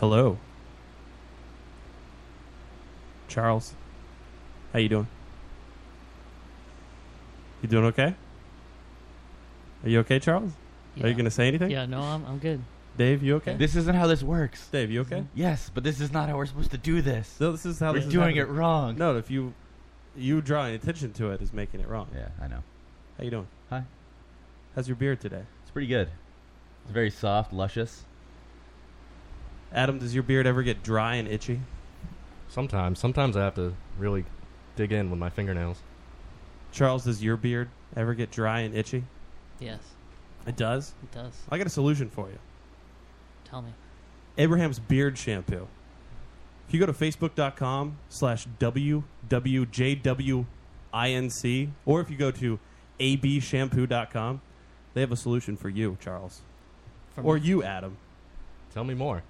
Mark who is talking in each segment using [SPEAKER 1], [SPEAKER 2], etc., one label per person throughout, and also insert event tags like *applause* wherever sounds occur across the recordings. [SPEAKER 1] Hello. Charles. How you doing? You doing okay? Are you okay, Charles? Are you going to say anything?
[SPEAKER 2] Yeah, no, I'm, I'm good.
[SPEAKER 1] Dave, you okay?
[SPEAKER 3] This isn't how this works.
[SPEAKER 1] Dave, you okay?
[SPEAKER 3] Yes, but this is not how we're supposed to do this.
[SPEAKER 1] No, this is how
[SPEAKER 3] we're
[SPEAKER 1] this is
[SPEAKER 3] doing it
[SPEAKER 1] happening.
[SPEAKER 3] wrong.
[SPEAKER 1] No, if you you drawing attention to it is making it wrong.
[SPEAKER 3] Yeah, I know.
[SPEAKER 1] How you doing?
[SPEAKER 3] Hi.
[SPEAKER 1] How's your beard today?
[SPEAKER 3] It's pretty good. It's very soft, luscious.
[SPEAKER 1] Adam, does your beard ever get dry and itchy?
[SPEAKER 4] Sometimes, sometimes I have to really dig in with my fingernails.
[SPEAKER 1] Charles, does your beard ever get dry and itchy?
[SPEAKER 2] Yes,
[SPEAKER 1] It does.
[SPEAKER 2] it does.
[SPEAKER 1] I got a solution for you.
[SPEAKER 2] Tell me.
[SPEAKER 1] Abraham's Beard Shampoo. If you go to facebook.com slash WWJWINC, or if you go to abshampoo.com, they have a solution for you, Charles.
[SPEAKER 2] From
[SPEAKER 1] Or you, Adam.
[SPEAKER 4] Tell me more.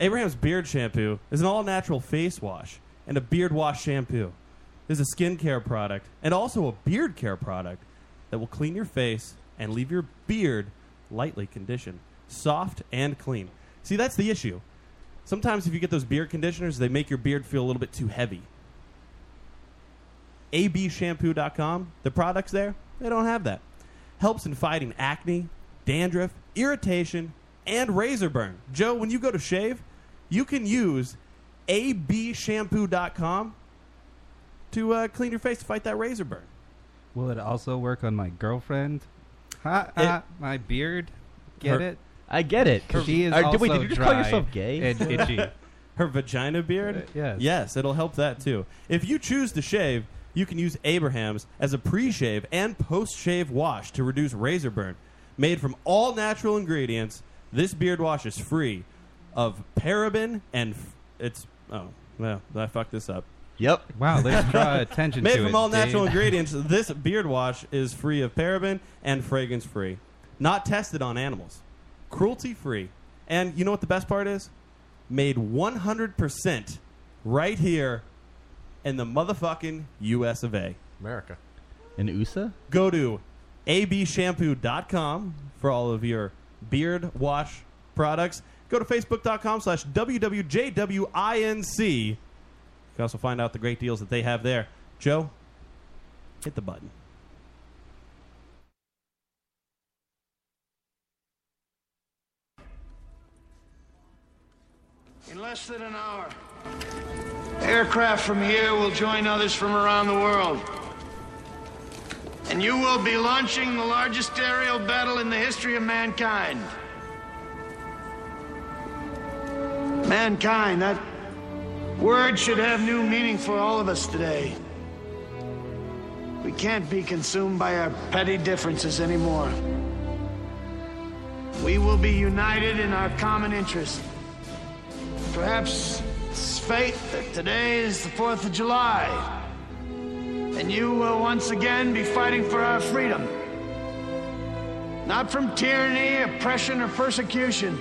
[SPEAKER 1] Abraham's Beard Shampoo is an all natural face wash and a beard wash shampoo. This is a skincare product and also a beard care product that will clean your face and leave your beard lightly conditioned, soft and clean. See, that's the issue. Sometimes if you get those beard conditioners, they make your beard feel a little bit too heavy. abshampoo.com, the products there, they don't have that. Helps in fighting acne, dandruff, irritation, and razor burn. Joe, when you go to shave, you can use abshampoo.com to uh, clean your face to fight that razor burn.
[SPEAKER 5] Will it also work on my girlfriend? Ha,
[SPEAKER 1] It-
[SPEAKER 5] ha, my beard. Get
[SPEAKER 1] Her-
[SPEAKER 5] it?
[SPEAKER 3] I get it.
[SPEAKER 5] 'Cause she is
[SPEAKER 3] Uh,
[SPEAKER 5] also
[SPEAKER 3] did, wait, did you just
[SPEAKER 5] dry
[SPEAKER 3] call yourself gay?
[SPEAKER 5] and itchy.
[SPEAKER 1] *laughs* Her vagina beard?
[SPEAKER 5] Uh, yes.
[SPEAKER 1] Yes, it'll help that too. If you choose to shave, you can use Abraham's as a pre shave and post shave wash to reduce razor burn. Made from all natural ingredients, this beard wash is free of paraben and f- it's. Oh, well, I fucked this up.
[SPEAKER 3] yep.
[SPEAKER 5] Wow, let's
[SPEAKER 1] *laughs*
[SPEAKER 5] draw attention
[SPEAKER 1] Made
[SPEAKER 5] to it,
[SPEAKER 1] from all
[SPEAKER 5] Dave.
[SPEAKER 1] natural ingredients, this beard wash is free of paraben and fragrance free. Not tested on animals. Cruelty free. And you know what the best part is? Made 100% right here in the motherfucking US of A.
[SPEAKER 4] America.
[SPEAKER 3] And USA?
[SPEAKER 1] Go to abshampoo.com for all of your beard wash products. Go to facebook.com slash WWJWINC. You can also find out the great deals that they have there. Joe, hit the button.
[SPEAKER 6] In less than an hour, aircraft from here will join others from around the world. And you will be launching the largest aerial battle in the history of mankind. Mankind, that word should have new meaning for all of us today. We can't be consumed by our petty differences anymore. We will be united in our common interest. Perhaps it's fate that today is the 4th of July. And you will once again be fighting for our freedom. Not from tyranny, oppression, or persecution,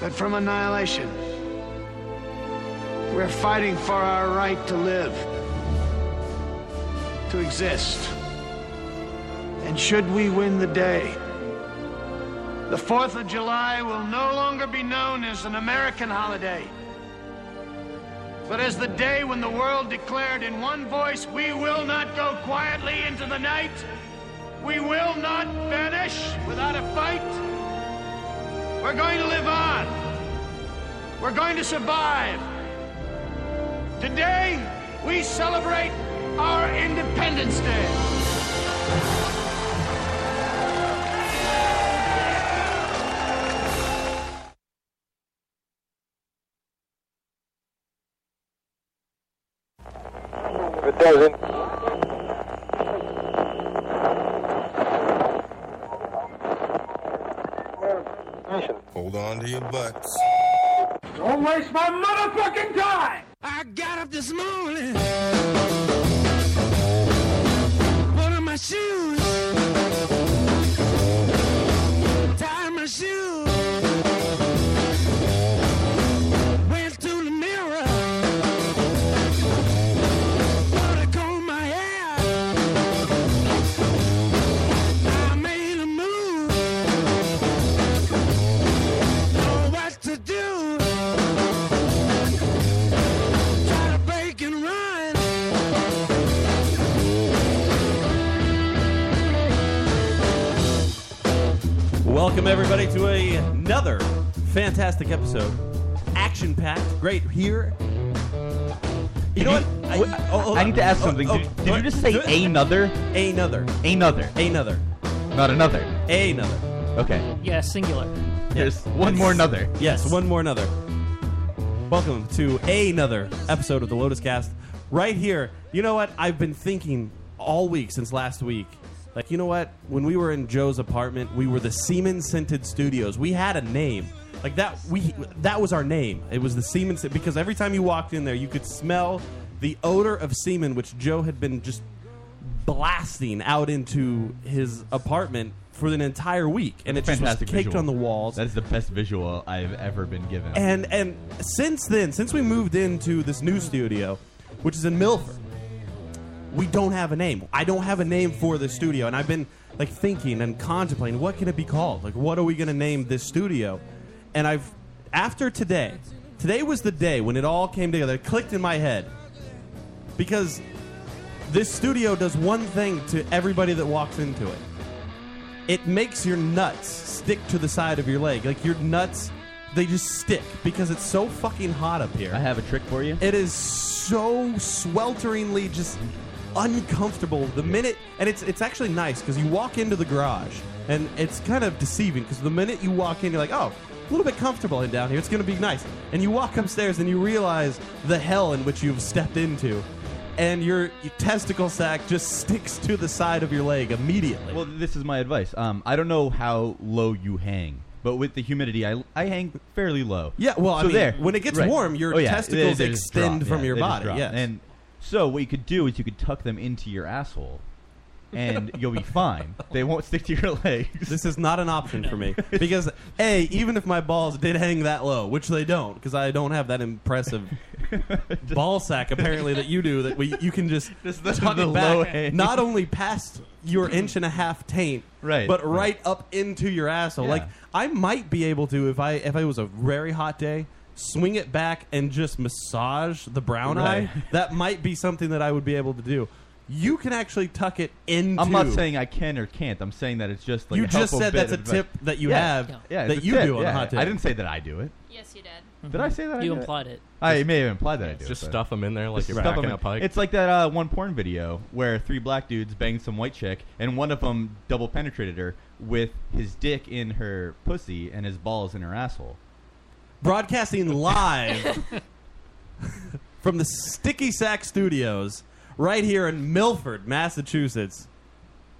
[SPEAKER 6] but from annihilation. We're fighting for our right to live, to exist. And should we win the day, the 4th of July will no longer be known as an American holiday, but as the day when the world declared in one voice, we will not go quietly into the night. We will not vanish without a fight. We're going to live on. We're going to survive. Today, we celebrate our Independence Day.
[SPEAKER 7] It doesn't. Hold on to your butts.
[SPEAKER 6] Don't waste my motherfucking time!
[SPEAKER 8] I got up this morning. Put on my shoes. Tied my shoes. Went to the mirror. Put a comb in my hair. I made a move.
[SPEAKER 1] Welcome, everybody, to another fantastic episode. Action packed. Great here. You know what? I, oh, hold
[SPEAKER 3] I
[SPEAKER 1] on.
[SPEAKER 3] need to ask
[SPEAKER 1] Oh,
[SPEAKER 3] something.
[SPEAKER 1] oh,
[SPEAKER 3] did did you
[SPEAKER 1] what?
[SPEAKER 3] just say another?
[SPEAKER 1] Another.
[SPEAKER 3] Another.
[SPEAKER 1] Another.
[SPEAKER 3] Not another.
[SPEAKER 1] Another.
[SPEAKER 3] Okay.
[SPEAKER 2] Yeah, singular.
[SPEAKER 3] There's one more another.
[SPEAKER 1] Yes, one more another. Welcome to another episode of the Lotus Cast. Right here. You know what? I've been thinking all week since last week. Like, you know what? When we were in Joe's apartment, we were the Semen Scented Studios. We had a name. Like that we that was our name. It was the Semen Scent- because every time you walked in there, you could smell the odor of semen which Joe had been just blasting out into his apartment for an entire week and it just was
[SPEAKER 3] Fantastic
[SPEAKER 1] caked
[SPEAKER 3] visual.
[SPEAKER 1] on the walls.
[SPEAKER 3] That is the best visual I've ever been given.
[SPEAKER 1] And and since then, since we moved into this new studio, which is in Milford, we don't have a name. I don't have a name for the studio, and I've been like thinking and contemplating what can it be called? Like what are we going to name this studio? And I've after today, today was the day when it all came together. It clicked in my head. Because this studio does one thing to everybody that walks into it it makes your nuts stick to the side of your leg. Like your nuts, they just stick because it's so fucking hot up
[SPEAKER 3] I
[SPEAKER 1] here.
[SPEAKER 3] have a trick for you.
[SPEAKER 1] It is so swelteringly just uncomfortable the minute and it's it's actually nice because you walk into the garage and it's kind of deceiving because the minute you walk in you're like oh a little bit comfortable in down here it's gonna be nice and you walk upstairs and you realize the hell in which you've stepped into and your, your testicle sack just sticks to the side of your leg immediately
[SPEAKER 3] Well, this is my advice. Um, I don't know how low you hang, but with the humidity, I, I hang fairly low.
[SPEAKER 1] Yeah, well, I
[SPEAKER 3] so
[SPEAKER 1] mean,
[SPEAKER 3] there.
[SPEAKER 1] when it gets
[SPEAKER 3] Right.
[SPEAKER 1] warm, your
[SPEAKER 3] Oh, yeah,
[SPEAKER 1] testicles
[SPEAKER 3] they- they just
[SPEAKER 1] extend
[SPEAKER 3] drop.
[SPEAKER 1] from
[SPEAKER 3] Yeah,
[SPEAKER 1] your
[SPEAKER 3] they just
[SPEAKER 1] body.
[SPEAKER 3] drop.
[SPEAKER 1] Yes.
[SPEAKER 3] and so what you could do is you could tuck them into your asshole,
[SPEAKER 1] *laughs*
[SPEAKER 3] and you'll be fine. They won't stick to your *laughs* legs.
[SPEAKER 1] this is not an option for me because a even if my balls did hang that low, which they don't, because I don't have
[SPEAKER 3] *laughs*
[SPEAKER 1] that impressive ball sack apparently that you do that we you can *laughs* just,
[SPEAKER 3] Just *laughs* the-
[SPEAKER 1] tuck
[SPEAKER 3] the
[SPEAKER 1] it back
[SPEAKER 3] low hang.
[SPEAKER 1] not *laughs* only past your inch and a half taint,
[SPEAKER 3] Right,
[SPEAKER 1] but right,
[SPEAKER 3] right.
[SPEAKER 1] up into your asshole.
[SPEAKER 3] Yeah.
[SPEAKER 1] Like I might be able to if I if it was a very hot day. Swing it back and just massage the brown
[SPEAKER 3] Right.
[SPEAKER 1] eye. *laughs* That might be something that I would be able to do. You can actually tuck it into.
[SPEAKER 3] *laughs* I'm not saying I can or can't. I'm saying that it's just like
[SPEAKER 1] you
[SPEAKER 3] a
[SPEAKER 1] just
[SPEAKER 3] helpful
[SPEAKER 1] said
[SPEAKER 3] bit
[SPEAKER 1] that's a
[SPEAKER 3] of advice.
[SPEAKER 1] tip that you
[SPEAKER 3] Yeah.
[SPEAKER 1] have
[SPEAKER 2] Yeah.
[SPEAKER 3] Yeah, it's
[SPEAKER 1] that
[SPEAKER 3] a
[SPEAKER 1] you
[SPEAKER 3] tip,
[SPEAKER 1] do on
[SPEAKER 3] yeah.
[SPEAKER 1] a hot day.
[SPEAKER 3] I didn't say that I do it.
[SPEAKER 9] Yes, you did.
[SPEAKER 3] Did I say that? I
[SPEAKER 2] You
[SPEAKER 3] did it?
[SPEAKER 2] implied it.
[SPEAKER 3] I may have implied that I do.
[SPEAKER 4] Just
[SPEAKER 3] it, but-
[SPEAKER 4] stuff them in there like you're
[SPEAKER 3] Stuff 'em
[SPEAKER 4] packing
[SPEAKER 3] in.
[SPEAKER 4] a pike.
[SPEAKER 3] It's like that uh, one porn video where three black dudes banged some white chick, and one of them double penetrated her with his dick in her pussy and his balls in her asshole. *laughs*
[SPEAKER 1] Broadcasting live from the Sticky Sack Studios, right here in Milford, Massachusetts.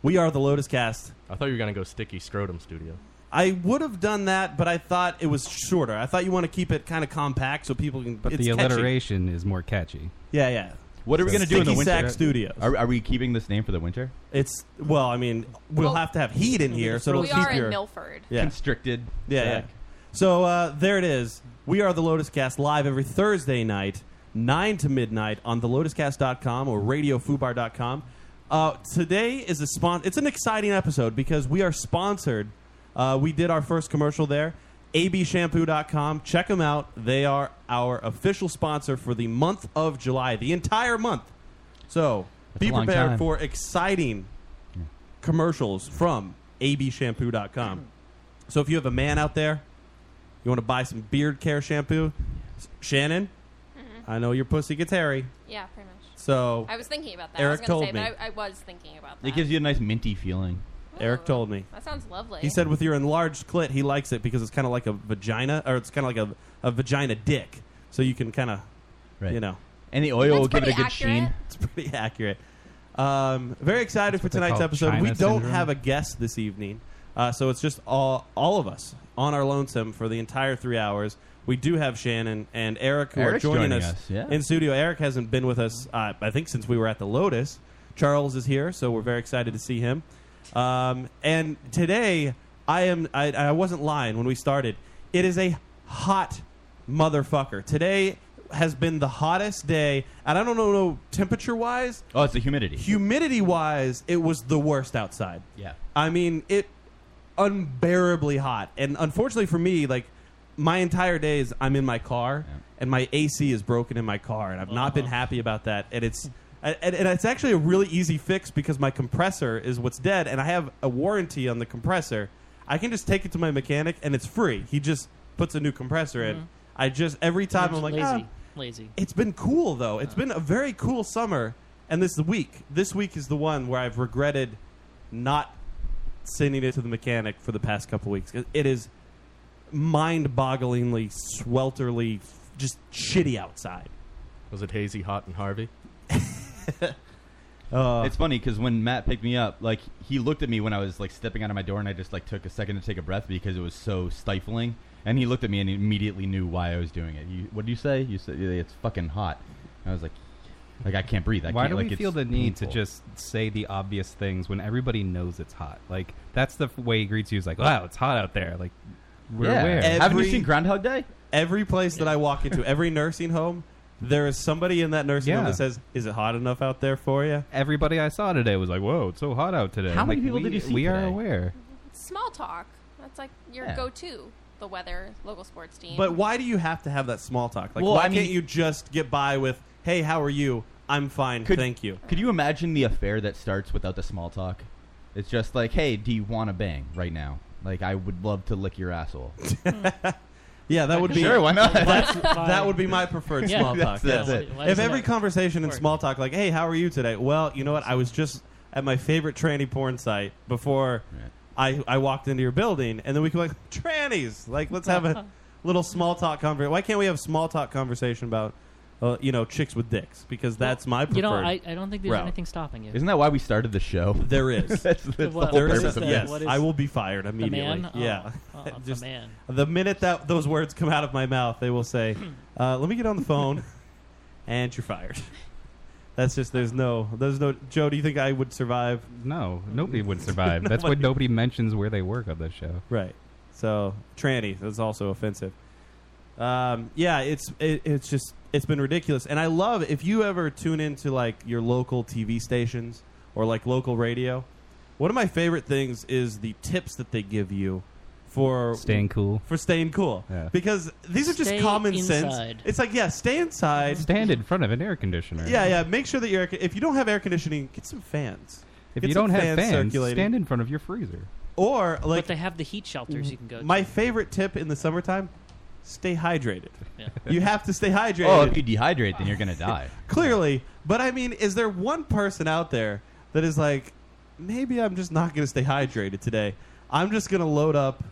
[SPEAKER 1] We are the Lotus Cast.
[SPEAKER 4] I thought you were gonna go sticky scrotum studio.
[SPEAKER 1] I would have done that, but I thought it was shorter. I thought you want to keep it kind of compact so people can.
[SPEAKER 5] But
[SPEAKER 1] it's
[SPEAKER 5] the
[SPEAKER 1] catchy.
[SPEAKER 5] alliteration is more catchy.
[SPEAKER 1] Yeah, yeah.
[SPEAKER 3] What are we gonna do in the
[SPEAKER 1] Sticky
[SPEAKER 3] winter?
[SPEAKER 1] Sack Studios.
[SPEAKER 3] Are, are we keeping this name for the winter?
[SPEAKER 1] It's well, I mean, we'll,
[SPEAKER 9] Well,
[SPEAKER 1] have to have heat in here, so it'll
[SPEAKER 9] we
[SPEAKER 1] keep
[SPEAKER 9] are
[SPEAKER 1] your.
[SPEAKER 9] in Milford.
[SPEAKER 1] yeah.
[SPEAKER 3] Constricted.
[SPEAKER 1] Yeah, yeah.
[SPEAKER 3] sack.
[SPEAKER 1] So uh, there it is. We are the Lotus Cast live every Thursday night, 9 to midnight on thelotuscast.com or radiofubar.com. Uh, today is a spon- it's an exciting episode because we are sponsored. Uh, we did our first commercial there, abshampoo.com. Check them out. They are our official sponsor for the month of July, the entire month. So be
[SPEAKER 3] a long
[SPEAKER 1] prepared
[SPEAKER 3] time.
[SPEAKER 1] for exciting commercials from abshampoo.com. So if you have a man out there, you want to buy some beard care shampoo, S- Shannon, I know your pussy gets hairy.
[SPEAKER 9] Mm-hmm. Yeah, pretty much.
[SPEAKER 1] So
[SPEAKER 9] I was thinking about that.
[SPEAKER 1] Eric
[SPEAKER 9] I was gonna
[SPEAKER 1] told
[SPEAKER 9] say,
[SPEAKER 1] me.
[SPEAKER 9] but I, I was thinking about that.
[SPEAKER 3] It gives you a nice minty feeling.
[SPEAKER 1] Eric
[SPEAKER 9] Ooh,
[SPEAKER 1] told me.
[SPEAKER 9] That sounds lovely.
[SPEAKER 1] He said with your enlarged clit, he likes it because it's kind of like a vagina, or it's kind of like a, a vagina dick. So you can kind of,
[SPEAKER 3] Right.
[SPEAKER 1] you know,
[SPEAKER 3] And the oil
[SPEAKER 9] That's
[SPEAKER 3] will give it a
[SPEAKER 9] pretty
[SPEAKER 3] good sheen.
[SPEAKER 9] accurate.
[SPEAKER 1] it's pretty accurate. Um, very excited for
[SPEAKER 5] what they
[SPEAKER 1] tonight's
[SPEAKER 5] call
[SPEAKER 1] episode.
[SPEAKER 5] China
[SPEAKER 1] we don't
[SPEAKER 5] syndrome.
[SPEAKER 1] have a guest this evening, uh, so it's just all all of us on our lonesome for the entire three hours. We do have Shannon and Eric who
[SPEAKER 3] Eric's
[SPEAKER 1] are joining,
[SPEAKER 3] joining
[SPEAKER 1] us,
[SPEAKER 3] us, yeah.
[SPEAKER 1] in studio. Eric hasn't been with us, uh, I think, since we were at the Lotus. Charles is here, so we're very excited to see him. Um, and today, I am I, I wasn't lying when we started. It is a hot motherfucker. Today has been the hottest day, and I don't know temperature wise,
[SPEAKER 3] Oh, it's the humidity.
[SPEAKER 1] humidity wise, it was the worst outside.
[SPEAKER 3] yeah.
[SPEAKER 1] I mean, it unbearably hot. And unfortunately for me, like my entire day is I'm in my car
[SPEAKER 3] Yeah. Oh.
[SPEAKER 1] and my AC is broken in my car and I've not been happy about that. And it's and, and it's actually a really easy fix because my compressor is what's dead and I have a warranty on the compressor. I can just take it to my mechanic and it's free. He just puts a new compressor in.
[SPEAKER 3] Mm-hmm.
[SPEAKER 2] Mhm.
[SPEAKER 1] I just every time I'm like,
[SPEAKER 2] lazy,
[SPEAKER 1] ah,
[SPEAKER 2] lazy.
[SPEAKER 1] it's been cool though. It's been a very cool summer. And this week, this week is the one where I've regretted not sending it to the mechanic for the past couple weeks. 'Cause It is mind-bogglingly, swelterly, f- just shitty outside.
[SPEAKER 4] Was it hazy, hot, and
[SPEAKER 5] *laughs*
[SPEAKER 4] Harvey?
[SPEAKER 5] Oh.
[SPEAKER 1] Uh,
[SPEAKER 3] it's funny because when Matt picked me up, like he looked at me when I was like stepping out of my door, and I just like took a second to take a breath because it was so stifling. And he looked at me and immediately knew why I was doing it. You, what did you say? You said "Yeah, it's fucking hot. And I was like, like I can't breathe. I
[SPEAKER 5] Why
[SPEAKER 3] can't,
[SPEAKER 5] do
[SPEAKER 3] like,
[SPEAKER 5] we
[SPEAKER 3] it's
[SPEAKER 5] feel the need to
[SPEAKER 3] painful."
[SPEAKER 5] just say the obvious things when everybody knows it's hot? Like that's the f- way he greets you. Is like, wow, it's hot out there. Like we're
[SPEAKER 3] Yeah.
[SPEAKER 5] aware.
[SPEAKER 1] Every-
[SPEAKER 3] Haven't you seen Groundhog Day?
[SPEAKER 1] Every place that I
[SPEAKER 5] *laughs*
[SPEAKER 1] walk into, every nursing home, there is somebody in that nursing home
[SPEAKER 5] Yeah.
[SPEAKER 1] that says, "Is it hot enough out there for you?"
[SPEAKER 5] Everybody I saw today was like, whoa, it's so hot out today.
[SPEAKER 3] How
[SPEAKER 5] I'm
[SPEAKER 3] many
[SPEAKER 5] like,
[SPEAKER 3] people
[SPEAKER 5] we,
[SPEAKER 3] did you see
[SPEAKER 5] We are
[SPEAKER 3] today?
[SPEAKER 5] aware.
[SPEAKER 9] Small talk. That's like your
[SPEAKER 3] Yeah.
[SPEAKER 9] go-to. The weather, local sports team.
[SPEAKER 1] But why do you have to have that small talk? Like,
[SPEAKER 3] Well,
[SPEAKER 1] why
[SPEAKER 3] I mean-
[SPEAKER 1] can't you just get by with, "Hey, how are you? I'm fine,
[SPEAKER 3] Could-
[SPEAKER 1] thank you."
[SPEAKER 3] Could you imagine the affair that starts without the small talk? It's just like, hey, do you want to bang right now? Like, I would love to lick your
[SPEAKER 1] *laughs*
[SPEAKER 3] asshole.
[SPEAKER 2] Hmm.
[SPEAKER 1] Yeah, that would be
[SPEAKER 3] sure, why not?
[SPEAKER 2] *laughs*
[SPEAKER 1] *laughs* That's, that would be my preferred
[SPEAKER 2] Yeah. *laughs*
[SPEAKER 1] small
[SPEAKER 3] That's-
[SPEAKER 1] talk.
[SPEAKER 3] that's
[SPEAKER 1] yes.
[SPEAKER 2] it. Why
[SPEAKER 1] If
[SPEAKER 2] doesn't
[SPEAKER 1] every
[SPEAKER 2] that
[SPEAKER 1] conversation in
[SPEAKER 2] work?
[SPEAKER 1] small talk, like, "Hey, how are you today?" Well, you know what? I was just at my favorite tranny porn site before
[SPEAKER 3] Right.
[SPEAKER 1] I I walked into your building, and then we could like trannies. Like, let's
[SPEAKER 2] *laughs*
[SPEAKER 1] have a little small talk conversation. Why can't we have small talk conversation about, uh, you know, chicks with dicks? Because that's my preferred.
[SPEAKER 2] You know, I, I don't think there's
[SPEAKER 1] route.
[SPEAKER 2] anything stopping you.
[SPEAKER 3] Isn't that why we started the show?
[SPEAKER 1] there
[SPEAKER 3] *laughs*
[SPEAKER 1] is.
[SPEAKER 3] that's that's the
[SPEAKER 2] Well,
[SPEAKER 3] whole
[SPEAKER 1] There
[SPEAKER 2] What
[SPEAKER 1] is,
[SPEAKER 3] purpose
[SPEAKER 2] the-
[SPEAKER 3] of
[SPEAKER 1] yes.
[SPEAKER 2] what is-
[SPEAKER 1] I will be fired
[SPEAKER 2] the
[SPEAKER 1] immediately.
[SPEAKER 2] man?
[SPEAKER 1] Yeah. *laughs*
[SPEAKER 2] Oh, oh,
[SPEAKER 1] Just-
[SPEAKER 2] the man.
[SPEAKER 1] The minute that those words come out of my mouth, they will say, uh, "Let me get on the phone," and you're fired. That's just there's no there's no Joe. Do you think I would survive?
[SPEAKER 5] No, nobody
[SPEAKER 1] *laughs*
[SPEAKER 5] would survive. That's why
[SPEAKER 1] Nobody.
[SPEAKER 5] nobody mentions where they work on this show.
[SPEAKER 1] Right. So tranny that's also offensive. Um, yeah, it's it, it's just it's been ridiculous, and I love if you ever tune into like your local TV stations or like local radio. One of my favorite things is the tips that they give you for
[SPEAKER 5] Staying cool.
[SPEAKER 1] for staying cool.
[SPEAKER 5] Yeah.
[SPEAKER 1] Because these are just
[SPEAKER 2] Stay
[SPEAKER 1] common sense.
[SPEAKER 2] inside.
[SPEAKER 1] It's like, yeah, stay inside.
[SPEAKER 5] Stand in front of an air conditioner. *laughs*
[SPEAKER 1] Yeah, yeah. Make sure that your air con- if you don't have air conditioning, get some fans.
[SPEAKER 5] If
[SPEAKER 1] Get
[SPEAKER 5] you
[SPEAKER 1] some
[SPEAKER 5] don't have
[SPEAKER 1] fans
[SPEAKER 5] fans,
[SPEAKER 1] circulating.
[SPEAKER 5] stand in front of your freezer.
[SPEAKER 1] Or like
[SPEAKER 2] but they have the heat
[SPEAKER 3] Mm-hmm.
[SPEAKER 2] shelters you can go to.
[SPEAKER 1] my favorite tip in the summertime,
[SPEAKER 3] *laughs*
[SPEAKER 1] stay hydrated.
[SPEAKER 2] Yeah.
[SPEAKER 1] You have to stay hydrated.
[SPEAKER 3] Oh, if you dehydrate, then you're
[SPEAKER 1] *laughs*
[SPEAKER 3] gonna die.
[SPEAKER 1] clearly. But I mean, is there one person out there that is like, maybe I'm just not going to stay hydrated today. I'm just going to load up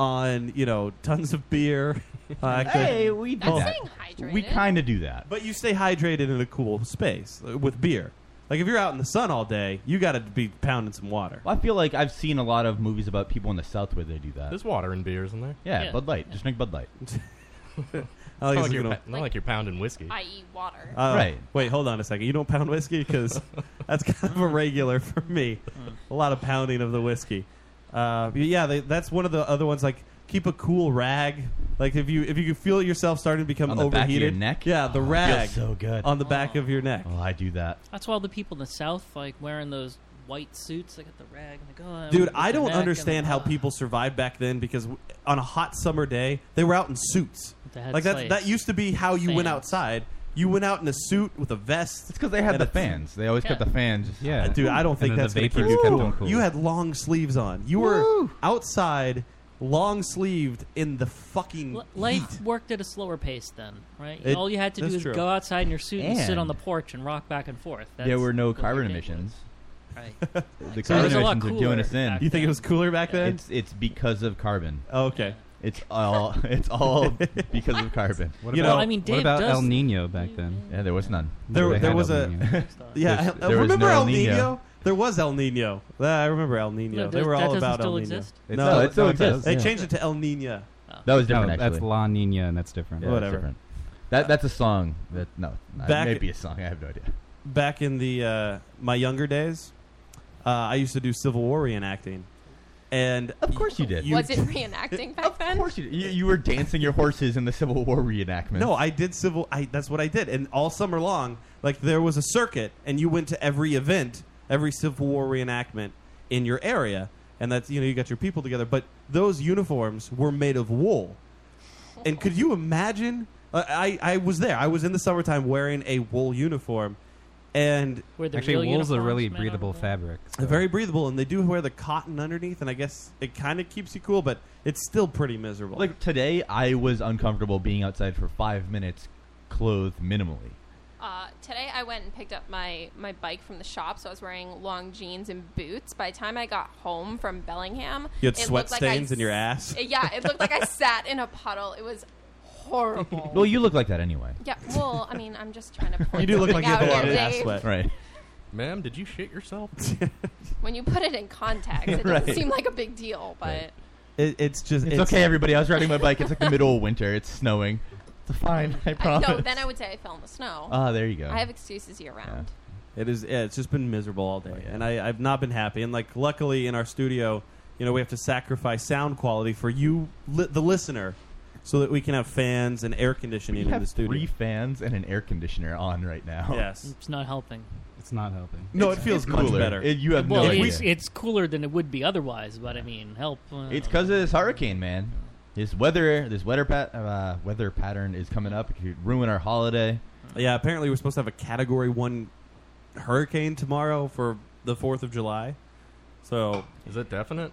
[SPEAKER 1] on you know tons of
[SPEAKER 3] *laughs*
[SPEAKER 1] beer. Uh, I could-
[SPEAKER 3] we
[SPEAKER 9] That's staying hydrated.
[SPEAKER 3] We kind of do that.
[SPEAKER 1] But you stay hydrated in a cool space uh, with beer. Like if you're out in the sun all day, you got to be pounding some water.
[SPEAKER 3] Well, I feel like I've seen a lot of movies about people in the South where they do that.
[SPEAKER 4] There's water and beers in there.
[SPEAKER 3] yeah,
[SPEAKER 2] Yeah.
[SPEAKER 3] Bud Light. Just drink Bud
[SPEAKER 1] *laughs*
[SPEAKER 3] Light.
[SPEAKER 1] I
[SPEAKER 4] Not like,
[SPEAKER 1] it's
[SPEAKER 4] you're,
[SPEAKER 1] gonna-
[SPEAKER 4] pa- not like you're pounding whiskey.
[SPEAKER 9] i.e., water.
[SPEAKER 1] Oh,
[SPEAKER 3] Right.
[SPEAKER 1] Wait, hold on a second. You don't pound whiskey
[SPEAKER 2] *laughs*
[SPEAKER 1] because that's kind of a regular for me.
[SPEAKER 2] Hmm.
[SPEAKER 1] A lot of pounding of the whiskey. Uh, yeah, they, that's one of the other ones. Like keep a cool rag. Like if you if you feel yourself starting to become
[SPEAKER 3] On the back of your
[SPEAKER 1] overheated,
[SPEAKER 3] neck?
[SPEAKER 1] Yeah, the
[SPEAKER 3] Oh, it
[SPEAKER 1] rag
[SPEAKER 3] feels so good.
[SPEAKER 1] on the back
[SPEAKER 2] Oh.
[SPEAKER 1] of your neck.
[SPEAKER 3] Oh, I do that.
[SPEAKER 2] That's why all the people in the South like wearing those white suits. They got the rag and they go. oh,
[SPEAKER 1] Dude,
[SPEAKER 2] with
[SPEAKER 1] I
[SPEAKER 2] the
[SPEAKER 1] don't
[SPEAKER 2] neck and
[SPEAKER 1] understand
[SPEAKER 2] the-
[SPEAKER 1] how
[SPEAKER 2] ah.
[SPEAKER 1] people survived back then because w- on a hot summer day, they were out in suits.
[SPEAKER 2] They had
[SPEAKER 1] Like that
[SPEAKER 2] slaves.
[SPEAKER 1] that used to be how you went
[SPEAKER 2] Fans.
[SPEAKER 1] outside. You went out in a suit with a vest.
[SPEAKER 3] It's because they had
[SPEAKER 1] And
[SPEAKER 3] the
[SPEAKER 1] it's-
[SPEAKER 3] fans. They always kept
[SPEAKER 2] Yeah.
[SPEAKER 3] the fans.
[SPEAKER 5] Yeah.
[SPEAKER 1] Uh, Dude, I don't think
[SPEAKER 5] And then
[SPEAKER 1] that's
[SPEAKER 5] the
[SPEAKER 1] going to keep
[SPEAKER 5] vapors
[SPEAKER 1] you
[SPEAKER 5] kept
[SPEAKER 1] cool.
[SPEAKER 5] them cool.
[SPEAKER 1] You had long sleeves on. You were
[SPEAKER 5] Woo.
[SPEAKER 1] outside, long sleeved in the fucking
[SPEAKER 2] L- life worked at a slower pace then, right?
[SPEAKER 1] It-
[SPEAKER 2] all you had to do
[SPEAKER 1] that's
[SPEAKER 2] is
[SPEAKER 1] true.
[SPEAKER 2] go outside in your suit and, sit
[SPEAKER 3] And-
[SPEAKER 2] on the porch and rock back and forth. That's
[SPEAKER 3] there were no
[SPEAKER 2] what their
[SPEAKER 3] carbon
[SPEAKER 2] day
[SPEAKER 3] emissions.
[SPEAKER 2] was, Right.
[SPEAKER 1] *laughs*
[SPEAKER 3] The
[SPEAKER 2] So it
[SPEAKER 3] carbon
[SPEAKER 2] was a lot
[SPEAKER 3] emissions are doing
[SPEAKER 2] cooler
[SPEAKER 3] us in.
[SPEAKER 2] back
[SPEAKER 1] You think it was cooler back then?
[SPEAKER 3] It's it's because of carbon.
[SPEAKER 1] Oh, okay.
[SPEAKER 3] It's all *laughs* it's all because of carbon.
[SPEAKER 5] What
[SPEAKER 1] You
[SPEAKER 5] about,
[SPEAKER 1] know- I
[SPEAKER 2] mean,
[SPEAKER 5] what
[SPEAKER 2] Dave
[SPEAKER 5] about
[SPEAKER 2] does-
[SPEAKER 5] El Nino back then?
[SPEAKER 3] Yeah, there was none.
[SPEAKER 1] There-
[SPEAKER 5] They
[SPEAKER 1] there
[SPEAKER 5] had
[SPEAKER 1] was
[SPEAKER 5] El
[SPEAKER 1] a-
[SPEAKER 5] Nino.
[SPEAKER 1] *laughs* Yeah,
[SPEAKER 3] There's-
[SPEAKER 1] I-
[SPEAKER 3] there was
[SPEAKER 1] remember
[SPEAKER 3] no
[SPEAKER 1] El
[SPEAKER 3] El Nino.
[SPEAKER 1] Nino? There was El Nino. Ah, I remember El Nino.
[SPEAKER 2] No,
[SPEAKER 1] they
[SPEAKER 2] that-
[SPEAKER 1] were
[SPEAKER 2] that
[SPEAKER 1] all
[SPEAKER 2] doesn't
[SPEAKER 1] about
[SPEAKER 2] still
[SPEAKER 1] El Nino.
[SPEAKER 2] exist?
[SPEAKER 3] It's-
[SPEAKER 1] No,
[SPEAKER 3] no,
[SPEAKER 1] it
[SPEAKER 3] it still
[SPEAKER 5] does.
[SPEAKER 3] exists.
[SPEAKER 1] They
[SPEAKER 3] yeah.
[SPEAKER 1] changed it to El Nina.
[SPEAKER 3] That was
[SPEAKER 5] No,
[SPEAKER 3] different. actually.
[SPEAKER 5] that's La Nina, and that's different.
[SPEAKER 3] Yeah, that's
[SPEAKER 1] Whatever.
[SPEAKER 3] different. That that's a song. That no,
[SPEAKER 1] Back-
[SPEAKER 3] maybe a song. I have no idea.
[SPEAKER 1] Back in the uh, my younger days, uh, I used to do Civil War reenacting, and
[SPEAKER 3] Of course you did.
[SPEAKER 1] You-
[SPEAKER 9] was it reenacting
[SPEAKER 1] *laughs*
[SPEAKER 9] back
[SPEAKER 3] of
[SPEAKER 9] then?
[SPEAKER 3] course you did. You, you were dancing your horses in the Civil War reenactment.
[SPEAKER 1] No, I did civil. I, that's what I did, and all summer long, like there was a circuit, and you went to every event, every Civil War reenactment in your area, and that's you know you got your people together. But those uniforms were made of wool, and could you imagine? I I I was there. I was in the summertime wearing a wool uniform, and
[SPEAKER 2] Where
[SPEAKER 5] Actually, wool's a really breathable fabric.
[SPEAKER 1] They're very breathable, and they do wear the cotton underneath, and I guess it kind of keeps you cool, but it's still pretty miserable.
[SPEAKER 3] Like today, I was uncomfortable being outside for five minutes, clothed minimally.
[SPEAKER 9] Uh, today I went and picked up my, my bike from the shop, so I was wearing long jeans and boots. By the time I got home from Bellingham,
[SPEAKER 1] You had
[SPEAKER 9] it
[SPEAKER 1] sweat
[SPEAKER 9] looked like I
[SPEAKER 1] stains in your
[SPEAKER 9] s- *laughs*
[SPEAKER 1] ass?
[SPEAKER 9] Yeah, it looked like
[SPEAKER 1] *laughs*
[SPEAKER 9] I sat in a puddle. It was horrible.
[SPEAKER 3] Well, you look like that anyway.
[SPEAKER 9] yeah, well, I mean, I'm just trying to. Point
[SPEAKER 1] You do look
[SPEAKER 9] something
[SPEAKER 1] like you
[SPEAKER 9] out
[SPEAKER 1] have a
[SPEAKER 9] here,
[SPEAKER 1] lot of ass
[SPEAKER 9] Dave.
[SPEAKER 1] sweat.
[SPEAKER 3] Right.
[SPEAKER 4] Ma'am, did you shit yourself?
[SPEAKER 9] When you put it
[SPEAKER 3] *laughs*
[SPEAKER 9] in context, it doesn't
[SPEAKER 3] Right.
[SPEAKER 9] seem like a big deal, but
[SPEAKER 1] It, it's just
[SPEAKER 3] It's, okay, everybody. I was riding my bike. It's like the middle of winter. It's snowing. It's fine.
[SPEAKER 4] *laughs*
[SPEAKER 3] I *laughs*
[SPEAKER 9] I,
[SPEAKER 3] promise.
[SPEAKER 9] no. Then I would say I fell in the snow.
[SPEAKER 3] Ah, there you go.
[SPEAKER 9] I have excuses year round.
[SPEAKER 1] It is. Yeah, it's just been miserable all day,
[SPEAKER 3] Oh, yeah.
[SPEAKER 1] and I, I've not been happy. And like, luckily in our studio, you know, we have to sacrifice sound quality for you, li- the listener, so that we can have fans and air
[SPEAKER 3] we
[SPEAKER 1] conditioning in
[SPEAKER 3] have
[SPEAKER 1] the studio.
[SPEAKER 3] three fans and an air conditioner on right now.
[SPEAKER 1] Yes.
[SPEAKER 2] It's not helping.
[SPEAKER 5] It's not helping.
[SPEAKER 1] No, it feels
[SPEAKER 3] It's
[SPEAKER 1] much
[SPEAKER 3] cooler.
[SPEAKER 1] better.
[SPEAKER 3] It- you have
[SPEAKER 2] well,
[SPEAKER 3] no
[SPEAKER 2] at
[SPEAKER 3] idea.
[SPEAKER 2] least it's cooler than it would be otherwise. But I mean, help. uh,
[SPEAKER 3] It's because of this hurricane, man. This weather, this weather pat, uh, weather pattern is coming up. It could ruin our holiday.
[SPEAKER 1] yeah. Apparently, we're supposed to have a Category One hurricane tomorrow for the Fourth of July. So,
[SPEAKER 4] Is it definite?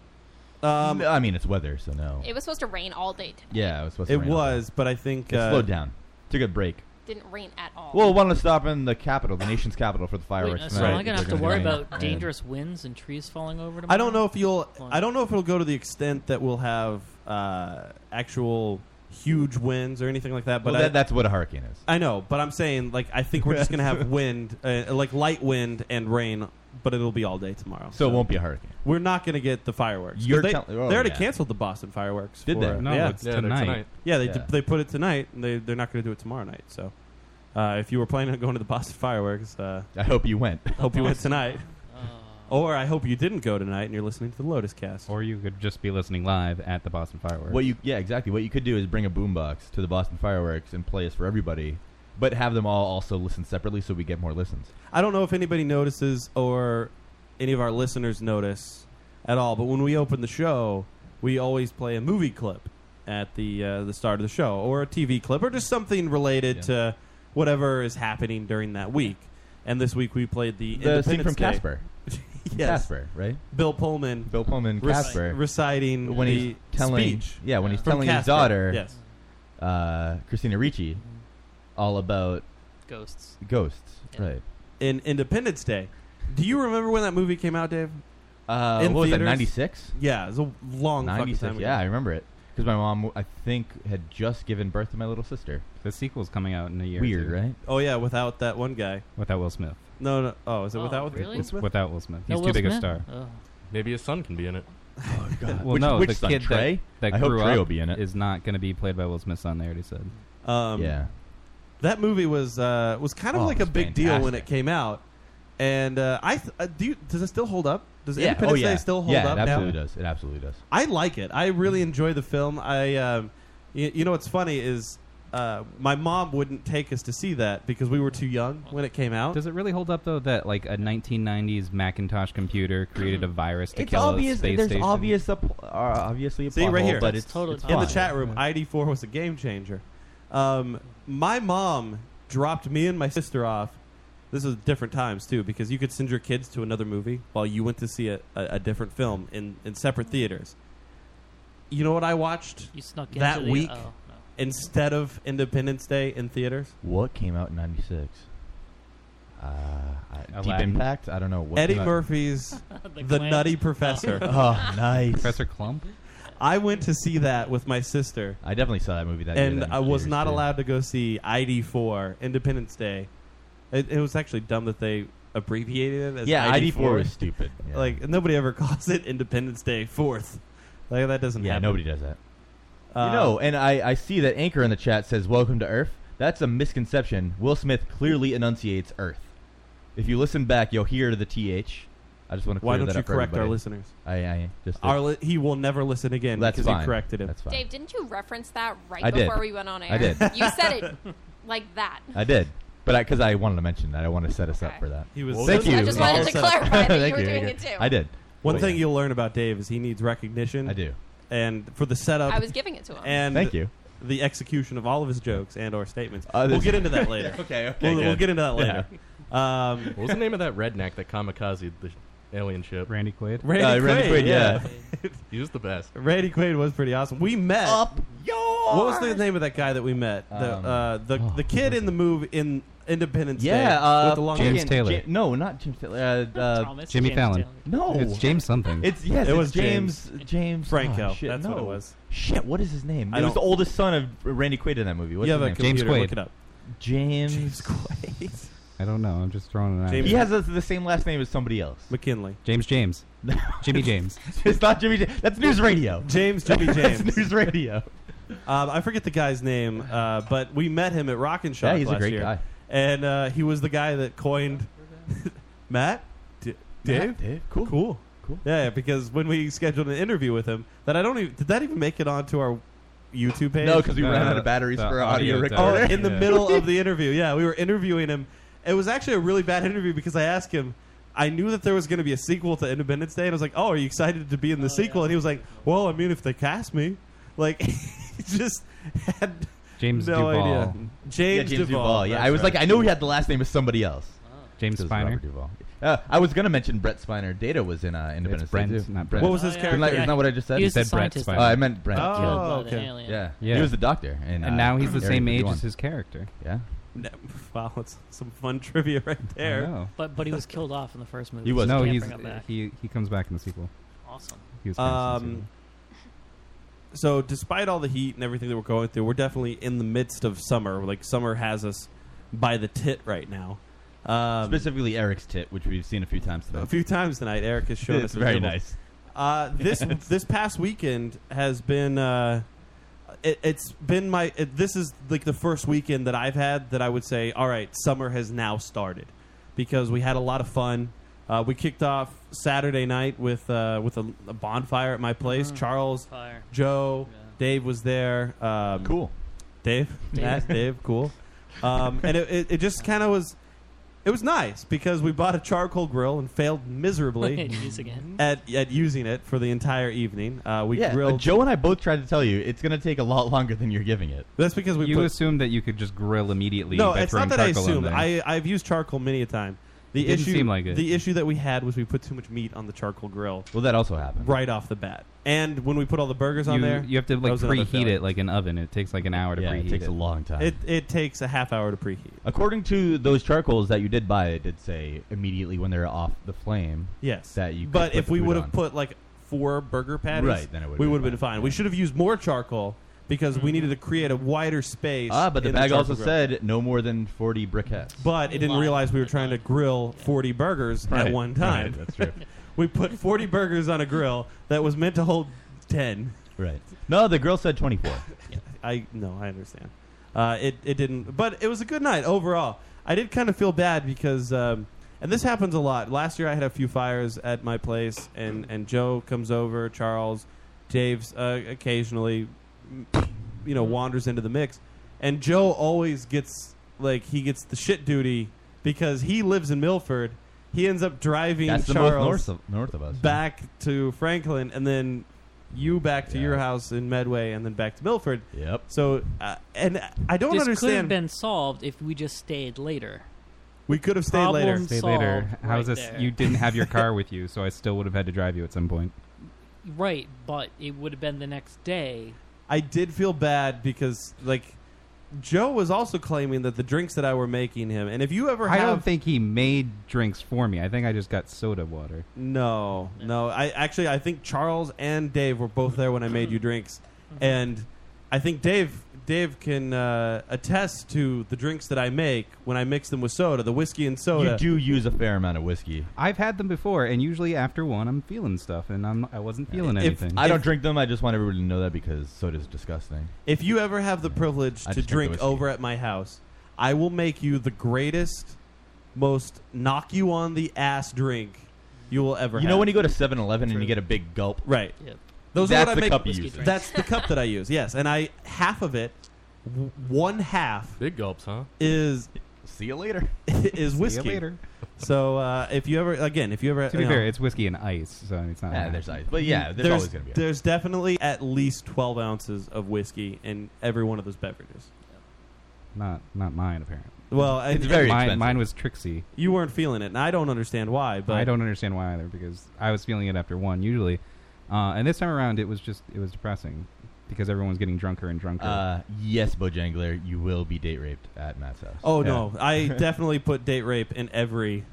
[SPEAKER 1] um,
[SPEAKER 3] No, I mean, it's weather, so no.
[SPEAKER 9] It was supposed to rain all day. Today.
[SPEAKER 3] yeah, it was supposed to.
[SPEAKER 1] it
[SPEAKER 3] rain all day.
[SPEAKER 1] was, but I think
[SPEAKER 3] It
[SPEAKER 1] uh,
[SPEAKER 3] slowed down. Took a break.
[SPEAKER 9] Didn't rain at all.
[SPEAKER 3] Well, wanted to stop in the capital, the nation's capital, for the
[SPEAKER 2] Wait,
[SPEAKER 3] fireworks.
[SPEAKER 2] so
[SPEAKER 3] tonight.
[SPEAKER 2] am I gonna have
[SPEAKER 3] They're
[SPEAKER 2] to worry
[SPEAKER 3] be-
[SPEAKER 2] about
[SPEAKER 3] and-
[SPEAKER 2] dangerous winds and trees falling over tomorrow?
[SPEAKER 1] I don't know if you'll.
[SPEAKER 2] Fun.
[SPEAKER 1] I don't know if it'll go to the extent that we'll have uh, actual huge winds or anything like that. But
[SPEAKER 3] Well,
[SPEAKER 1] I,
[SPEAKER 3] that, that's what a hurricane is.
[SPEAKER 1] I know, but I'm saying like I think we're just
[SPEAKER 3] *laughs*
[SPEAKER 1] gonna have wind, uh, like light wind and rain, but it'll be all day tomorrow.
[SPEAKER 3] So it won't be a hurricane.
[SPEAKER 1] We're not gonna get the fireworks. 'Cause
[SPEAKER 3] You're
[SPEAKER 1] they,
[SPEAKER 3] tell- oh,
[SPEAKER 1] they already
[SPEAKER 3] yeah.
[SPEAKER 1] canceled the Boston fireworks.
[SPEAKER 3] Did
[SPEAKER 1] for-
[SPEAKER 3] they?
[SPEAKER 5] No,
[SPEAKER 1] yeah,
[SPEAKER 5] it's
[SPEAKER 4] Yeah, they're
[SPEAKER 5] tonight.
[SPEAKER 4] tonight.
[SPEAKER 1] yeah. They,
[SPEAKER 3] Yeah.
[SPEAKER 1] they put it tonight. And they they're not gonna do it tomorrow night. So uh, if you were planning on going to the Boston fireworks, uh,
[SPEAKER 3] I hope you went.
[SPEAKER 1] hope you went
[SPEAKER 2] *laughs*
[SPEAKER 1] tonight,
[SPEAKER 2] Oh.
[SPEAKER 1] or I hope you didn't go tonight and you're listening to the Lotus Cast.
[SPEAKER 5] Or you could just be listening live at the Boston Fireworks.
[SPEAKER 3] What you? Yeah, exactly. What you could do is bring a boombox to the Boston fireworks and play us for everybody, but have them all also listen separately so we get more listens.
[SPEAKER 1] I don't know if anybody notices or any of our listeners notice at all, but when we open the show, we always play a movie clip at the uh, the start of the show, or a TV clip, or just something related
[SPEAKER 3] Yeah.
[SPEAKER 1] to whatever is happening during that week. And this week we played the
[SPEAKER 3] The scene from
[SPEAKER 1] Independence Day.
[SPEAKER 3] Casper.
[SPEAKER 1] *laughs* yes,
[SPEAKER 3] Casper, right?
[SPEAKER 1] Bill Pullman
[SPEAKER 3] Bill Pullman,
[SPEAKER 1] rec-
[SPEAKER 3] Casper.
[SPEAKER 1] reciting
[SPEAKER 3] when
[SPEAKER 1] the
[SPEAKER 3] he's telling,
[SPEAKER 1] speech
[SPEAKER 3] yeah, when he's
[SPEAKER 1] from
[SPEAKER 3] telling his
[SPEAKER 1] Casper.
[SPEAKER 3] daughter,
[SPEAKER 1] Yes,
[SPEAKER 3] uh, Christina Ricci, all about
[SPEAKER 2] Ghosts.
[SPEAKER 3] ghosts,
[SPEAKER 2] Yeah.
[SPEAKER 3] right?
[SPEAKER 1] in Independence Day. Do you remember when that movie came out, Dave?
[SPEAKER 3] Uh,
[SPEAKER 1] In
[SPEAKER 3] what was that?
[SPEAKER 1] theaters?
[SPEAKER 3] Ninety six.
[SPEAKER 1] Yeah, it was a long fucking
[SPEAKER 3] 96.
[SPEAKER 1] time ago.
[SPEAKER 3] Yeah, I remember it because my mom, I think, had just given birth to my little sister.
[SPEAKER 5] the sequel's coming out in a year. or
[SPEAKER 3] Weird,
[SPEAKER 5] two.
[SPEAKER 3] right?
[SPEAKER 1] Oh yeah, without that one guy.
[SPEAKER 5] Without Will Smith.
[SPEAKER 1] No, no. Oh, is it
[SPEAKER 2] Oh,
[SPEAKER 1] without
[SPEAKER 2] really?
[SPEAKER 1] Will Smith?
[SPEAKER 5] Without Will Smith. He's
[SPEAKER 2] no
[SPEAKER 5] too
[SPEAKER 2] Will
[SPEAKER 5] big
[SPEAKER 2] Smith?
[SPEAKER 5] a star.
[SPEAKER 2] Oh.
[SPEAKER 4] Maybe his son can be in it.
[SPEAKER 3] Oh God.
[SPEAKER 5] Well,
[SPEAKER 3] which,
[SPEAKER 5] no,
[SPEAKER 3] which
[SPEAKER 5] the
[SPEAKER 3] son,
[SPEAKER 5] kid that-
[SPEAKER 3] Trey?
[SPEAKER 5] That
[SPEAKER 3] I hope
[SPEAKER 5] grew
[SPEAKER 3] Trey
[SPEAKER 5] up
[SPEAKER 3] will be in it.
[SPEAKER 5] Is not going to be played by Will Smith's son. They already said.
[SPEAKER 1] Um,
[SPEAKER 3] yeah.
[SPEAKER 1] That movie was uh, was kind of
[SPEAKER 3] Oh,
[SPEAKER 1] like
[SPEAKER 3] it
[SPEAKER 1] a
[SPEAKER 3] was
[SPEAKER 1] big deal when it
[SPEAKER 3] fantastic.
[SPEAKER 1] came out, and uh, I th- uh, do. You, does it still hold up? Does
[SPEAKER 3] yeah. Oh
[SPEAKER 1] Independence
[SPEAKER 3] yeah.
[SPEAKER 1] Day still hold
[SPEAKER 3] yeah,
[SPEAKER 1] up
[SPEAKER 3] it absolutely
[SPEAKER 1] now?
[SPEAKER 3] does. It absolutely does.
[SPEAKER 1] I like it. I really enjoy the film. I, um, you, you know, what's funny is uh, my mom wouldn't take us to see that because we were too young when it came out.
[SPEAKER 5] Does it really hold up though that like a 1990s Macintosh computer created a virus to
[SPEAKER 3] it's
[SPEAKER 5] kill
[SPEAKER 3] obvious.
[SPEAKER 5] a space
[SPEAKER 3] there's
[SPEAKER 5] station?
[SPEAKER 3] obvious, a pl- uh, obviously a
[SPEAKER 1] See,
[SPEAKER 3] plot
[SPEAKER 1] right
[SPEAKER 3] hole,
[SPEAKER 1] here.
[SPEAKER 3] but
[SPEAKER 2] That's
[SPEAKER 3] it's
[SPEAKER 2] totally
[SPEAKER 3] it's
[SPEAKER 2] fine.
[SPEAKER 1] in the
[SPEAKER 3] fine.
[SPEAKER 1] chat room, ID4 was a game changer. Um, my mom dropped me and my sister off. This was different times too, because you could send your kids to another movie while you went to see a, a, a different film in, in separate theaters. You know what I watched
[SPEAKER 2] You snuck into
[SPEAKER 1] That
[SPEAKER 2] the,
[SPEAKER 1] week?
[SPEAKER 2] Oh, no.
[SPEAKER 1] instead of Independence Day in theaters?
[SPEAKER 3] What came out in '96? Uh, I- Deep
[SPEAKER 5] Aladdin.
[SPEAKER 3] Impact. I don't know. What
[SPEAKER 1] Eddie
[SPEAKER 3] came out-
[SPEAKER 2] *laughs*
[SPEAKER 1] Murphy's The
[SPEAKER 2] Clan.
[SPEAKER 1] Nutty Professor.
[SPEAKER 3] *laughs* Oh, nice.
[SPEAKER 5] Professor Clump.
[SPEAKER 1] I went to see that with my sister,
[SPEAKER 3] I definitely saw that movie that year.
[SPEAKER 1] and
[SPEAKER 3] that
[SPEAKER 1] I was
[SPEAKER 3] theaters,
[SPEAKER 1] not
[SPEAKER 3] too.
[SPEAKER 1] allowed to go see ID4 Independence Day. It, it was actually dumb that they abbreviated it as
[SPEAKER 3] Yeah,
[SPEAKER 1] ID4
[SPEAKER 3] ID4 was
[SPEAKER 1] *laughs*
[SPEAKER 3] stupid. Yeah.
[SPEAKER 1] Like nobody ever calls it Independence Day Fourth. Like that doesn't
[SPEAKER 3] yeah,
[SPEAKER 1] happen.
[SPEAKER 3] nobody does that.
[SPEAKER 1] Uh,
[SPEAKER 3] you know, and I, I see that Anchor in the chat says, Welcome to Earth. That's a misconception. Will Smith clearly enunciates Earth. If you listen back, you'll hear the TH. I just want to clear
[SPEAKER 1] Why don't
[SPEAKER 3] that
[SPEAKER 1] you
[SPEAKER 3] up for
[SPEAKER 1] correct our
[SPEAKER 3] everybody.
[SPEAKER 1] listeners?
[SPEAKER 3] I, I just
[SPEAKER 1] Our li- he will never listen again
[SPEAKER 3] that's
[SPEAKER 1] because
[SPEAKER 3] fine.
[SPEAKER 1] you corrected him.
[SPEAKER 3] That's fine.
[SPEAKER 9] Dave, didn't you reference that right
[SPEAKER 3] I did.
[SPEAKER 9] before we went on air?
[SPEAKER 3] I did.
[SPEAKER 9] You said it
[SPEAKER 3] *laughs*
[SPEAKER 9] like that.
[SPEAKER 3] I did. But because I, wanted to mention that. I want to set us
[SPEAKER 9] Okay.
[SPEAKER 3] up for that.
[SPEAKER 1] He was.
[SPEAKER 4] Well,
[SPEAKER 3] Thank
[SPEAKER 1] so
[SPEAKER 3] you.
[SPEAKER 9] I just wanted to
[SPEAKER 1] Well, *laughs*
[SPEAKER 9] clarify that you
[SPEAKER 3] Thank
[SPEAKER 9] were doing
[SPEAKER 3] Anchor.
[SPEAKER 9] it too.
[SPEAKER 3] I did.
[SPEAKER 1] One
[SPEAKER 3] But
[SPEAKER 1] thing
[SPEAKER 3] yeah,
[SPEAKER 1] you'll learn about Dave is he needs recognition.
[SPEAKER 3] I do.
[SPEAKER 1] and for the setup.
[SPEAKER 9] I was giving it to him.
[SPEAKER 1] and
[SPEAKER 3] Thank you.
[SPEAKER 1] The execution of all of his jokes and or statements.
[SPEAKER 3] Uh,
[SPEAKER 1] we'll
[SPEAKER 3] this- *laughs*
[SPEAKER 1] get into that later.
[SPEAKER 3] Okay, okay.
[SPEAKER 1] we'll, we'll
[SPEAKER 3] good.
[SPEAKER 1] get into that
[SPEAKER 3] Yeah.
[SPEAKER 1] later. Um,
[SPEAKER 4] what was the name of that redneck that kamikaze the sh- alien ship?
[SPEAKER 5] Randy Quaid.
[SPEAKER 1] Randy
[SPEAKER 3] Uh, Randy
[SPEAKER 1] Quaid,
[SPEAKER 3] Quaid,
[SPEAKER 1] yeah.
[SPEAKER 4] *laughs* he was the best.
[SPEAKER 1] Randy Quaid was pretty awesome. We met. Up What was the name of that guy that we met? The
[SPEAKER 3] Um,
[SPEAKER 1] uh,
[SPEAKER 5] oh,
[SPEAKER 1] the, the kid in the movie in Independence Day.
[SPEAKER 3] Yeah, uh,
[SPEAKER 1] with the long
[SPEAKER 5] James
[SPEAKER 3] fucking
[SPEAKER 5] Taylor.
[SPEAKER 3] Ja- no, not James Taylor. Uh, uh,
[SPEAKER 2] Thomas
[SPEAKER 5] Jimmy
[SPEAKER 2] James
[SPEAKER 5] Fallon.
[SPEAKER 2] Taylor.
[SPEAKER 3] no,
[SPEAKER 5] It's James something.
[SPEAKER 3] It's yes,
[SPEAKER 1] It
[SPEAKER 3] it's
[SPEAKER 1] was
[SPEAKER 3] James James
[SPEAKER 1] Franco.
[SPEAKER 3] oh, shit,
[SPEAKER 1] That's what it
[SPEAKER 3] no.
[SPEAKER 1] was.
[SPEAKER 3] Shit, what is his name?
[SPEAKER 1] I
[SPEAKER 3] it was the
[SPEAKER 1] don't-
[SPEAKER 3] oldest son of Randy Quaid in that movie. What's
[SPEAKER 1] you have a
[SPEAKER 3] his name?
[SPEAKER 5] James
[SPEAKER 1] computer, Look
[SPEAKER 5] Quaid.
[SPEAKER 1] it up.
[SPEAKER 3] James,
[SPEAKER 1] Quaid.
[SPEAKER 5] I don't know. I'm just throwing it out.
[SPEAKER 1] James-
[SPEAKER 5] James
[SPEAKER 3] He has a, the same last name as somebody else.
[SPEAKER 1] McKinley.
[SPEAKER 3] *laughs*
[SPEAKER 5] James. James. Jimmy James.
[SPEAKER 3] it's not Jimmy. James. That's News Radio. *laughs*
[SPEAKER 1] James Jimmy
[SPEAKER 3] That's
[SPEAKER 1] James.
[SPEAKER 3] News Radio.
[SPEAKER 1] Um, I forget the guy's name, uh, but we met him at Rockin' Shop
[SPEAKER 3] Yeah, he's a
[SPEAKER 1] last
[SPEAKER 3] great
[SPEAKER 1] year,
[SPEAKER 3] guy.
[SPEAKER 1] and uh, he was the guy that coined *laughs* Matt, D- Dave,
[SPEAKER 3] Matt, Dave, cool.
[SPEAKER 1] cool,
[SPEAKER 3] Cool.
[SPEAKER 1] Yeah, yeah, because when we scheduled an interview with him, that I don't even did that even make it onto our YouTube page.
[SPEAKER 3] No, because we
[SPEAKER 5] No,
[SPEAKER 3] ran
[SPEAKER 5] no,
[SPEAKER 3] out
[SPEAKER 2] Uh,
[SPEAKER 5] no.
[SPEAKER 3] of batteries
[SPEAKER 5] The
[SPEAKER 3] for our
[SPEAKER 5] audio
[SPEAKER 3] audio
[SPEAKER 5] does.
[SPEAKER 1] Oh,
[SPEAKER 3] recorder.
[SPEAKER 1] in the
[SPEAKER 4] Yeah.
[SPEAKER 1] middle
[SPEAKER 2] *laughs*
[SPEAKER 1] of the interview. Yeah, we were interviewing him. It was actually a really bad interview because I asked him. I knew that there was going to be a sequel to Independence Day, and I was like, "Oh, are you excited to be in the
[SPEAKER 2] Oh,
[SPEAKER 1] sequel?" And he was like, "Well, I mean, if they cast me, like, *laughs* he just had
[SPEAKER 5] James
[SPEAKER 1] no
[SPEAKER 5] Duvall.
[SPEAKER 1] idea." James,
[SPEAKER 3] yeah, James
[SPEAKER 1] Duvall.
[SPEAKER 3] Duvall. Yeah,
[SPEAKER 1] that's
[SPEAKER 3] I was
[SPEAKER 1] right.
[SPEAKER 3] like, I know he had the last name of somebody else.
[SPEAKER 5] James
[SPEAKER 3] It was
[SPEAKER 5] Spiner.
[SPEAKER 3] Robert Duvall. Uh, I was gonna mention Brett Spiner. Data was in uh, Independence Day,
[SPEAKER 5] Brent,
[SPEAKER 3] too.
[SPEAKER 5] not Brett.
[SPEAKER 1] "What was his
[SPEAKER 2] Oh, yeah.
[SPEAKER 1] character?"
[SPEAKER 3] Isn't that, isn't that what I just said?
[SPEAKER 2] He was
[SPEAKER 5] said
[SPEAKER 2] the
[SPEAKER 5] Brett
[SPEAKER 2] scientist
[SPEAKER 5] Spiner.
[SPEAKER 3] Uh, I meant Brent.
[SPEAKER 1] Oh,
[SPEAKER 2] killed
[SPEAKER 3] yeah.
[SPEAKER 2] by the
[SPEAKER 1] okay.
[SPEAKER 2] alien.
[SPEAKER 3] yeah,
[SPEAKER 5] Yeah.
[SPEAKER 3] He was the doctor, uh, and,
[SPEAKER 5] and now he's the same age
[SPEAKER 3] 51.
[SPEAKER 5] as his character.
[SPEAKER 3] Yeah,
[SPEAKER 1] No, wow, that's some fun trivia right
[SPEAKER 5] I
[SPEAKER 1] there.
[SPEAKER 5] know.
[SPEAKER 2] But but he was killed off in the first movie.
[SPEAKER 3] He was.
[SPEAKER 2] So
[SPEAKER 5] No,
[SPEAKER 2] can't
[SPEAKER 5] he's
[SPEAKER 2] bring him back.
[SPEAKER 5] he he comes back in the sequel.
[SPEAKER 2] awesome.
[SPEAKER 5] He was famous in the
[SPEAKER 1] Um, so, despite all the heat and everything that we're going through, we're definitely in the midst of summer. Like summer has us by the tit right now. Um,
[SPEAKER 3] specifically Eric's tit, which we've seen a few times today.
[SPEAKER 1] a few times tonight, Eric has shown
[SPEAKER 3] *laughs* it's
[SPEAKER 1] us. his
[SPEAKER 3] very
[SPEAKER 1] nipples.
[SPEAKER 3] nice.
[SPEAKER 1] Uh,
[SPEAKER 3] *laughs*
[SPEAKER 1] this this past weekend has been. Uh, it, it's been my. It, this is like the first weekend that I've had that I would say, all right, summer has now started, because we had a lot of fun. Uh, we kicked off Saturday night with uh, with a, a bonfire at my place. Charles,
[SPEAKER 2] Fire.
[SPEAKER 1] Joe,
[SPEAKER 2] Uh-huh. Yeah.
[SPEAKER 1] Dave was there. Um,
[SPEAKER 3] Cool.
[SPEAKER 1] Dave,
[SPEAKER 2] Dave. *laughs*
[SPEAKER 1] Matt, Dave, cool. Um, and it, it, it just kind of was. It was nice because we bought a charcoal grill and
[SPEAKER 2] *laughs*
[SPEAKER 1] failed miserably
[SPEAKER 2] Use
[SPEAKER 5] *laughs*
[SPEAKER 2] again.
[SPEAKER 1] at, at using it for the entire evening. Uh, we
[SPEAKER 3] yeah, uh,
[SPEAKER 1] grilled.
[SPEAKER 3] Joe and I both tried to tell you it's gonna take a lot longer than you're giving it.
[SPEAKER 1] That's because we
[SPEAKER 5] you
[SPEAKER 1] put.
[SPEAKER 5] assumed that you could just grill immediately.
[SPEAKER 1] no,
[SPEAKER 5] by
[SPEAKER 1] it's not
[SPEAKER 5] throwing
[SPEAKER 1] that I
[SPEAKER 5] charcoal in
[SPEAKER 1] assumed.
[SPEAKER 5] there.
[SPEAKER 1] I I've used charcoal many a time. The
[SPEAKER 5] It didn't
[SPEAKER 1] issue
[SPEAKER 5] seem like it.
[SPEAKER 1] the issue that we had was we put too much meat on the charcoal grill
[SPEAKER 3] Well, that also happened.
[SPEAKER 1] right off the bat, and when we put all the burgers on
[SPEAKER 5] you,
[SPEAKER 1] there,
[SPEAKER 5] you have to
[SPEAKER 1] that
[SPEAKER 5] like
[SPEAKER 1] was another
[SPEAKER 5] preheat
[SPEAKER 1] failure.
[SPEAKER 5] it like an oven. It takes like an hour to
[SPEAKER 3] Yeah,
[SPEAKER 5] preheat
[SPEAKER 3] it takes a long time.
[SPEAKER 1] It it takes a half hour to preheat.
[SPEAKER 3] According to those charcoals that you did buy, it did say immediately when they're off the flame.
[SPEAKER 1] Yes,
[SPEAKER 3] that you could
[SPEAKER 1] But
[SPEAKER 3] put
[SPEAKER 1] if
[SPEAKER 3] the
[SPEAKER 1] we
[SPEAKER 3] food
[SPEAKER 1] would have
[SPEAKER 3] on.
[SPEAKER 1] put like four burger patties,
[SPEAKER 3] Right, then it would've
[SPEAKER 1] we
[SPEAKER 3] been
[SPEAKER 1] would have been
[SPEAKER 3] fine,
[SPEAKER 1] fine.
[SPEAKER 3] yeah.
[SPEAKER 1] We should have used more charcoal because we needed to create a wider space.
[SPEAKER 3] Ah, but the
[SPEAKER 1] in
[SPEAKER 3] bag
[SPEAKER 1] charcoal
[SPEAKER 3] also
[SPEAKER 1] grill.
[SPEAKER 3] said no more than 40 briquettes.
[SPEAKER 1] But it didn't
[SPEAKER 2] Live.
[SPEAKER 1] realize we were trying to grill 40 burgers at one time.
[SPEAKER 3] Right, that's true.
[SPEAKER 1] *laughs* We put 40 burgers on a grill that was meant to hold 10.
[SPEAKER 3] right. No, the girl said 24.
[SPEAKER 1] *laughs* I no, I understand. Uh, it it didn't, but it was a good night overall. I did kind of feel bad because, um, and this happens a lot. Last year, I had a few fires at my place, and and Joe comes over, Charles, Dave's uh, occasionally, m- you know, wanders into the mix, and Joe always gets like he gets the shit duty because he lives in Milford. He ends up driving
[SPEAKER 3] That's the
[SPEAKER 1] Charles
[SPEAKER 3] most north of, north of us.
[SPEAKER 1] back to Franklin, and then you back to
[SPEAKER 3] Yeah.
[SPEAKER 1] your house in Medway, and then back to Milford.
[SPEAKER 3] Yep.
[SPEAKER 1] So, uh, and I don't
[SPEAKER 2] this could have
[SPEAKER 1] understand.
[SPEAKER 2] been solved if we just stayed later.
[SPEAKER 1] we could have stayed
[SPEAKER 2] Problem
[SPEAKER 1] later.
[SPEAKER 5] Stay
[SPEAKER 2] Solved
[SPEAKER 5] later.
[SPEAKER 2] right
[SPEAKER 5] How's this?
[SPEAKER 2] there.
[SPEAKER 5] You didn't have your car with you, so I still would have had to drive you at some point.
[SPEAKER 2] *laughs* Right, but it would have been the next day.
[SPEAKER 1] I did feel bad because, like, Joe was also claiming that the drinks that I were making him, and if you ever
[SPEAKER 5] I
[SPEAKER 1] have,
[SPEAKER 5] don't think he made drinks for me. I think I just got soda water.
[SPEAKER 1] no, no. I actually, I think Charles and Dave were both there when I made you drinks, and I think Dave. Dave can uh, attest to the drinks that I make when I mix them with soda, the whiskey and soda.
[SPEAKER 3] You do use a fair amount of whiskey.
[SPEAKER 5] I've had them before, and usually after one, I'm feeling stuff, and I'm I wasn't feeling
[SPEAKER 1] If-
[SPEAKER 5] anything.
[SPEAKER 3] I
[SPEAKER 1] If-
[SPEAKER 3] don't drink them. I just want everybody to know that because soda's disgusting.
[SPEAKER 1] If you ever have the privilege
[SPEAKER 3] I
[SPEAKER 1] to
[SPEAKER 3] just drink the
[SPEAKER 1] drink
[SPEAKER 3] whiskey.
[SPEAKER 1] over at my house, I will make you the greatest, most knock you on the ass drink you will ever
[SPEAKER 3] You
[SPEAKER 1] have.
[SPEAKER 3] know when you go to 7-Eleven and
[SPEAKER 2] True.
[SPEAKER 3] you get a big gulp?
[SPEAKER 1] Right.
[SPEAKER 2] Yep.
[SPEAKER 1] Those
[SPEAKER 3] That's
[SPEAKER 1] are what
[SPEAKER 3] the
[SPEAKER 1] I make.
[SPEAKER 3] cup you
[SPEAKER 2] Whiskey
[SPEAKER 3] use.
[SPEAKER 2] drink.
[SPEAKER 1] That's the cup that I use. Yes, and I half of it, w- one half
[SPEAKER 4] Big gulps, huh?
[SPEAKER 1] is
[SPEAKER 3] See you *laughs* later.
[SPEAKER 1] is whiskey.
[SPEAKER 5] See you later.
[SPEAKER 1] So uh, if you ever again, if you ever
[SPEAKER 5] To be
[SPEAKER 1] you
[SPEAKER 5] fair,
[SPEAKER 1] know,
[SPEAKER 5] it's whiskey and ice, so it's not.
[SPEAKER 3] Yeah, there's ice. But yeah, there's, always going to be ice.
[SPEAKER 1] there's definitely at least twelve ounces of whiskey in every one of those beverages.
[SPEAKER 5] not not mine apparently.
[SPEAKER 1] Well, I- It's very
[SPEAKER 5] mine,
[SPEAKER 1] expensive.
[SPEAKER 5] mine was Trixie.
[SPEAKER 1] You weren't feeling it, and I don't understand why. But
[SPEAKER 5] I don't understand why either because I was feeling it after one usually, uh, and this time around it was just it was depressing because everyone's getting drunker and drunker.
[SPEAKER 3] Uh, yes, Bojangler, you will be date raped at Matt's house.
[SPEAKER 1] Oh no,
[SPEAKER 3] *laughs*
[SPEAKER 1] I definitely put date rape in every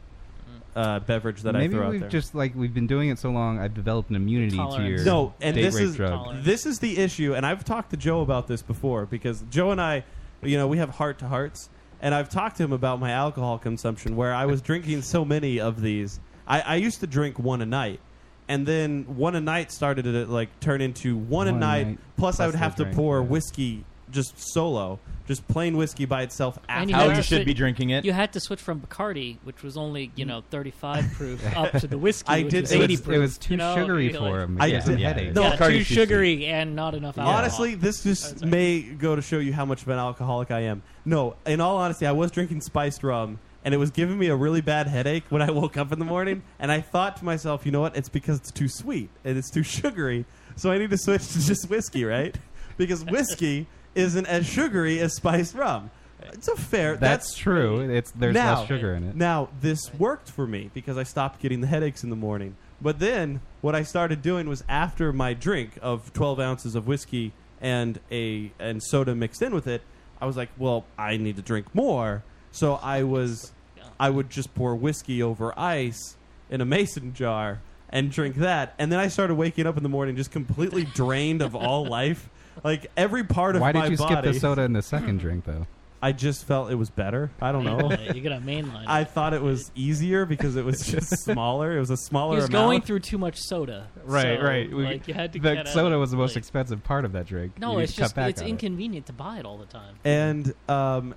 [SPEAKER 1] uh, beverage that
[SPEAKER 5] Maybe
[SPEAKER 1] I throw out
[SPEAKER 5] we've
[SPEAKER 1] there.
[SPEAKER 5] just like we've been doing it so long. I've developed an immunity to your
[SPEAKER 1] no, and
[SPEAKER 5] date
[SPEAKER 1] this
[SPEAKER 5] rape
[SPEAKER 1] is
[SPEAKER 5] drug.
[SPEAKER 1] this is the issue, and I've talked to Joe about this before because Joe and I, you know, we have heart to hearts, and I've talked to him about my alcohol consumption where I was drinking so many of these. I, I used to drink one a night, and then one a night started to like turn into one, a
[SPEAKER 10] One
[SPEAKER 1] night.
[SPEAKER 10] night,
[SPEAKER 1] plus, I
[SPEAKER 10] plus
[SPEAKER 1] would
[SPEAKER 10] the
[SPEAKER 1] have to
[SPEAKER 10] drink,
[SPEAKER 1] pour whiskey just solo, just plain whiskey by itself.
[SPEAKER 2] And
[SPEAKER 1] After
[SPEAKER 2] had to switch- You had to switch from Bacardi, which was only you know 35
[SPEAKER 5] *laughs*
[SPEAKER 2] proof, up to the whiskey.
[SPEAKER 1] *laughs* I
[SPEAKER 2] which
[SPEAKER 1] did-
[SPEAKER 2] Was
[SPEAKER 1] it
[SPEAKER 2] 80
[SPEAKER 1] was- it
[SPEAKER 2] proof,
[SPEAKER 1] was too
[SPEAKER 2] you know,
[SPEAKER 1] sugary
[SPEAKER 2] you're
[SPEAKER 1] for
[SPEAKER 2] like-
[SPEAKER 1] him. I Yeah, did- yeah, headache. no,
[SPEAKER 2] Yeah,
[SPEAKER 1] Bacardi's
[SPEAKER 2] too
[SPEAKER 1] too
[SPEAKER 2] sugary and not enough alcohol.
[SPEAKER 1] Honestly, this just may go to show you how much of an alcoholic I am. No, in all honesty, I was drinking spiced rum, and it was giving me a really bad headache when I woke up in the morning. And I thought to myself, you know what? It's because it's too sweet and it's too sugary, so I need to switch to just whiskey, right? Because whiskey isn't as sugary as spiced rum. It's a fair.
[SPEAKER 5] That's true. It's- there's
[SPEAKER 1] now,
[SPEAKER 5] less sugar in it.
[SPEAKER 1] Now this worked for me because I stopped getting the headaches in the morning. But then what I started doing was after my drink of 12 ounces of whiskey and a and soda mixed in with it, I was like, well, I need to drink more. So I was I would just pour whiskey over ice in a mason jar and drink that. And then I started waking up in the morning just completely drained of all *laughs* life. Like every part of
[SPEAKER 5] Why
[SPEAKER 1] my
[SPEAKER 5] did you skip the
[SPEAKER 1] body-
[SPEAKER 5] soda in the second drink though?
[SPEAKER 1] I just felt it was better. I don't know.
[SPEAKER 2] Mainline it. Hmm. You gotta mainline it.
[SPEAKER 1] I thought it was easier because it *laughs* was just smaller. It was a smaller
[SPEAKER 2] He's
[SPEAKER 1] amount.
[SPEAKER 2] going through too much soda.
[SPEAKER 5] Right,
[SPEAKER 2] so,
[SPEAKER 5] right. We-
[SPEAKER 2] like you had to
[SPEAKER 5] the
[SPEAKER 2] get
[SPEAKER 5] soda
[SPEAKER 2] out.
[SPEAKER 5] was the most expensive part of that drink.
[SPEAKER 2] No,
[SPEAKER 5] You
[SPEAKER 2] it's
[SPEAKER 5] could cut
[SPEAKER 2] just
[SPEAKER 5] back
[SPEAKER 2] it's
[SPEAKER 5] on it.
[SPEAKER 2] inconvenient to buy it all the time.
[SPEAKER 1] and um,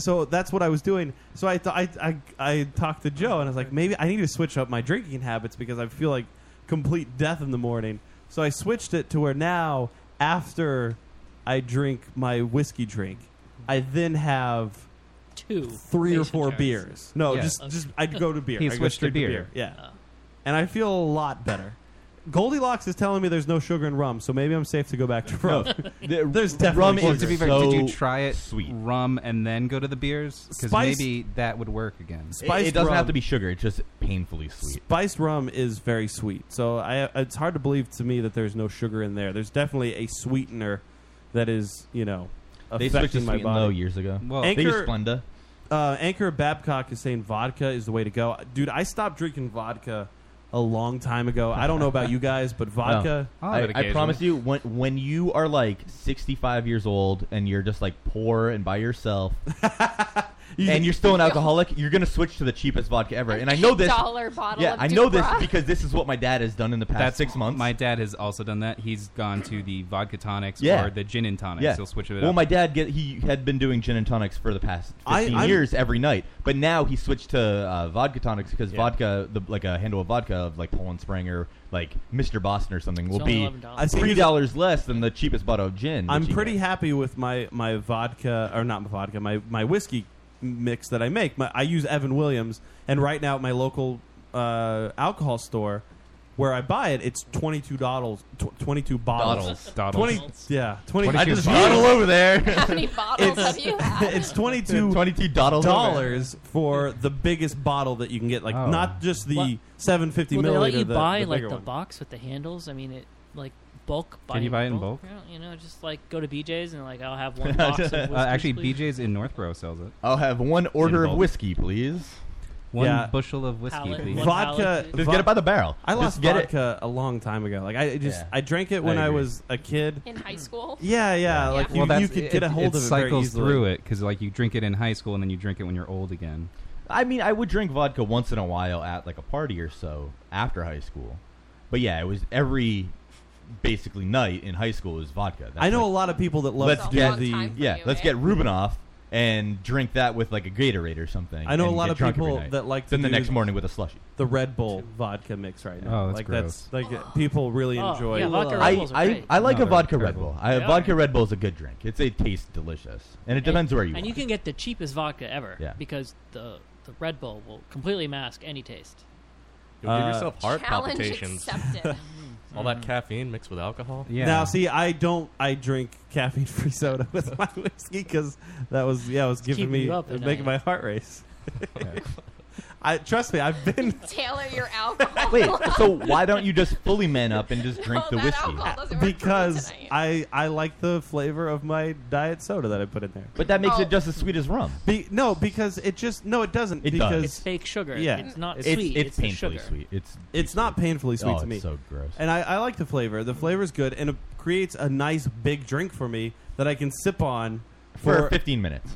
[SPEAKER 1] so that's what I was doing. So I, th- I I I talked to Joe and I was like, maybe I need to switch up my drinking habits because I feel like complete death in the morning. So I switched it to where now after I drink my whiskey drink, I then have
[SPEAKER 2] two,
[SPEAKER 1] three or four
[SPEAKER 10] jars.
[SPEAKER 1] beers. No,
[SPEAKER 10] Yeah.
[SPEAKER 1] just
[SPEAKER 10] Okay.
[SPEAKER 1] just I'd go to beer.
[SPEAKER 10] He
[SPEAKER 1] I'd go
[SPEAKER 10] switched to
[SPEAKER 1] straight
[SPEAKER 10] beer.
[SPEAKER 1] Yeah, and I feel a lot better. Goldilocks is telling me there's no sugar in rum, so maybe I'm safe to go
[SPEAKER 3] *laughs*
[SPEAKER 1] back to rum. there's definitely
[SPEAKER 5] rum.
[SPEAKER 1] sugar.
[SPEAKER 5] Is to be fair, did you try it sweet rum and then go to the beers? Because
[SPEAKER 1] Spice-
[SPEAKER 5] maybe that would work again.
[SPEAKER 1] Spiced rum-
[SPEAKER 3] It's just painfully sweet.
[SPEAKER 1] Spiced rum is very sweet, so I, it's hard to believe to me that there's no sugar in there. There's definitely a sweetener that is, you know,
[SPEAKER 3] They
[SPEAKER 1] affecting
[SPEAKER 3] switched to
[SPEAKER 1] my
[SPEAKER 3] sweet and
[SPEAKER 1] body.
[SPEAKER 3] low years ago. Well,
[SPEAKER 1] Anchor,
[SPEAKER 3] they use Splenda.
[SPEAKER 1] Uh, Anchor Babcock is saying vodka is the way to go, dude. I stopped drinking vodka a long time ago. I don't know about you
[SPEAKER 3] *laughs*
[SPEAKER 1] guys, but vodka.
[SPEAKER 3] No. Oh. I, I promise you, when when you are like 65 years old and you're just like poor and by
[SPEAKER 1] *laughs*
[SPEAKER 3] yourself, and you're still an alcoholic, you're gonna switch to the cheapest vodka ever. And I know this.
[SPEAKER 9] Dollar bottle
[SPEAKER 3] Yeah,
[SPEAKER 9] of
[SPEAKER 3] I know this
[SPEAKER 9] Dubra.
[SPEAKER 3] because this is what my dad has done in the past
[SPEAKER 5] That's-
[SPEAKER 3] six months.
[SPEAKER 5] My dad has also done that. He's gone to the vodka tonics
[SPEAKER 3] *laughs* Yeah.
[SPEAKER 5] or the gin and tonics.
[SPEAKER 3] Yeah.
[SPEAKER 5] He'll switch it
[SPEAKER 3] well,
[SPEAKER 5] up.
[SPEAKER 3] my dad get he had been doing gin and tonics for the past
[SPEAKER 5] I-
[SPEAKER 3] 15
[SPEAKER 5] I'm-
[SPEAKER 3] years every night, but now he switched to uh, vodka tonics because vodka, the, like a handle of vodka of like Poland Spring or like Mr. Boston or something, will
[SPEAKER 1] only
[SPEAKER 3] be
[SPEAKER 1] $11. I see.
[SPEAKER 3] three dollars less than the cheapest bottle of gin. that
[SPEAKER 1] I'm
[SPEAKER 3] you can
[SPEAKER 1] pretty happy with my my vodka or not my vodka my my whiskey mix that I make. My, I use Evan Williams, and right now at my local uh, alcohol store where I buy it, it's twenty two dollars, tw- twenty two bottles,
[SPEAKER 5] Doddles.
[SPEAKER 1] twenty yeah, twenty.
[SPEAKER 5] 22 I just bottle bottles.
[SPEAKER 3] over there.
[SPEAKER 9] How many bottles
[SPEAKER 1] it's,
[SPEAKER 9] have you had?
[SPEAKER 1] *laughs* It's twenty two
[SPEAKER 3] 22 doddles
[SPEAKER 1] dollars for the biggest bottle that you can get, like
[SPEAKER 2] Oh.
[SPEAKER 1] not just the
[SPEAKER 2] What?
[SPEAKER 1] seven fifty
[SPEAKER 2] Will they
[SPEAKER 1] milliliter.
[SPEAKER 2] let you
[SPEAKER 1] the,
[SPEAKER 2] buy
[SPEAKER 1] the
[SPEAKER 2] like
[SPEAKER 1] bigger
[SPEAKER 2] the
[SPEAKER 1] one.
[SPEAKER 2] box with the handles? I mean, it like bulk. Buy
[SPEAKER 5] you buy it in bulk?
[SPEAKER 2] Yeah, You know, just like go to BJ's and like I'll have *laughs* one box. of
[SPEAKER 5] Uh,
[SPEAKER 2] whiskey,
[SPEAKER 5] actually,
[SPEAKER 2] please.
[SPEAKER 5] BJ's in Northborough sells it.
[SPEAKER 3] I'll have one order of
[SPEAKER 5] Involved.
[SPEAKER 3] whiskey, please.
[SPEAKER 5] One
[SPEAKER 1] Yeah.
[SPEAKER 5] bushel of whiskey,
[SPEAKER 1] Palate-
[SPEAKER 5] please.
[SPEAKER 1] one Vodka- palate, please.
[SPEAKER 3] Just get it by the barrel.
[SPEAKER 1] I lost
[SPEAKER 3] Just get it.
[SPEAKER 1] vodka a long time ago. Like I just
[SPEAKER 3] Yeah.
[SPEAKER 1] I drank it when
[SPEAKER 3] I
[SPEAKER 1] I,
[SPEAKER 3] agree.
[SPEAKER 1] was a kid
[SPEAKER 9] *laughs* In high school?
[SPEAKER 1] Yeah, yeah. Like you, you could get a hold of it very
[SPEAKER 5] cycles
[SPEAKER 1] easily.
[SPEAKER 5] through it because like you drink it in high school and then you drink it when you're old again.
[SPEAKER 3] I mean, I would drink vodka once in a while at like a party or so after high school, but yeah, it was every basically night in high school was vodka. That's
[SPEAKER 1] I know
[SPEAKER 3] like-
[SPEAKER 1] a lot of people that love
[SPEAKER 3] let's
[SPEAKER 1] to do
[SPEAKER 3] get
[SPEAKER 1] the- Long time for
[SPEAKER 3] yeah,
[SPEAKER 1] you, eh?
[SPEAKER 3] let's get Rubinoff and drink that with like a Gatorade or something.
[SPEAKER 1] I know a
[SPEAKER 3] and
[SPEAKER 1] lot
[SPEAKER 3] get
[SPEAKER 1] of
[SPEAKER 3] drunk every
[SPEAKER 1] people
[SPEAKER 3] night.
[SPEAKER 1] that like to
[SPEAKER 3] then the
[SPEAKER 1] do
[SPEAKER 3] next morning with a slushie.
[SPEAKER 1] The Red Bull vodka mix right now.
[SPEAKER 3] Oh, that's
[SPEAKER 1] like that's like uh, people really
[SPEAKER 2] Oh,
[SPEAKER 1] enjoy.
[SPEAKER 2] yeah, vodka Red
[SPEAKER 3] I,
[SPEAKER 2] Bulls are
[SPEAKER 3] I,
[SPEAKER 2] great.
[SPEAKER 3] I like
[SPEAKER 2] No,
[SPEAKER 3] a
[SPEAKER 2] they're
[SPEAKER 3] vodka Red
[SPEAKER 2] terrible.
[SPEAKER 3] Bull. I,
[SPEAKER 2] They
[SPEAKER 3] vodka Red Bull is a good drink. It's a taste delicious, and it depends where you.
[SPEAKER 2] And
[SPEAKER 3] are.
[SPEAKER 2] you can get the cheapest vodka ever.
[SPEAKER 3] Yeah.
[SPEAKER 2] Because the the Red Bull will completely mask any taste. Mm.
[SPEAKER 3] You'll give Uh, Mm. yourself heart
[SPEAKER 9] Challenge
[SPEAKER 2] *laughs*
[SPEAKER 4] *laughs*
[SPEAKER 3] palpitations.
[SPEAKER 9] accepted.
[SPEAKER 4] All that caffeine mixed with alcohol.
[SPEAKER 1] Now, see, I don't. I drink caffeine-free soda with my *laughs* whiskey because that was yeah, it was giving
[SPEAKER 2] keeping
[SPEAKER 1] me
[SPEAKER 2] you up at
[SPEAKER 1] making my
[SPEAKER 2] night.
[SPEAKER 3] *laughs*
[SPEAKER 1] heart race. *laughs* I trust me. I've been
[SPEAKER 9] Taylor
[SPEAKER 3] *laughs*
[SPEAKER 9] your alcohol.
[SPEAKER 3] Wait, so
[SPEAKER 9] *laughs*
[SPEAKER 3] why don't you just fully man up and just drink
[SPEAKER 9] No,
[SPEAKER 3] the
[SPEAKER 9] that
[SPEAKER 3] whiskey?
[SPEAKER 9] alcohol doesn't work for me
[SPEAKER 1] because
[SPEAKER 9] tonight.
[SPEAKER 1] I I like the flavor of my diet soda that I put in there.
[SPEAKER 3] But that makes
[SPEAKER 9] Oh.
[SPEAKER 3] it just as sweet as rum.
[SPEAKER 1] Be, no, because it just no, it doesn't.
[SPEAKER 3] It does.
[SPEAKER 1] because
[SPEAKER 2] It's fake sugar.
[SPEAKER 1] Yeah.
[SPEAKER 2] It's not
[SPEAKER 1] It's-
[SPEAKER 2] sweet.
[SPEAKER 3] it's,
[SPEAKER 2] It's, the
[SPEAKER 3] painfully
[SPEAKER 2] sugar.
[SPEAKER 3] sweet. It's
[SPEAKER 1] It's not painfully sweet
[SPEAKER 3] oh,
[SPEAKER 1] to me.
[SPEAKER 3] It's so gross.
[SPEAKER 1] and I, I like the flavor. The flavor is good, and it creates a nice big drink for me that I can sip on
[SPEAKER 3] for
[SPEAKER 1] for
[SPEAKER 3] 15
[SPEAKER 1] *laughs*
[SPEAKER 3] minutes.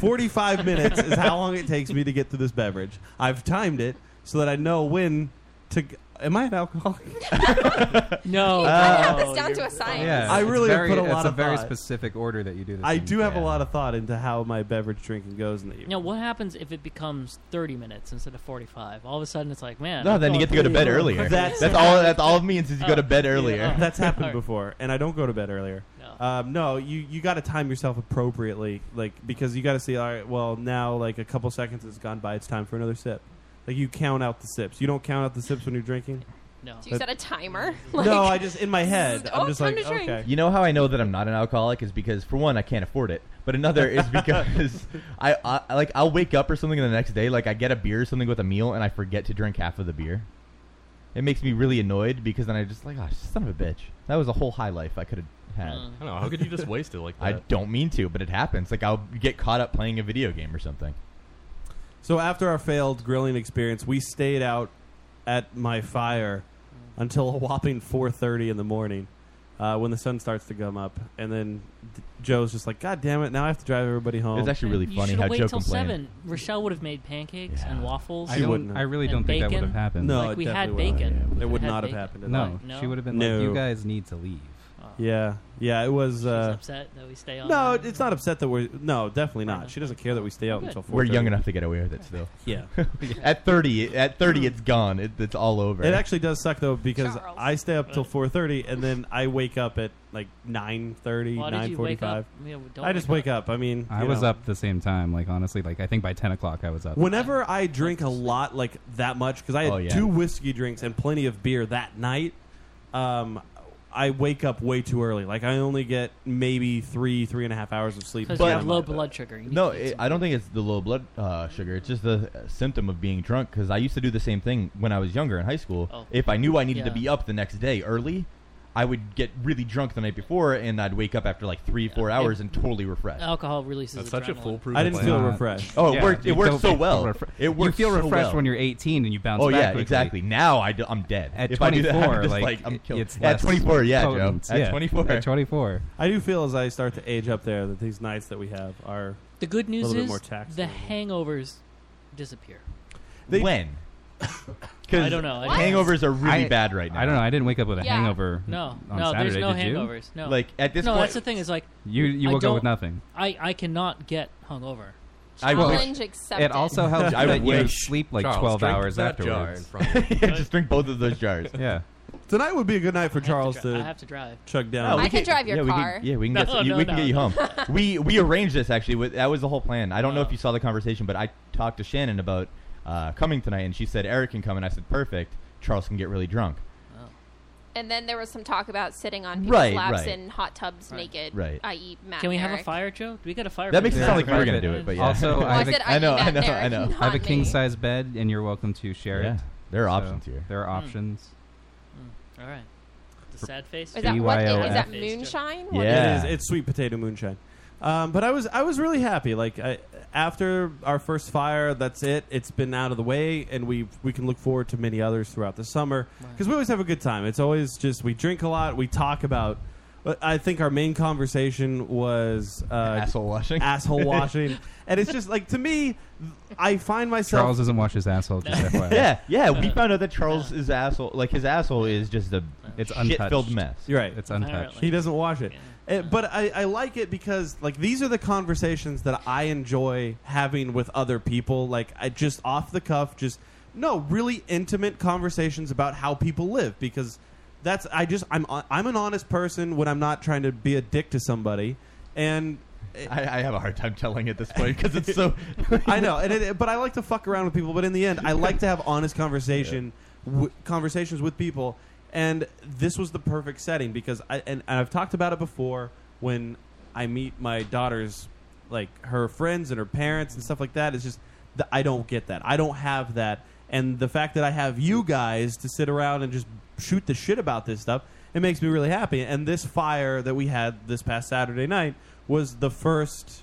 [SPEAKER 1] 45 minutes is how long it takes me to get through this beverage. I've timed it so that I know when to. g- Am I
[SPEAKER 9] *laughs*
[SPEAKER 1] an alcoholic?
[SPEAKER 2] No,
[SPEAKER 9] You gotta have
[SPEAKER 2] no,
[SPEAKER 9] this down
[SPEAKER 2] you're
[SPEAKER 9] to a science.
[SPEAKER 5] Yeah,
[SPEAKER 1] I
[SPEAKER 5] it's
[SPEAKER 1] really
[SPEAKER 5] very,
[SPEAKER 1] put a
[SPEAKER 5] it's
[SPEAKER 1] lot
[SPEAKER 5] a
[SPEAKER 1] of
[SPEAKER 5] very
[SPEAKER 1] thought.
[SPEAKER 5] specific order that you do. This
[SPEAKER 1] I
[SPEAKER 5] in.
[SPEAKER 1] do have a
[SPEAKER 3] Yeah.
[SPEAKER 1] lot of thought into how my beverage drinking goes in the evening.
[SPEAKER 2] Now, what happens if it becomes 30 minutes instead of 45? All of a sudden, it's like, man.
[SPEAKER 3] No,
[SPEAKER 2] I'm
[SPEAKER 3] then you
[SPEAKER 2] going
[SPEAKER 3] get to go to
[SPEAKER 2] pretty
[SPEAKER 3] bed
[SPEAKER 2] little
[SPEAKER 3] earlier.
[SPEAKER 2] quick.
[SPEAKER 1] That's-
[SPEAKER 3] That's all. That's all it means is you go to bed earlier.
[SPEAKER 2] *laughs* yeah.
[SPEAKER 1] *laughs* That's happened
[SPEAKER 2] Alright.
[SPEAKER 1] before, and I don't go to bed earlier.
[SPEAKER 2] No.
[SPEAKER 1] Um, no, you you got to time yourself appropriately, like because you got to see. All right, well now like a couple seconds has gone by. It's time for another sip. Like you count out the sips. You don't count out the sips when you're drinking.
[SPEAKER 2] no.
[SPEAKER 9] Do you set a timer?
[SPEAKER 1] no, I just in my head.
[SPEAKER 9] Oh,
[SPEAKER 1] I'm just
[SPEAKER 9] time
[SPEAKER 1] like
[SPEAKER 9] to drink.
[SPEAKER 1] okay.
[SPEAKER 3] You know how I know that I'm not an alcoholic is because for one I can't afford it, but
[SPEAKER 1] *laughs*
[SPEAKER 3] another is because I, I like I'll wake up or something the next day like I get a beer or something with a meal and I forget to drink half of the beer. It makes me really annoyed because then I just like oh son of a bitch that was a whole high life I could have had.
[SPEAKER 2] Mm.
[SPEAKER 4] I don't know. How could you just waste it like that?
[SPEAKER 3] I don't mean to, but it happens. Like I'll get caught up playing a video game or something.
[SPEAKER 1] So after our failed grilling experience, we stayed out at my fire until a whopping 4:30 in the morning. Uh, when the sun starts to come up, and then d- Joe's just like, "God damn it! Now I have to drive everybody home."
[SPEAKER 3] It's actually really
[SPEAKER 2] you
[SPEAKER 3] funny
[SPEAKER 2] should
[SPEAKER 3] how
[SPEAKER 2] wait
[SPEAKER 3] Joe
[SPEAKER 2] till
[SPEAKER 3] complained.
[SPEAKER 2] seven. Rochelle would have made pancakes
[SPEAKER 3] Yeah.
[SPEAKER 2] and waffles.
[SPEAKER 5] I
[SPEAKER 1] She
[SPEAKER 5] don't.
[SPEAKER 1] wouldn't
[SPEAKER 5] I
[SPEAKER 1] have.
[SPEAKER 5] really
[SPEAKER 2] And
[SPEAKER 5] don't think that would
[SPEAKER 2] bacon?
[SPEAKER 5] have happened.
[SPEAKER 1] No, it
[SPEAKER 2] like we had
[SPEAKER 1] definitely
[SPEAKER 2] bacon.
[SPEAKER 3] wouldn't.
[SPEAKER 2] We
[SPEAKER 1] It would
[SPEAKER 2] had
[SPEAKER 1] not have
[SPEAKER 2] bacon.
[SPEAKER 1] happened at
[SPEAKER 5] no,
[SPEAKER 2] Like,
[SPEAKER 5] she would have been
[SPEAKER 1] No. Uh,
[SPEAKER 5] like, "You guys need to leave."
[SPEAKER 2] Oh.
[SPEAKER 1] Yeah, yeah, it was.
[SPEAKER 2] She's
[SPEAKER 1] Uh,
[SPEAKER 2] upset that we stay on.
[SPEAKER 1] no,
[SPEAKER 2] that.
[SPEAKER 1] it's not upset that we're no, definitely not. She doesn't care that we stay out
[SPEAKER 2] Good.
[SPEAKER 1] until 4
[SPEAKER 3] We're young enough to get away with it still.
[SPEAKER 1] *laughs* Yeah,
[SPEAKER 3] *laughs* at thirty, at thirty, it's gone. It, it's all over.
[SPEAKER 1] it actually does suck though because
[SPEAKER 9] Charles.
[SPEAKER 1] I stay up till four thirty and then I wake up at like nine thirty,
[SPEAKER 2] Why did
[SPEAKER 1] nine
[SPEAKER 2] you wake
[SPEAKER 1] forty-five.
[SPEAKER 2] up? Yeah, well, don't
[SPEAKER 1] I just wake up. I mean,
[SPEAKER 5] I
[SPEAKER 1] you
[SPEAKER 5] was
[SPEAKER 1] know.
[SPEAKER 5] up the same time. Like honestly, like I think by ten o'clock I was up.
[SPEAKER 1] Whenever I drink a lot like that much because I had
[SPEAKER 3] Oh, yeah.
[SPEAKER 1] two whiskey drinks and plenty of beer that night, um, I wake up way too early. Like I only get maybe three, three and a half hours of sleep.
[SPEAKER 2] Because you
[SPEAKER 3] But-
[SPEAKER 2] have low blood sugar. You need
[SPEAKER 3] No,
[SPEAKER 2] to eat
[SPEAKER 3] it,
[SPEAKER 2] some-
[SPEAKER 3] I don't think it's the low blood uh, sugar. It's just the uh, symptom of being drunk. Because I used to do the same thing when I was younger in high school.
[SPEAKER 2] Oh.
[SPEAKER 3] If I knew I needed to
[SPEAKER 2] Yeah.
[SPEAKER 3] be up the next day early, I would get really drunk the night before, and I'd wake up after like three, four hours and totally refreshed.
[SPEAKER 2] Alcohol releases
[SPEAKER 4] That's such a
[SPEAKER 2] adrenaline.
[SPEAKER 4] foolproof.
[SPEAKER 1] I didn't
[SPEAKER 4] plan.
[SPEAKER 1] feel
[SPEAKER 5] Uh,
[SPEAKER 1] refreshed.
[SPEAKER 3] Oh, it
[SPEAKER 5] Yeah,
[SPEAKER 3] worked.
[SPEAKER 5] you
[SPEAKER 3] It worked
[SPEAKER 5] don't
[SPEAKER 3] so
[SPEAKER 5] feel
[SPEAKER 3] well.
[SPEAKER 5] refre-
[SPEAKER 3] It worked.
[SPEAKER 5] You feel
[SPEAKER 3] so
[SPEAKER 5] refreshed
[SPEAKER 3] well.
[SPEAKER 5] when you're 18 and you bounce.
[SPEAKER 3] Oh
[SPEAKER 5] back
[SPEAKER 3] yeah,
[SPEAKER 5] quickly.
[SPEAKER 3] exactly. Now I am dead.
[SPEAKER 5] At
[SPEAKER 3] if I do that, I'm
[SPEAKER 5] 24,
[SPEAKER 3] just
[SPEAKER 5] like,
[SPEAKER 3] like, I'm
[SPEAKER 5] it-
[SPEAKER 3] killed.
[SPEAKER 5] it's
[SPEAKER 3] at
[SPEAKER 5] less
[SPEAKER 3] 24, yeah,
[SPEAKER 5] potent.
[SPEAKER 3] Joe. At
[SPEAKER 5] Yeah,
[SPEAKER 3] 24,
[SPEAKER 5] At 24.
[SPEAKER 1] I do feel as I start to age up there that these nights that we have are
[SPEAKER 2] The good news
[SPEAKER 1] little bit
[SPEAKER 2] is
[SPEAKER 1] more taxing.
[SPEAKER 2] the hangovers disappear.
[SPEAKER 1] They- *laughs*
[SPEAKER 3] when? Because
[SPEAKER 2] I don't know. I-
[SPEAKER 3] Hangovers are really
[SPEAKER 5] I-
[SPEAKER 3] bad right now.
[SPEAKER 5] I don't know. I didn't wake up with a
[SPEAKER 9] Yeah.
[SPEAKER 5] hangover.
[SPEAKER 2] No,
[SPEAKER 5] on
[SPEAKER 2] no,
[SPEAKER 5] Saturday,
[SPEAKER 2] there's no
[SPEAKER 5] did you?
[SPEAKER 2] hangovers. No,
[SPEAKER 3] Like at this
[SPEAKER 2] no,
[SPEAKER 3] point,
[SPEAKER 2] that's the thing. Is like
[SPEAKER 5] You you
[SPEAKER 2] I
[SPEAKER 5] woke up with
[SPEAKER 2] don't-
[SPEAKER 5] nothing.
[SPEAKER 2] I I cannot get hungover.
[SPEAKER 3] I wish.
[SPEAKER 9] Challenge accepted.
[SPEAKER 5] It also
[SPEAKER 1] *laughs*
[SPEAKER 5] helps *laughs*
[SPEAKER 3] I
[SPEAKER 5] that you
[SPEAKER 3] wish.
[SPEAKER 5] sleep like 12
[SPEAKER 4] Charles, drink
[SPEAKER 5] hours
[SPEAKER 4] that jar in
[SPEAKER 5] afterwards.
[SPEAKER 4] front of you.
[SPEAKER 3] *laughs* Yeah,
[SPEAKER 1] *laughs*
[SPEAKER 3] just drink both of those jars.
[SPEAKER 5] Yeah.
[SPEAKER 1] tonight would be a good night for
[SPEAKER 2] I have to
[SPEAKER 1] Charles
[SPEAKER 2] dri-
[SPEAKER 1] to,
[SPEAKER 2] I have to drive.
[SPEAKER 1] chug
[SPEAKER 3] No,
[SPEAKER 1] down.
[SPEAKER 3] we
[SPEAKER 9] I can drive your
[SPEAKER 3] yeah,
[SPEAKER 9] car.
[SPEAKER 3] We can, yeah, we can get
[SPEAKER 2] No,
[SPEAKER 3] you,
[SPEAKER 2] no,
[SPEAKER 3] we can
[SPEAKER 2] no.
[SPEAKER 3] get you
[SPEAKER 1] *laughs*
[SPEAKER 3] home. we we arranged this actually. With, that was the whole plan. I don't know if
[SPEAKER 2] Oh.
[SPEAKER 3] you saw the conversation, but I talked to Shannon about uh, coming tonight, and she said Eric can come, and I said perfect. Charles can get really drunk.
[SPEAKER 9] and then there was some talk about sitting on people's
[SPEAKER 3] Right,
[SPEAKER 9] laps
[SPEAKER 3] right.
[SPEAKER 9] in hot tubs
[SPEAKER 2] Right.
[SPEAKER 9] naked.
[SPEAKER 3] Right.
[SPEAKER 9] I.e. Matt.
[SPEAKER 2] Can we
[SPEAKER 9] and
[SPEAKER 2] have a
[SPEAKER 9] Eric.
[SPEAKER 2] fire, Joe? Do we get a fire?
[SPEAKER 3] That makes it
[SPEAKER 2] pit?
[SPEAKER 3] sound
[SPEAKER 5] Yeah,
[SPEAKER 3] like we were
[SPEAKER 5] right,
[SPEAKER 3] gonna
[SPEAKER 5] but-
[SPEAKER 3] do it, but yeah. *laughs*
[SPEAKER 5] Also,
[SPEAKER 9] Well,
[SPEAKER 5] I
[SPEAKER 9] I,
[SPEAKER 5] have a-
[SPEAKER 9] said
[SPEAKER 3] I know,
[SPEAKER 9] I.e.
[SPEAKER 3] I
[SPEAKER 9] Matt
[SPEAKER 3] know,
[SPEAKER 9] and Eric,
[SPEAKER 3] I know.
[SPEAKER 9] not
[SPEAKER 5] I have a
[SPEAKER 9] me.
[SPEAKER 5] king size bed, and you're welcome to share
[SPEAKER 3] Yeah,
[SPEAKER 5] it.
[SPEAKER 3] there are
[SPEAKER 5] So,
[SPEAKER 3] options here.
[SPEAKER 5] There are options.
[SPEAKER 2] All right. The sad face.
[SPEAKER 9] Is that, what, is
[SPEAKER 5] BYOF.
[SPEAKER 9] that moonshine? What
[SPEAKER 3] Yeah.
[SPEAKER 1] It is. It's sweet potato moonshine. Um, but I was I was really happy. Like I, after our first fire, that's it. It's been out of the way, and we we can look forward to many others throughout the summer because we always have a good time. It's always just we drink a lot, we talk about. but I think our main conversation was uh,
[SPEAKER 3] Asshole washing. *laughs*
[SPEAKER 5] *laughs*
[SPEAKER 1] asshole washing, and it's just like to me, *laughs* I find myself
[SPEAKER 5] Charles doesn't wash his asshole.
[SPEAKER 1] *laughs*
[SPEAKER 5] Just FYI.
[SPEAKER 3] yeah, yeah.
[SPEAKER 1] Uh,
[SPEAKER 3] We found out that Charles is asshole. Like his asshole is just a
[SPEAKER 5] It's
[SPEAKER 3] shit-filled
[SPEAKER 5] untouched.
[SPEAKER 3] mess.
[SPEAKER 1] You're right.
[SPEAKER 5] It's untouched.
[SPEAKER 2] Apparently.
[SPEAKER 1] He doesn't watch it.
[SPEAKER 2] Yeah.
[SPEAKER 1] Eh, but I, I like it because like these are the conversations that I enjoy having with other people. Like I just off the cuff, just no really intimate conversations about how people live because that's I just I'm I'm an honest person when I'm not trying to be a dick to somebody, and
[SPEAKER 3] I, I have a hard time telling at this
[SPEAKER 1] *laughs*
[SPEAKER 3] point because it's so.
[SPEAKER 1] I know, and it, but I like to fuck around with people. But in the end, I like to have honest conversation, w- conversations with people. And this was the perfect setting because I and, and I've talked about it before when I meet my daughter's like her friends and her parents and stuff like that. It's just th- I don't get that. I don't have that. And the fact that I have you guys to sit around and just shoot the shit about this stuff, it makes me really happy. And this fire that we had this past Saturday night was the first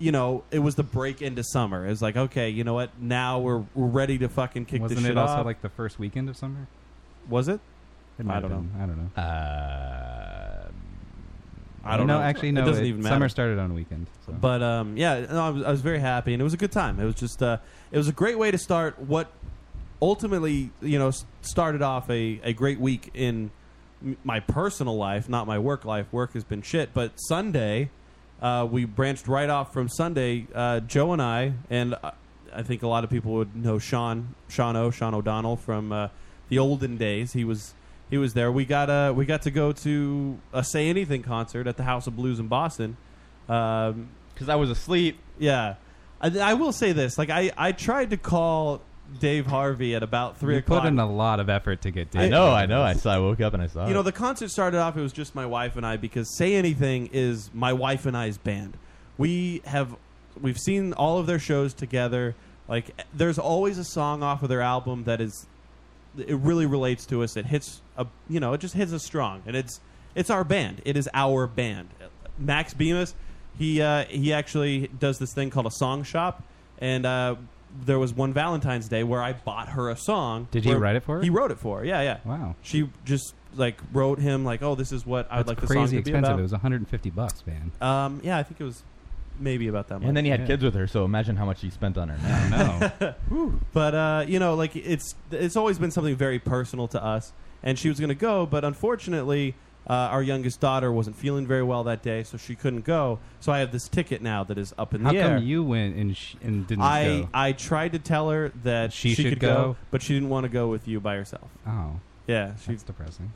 [SPEAKER 1] you know, it was the break into summer. It was like, okay, you know what? Now we're, we're ready to fucking kick
[SPEAKER 5] Wasn't
[SPEAKER 1] this shit
[SPEAKER 5] it also
[SPEAKER 1] off.
[SPEAKER 5] like the first weekend of summer?
[SPEAKER 1] was it?
[SPEAKER 5] It might
[SPEAKER 1] I
[SPEAKER 5] have
[SPEAKER 1] don't know.
[SPEAKER 5] been. I don't know.
[SPEAKER 1] I don't
[SPEAKER 5] no,
[SPEAKER 1] know.
[SPEAKER 5] Actually,
[SPEAKER 1] It
[SPEAKER 5] no.
[SPEAKER 1] doesn't even matter.
[SPEAKER 5] Summer started on a weekend. So.
[SPEAKER 1] But um, yeah, no, I, was, I was very happy, and it was a good time. It was just uh, it was a great way to start what ultimately you know s- started off a, a great week in m- my personal life, not my work life. Work has been shit, but Sunday uh, we branched right off from Sunday. Uh, Joe and I, and uh, I think a lot of people would know Sean Sean O Sean O'Donnell from uh, the olden days. He was he was there. We got uh, we got to go to a Say Anything concert at the House of Blues in Boston. Because
[SPEAKER 3] Um, I was asleep.
[SPEAKER 1] Yeah, I, I will say this. Like I, I tried to call Dave Harvey at about three
[SPEAKER 5] you
[SPEAKER 1] o'clock.
[SPEAKER 5] put in a lot of effort to get.
[SPEAKER 1] I
[SPEAKER 5] Dave
[SPEAKER 1] know,
[SPEAKER 5] to
[SPEAKER 1] I
[SPEAKER 5] do
[SPEAKER 1] know.
[SPEAKER 5] this.
[SPEAKER 1] I
[SPEAKER 3] So I woke up and I saw.
[SPEAKER 1] You
[SPEAKER 3] it.
[SPEAKER 1] know, the concert started off. It was just my wife and I because "Say Anything" is my wife and I's band. We have we've seen all of their shows together. Like, there's always a song off of their album that is it really relates to us. It hits a you know it just hits us strong, and it's it's our band. It is our band. Max Bemis, he uh, he actually does this thing called a song shop, and uh, there was one Valentine's Day where I bought her a song.
[SPEAKER 5] Did he
[SPEAKER 1] where-
[SPEAKER 5] write it for her?
[SPEAKER 1] He wrote it for her. Yeah, yeah. Wow. She just like wrote him like, oh, this is what I would
[SPEAKER 5] That's
[SPEAKER 1] like the song
[SPEAKER 5] crazy
[SPEAKER 1] to
[SPEAKER 5] expensive.
[SPEAKER 1] be about.
[SPEAKER 5] It was 150 bucks, man.
[SPEAKER 1] um, yeah, I think it was maybe about that much.
[SPEAKER 3] and then he had
[SPEAKER 1] Yeah.
[SPEAKER 3] kids with her, so imagine how much he spent on her. Now,
[SPEAKER 1] *laughs* but uh, you know, like it's it's always been something very personal to us. And she was going to go, but unfortunately, uh, our youngest daughter wasn't feeling very well that day, so she couldn't go. So I have this ticket now that is up in
[SPEAKER 5] How
[SPEAKER 1] the air.
[SPEAKER 5] come you went and sh- and didn't
[SPEAKER 1] I
[SPEAKER 5] go?
[SPEAKER 1] I tried to tell her that
[SPEAKER 5] She should
[SPEAKER 1] could
[SPEAKER 5] go?
[SPEAKER 1] but she didn't want to go with you by herself.
[SPEAKER 5] Oh,
[SPEAKER 1] yeah,
[SPEAKER 5] she's depressing.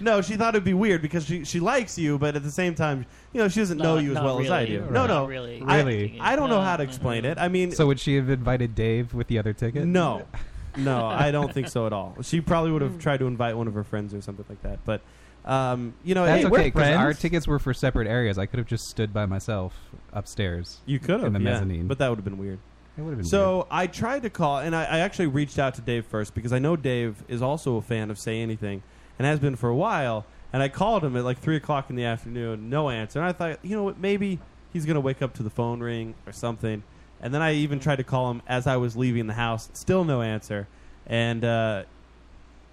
[SPEAKER 1] No, she thought it'd be weird because she, she likes you, but at the same time, you know, she doesn't
[SPEAKER 2] Not-
[SPEAKER 1] know you as
[SPEAKER 2] not
[SPEAKER 1] well as I
[SPEAKER 2] really.
[SPEAKER 1] do.
[SPEAKER 2] Right. Not
[SPEAKER 1] No, no,
[SPEAKER 2] really.
[SPEAKER 1] I,
[SPEAKER 5] Really?
[SPEAKER 1] I don't know
[SPEAKER 2] No,
[SPEAKER 1] how to explain it. I mean,
[SPEAKER 5] so would she have invited Dave with the other ticket?
[SPEAKER 1] No,
[SPEAKER 5] *laughs*
[SPEAKER 1] no, I don't think so at all. She probably would have tried to invite one of her friends or something like that. But um, you know,
[SPEAKER 5] That's
[SPEAKER 1] hey,
[SPEAKER 5] okay
[SPEAKER 1] we're
[SPEAKER 5] because
[SPEAKER 1] friends.
[SPEAKER 5] our tickets were for separate areas. I could have just stood by myself upstairs.
[SPEAKER 1] You could
[SPEAKER 5] in
[SPEAKER 1] have,
[SPEAKER 5] the
[SPEAKER 1] yeah,
[SPEAKER 5] mezzanine,
[SPEAKER 1] but that would have been weird.
[SPEAKER 5] It would have been
[SPEAKER 1] so I tried to call, and I, I actually reached out to Dave first because I know Dave is also a fan of Say Anything, and has been for a while. And I called him at like three o'clock in the afternoon, no answer. And I thought, you know what, maybe he's gonna wake up to the phone ring or something. And then I even tried to call him as I was leaving the house, still no answer. And uh,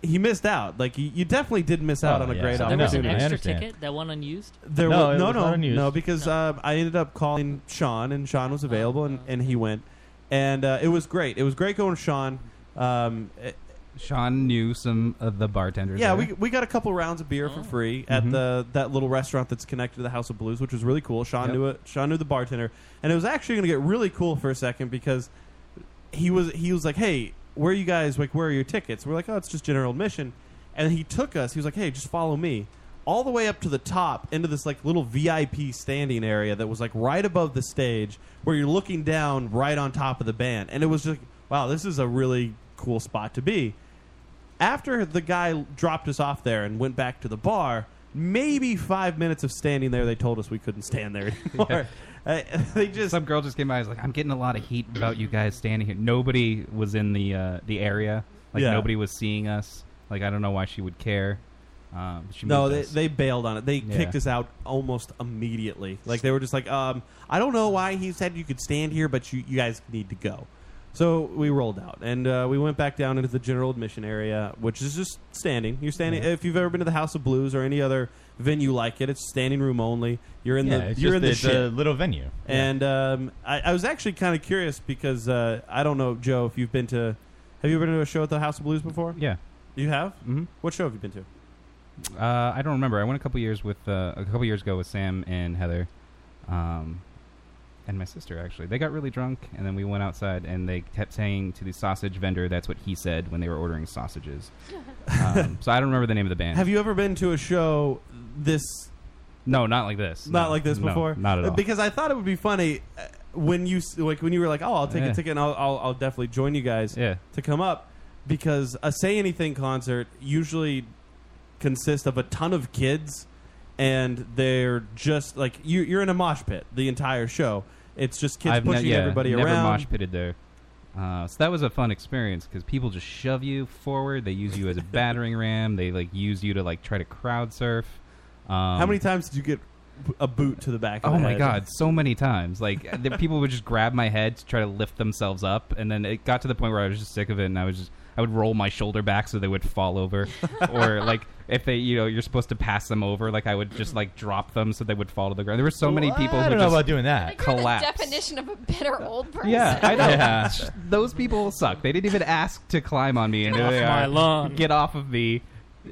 [SPEAKER 1] he missed out. Like you, you definitely did miss out
[SPEAKER 3] Oh,
[SPEAKER 1] on a
[SPEAKER 3] yeah.
[SPEAKER 1] great
[SPEAKER 3] So
[SPEAKER 2] There was an
[SPEAKER 1] opportunity.
[SPEAKER 2] extra ticket, that one unused.
[SPEAKER 1] There
[SPEAKER 3] No,
[SPEAKER 1] wa-
[SPEAKER 3] it
[SPEAKER 1] no,
[SPEAKER 3] was
[SPEAKER 1] no,
[SPEAKER 3] not unused.
[SPEAKER 1] no, because um, I ended up calling Sean, and Sean was available, and,
[SPEAKER 5] Oh.
[SPEAKER 1] and he went, and uh, it was great. It was great going to Sean. Um, it-
[SPEAKER 5] weird. Sean knew some of the bartenders.
[SPEAKER 1] yeah,
[SPEAKER 5] there.
[SPEAKER 1] we, we got a couple rounds of beer for free at
[SPEAKER 5] Mhm.
[SPEAKER 1] the that little restaurant that's connected to the House of Blues, which was really cool. Sean
[SPEAKER 5] Yep.
[SPEAKER 1] knew it. Sean knew the bartender, and it was actually going to get really cool for a second because he was he was like, "Hey, where are you guys? Like, where are your tickets?" We're like, "Oh, it's just general admission," and he took us. He was like, "Hey, just follow me." All the way up to the top, into this like little VIP standing area that was like right above the stage, where you're looking down right on top of the band, and it was just wow, this is a really cool spot to be after the guy dropped us off there and went back to the bar, maybe five minutes of standing there, they told us we couldn't
[SPEAKER 5] *laughs*
[SPEAKER 1] stand there anymore. Uh, *laughs* they just
[SPEAKER 5] some girl just came by. and was like, "I'm getting a lot of heat about you guys standing here. Nobody was in the uh, the area. Like
[SPEAKER 1] Yeah.
[SPEAKER 5] nobody was seeing us. Like I don't know why she would care." Um, she
[SPEAKER 1] no,
[SPEAKER 5] moved
[SPEAKER 1] they,
[SPEAKER 5] us.
[SPEAKER 1] they bailed on it. They
[SPEAKER 5] Yeah.
[SPEAKER 1] kicked us out almost immediately. Like they were just like, um, I don't know why he said you could stand here, but you, you guys need to go. So we rolled out and uh, we went back down into the general admission area, which is just standing. You're standing. If you've ever been to the House of Blues or any other venue like it, it's standing room only. You're in
[SPEAKER 3] Yeah,
[SPEAKER 1] the
[SPEAKER 3] it's
[SPEAKER 1] you're
[SPEAKER 3] just
[SPEAKER 1] in the,
[SPEAKER 3] it's a
[SPEAKER 1] shit.
[SPEAKER 3] little venue.
[SPEAKER 1] And um, I, I was actually kind of curious because uh, I don't know, Joe, if you've been to. Have you ever been to a show at the House of Blues before?
[SPEAKER 5] Yeah.
[SPEAKER 1] You have?
[SPEAKER 5] Mm-hmm.
[SPEAKER 1] What show have you been to?
[SPEAKER 5] Uh, I don't remember. I went a couple years with uh, a couple years ago with Sam and Heather, um, and my sister. Actually, they got really drunk, and then we went outside, and they kept saying to the sausage vendor, "That's what he said" when they were ordering sausages. um, so I don't remember the name of the band.
[SPEAKER 1] Have you ever been to a show this
[SPEAKER 5] No, not like this.
[SPEAKER 1] not
[SPEAKER 5] No.
[SPEAKER 1] like this
[SPEAKER 5] No,
[SPEAKER 1] before?
[SPEAKER 5] not at all.
[SPEAKER 1] Because I thought it would be funny uh, when you s- like when you were like, "Oh, I'll take
[SPEAKER 5] Yeah.
[SPEAKER 1] a ticket and I'll, I'll I'll definitely join you guys
[SPEAKER 5] Yeah.
[SPEAKER 1] to come up." because a Say Anything concert usually consists of a ton of kids, and they're just like you, you're in a mosh pit the entire show. It's just kids
[SPEAKER 5] ne-
[SPEAKER 1] pushing
[SPEAKER 5] yeah,
[SPEAKER 1] everybody
[SPEAKER 5] never
[SPEAKER 1] around.
[SPEAKER 5] mosh pitted there. Uh, so that was a fun experience because people just shove you forward. They use you as a battering ram. They like use you to like try to crowd surf. Um,
[SPEAKER 1] How many times did you get a boot to the back? Of
[SPEAKER 5] Oh
[SPEAKER 1] the
[SPEAKER 5] my
[SPEAKER 1] head?
[SPEAKER 5] god, so many
[SPEAKER 3] *laughs*
[SPEAKER 5] times. Like the people would just grab my head to try to lift themselves up, and then it got to the point where I was just sick of it, and I was just I would roll my shoulder back so they would
[SPEAKER 3] *laughs*
[SPEAKER 5] fall over, or like if they you know you're supposed to pass them over, like I would just like drop them so they would fall to the ground. There were so many
[SPEAKER 3] Well,
[SPEAKER 5] people
[SPEAKER 3] I
[SPEAKER 5] who
[SPEAKER 3] don't know
[SPEAKER 5] just
[SPEAKER 3] about doing that.
[SPEAKER 1] *laughs*
[SPEAKER 9] You're
[SPEAKER 5] collapse.
[SPEAKER 9] the definition of a bitter old person.
[SPEAKER 5] Yeah, I know.
[SPEAKER 3] *laughs* Yeah.
[SPEAKER 5] Those people suck. They didn't even ask to climb on me, and
[SPEAKER 2] Get
[SPEAKER 5] here they
[SPEAKER 2] off my
[SPEAKER 5] are.
[SPEAKER 2] lawn.
[SPEAKER 5] Get off of me,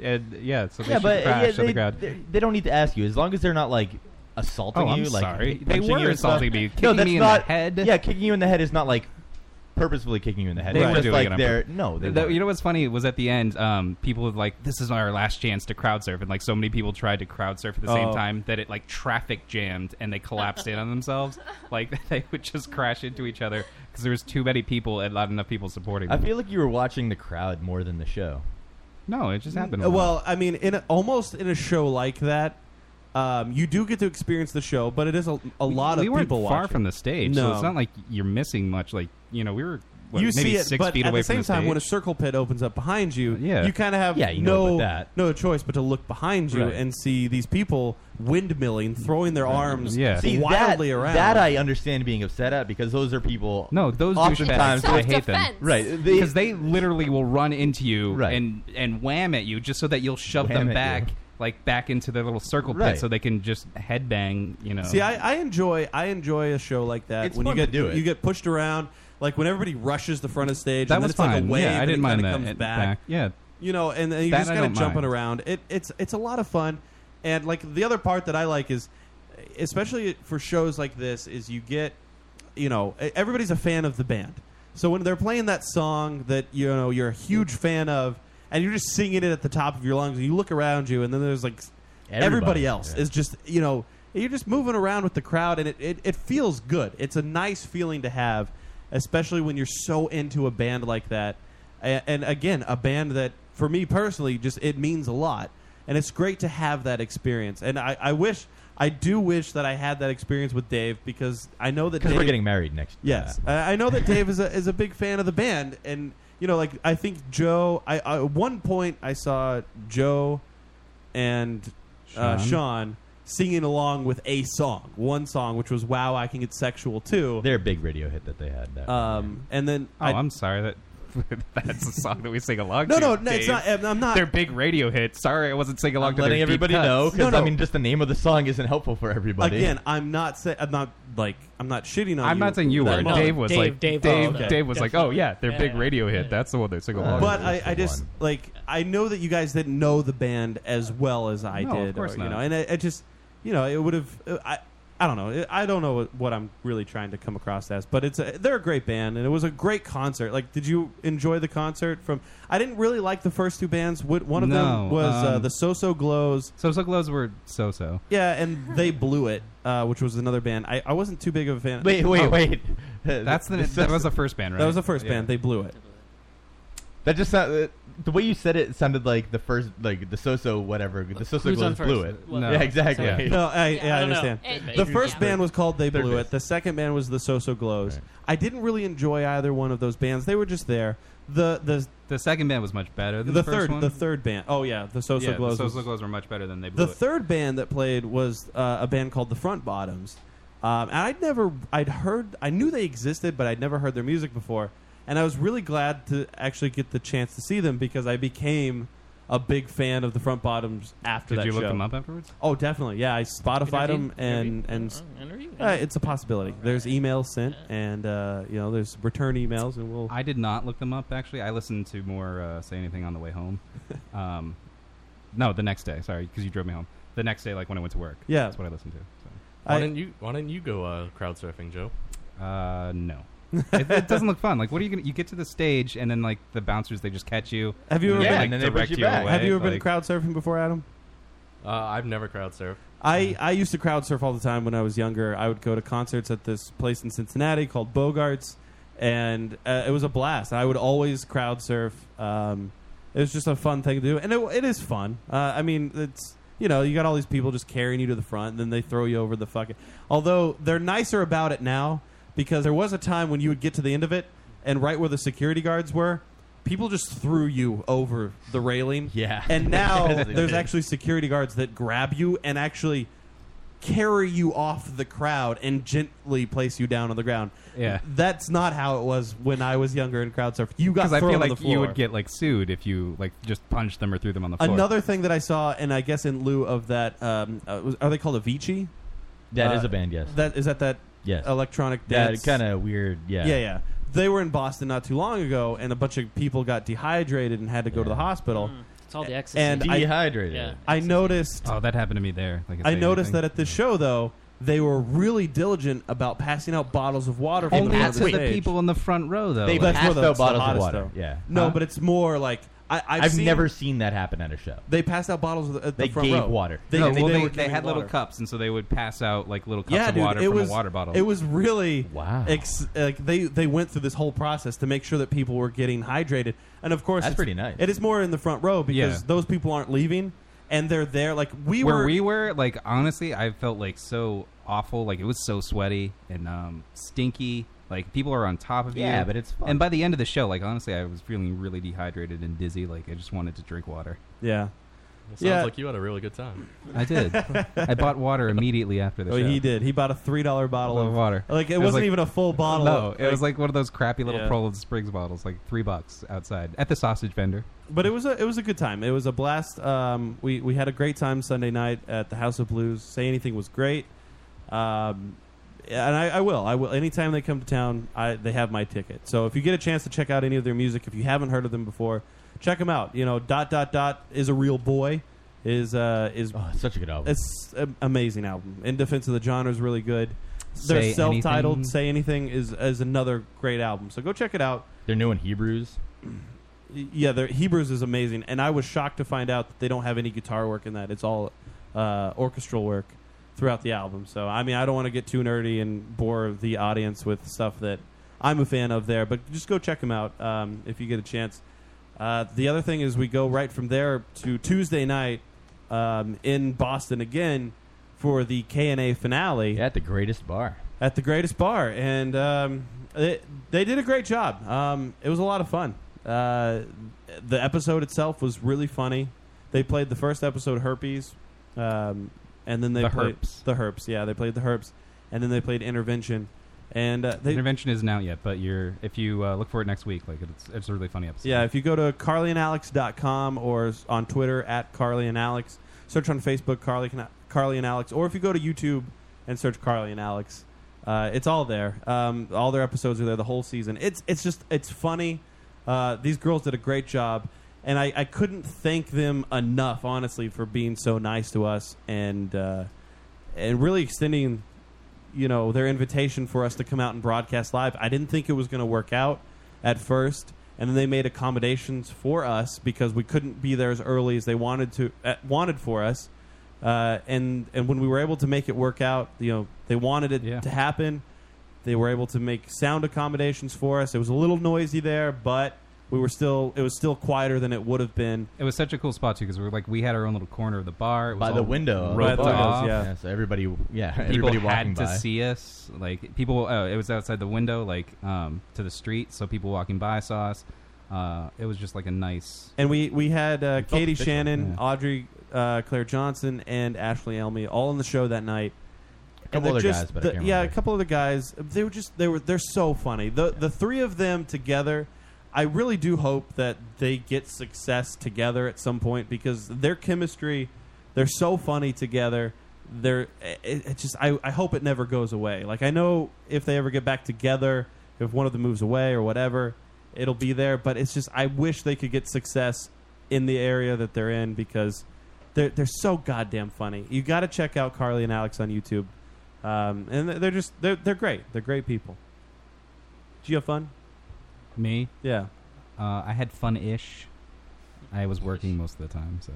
[SPEAKER 5] and yeah, so they
[SPEAKER 3] yeah,
[SPEAKER 5] should
[SPEAKER 3] but
[SPEAKER 5] crash
[SPEAKER 3] yeah,
[SPEAKER 5] on
[SPEAKER 3] they,
[SPEAKER 5] the ground.
[SPEAKER 3] they- they don't need to ask you as long as they're not like assaulting
[SPEAKER 5] Oh, I'm
[SPEAKER 3] you. Like
[SPEAKER 5] sorry.
[SPEAKER 3] punching
[SPEAKER 5] They were
[SPEAKER 3] you and stuff.
[SPEAKER 5] assaulting me,
[SPEAKER 3] no,
[SPEAKER 5] kicking
[SPEAKER 3] that's
[SPEAKER 5] me in the
[SPEAKER 3] not,
[SPEAKER 5] head.
[SPEAKER 3] Yeah, kicking you in the head is not like purposefully kicking you in the head.
[SPEAKER 5] They
[SPEAKER 3] It's
[SPEAKER 5] were
[SPEAKER 3] just
[SPEAKER 5] doing
[SPEAKER 3] like
[SPEAKER 5] it on
[SPEAKER 3] they're
[SPEAKER 5] purpose.
[SPEAKER 3] no. They
[SPEAKER 5] That-
[SPEAKER 3] weren't.
[SPEAKER 5] you know what's funny was at the end, um, people were like, "This is our last chance to crowd surf," and like so many people tried to crowd surf at the same
[SPEAKER 1] Oh.
[SPEAKER 5] time that it like traffic jammed and they collapsed in on themselves. Like *laughs* they would just crash into each other because there was too many people and not enough people supporting.
[SPEAKER 3] I
[SPEAKER 5] Them.
[SPEAKER 3] feel like you were watching the crowd more than the show.
[SPEAKER 5] no, it just happened.
[SPEAKER 1] Mm, Well, I mean, in a, almost in a show like that, um, you do get to experience the show, but it is a, a lot
[SPEAKER 5] we
[SPEAKER 1] of
[SPEAKER 5] weren't
[SPEAKER 1] people
[SPEAKER 5] far
[SPEAKER 1] watching.
[SPEAKER 5] from the stage, so
[SPEAKER 1] No.
[SPEAKER 5] it's not like you're missing much. Like you know, we were what,
[SPEAKER 1] you
[SPEAKER 5] maybe
[SPEAKER 1] see it,
[SPEAKER 5] six
[SPEAKER 1] but
[SPEAKER 5] feet
[SPEAKER 1] at
[SPEAKER 5] away
[SPEAKER 1] the same
[SPEAKER 5] from the
[SPEAKER 1] time,
[SPEAKER 5] stage.
[SPEAKER 1] when a circle pit opens up behind you,
[SPEAKER 5] Yeah.
[SPEAKER 1] you kind of have
[SPEAKER 3] Yeah, you know
[SPEAKER 1] no
[SPEAKER 3] about that.
[SPEAKER 1] no choice but to look behind you
[SPEAKER 5] Right.
[SPEAKER 1] and see these people windmilling, throwing their arms
[SPEAKER 5] Yeah.
[SPEAKER 3] See,
[SPEAKER 1] wildly
[SPEAKER 3] that,
[SPEAKER 1] around.
[SPEAKER 3] That I understand being upset at because those are people.
[SPEAKER 5] no, those
[SPEAKER 3] Oftentimes-
[SPEAKER 5] douchebags, I hate them.
[SPEAKER 9] Self-defense.
[SPEAKER 3] Right. They,
[SPEAKER 5] because they literally will run into you
[SPEAKER 3] Right.
[SPEAKER 5] and and wham at you just so that you'll shove
[SPEAKER 3] Wham
[SPEAKER 5] them
[SPEAKER 3] at
[SPEAKER 5] back
[SPEAKER 3] you.
[SPEAKER 5] like back into their little circle pit
[SPEAKER 3] Right.
[SPEAKER 5] so they can just headbang you know
[SPEAKER 1] See, I, I enjoy I enjoy a show like that
[SPEAKER 3] It's
[SPEAKER 1] when
[SPEAKER 3] fun
[SPEAKER 1] you
[SPEAKER 3] to
[SPEAKER 1] get
[SPEAKER 3] do it.
[SPEAKER 1] you get pushed around, like when everybody rushes the front of stage.
[SPEAKER 5] that
[SPEAKER 1] and then
[SPEAKER 5] was
[SPEAKER 1] it's
[SPEAKER 5] fine
[SPEAKER 1] like a wave.
[SPEAKER 5] yeah i
[SPEAKER 1] and
[SPEAKER 5] didn't
[SPEAKER 1] it
[SPEAKER 5] mind
[SPEAKER 1] kinda
[SPEAKER 5] that
[SPEAKER 1] Comes
[SPEAKER 5] It-
[SPEAKER 1] back.
[SPEAKER 5] yeah
[SPEAKER 1] you know, and then you're
[SPEAKER 5] That
[SPEAKER 1] just
[SPEAKER 5] I
[SPEAKER 1] kind of
[SPEAKER 5] don't
[SPEAKER 1] jumping
[SPEAKER 5] mind.
[SPEAKER 1] around. It, it's it's a lot of fun, and like the other part that I like is, especially for shows like this, is you get, you know, e- everybody's a fan of the band, so when they're playing that song that you know you're a huge fan of, and you're just singing it at the top of your lungs, and you look around you, and then there's like s- everybody,
[SPEAKER 3] Everybody,
[SPEAKER 1] else
[SPEAKER 3] yeah.
[SPEAKER 1] is just you know you're just moving around with the crowd, and it, it it feels good. It's a nice feeling to have, especially when you're so into a band like that. A- and again, a band that for me personally just it means a lot, and it's great to have that experience. And I, I wish I do wish that I had that experience with Dave because I know that
[SPEAKER 3] because
[SPEAKER 1] Dave,
[SPEAKER 3] we're getting married next.
[SPEAKER 1] yes,
[SPEAKER 3] uh,
[SPEAKER 1] I, I know that Dave is a is a big fan of the band, and you know like I think Joe. I, I at one point I saw Joe and uh,
[SPEAKER 5] Sean.
[SPEAKER 1] Sean singing along with a song, one song, which was "Wow, I Can Get Sexual Too."
[SPEAKER 3] their big radio hit that they had. That
[SPEAKER 1] Um, and then
[SPEAKER 5] oh
[SPEAKER 1] I,
[SPEAKER 5] I, am sorry that *laughs* that's a song that we sing along
[SPEAKER 1] no,
[SPEAKER 5] to
[SPEAKER 1] no, no, it's
[SPEAKER 5] Dave.
[SPEAKER 1] not. I'm I'm not.
[SPEAKER 5] their big radio hit sorry i wasn't singing along
[SPEAKER 3] I'm
[SPEAKER 5] to
[SPEAKER 3] letting
[SPEAKER 5] their deep
[SPEAKER 3] everybody
[SPEAKER 5] cuts.
[SPEAKER 3] know because
[SPEAKER 1] No, no.
[SPEAKER 3] I mean, just the name of the song isn't helpful for everybody.
[SPEAKER 1] Again, I'm not. Say, I'm not like. I'm not shitting on.
[SPEAKER 5] I'm
[SPEAKER 1] you
[SPEAKER 5] not saying you
[SPEAKER 1] that
[SPEAKER 5] were.
[SPEAKER 1] much.
[SPEAKER 5] Dave was
[SPEAKER 2] Dave-
[SPEAKER 5] like
[SPEAKER 2] Dave-
[SPEAKER 5] Dave.
[SPEAKER 1] oh, okay.
[SPEAKER 5] Dave was like, oh yeah, their
[SPEAKER 2] Yeah,
[SPEAKER 5] big
[SPEAKER 2] yeah,
[SPEAKER 5] radio hit.
[SPEAKER 2] yeah.
[SPEAKER 5] That's the one they sing
[SPEAKER 3] Uh,
[SPEAKER 5] along.
[SPEAKER 1] But
[SPEAKER 5] to.
[SPEAKER 1] I, I just
[SPEAKER 3] one.
[SPEAKER 1] like I know that you guys didn't know the band as well as I
[SPEAKER 5] No, of
[SPEAKER 1] did,
[SPEAKER 5] course
[SPEAKER 1] or,
[SPEAKER 5] not.
[SPEAKER 1] you know, and it, it just you know it would have I I don't know It- I don't know what I'm really trying to come across as, but it's a, they're a great band and it was a great concert. Like, did you enjoy the concert? From I didn't really like the first two bands. Wh- One of
[SPEAKER 5] No,
[SPEAKER 1] them was uh,
[SPEAKER 5] um,
[SPEAKER 1] the So So Glows,
[SPEAKER 5] so so glows were so so.
[SPEAKER 1] yeah, and they blew it, uh, which was another band. I, I wasn't too big of a fan.
[SPEAKER 3] wait, wait,
[SPEAKER 5] Oh.
[SPEAKER 3] wait.
[SPEAKER 5] That's the
[SPEAKER 3] This-
[SPEAKER 5] that was the first band, right?
[SPEAKER 1] that was the first
[SPEAKER 5] Yeah.
[SPEAKER 1] band. They blew it.
[SPEAKER 3] That just sounded. The way you said it sounded like the first, like the so-so whatever. The so-so
[SPEAKER 2] Who's on
[SPEAKER 3] glows
[SPEAKER 2] first?
[SPEAKER 3] blew it.
[SPEAKER 2] Well,
[SPEAKER 5] No.
[SPEAKER 3] Yeah, exactly.
[SPEAKER 2] Sorry.
[SPEAKER 1] No, I, yeah, I
[SPEAKER 2] don't know.
[SPEAKER 1] understand.
[SPEAKER 9] It-
[SPEAKER 2] It
[SPEAKER 1] The
[SPEAKER 2] may-
[SPEAKER 1] first
[SPEAKER 2] yeah.
[SPEAKER 1] band was called They
[SPEAKER 3] Third
[SPEAKER 1] Blew
[SPEAKER 3] base.
[SPEAKER 1] It. The second band was the So So Glows.
[SPEAKER 3] Right.
[SPEAKER 1] I didn't really enjoy either one of those bands. They were just there. The the
[SPEAKER 5] The second band was much better
[SPEAKER 1] the,
[SPEAKER 5] than the, first
[SPEAKER 1] third
[SPEAKER 5] one.
[SPEAKER 1] the third band. Oh yeah, the So So
[SPEAKER 5] yeah,
[SPEAKER 1] Glows.
[SPEAKER 5] the
[SPEAKER 1] was-
[SPEAKER 5] Social Glows were much better than they blew
[SPEAKER 1] the third band that played was uh, a band called the Front Bottoms, um, and I'd never, I'd heard, I knew they existed, but I'd never heard their music before, and I was really glad to actually get the chance to see them because I became a big fan of the Front Bottoms after
[SPEAKER 5] Did
[SPEAKER 1] that
[SPEAKER 5] you look
[SPEAKER 1] show.
[SPEAKER 5] them up afterwards?
[SPEAKER 1] Oh, definitely, yeah. I Spotified them and and
[SPEAKER 3] Oh,
[SPEAKER 2] interview.
[SPEAKER 1] uh, it's a possibility. There's emails sent, and uh, you know, there's return emails, and we'll.
[SPEAKER 5] I did not look them up actually. I listened to more uh, "Say Anything" on the way
[SPEAKER 1] *laughs*
[SPEAKER 5] home. um, no, the next day. Sorry, because you drove me home. The next day, like when I went to work.
[SPEAKER 1] Yeah.
[SPEAKER 5] that's what I listened to. So.
[SPEAKER 4] Why
[SPEAKER 1] I-
[SPEAKER 4] didn't you? Why didn't you go uh, crowd surfing, Joe?
[SPEAKER 5] Uh, no, *laughs* it, it doesn't look fun. Like, what are you gonna? You get to the stage, and then like the bouncers, they just catch you.
[SPEAKER 1] Have you
[SPEAKER 5] and they,
[SPEAKER 1] ever been-
[SPEAKER 5] like,
[SPEAKER 3] and then they push
[SPEAKER 5] direct
[SPEAKER 3] you back.
[SPEAKER 5] away,
[SPEAKER 1] have you ever been
[SPEAKER 5] like-
[SPEAKER 1] crowd surfing before, Adam?
[SPEAKER 4] Uh, I've never crowd surfed.
[SPEAKER 1] I, I used to crowd surf all the time when I was younger. I would go to concerts at this place in Cincinnati called Bogarts, and uh, it was a blast. I would always crowd surf. Um, it was just a fun thing to do, and it, it is fun. Uh, I mean, it's you know you got all these people just carrying you to the front, and then they throw you over the fucking. Although they're nicer about it now because there was a time when you would get to the end of it, and right where the security guards were. People just threw you over the railing.
[SPEAKER 3] Yeah. *laughs*
[SPEAKER 1] And now
[SPEAKER 3] Yes, they
[SPEAKER 1] there's
[SPEAKER 3] did.
[SPEAKER 1] actually security guards that grab you and actually carry you off the crowd and gently place you down on the ground.
[SPEAKER 5] Yeah.
[SPEAKER 1] That's not how it was when I was younger in crowd surf. You got
[SPEAKER 5] Because I
[SPEAKER 1] thrown
[SPEAKER 5] feel
[SPEAKER 1] on
[SPEAKER 5] like
[SPEAKER 1] the floor.
[SPEAKER 5] you would get like sued if you like just punched them or threw them on the floor.
[SPEAKER 1] Another thing that I saw, and I guess in lieu of that, um, uh, was- are they called Avicii?
[SPEAKER 3] That
[SPEAKER 1] That is
[SPEAKER 3] is a band, yes.
[SPEAKER 1] That is that that
[SPEAKER 3] Yes.
[SPEAKER 1] electronic
[SPEAKER 3] That
[SPEAKER 1] dance
[SPEAKER 3] kinda weird, yeah.
[SPEAKER 1] yeah yeah. They were in Boston not too long ago, and a bunch of people got dehydrated and had to go to the hospital.
[SPEAKER 2] It's all the ecstasy.
[SPEAKER 1] And I-
[SPEAKER 3] Dehydrated. Yeah.
[SPEAKER 1] I noticed.
[SPEAKER 5] Oh, that happened to me there. Like
[SPEAKER 1] I noticed that at this show though. They were really diligent about passing out bottles of water. from
[SPEAKER 5] only
[SPEAKER 1] the
[SPEAKER 5] to the
[SPEAKER 1] stage.
[SPEAKER 5] people in the front row though.
[SPEAKER 3] They
[SPEAKER 5] like-
[SPEAKER 3] pass
[SPEAKER 1] where the-
[SPEAKER 3] out
[SPEAKER 1] it's the
[SPEAKER 3] bottles of
[SPEAKER 1] hottest,
[SPEAKER 3] water,
[SPEAKER 1] though.
[SPEAKER 3] yeah.
[SPEAKER 1] No,
[SPEAKER 5] Huh?
[SPEAKER 1] but it's more like I, I've,
[SPEAKER 3] I've,
[SPEAKER 1] seen-
[SPEAKER 3] never seen that happen at a show.
[SPEAKER 1] They passed out bottles of the, at the
[SPEAKER 3] They
[SPEAKER 1] front
[SPEAKER 3] gave
[SPEAKER 1] row.
[SPEAKER 3] water.
[SPEAKER 5] no, well,
[SPEAKER 1] were
[SPEAKER 5] they, they
[SPEAKER 1] giving
[SPEAKER 5] had little
[SPEAKER 1] water.
[SPEAKER 5] cups, and so they would pass out like little cups
[SPEAKER 1] yeah,
[SPEAKER 5] of
[SPEAKER 1] dude,
[SPEAKER 5] water
[SPEAKER 1] it
[SPEAKER 5] from
[SPEAKER 1] was
[SPEAKER 5] a water bottle.
[SPEAKER 1] It was really
[SPEAKER 3] Wow.
[SPEAKER 1] Ex, like they they went through this whole process to make sure that people were getting hydrated, and of course
[SPEAKER 3] That's
[SPEAKER 1] it's-
[SPEAKER 3] pretty nice.
[SPEAKER 1] It is more in the front row because
[SPEAKER 5] Yeah.
[SPEAKER 1] those people aren't leaving, and they're there. Like we
[SPEAKER 5] where
[SPEAKER 1] were,
[SPEAKER 5] we were like honestly i felt like so awful like it was so sweaty and um stinky like people are on top of you
[SPEAKER 3] Yeah, but it's fun.
[SPEAKER 5] and by the end of the show like honestly i was feeling really dehydrated and dizzy like i just wanted to drink water
[SPEAKER 1] yeah.
[SPEAKER 4] It sounds
[SPEAKER 1] Yeah.
[SPEAKER 4] like you had a really good time.
[SPEAKER 3] *laughs*
[SPEAKER 5] i did i
[SPEAKER 4] *laughs*
[SPEAKER 5] bought water immediately after the
[SPEAKER 1] Oh,
[SPEAKER 5] show
[SPEAKER 1] he did. He bought a three dollar bottle
[SPEAKER 5] Bottle
[SPEAKER 1] of
[SPEAKER 5] of water.
[SPEAKER 1] Like it,
[SPEAKER 5] It was
[SPEAKER 1] wasn't
[SPEAKER 5] like-
[SPEAKER 1] even a full bottle.
[SPEAKER 5] no, it was like one of those crappy little
[SPEAKER 1] Yeah.
[SPEAKER 5] Poland Springs bottles, like three bucks outside at the sausage vendor.
[SPEAKER 1] but it was a it was a good time. It was a blast. Um, we we had a great time Sunday night at the House of Blues. Say anything was great. Um, and I, I will. I will. Anytime they come to town, I, they have my ticket. So if you get a chance to check out any of their music, if you haven't heard of them before, check them out. You know, dot dot dot is a real boy. Is uh is
[SPEAKER 3] Oh, it's such a good album.
[SPEAKER 1] it's an amazing album. In Defense of the Genre is really good. Their
[SPEAKER 5] Say
[SPEAKER 1] self-titled
[SPEAKER 5] Anything.
[SPEAKER 1] "Say Anything" is is another great album. So go check it out.
[SPEAKER 3] They're new in Hebrews.
[SPEAKER 1] Y- yeah, their Hebrews is amazing, and I was shocked to find out that they don't have any guitar work in that. It's all uh, orchestral work throughout the album. So I mean, I don't want to get too nerdy and bore the audience with stuff that I'm a fan of there, but just go check them out um, if you get a chance. Uh, the other thing is we go right from there to Tuesday night um, in Boston again for the K and A finale
[SPEAKER 3] Yeah, at the greatest bar.
[SPEAKER 1] at the Greatest Bar, and um, it, they did a great job. Um, it was a lot of fun. Uh, the episode itself was really funny. They played the first episode, Herpes, um, and then they
[SPEAKER 5] The
[SPEAKER 1] played
[SPEAKER 5] Herps.
[SPEAKER 1] the Herps. Yeah, they played the Herps, and then they played Intervention, and uh, they.
[SPEAKER 5] Intervention isn't out yet, but you're if you uh, look for it next week, like it's it's a really funny episode.
[SPEAKER 1] Yeah, if you go to carlyandalex.com or s- on Twitter at Carly and Alex, search on Facebook Carly, can- Carly and Alex, or if you go to YouTube and search Carly and Alex, uh, it's all there. Um, all their episodes are there the whole season. It's it's just it's funny. Uh, these girls did a great job, and I, I couldn't thank them enough, honestly, for being so nice to us and uh, and really extending you know their invitation for us to come out and broadcast live. I didn't think it was going to work out at first, and then they made accommodations for us because we couldn't be there as early as they wanted to uh, wanted for us. Uh, and and when we were able to make it work out, you know they wanted it
[SPEAKER 5] Yeah.
[SPEAKER 1] to happen. They were able to make sound accommodations for us. It was a little noisy there, but we were still it was still quieter than it would have been.
[SPEAKER 5] It was such a cool spot too because we were like we had our own little corner of the bar it was
[SPEAKER 3] By the
[SPEAKER 5] all
[SPEAKER 3] window.
[SPEAKER 5] roped
[SPEAKER 1] By the windows,
[SPEAKER 5] off.
[SPEAKER 1] yeah.
[SPEAKER 3] so everybody, yeah,
[SPEAKER 5] People
[SPEAKER 3] everybody walking
[SPEAKER 5] had to
[SPEAKER 3] by.
[SPEAKER 5] see us. Like people, oh, it was outside the window, like um, to the street, so people walking by saw us. Uh, it was just like a nice.
[SPEAKER 1] And we we had uh,
[SPEAKER 3] felt
[SPEAKER 1] Katie
[SPEAKER 3] official.
[SPEAKER 1] Shannon,
[SPEAKER 5] Yeah.
[SPEAKER 1] Audrey uh, Claire Johnson, and Ashley Elmy all on the show that night.
[SPEAKER 3] a couple
[SPEAKER 1] And
[SPEAKER 3] other
[SPEAKER 1] they're just-
[SPEAKER 3] guys, but I
[SPEAKER 1] the-
[SPEAKER 3] can't
[SPEAKER 1] yeah, a
[SPEAKER 3] remember.
[SPEAKER 1] couple other guys. They were just they were they're so funny. The the three of them together, I really do hope that they get success together at some point because their chemistry, they're so funny together. They're it, it just I I hope it never goes away. Like I know if they ever get back together, if one of them moves away or whatever, it'll be there. But it's just I wish they could get success in the area that they're in because. They're, they're so goddamn funny. You got to check out Carly and Alex on YouTube. Um, and they're just they're they're great. They're great people. Did you have fun?
[SPEAKER 5] Me,
[SPEAKER 1] Yeah.
[SPEAKER 5] uh, I had fun ish. I was working most of the time, so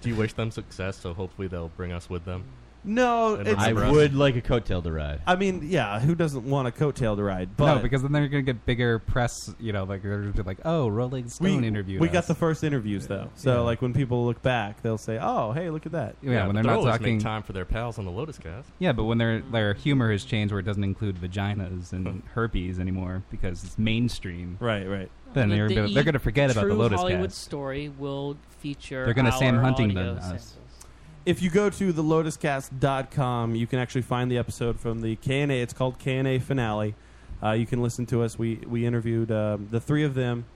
[SPEAKER 4] Do you wish them success? So hopefully they'll bring us with them.
[SPEAKER 1] No,
[SPEAKER 3] I
[SPEAKER 1] it's-
[SPEAKER 3] would like a coattail to ride.
[SPEAKER 1] I mean, yeah, who doesn't want a coattail to ride? But
[SPEAKER 5] no, because then they're gonna get bigger press. You know, like they're gonna be like, oh, Rolling
[SPEAKER 1] we,
[SPEAKER 5] Stone interview.
[SPEAKER 1] we got the first interviews though, so like when people look back, they'll say, "Oh, hey, look at that."
[SPEAKER 5] Yeah, Yeah, when but they're they're not always talking- making
[SPEAKER 4] time for their pals on the Lotus Cast.
[SPEAKER 5] Yeah, but when their their humor has changed where it doesn't include vaginas and herpes anymore because it's mainstream.
[SPEAKER 1] Right, right.
[SPEAKER 5] Then
[SPEAKER 2] But
[SPEAKER 5] they're
[SPEAKER 2] the
[SPEAKER 5] gonna- they're
[SPEAKER 2] E!
[SPEAKER 5] gonna forget about the
[SPEAKER 2] True
[SPEAKER 5] Lotus
[SPEAKER 2] Hollywood
[SPEAKER 5] Cast.
[SPEAKER 2] story will feature.
[SPEAKER 5] They're gonna
[SPEAKER 2] our
[SPEAKER 5] Sam Huntington
[SPEAKER 2] audio
[SPEAKER 5] us.
[SPEAKER 2] samples.
[SPEAKER 1] If you go to thelotuscast.com, you can actually find the episode from the KNA. It's called KNA Finale. Uh, you can listen to us. We we interviewed um, the three of them,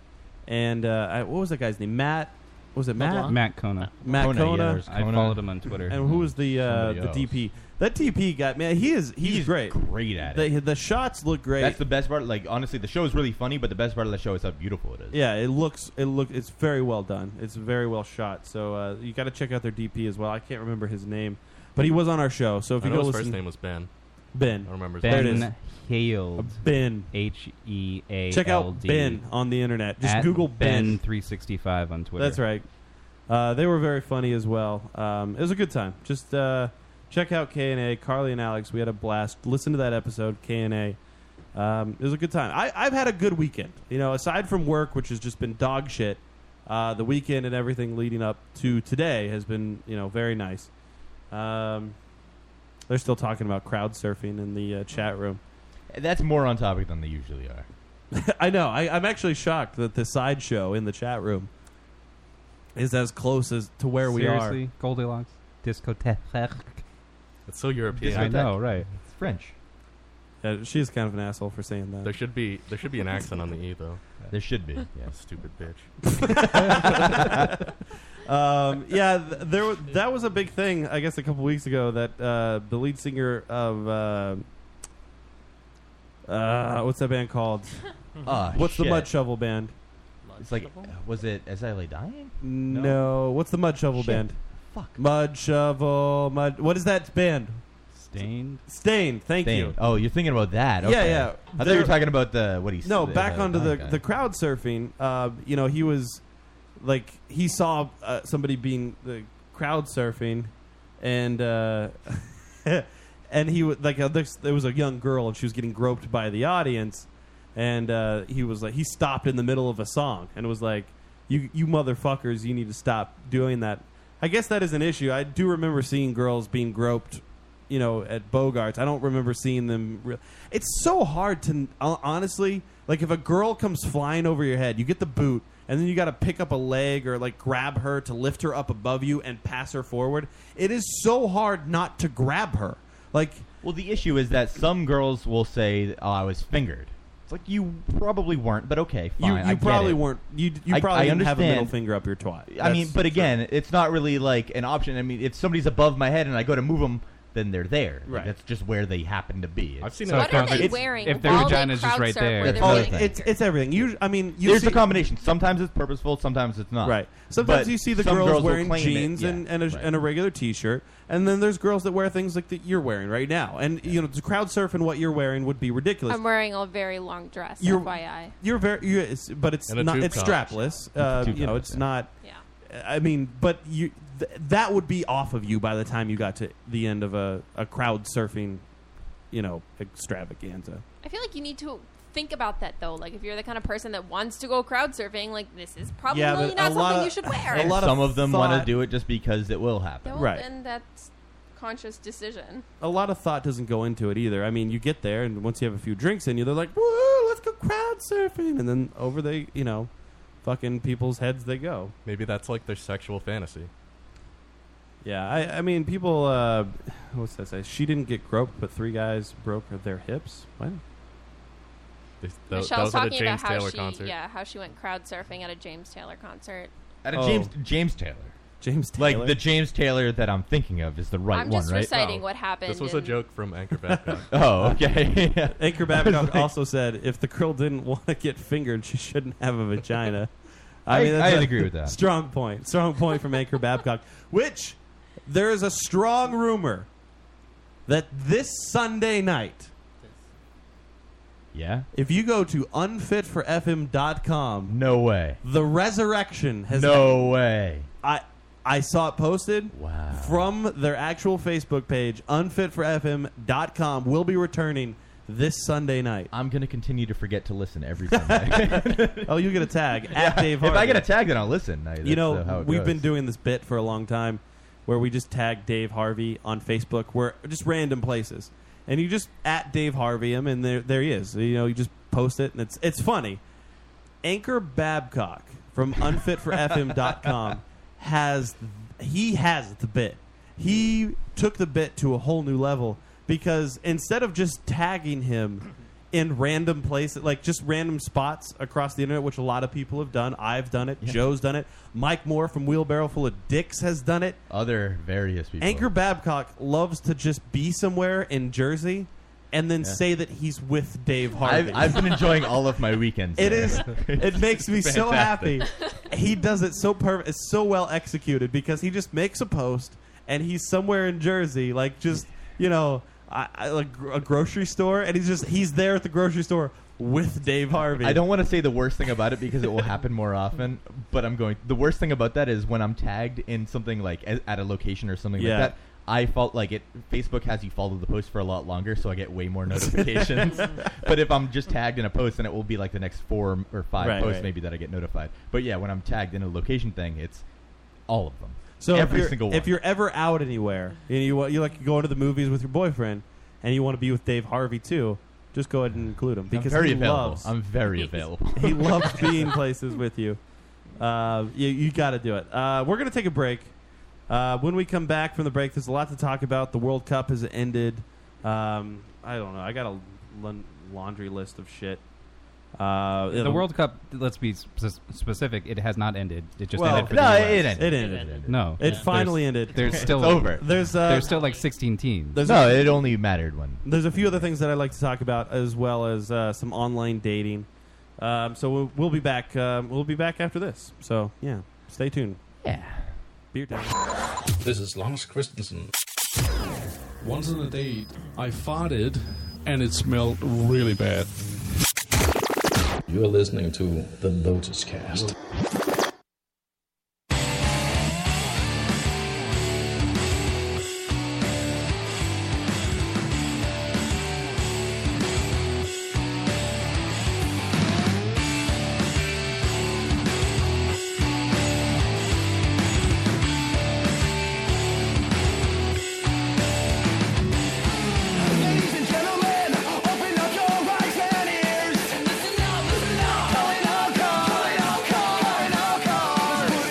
[SPEAKER 1] and uh, I, what was that guy's name? Matt. Was it Matt?
[SPEAKER 5] LeBlanc? Matt Kona.
[SPEAKER 1] Matt
[SPEAKER 5] Kona,
[SPEAKER 1] Kona.
[SPEAKER 5] yeah, there's I Kona. followed him on Twitter.
[SPEAKER 1] And who was the uh,
[SPEAKER 3] Somebody
[SPEAKER 1] the
[SPEAKER 3] else.
[SPEAKER 1] DP? That DP guy, man, he is he's, great.
[SPEAKER 3] Great at it.
[SPEAKER 1] The, the shots look great.
[SPEAKER 3] That's the best part. Like honestly, the show is really funny, but the best part of the show is how beautiful it is.
[SPEAKER 1] Yeah, it looks it look it's very well done. It's very well shot. So uh, you got to check out their DP as well. I can't remember his name, but he was on our show. So if
[SPEAKER 4] I
[SPEAKER 1] you
[SPEAKER 4] know
[SPEAKER 1] go
[SPEAKER 4] his
[SPEAKER 1] listen,
[SPEAKER 4] first name was Ben.
[SPEAKER 1] Ben.
[SPEAKER 4] I remember his
[SPEAKER 1] There it
[SPEAKER 4] name.
[SPEAKER 1] is.
[SPEAKER 5] Ben Haled.
[SPEAKER 1] Ben.
[SPEAKER 5] H E A.
[SPEAKER 1] Check out Ben on the internet. Just Google Ben.
[SPEAKER 5] three sixty five on Twitter.
[SPEAKER 1] That's right. Uh, they were very funny as well. Um, it was a good time. Just uh, check out K and A. Carly and Alex. We had a blast. Listen to that episode. K and A. Um, it was a good time. I, I've had a good weekend. You know, aside from work, which has just been dog shit, uh, the weekend and everything leading up to today has been you know very nice. Um, they're still talking about crowd surfing in the uh, chat room.
[SPEAKER 3] That's more on topic than they usually are.
[SPEAKER 1] *laughs* I know. I, I'm actually shocked that the sideshow in the chat room is as close as to where we are.
[SPEAKER 5] Seriously, Goldilocks discotheque.
[SPEAKER 4] It's so European.
[SPEAKER 5] I know, right?
[SPEAKER 3] It's French.
[SPEAKER 1] Yeah, she's kind of an asshole for saying that.
[SPEAKER 4] There should be there should be an accent on the E though.
[SPEAKER 3] There should be. Yeah.
[SPEAKER 4] *laughs* Stupid
[SPEAKER 9] *laughs*
[SPEAKER 4] bitch.
[SPEAKER 1] *laughs* um, yeah, th- there wa- that was a big thing. I guess a couple weeks ago that uh, the lead singer of uh, uh, what's that band
[SPEAKER 3] *laughs*
[SPEAKER 1] called? Uh,
[SPEAKER 3] Ah,
[SPEAKER 1] what's the
[SPEAKER 3] shit.
[SPEAKER 1] Mud Shovel band?
[SPEAKER 3] It's like, uh, was it As I Lay Dying?
[SPEAKER 1] No. what's the Mud Shovel
[SPEAKER 3] Shit.
[SPEAKER 1] band?
[SPEAKER 3] Fuck.
[SPEAKER 1] Mud Shovel. Mud. What is that band?
[SPEAKER 5] Stained.
[SPEAKER 1] Stained. Thank
[SPEAKER 3] Dang.
[SPEAKER 1] you.
[SPEAKER 3] Oh, you're thinking about that?
[SPEAKER 1] Yeah,
[SPEAKER 3] Okay.
[SPEAKER 1] yeah.
[SPEAKER 3] I thought you
[SPEAKER 1] They're-
[SPEAKER 3] were talking about the what he
[SPEAKER 1] No,
[SPEAKER 3] said,
[SPEAKER 1] back
[SPEAKER 3] uh,
[SPEAKER 1] onto the
[SPEAKER 3] guy.
[SPEAKER 1] the crowd surfing. Uh, you know, he was like he saw uh, somebody being the crowd surfing, and uh, *laughs* and he was like uh, this, there was a young girl and she was getting groped by the audience, and uh, he was like he stopped in the middle of a song and was like, "You you motherfuckers, you need to stop doing that." I guess that is an issue. I do remember seeing girls being groped you know, at Bogarts. I don't remember seeing them. Re- it's so hard to hon- honestly, like if a girl comes flying over your head, you get the boot, and then you got to pick up a leg or like grab her to lift her up above you and pass her forward. It is so hard not to grab her. Like,
[SPEAKER 3] Well, the issue is that some girls will say, "Oh, I was fingered." It's like you probably weren't, but okay, fine.
[SPEAKER 1] you,
[SPEAKER 3] I
[SPEAKER 1] you
[SPEAKER 3] get
[SPEAKER 1] probably
[SPEAKER 3] it.
[SPEAKER 1] weren't. You you
[SPEAKER 3] I-
[SPEAKER 1] probably
[SPEAKER 3] I
[SPEAKER 1] didn't have a middle
[SPEAKER 3] understand.
[SPEAKER 1] finger up your twat.
[SPEAKER 3] I mean,
[SPEAKER 1] That's
[SPEAKER 3] but
[SPEAKER 1] true.
[SPEAKER 3] again, it's not really like an option. I mean, if somebody's above my head and I go to move them, then they're there. Like,
[SPEAKER 1] Right.
[SPEAKER 3] that's just where they happen to be.
[SPEAKER 4] I've seen
[SPEAKER 9] So
[SPEAKER 4] that.
[SPEAKER 9] what are
[SPEAKER 4] Con-
[SPEAKER 9] they
[SPEAKER 3] it's-
[SPEAKER 9] wearing?
[SPEAKER 5] if their
[SPEAKER 9] while they
[SPEAKER 5] vagina's just
[SPEAKER 9] crowd
[SPEAKER 5] right
[SPEAKER 9] surf where
[SPEAKER 5] there.
[SPEAKER 9] they're
[SPEAKER 3] Oh,
[SPEAKER 1] Oh,
[SPEAKER 9] getting
[SPEAKER 3] thing.
[SPEAKER 1] it's
[SPEAKER 9] fingered?
[SPEAKER 1] it's everything. You, I mean, you
[SPEAKER 3] There's
[SPEAKER 1] see,
[SPEAKER 3] a combination. Sometimes it's purposeful, sometimes it's not.
[SPEAKER 1] Right. Sometimes
[SPEAKER 3] But
[SPEAKER 1] you see the
[SPEAKER 3] some
[SPEAKER 1] girls,
[SPEAKER 3] girls will
[SPEAKER 1] wearing
[SPEAKER 3] claim it.
[SPEAKER 1] jeans
[SPEAKER 3] Yeah,
[SPEAKER 1] and, and, a,
[SPEAKER 3] right.
[SPEAKER 1] and a regular T-shirt, and then there's girls that wear things like that you're wearing right now. And you know, to crowd surf and what you're wearing would be ridiculous.
[SPEAKER 9] I'm wearing a very long dress.
[SPEAKER 1] You're-
[SPEAKER 9] FYI.
[SPEAKER 1] you're very, you it's, but it's
[SPEAKER 4] And a
[SPEAKER 1] not.
[SPEAKER 4] tube
[SPEAKER 1] It's
[SPEAKER 4] top.
[SPEAKER 1] strapless. Uh,
[SPEAKER 3] tube
[SPEAKER 1] you know,
[SPEAKER 3] top,
[SPEAKER 1] it's
[SPEAKER 3] yeah.
[SPEAKER 1] not.
[SPEAKER 9] Yeah.
[SPEAKER 1] I mean, but you th- that would be off of you by the time you got to the end of a, a crowd surfing, you know, extravaganza.
[SPEAKER 9] I feel like you need to think about that though. Like if you're the kind of person that wants to go crowd surfing, like this is probably
[SPEAKER 1] Yeah, but a
[SPEAKER 9] not
[SPEAKER 1] lot
[SPEAKER 9] something
[SPEAKER 1] of-
[SPEAKER 9] you should wear.
[SPEAKER 1] *laughs* a lot of
[SPEAKER 3] Some of them want
[SPEAKER 1] thought-
[SPEAKER 3] to do it just because it will happen.
[SPEAKER 9] Don't,
[SPEAKER 1] Right.
[SPEAKER 9] And that's conscious decision.
[SPEAKER 1] a lot of thought doesn't go into it either. I mean, you get there, and once you have a few drinks in you, they're like, "Woo, let's go crowd surfing," and then over they, you know, fucking people's heads they go.
[SPEAKER 4] Maybe that's like their sexual fantasy.
[SPEAKER 1] Yeah, I, I mean, people. Uh, what's that say? She didn't get groped, but three guys broke their hips. What?
[SPEAKER 4] They- That, that
[SPEAKER 9] Michelle's
[SPEAKER 4] was at a
[SPEAKER 9] talking about
[SPEAKER 4] James
[SPEAKER 9] how
[SPEAKER 4] Taylor
[SPEAKER 9] she,
[SPEAKER 4] concert.
[SPEAKER 9] yeah, how she went crowd surfing at a James Taylor concert.
[SPEAKER 3] At a
[SPEAKER 1] Oh.
[SPEAKER 3] James James Taylor.
[SPEAKER 1] James Taylor.
[SPEAKER 3] Like the James Taylor that I'm thinking of is the right
[SPEAKER 9] I'm
[SPEAKER 3] one,
[SPEAKER 9] just
[SPEAKER 3] right?
[SPEAKER 9] reciting
[SPEAKER 4] Oh,
[SPEAKER 9] what happened.
[SPEAKER 4] This was a
[SPEAKER 9] and-
[SPEAKER 4] joke from
[SPEAKER 3] *laughs*
[SPEAKER 4] Anchor Babcock.
[SPEAKER 3] Oh, okay. Yeah.
[SPEAKER 1] *laughs*
[SPEAKER 3] *laughs*
[SPEAKER 1] Anchor Babcock also said, if the girl didn't want to get fingered, she shouldn't have a vagina.
[SPEAKER 3] *laughs* I- I'd
[SPEAKER 1] a
[SPEAKER 3] agree with that.
[SPEAKER 1] Strong point. Strong point from Anchor Babcock. Which there is a strong rumor that this Sunday night.
[SPEAKER 3] Yeah?
[SPEAKER 1] If you go to unfitforfm.com,
[SPEAKER 3] No way.
[SPEAKER 1] the resurrection has
[SPEAKER 3] No way.
[SPEAKER 1] I I saw it posted from their actual Facebook page, unfitforfm.com. Will be returning this Sunday night.
[SPEAKER 3] I'm going to continue to forget to listen every Sunday.
[SPEAKER 1] *laughs* oh, you get
[SPEAKER 3] *laughs*
[SPEAKER 1] a tag at Dave
[SPEAKER 3] If I
[SPEAKER 1] Hardy.
[SPEAKER 3] get a tag, then I'll listen. I-
[SPEAKER 1] you
[SPEAKER 3] that's, uh, how
[SPEAKER 1] know,
[SPEAKER 3] it
[SPEAKER 1] we've
[SPEAKER 3] goes.
[SPEAKER 1] been doing this bit for a long time where we just tag Dave Harvey on Facebook. We're just random places. And you just at Dave Harvey him, and there, there he is. You know, you just post it, and it's, it's funny. Anchor Babcock
[SPEAKER 3] *laughs*
[SPEAKER 1] from unfitforfm.com has he has the bit. He took the bit to a whole new level because instead of just tagging him in random places, like just random spots across the internet, which a lot of people have done. I've done it. Joe's done it. Mike Moore from Wheelbarrow Full of Dicks has done it.
[SPEAKER 3] Other various people.
[SPEAKER 1] Anchor Babcock loves to just be somewhere in Jersey and then
[SPEAKER 3] Yeah.
[SPEAKER 1] say that he's with Dave Harvey.
[SPEAKER 3] I've, I've been enjoying all of my weekends.
[SPEAKER 1] It
[SPEAKER 3] there. *laughs*
[SPEAKER 1] is. It makes me so happy.
[SPEAKER 3] Fantastic.
[SPEAKER 1] He does it so perfect. It's so well executed because he just makes a post and he's somewhere in Jersey, like just you know, I, I, like gr- a grocery store, and he's just he's there at the grocery store with Dave Harvey.
[SPEAKER 3] I don't want to say the worst thing about it because it will happen more often, but I'm going. The worst thing about that is when I'm tagged in something like a- at a location or something
[SPEAKER 1] Yeah.
[SPEAKER 3] like that. I felt like it. Facebook has you follow the post for a lot longer, so I get way more
[SPEAKER 1] *laughs*
[SPEAKER 3] notifications. but if I'm just tagged in a post, then it will be like the next four or five
[SPEAKER 1] Right,
[SPEAKER 3] posts
[SPEAKER 1] right.
[SPEAKER 3] maybe that I get notified. But yeah, when I'm tagged in a location thing, it's all of them.
[SPEAKER 1] So
[SPEAKER 3] every
[SPEAKER 1] if you're,
[SPEAKER 3] single one.
[SPEAKER 1] if you're ever out anywhere and you wa- you like going to the movies with your boyfriend and you want to be with Dave Harvey too, just go ahead and include him because
[SPEAKER 3] very
[SPEAKER 1] he
[SPEAKER 3] available.
[SPEAKER 1] loves.
[SPEAKER 3] I'm very available.
[SPEAKER 1] *laughs*
[SPEAKER 3] *laughs*
[SPEAKER 1] he loves being places with you. Uh, you you got to do it. Uh, we're gonna take a break. Uh, when we come back from the break, there's a lot to talk about. The World Cup has ended. Um, I don't know. I got a laun- laundry list of shit. Uh,
[SPEAKER 5] The World Cup, let's be sp- specific, it has not ended. It just
[SPEAKER 1] Well,
[SPEAKER 5] ended for
[SPEAKER 1] no,
[SPEAKER 5] the US.
[SPEAKER 1] it ended. It ended.
[SPEAKER 5] No.
[SPEAKER 1] It finally ended.
[SPEAKER 5] There's
[SPEAKER 1] It's
[SPEAKER 5] still
[SPEAKER 1] over. There's, uh,
[SPEAKER 5] there's still like 16 teams.
[SPEAKER 1] there's No, a- it
[SPEAKER 3] only mattered one.
[SPEAKER 1] There's a few other things that I'd like to talk about, as well as uh, some online dating. Um, so we'll, we'll be back. Um, we'll be back after this. So yeah, stay tuned.
[SPEAKER 3] Yeah.
[SPEAKER 1] Beer time.
[SPEAKER 10] This is Lars Christensen. Once on a date, I farted and it smelled really bad.
[SPEAKER 11] You are listening to the Lotus Cast.
[SPEAKER 8] Listen up, listen up. Calling all, calling all, calling all.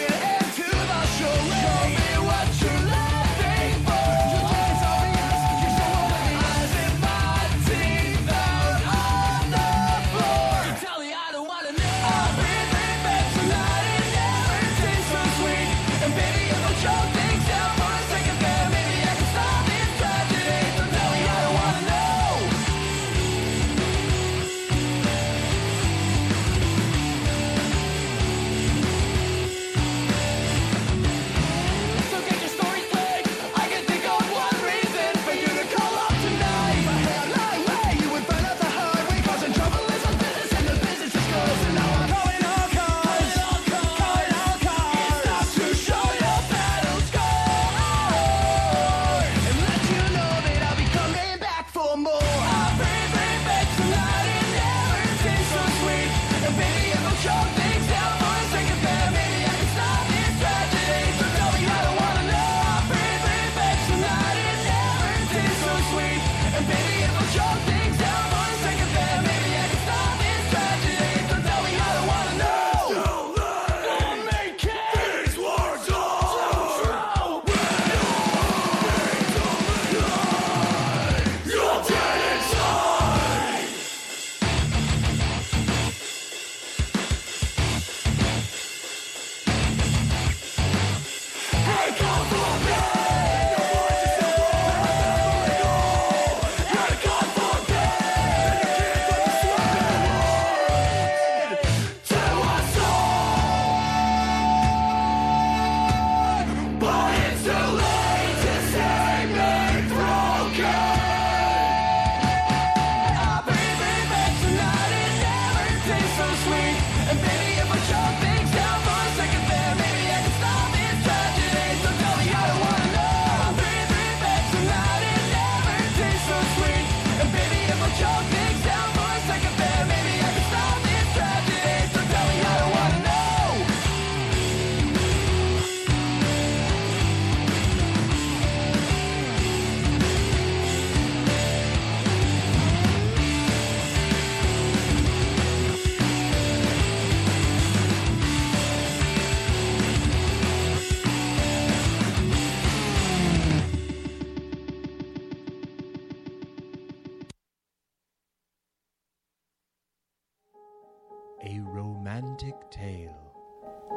[SPEAKER 12] romantic tale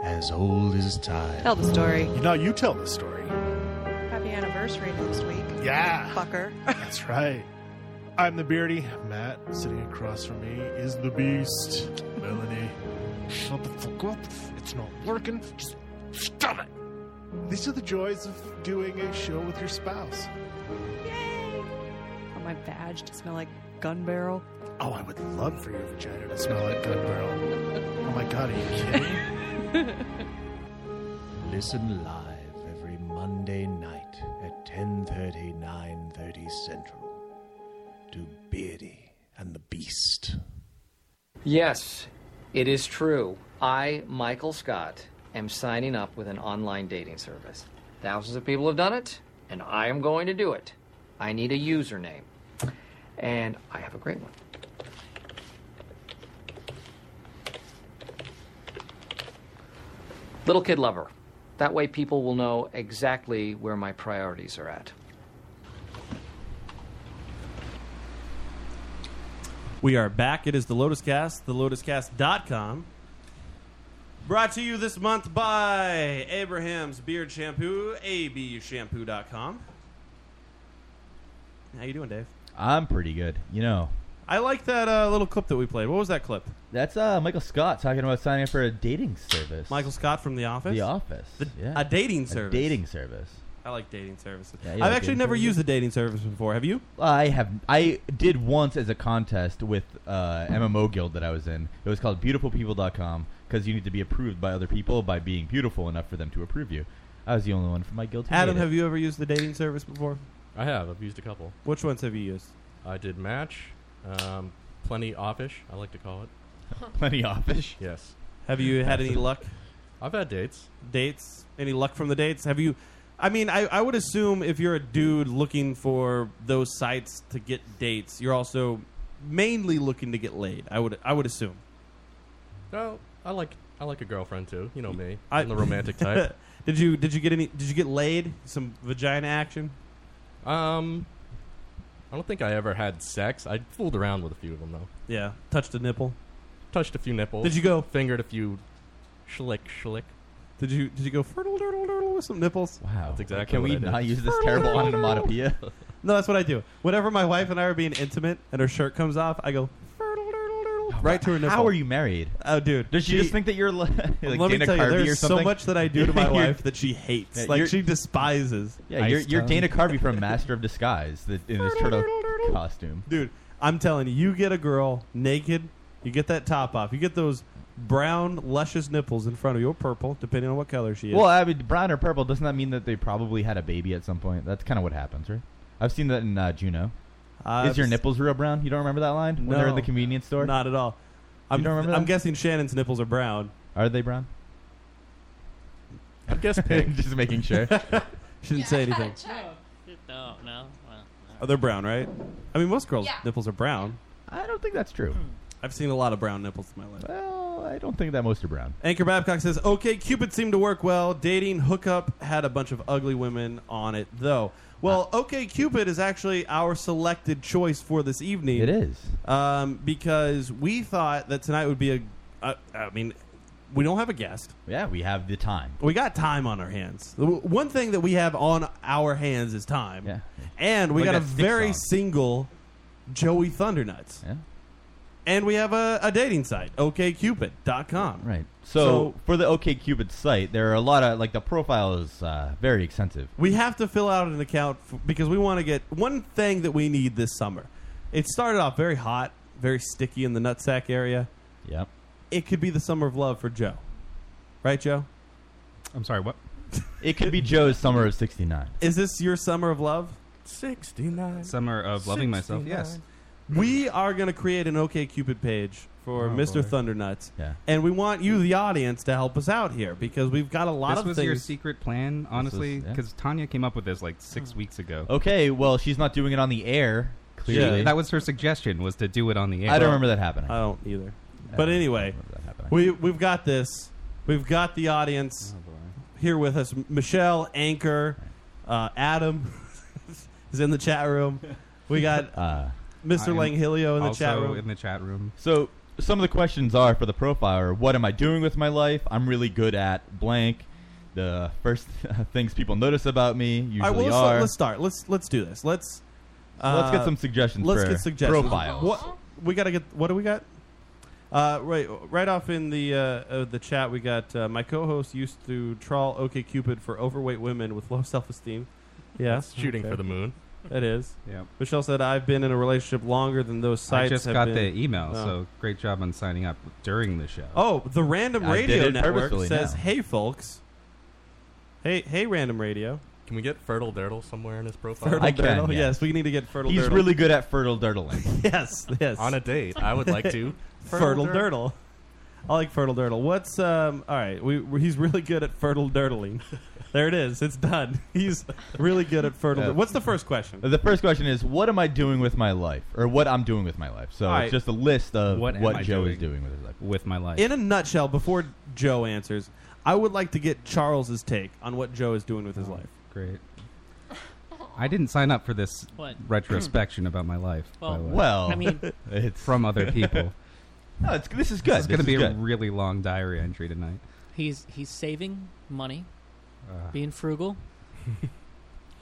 [SPEAKER 12] as old as time.
[SPEAKER 13] Tell the story.
[SPEAKER 12] No, you tell the story.
[SPEAKER 13] Happy anniversary next week.
[SPEAKER 12] Yeah.
[SPEAKER 13] Fucker.
[SPEAKER 12] That's right. I'm the Beardy. Matt, sitting across from me, is the Beast. Melanie. Shut the fuck up. It's not working. Just stop it. These are the joys of doing a show with your spouse.
[SPEAKER 13] Want my badge to smell like gun barrel.
[SPEAKER 12] Oh, I would love for your vagina to smell like gun barrel. Oh my god, are you kidding?
[SPEAKER 11] *laughs* Listen live every Monday night at 10:30, 9:30 Central to Beardy and the Beast.
[SPEAKER 14] Yes, it is true. I, Michael Scott, am signing up with an online dating service. Thousands of people have done it, and I am going to do it. I need a username. And I have a great one. Little Kid Lover. That way people will know exactly where my priorities are at.
[SPEAKER 1] We are back. It is the Lotus Cast, thelotuscast.com. Brought to you this month by Abraham's Beard Shampoo, abshampoo.com. How you doing, Dave?
[SPEAKER 3] I'm pretty good. You know,
[SPEAKER 1] I like that uh, little clip that we played. What was that clip?
[SPEAKER 3] That's uh, Michael Scott talking about signing up for a dating service.
[SPEAKER 1] Michael Scott from The Office?
[SPEAKER 3] The Office.
[SPEAKER 1] The-
[SPEAKER 3] yeah.
[SPEAKER 1] A dating service.
[SPEAKER 3] dating service.
[SPEAKER 1] I like dating services.
[SPEAKER 3] Yeah, you
[SPEAKER 1] I've
[SPEAKER 3] like
[SPEAKER 1] actually
[SPEAKER 3] dating
[SPEAKER 1] never
[SPEAKER 3] services?
[SPEAKER 1] used a dating service before. Have you?
[SPEAKER 3] I have. I did once as a contest with uh, MMO guild that I was in. It was called BeautifulPeople.com because you need to be approved by other people by being beautiful enough for them to approve you. I was the only one from my guild. Who
[SPEAKER 1] Adam,
[SPEAKER 3] made it.
[SPEAKER 1] have you ever used the dating service before?
[SPEAKER 4] I have. I've used a couple.
[SPEAKER 1] Which ones have you used?
[SPEAKER 4] I did Match, um, Plenty Offish, I like to call it.
[SPEAKER 3] *laughs* Plenty Offish?
[SPEAKER 4] Yes.
[SPEAKER 1] Have you had any luck?
[SPEAKER 4] I've had dates.
[SPEAKER 1] Dates? Any luck from the dates? Have you? I mean, I, I would assume if you're a dude looking for those sites to get dates, you're also mainly looking to get laid. I would I would assume.
[SPEAKER 4] No, I like I like a girlfriend too. You know me.
[SPEAKER 1] I,
[SPEAKER 4] I'm the
[SPEAKER 1] *laughs*
[SPEAKER 4] romantic type.
[SPEAKER 1] did you did you get any? Did you get laid? Some vagina action?
[SPEAKER 4] Um, I don't think I ever had sex. I fooled around with a few of them though.
[SPEAKER 1] Yeah, touched a nipple.
[SPEAKER 4] Touched a few nipples.
[SPEAKER 1] Did you go-
[SPEAKER 4] fingered a few? Schlick schlick.
[SPEAKER 1] Did you did you go fertile dirtle dirtle with some nipples?
[SPEAKER 3] Wow.
[SPEAKER 4] That's exactly.
[SPEAKER 3] Can
[SPEAKER 4] what
[SPEAKER 3] we
[SPEAKER 4] I did.
[SPEAKER 3] not use this terrible
[SPEAKER 4] *laughs*
[SPEAKER 3] onomatopoeia?
[SPEAKER 1] No, that's what I do. Whenever my wife and I are being intimate and her shirt comes off, I go right to her nipple.
[SPEAKER 3] Oh, How are you married?
[SPEAKER 1] Oh, dude.
[SPEAKER 3] Does she, just think that you're *laughs* li- like
[SPEAKER 1] Let me
[SPEAKER 3] Dana
[SPEAKER 1] tell you,
[SPEAKER 3] Carvey or
[SPEAKER 1] there's so
[SPEAKER 3] something?
[SPEAKER 1] much that
[SPEAKER 3] *laughs*
[SPEAKER 1] I do to my
[SPEAKER 3] You're-
[SPEAKER 1] wife that she hates.
[SPEAKER 3] Yeah,
[SPEAKER 1] like
[SPEAKER 3] you're-
[SPEAKER 1] she despises.
[SPEAKER 3] Yeah, you're, you're Dana Carvey from Master of Disguise the, in his *laughs* turtle costume.
[SPEAKER 1] dude. I'm telling you, you get a girl naked, you get that top off, you get those brown luscious nipples in front of you, or purple, depending on what color she is.
[SPEAKER 3] Well, I mean, brown or purple doesn't that mean that they probably had a baby at some point? That's kind of what happens, right? I've seen that in uh, Juno.
[SPEAKER 1] I've
[SPEAKER 3] Is your
[SPEAKER 1] s-
[SPEAKER 3] nipples real brown? You don't remember that line when they're in the convenience store?
[SPEAKER 1] Not at all. I'm,
[SPEAKER 3] don't remember
[SPEAKER 1] I'm
[SPEAKER 3] that?
[SPEAKER 1] guessing Shannon's nipples are brown.
[SPEAKER 3] Are they brown? *laughs*
[SPEAKER 4] I guess pink.
[SPEAKER 3] Just making sure.
[SPEAKER 1] *laughs* she didn't
[SPEAKER 9] *laughs*
[SPEAKER 1] say anything.
[SPEAKER 2] No, no. Well,
[SPEAKER 1] Oh, they're brown, right? I mean, most girls' nipples are brown.
[SPEAKER 3] I don't think that's true.
[SPEAKER 1] I've seen a lot of brown nipples in my life.
[SPEAKER 3] Well, I don't think that most are brown.
[SPEAKER 1] Anchor Babcock says, "Okay, Cupid seemed to work well. Dating hookup had a bunch of ugly women on it, though. Well, Okay, Cupid is actually our selected choice for this evening.
[SPEAKER 3] It is
[SPEAKER 1] um, because we thought that tonight would be a. Uh, I mean, we don't have a guest.
[SPEAKER 3] Yeah, we have the time.
[SPEAKER 1] We got time on our hands. The w- One thing that we have on our hands is time. Yeah, and we
[SPEAKER 3] Like
[SPEAKER 1] got a
[SPEAKER 3] that Styx
[SPEAKER 1] very
[SPEAKER 3] song.
[SPEAKER 1] single Joey Thundernuts.
[SPEAKER 3] Yeah.
[SPEAKER 1] And we have a, a dating site, okcupid.com.
[SPEAKER 3] Right. So, for the OKCupid site, there are a lot of like the profile is uh, very extensive.
[SPEAKER 1] We have to fill out an account f- because we want to get one thing that we need this summer. It started off very hot, very sticky in the nutsack area.
[SPEAKER 3] Yep.
[SPEAKER 1] It could be the summer of love for Joe. Right, Joe?
[SPEAKER 5] I'm sorry, what?
[SPEAKER 3] It could be Joe's summer of '69.
[SPEAKER 1] Is this your summer of love?
[SPEAKER 4] 69.
[SPEAKER 5] Summer of loving myself, yes.
[SPEAKER 1] We are going to create an OKCupid page for
[SPEAKER 5] Oh,
[SPEAKER 1] Mr.
[SPEAKER 5] boy.
[SPEAKER 1] Thundernuts.
[SPEAKER 3] Yeah.
[SPEAKER 1] And we want you, the audience, to help us out here because we've got a lot
[SPEAKER 5] this
[SPEAKER 1] of
[SPEAKER 5] was
[SPEAKER 1] things.
[SPEAKER 5] your secret plan, honestly,
[SPEAKER 3] was- yeah.
[SPEAKER 5] because Tanya came up with this like
[SPEAKER 2] Mm.
[SPEAKER 5] six weeks ago.
[SPEAKER 3] Okay, well, she's not doing it on the air. Clearly,
[SPEAKER 5] Yeah, that was her suggestion was to do it on the air.
[SPEAKER 3] I don't remember that happening.
[SPEAKER 1] I don't either.
[SPEAKER 3] Uh,
[SPEAKER 1] But anyway, we we've got this. We've got the audience
[SPEAKER 3] Oh,
[SPEAKER 1] here with us. M- Michelle, anchor, uh, Adam *laughs* is in the chat room. We got
[SPEAKER 3] Uh,
[SPEAKER 1] Mr.
[SPEAKER 5] I am
[SPEAKER 1] Langhilio in the chat
[SPEAKER 5] also
[SPEAKER 1] room.
[SPEAKER 5] In the chat room.
[SPEAKER 3] So some of the questions are for the profile are what am I doing with my life? I'm really good at blank. The first *laughs* things people notice about me *laughs* usually
[SPEAKER 1] All right, well, let's,
[SPEAKER 3] are.
[SPEAKER 1] let's start. Let's let's do this. Let's
[SPEAKER 3] So let's get some suggestions
[SPEAKER 1] Uh, Let's
[SPEAKER 3] for
[SPEAKER 1] get suggestions.
[SPEAKER 3] profiles.
[SPEAKER 1] What we gotta get? What do we got? Uh, right, right off in the uh, uh, the chat, we got uh, my co-host used to trawl OkCupid for overweight women with low *laughs* self-esteem. Yeah,
[SPEAKER 4] That's shooting for the moon.
[SPEAKER 1] It is.
[SPEAKER 5] Yep.
[SPEAKER 1] Michelle said, "I've been in a relationship longer than those
[SPEAKER 5] I
[SPEAKER 1] sites."
[SPEAKER 5] just
[SPEAKER 1] have
[SPEAKER 5] got
[SPEAKER 1] been."
[SPEAKER 5] the email,
[SPEAKER 1] Oh.
[SPEAKER 5] so great job on signing up during the show.
[SPEAKER 1] Oh, the Random
[SPEAKER 5] I did
[SPEAKER 1] Radio
[SPEAKER 5] it
[SPEAKER 1] Network
[SPEAKER 5] purposefully
[SPEAKER 1] says,
[SPEAKER 5] now.
[SPEAKER 1] "Hey, folks. Hey, hey, Random Radio.
[SPEAKER 4] Can we get Fertile Dirtle somewhere in his profile?
[SPEAKER 1] Fertile I can, Dirtle? yes. Yes, we need to get Fertile He's Dirtle. really
[SPEAKER 3] good at Fertile Dirtling.
[SPEAKER 1] *laughs* yes, yes.
[SPEAKER 4] On a date, I would like to.
[SPEAKER 1] *laughs* fertile dirtle. I like fertile dirtle. What's um? All right, we, we- he's really good at fertile *laughs* dirtling. there it is. It's done. *laughs* He's really good at fertile.
[SPEAKER 3] Yeah.
[SPEAKER 1] dir- What's the first question?
[SPEAKER 3] The first question is, what am I doing with my life, or what I'm doing with my life? So
[SPEAKER 1] All right.
[SPEAKER 3] it's just a list of
[SPEAKER 1] What
[SPEAKER 3] what,
[SPEAKER 1] am I
[SPEAKER 3] Joe
[SPEAKER 1] doing
[SPEAKER 3] is doing with his life.
[SPEAKER 5] With my life.
[SPEAKER 1] In a nutshell, before Joe answers, I would like to get Charles's take on what Joe is doing with
[SPEAKER 3] Oh,
[SPEAKER 1] his life.
[SPEAKER 5] Great. I didn't sign up for this
[SPEAKER 2] What? *clears throat*
[SPEAKER 5] retrospection about my life.
[SPEAKER 2] Well,
[SPEAKER 5] by the way.
[SPEAKER 2] Well, I mean-
[SPEAKER 3] *laughs*
[SPEAKER 2] it's-
[SPEAKER 5] from other people.
[SPEAKER 3] No, it's- this is good.
[SPEAKER 5] It's going to
[SPEAKER 3] This is
[SPEAKER 5] be a
[SPEAKER 3] good.
[SPEAKER 5] really long diary entry tonight.
[SPEAKER 2] He's he's saving money,
[SPEAKER 5] Uh.
[SPEAKER 2] being frugal, *laughs*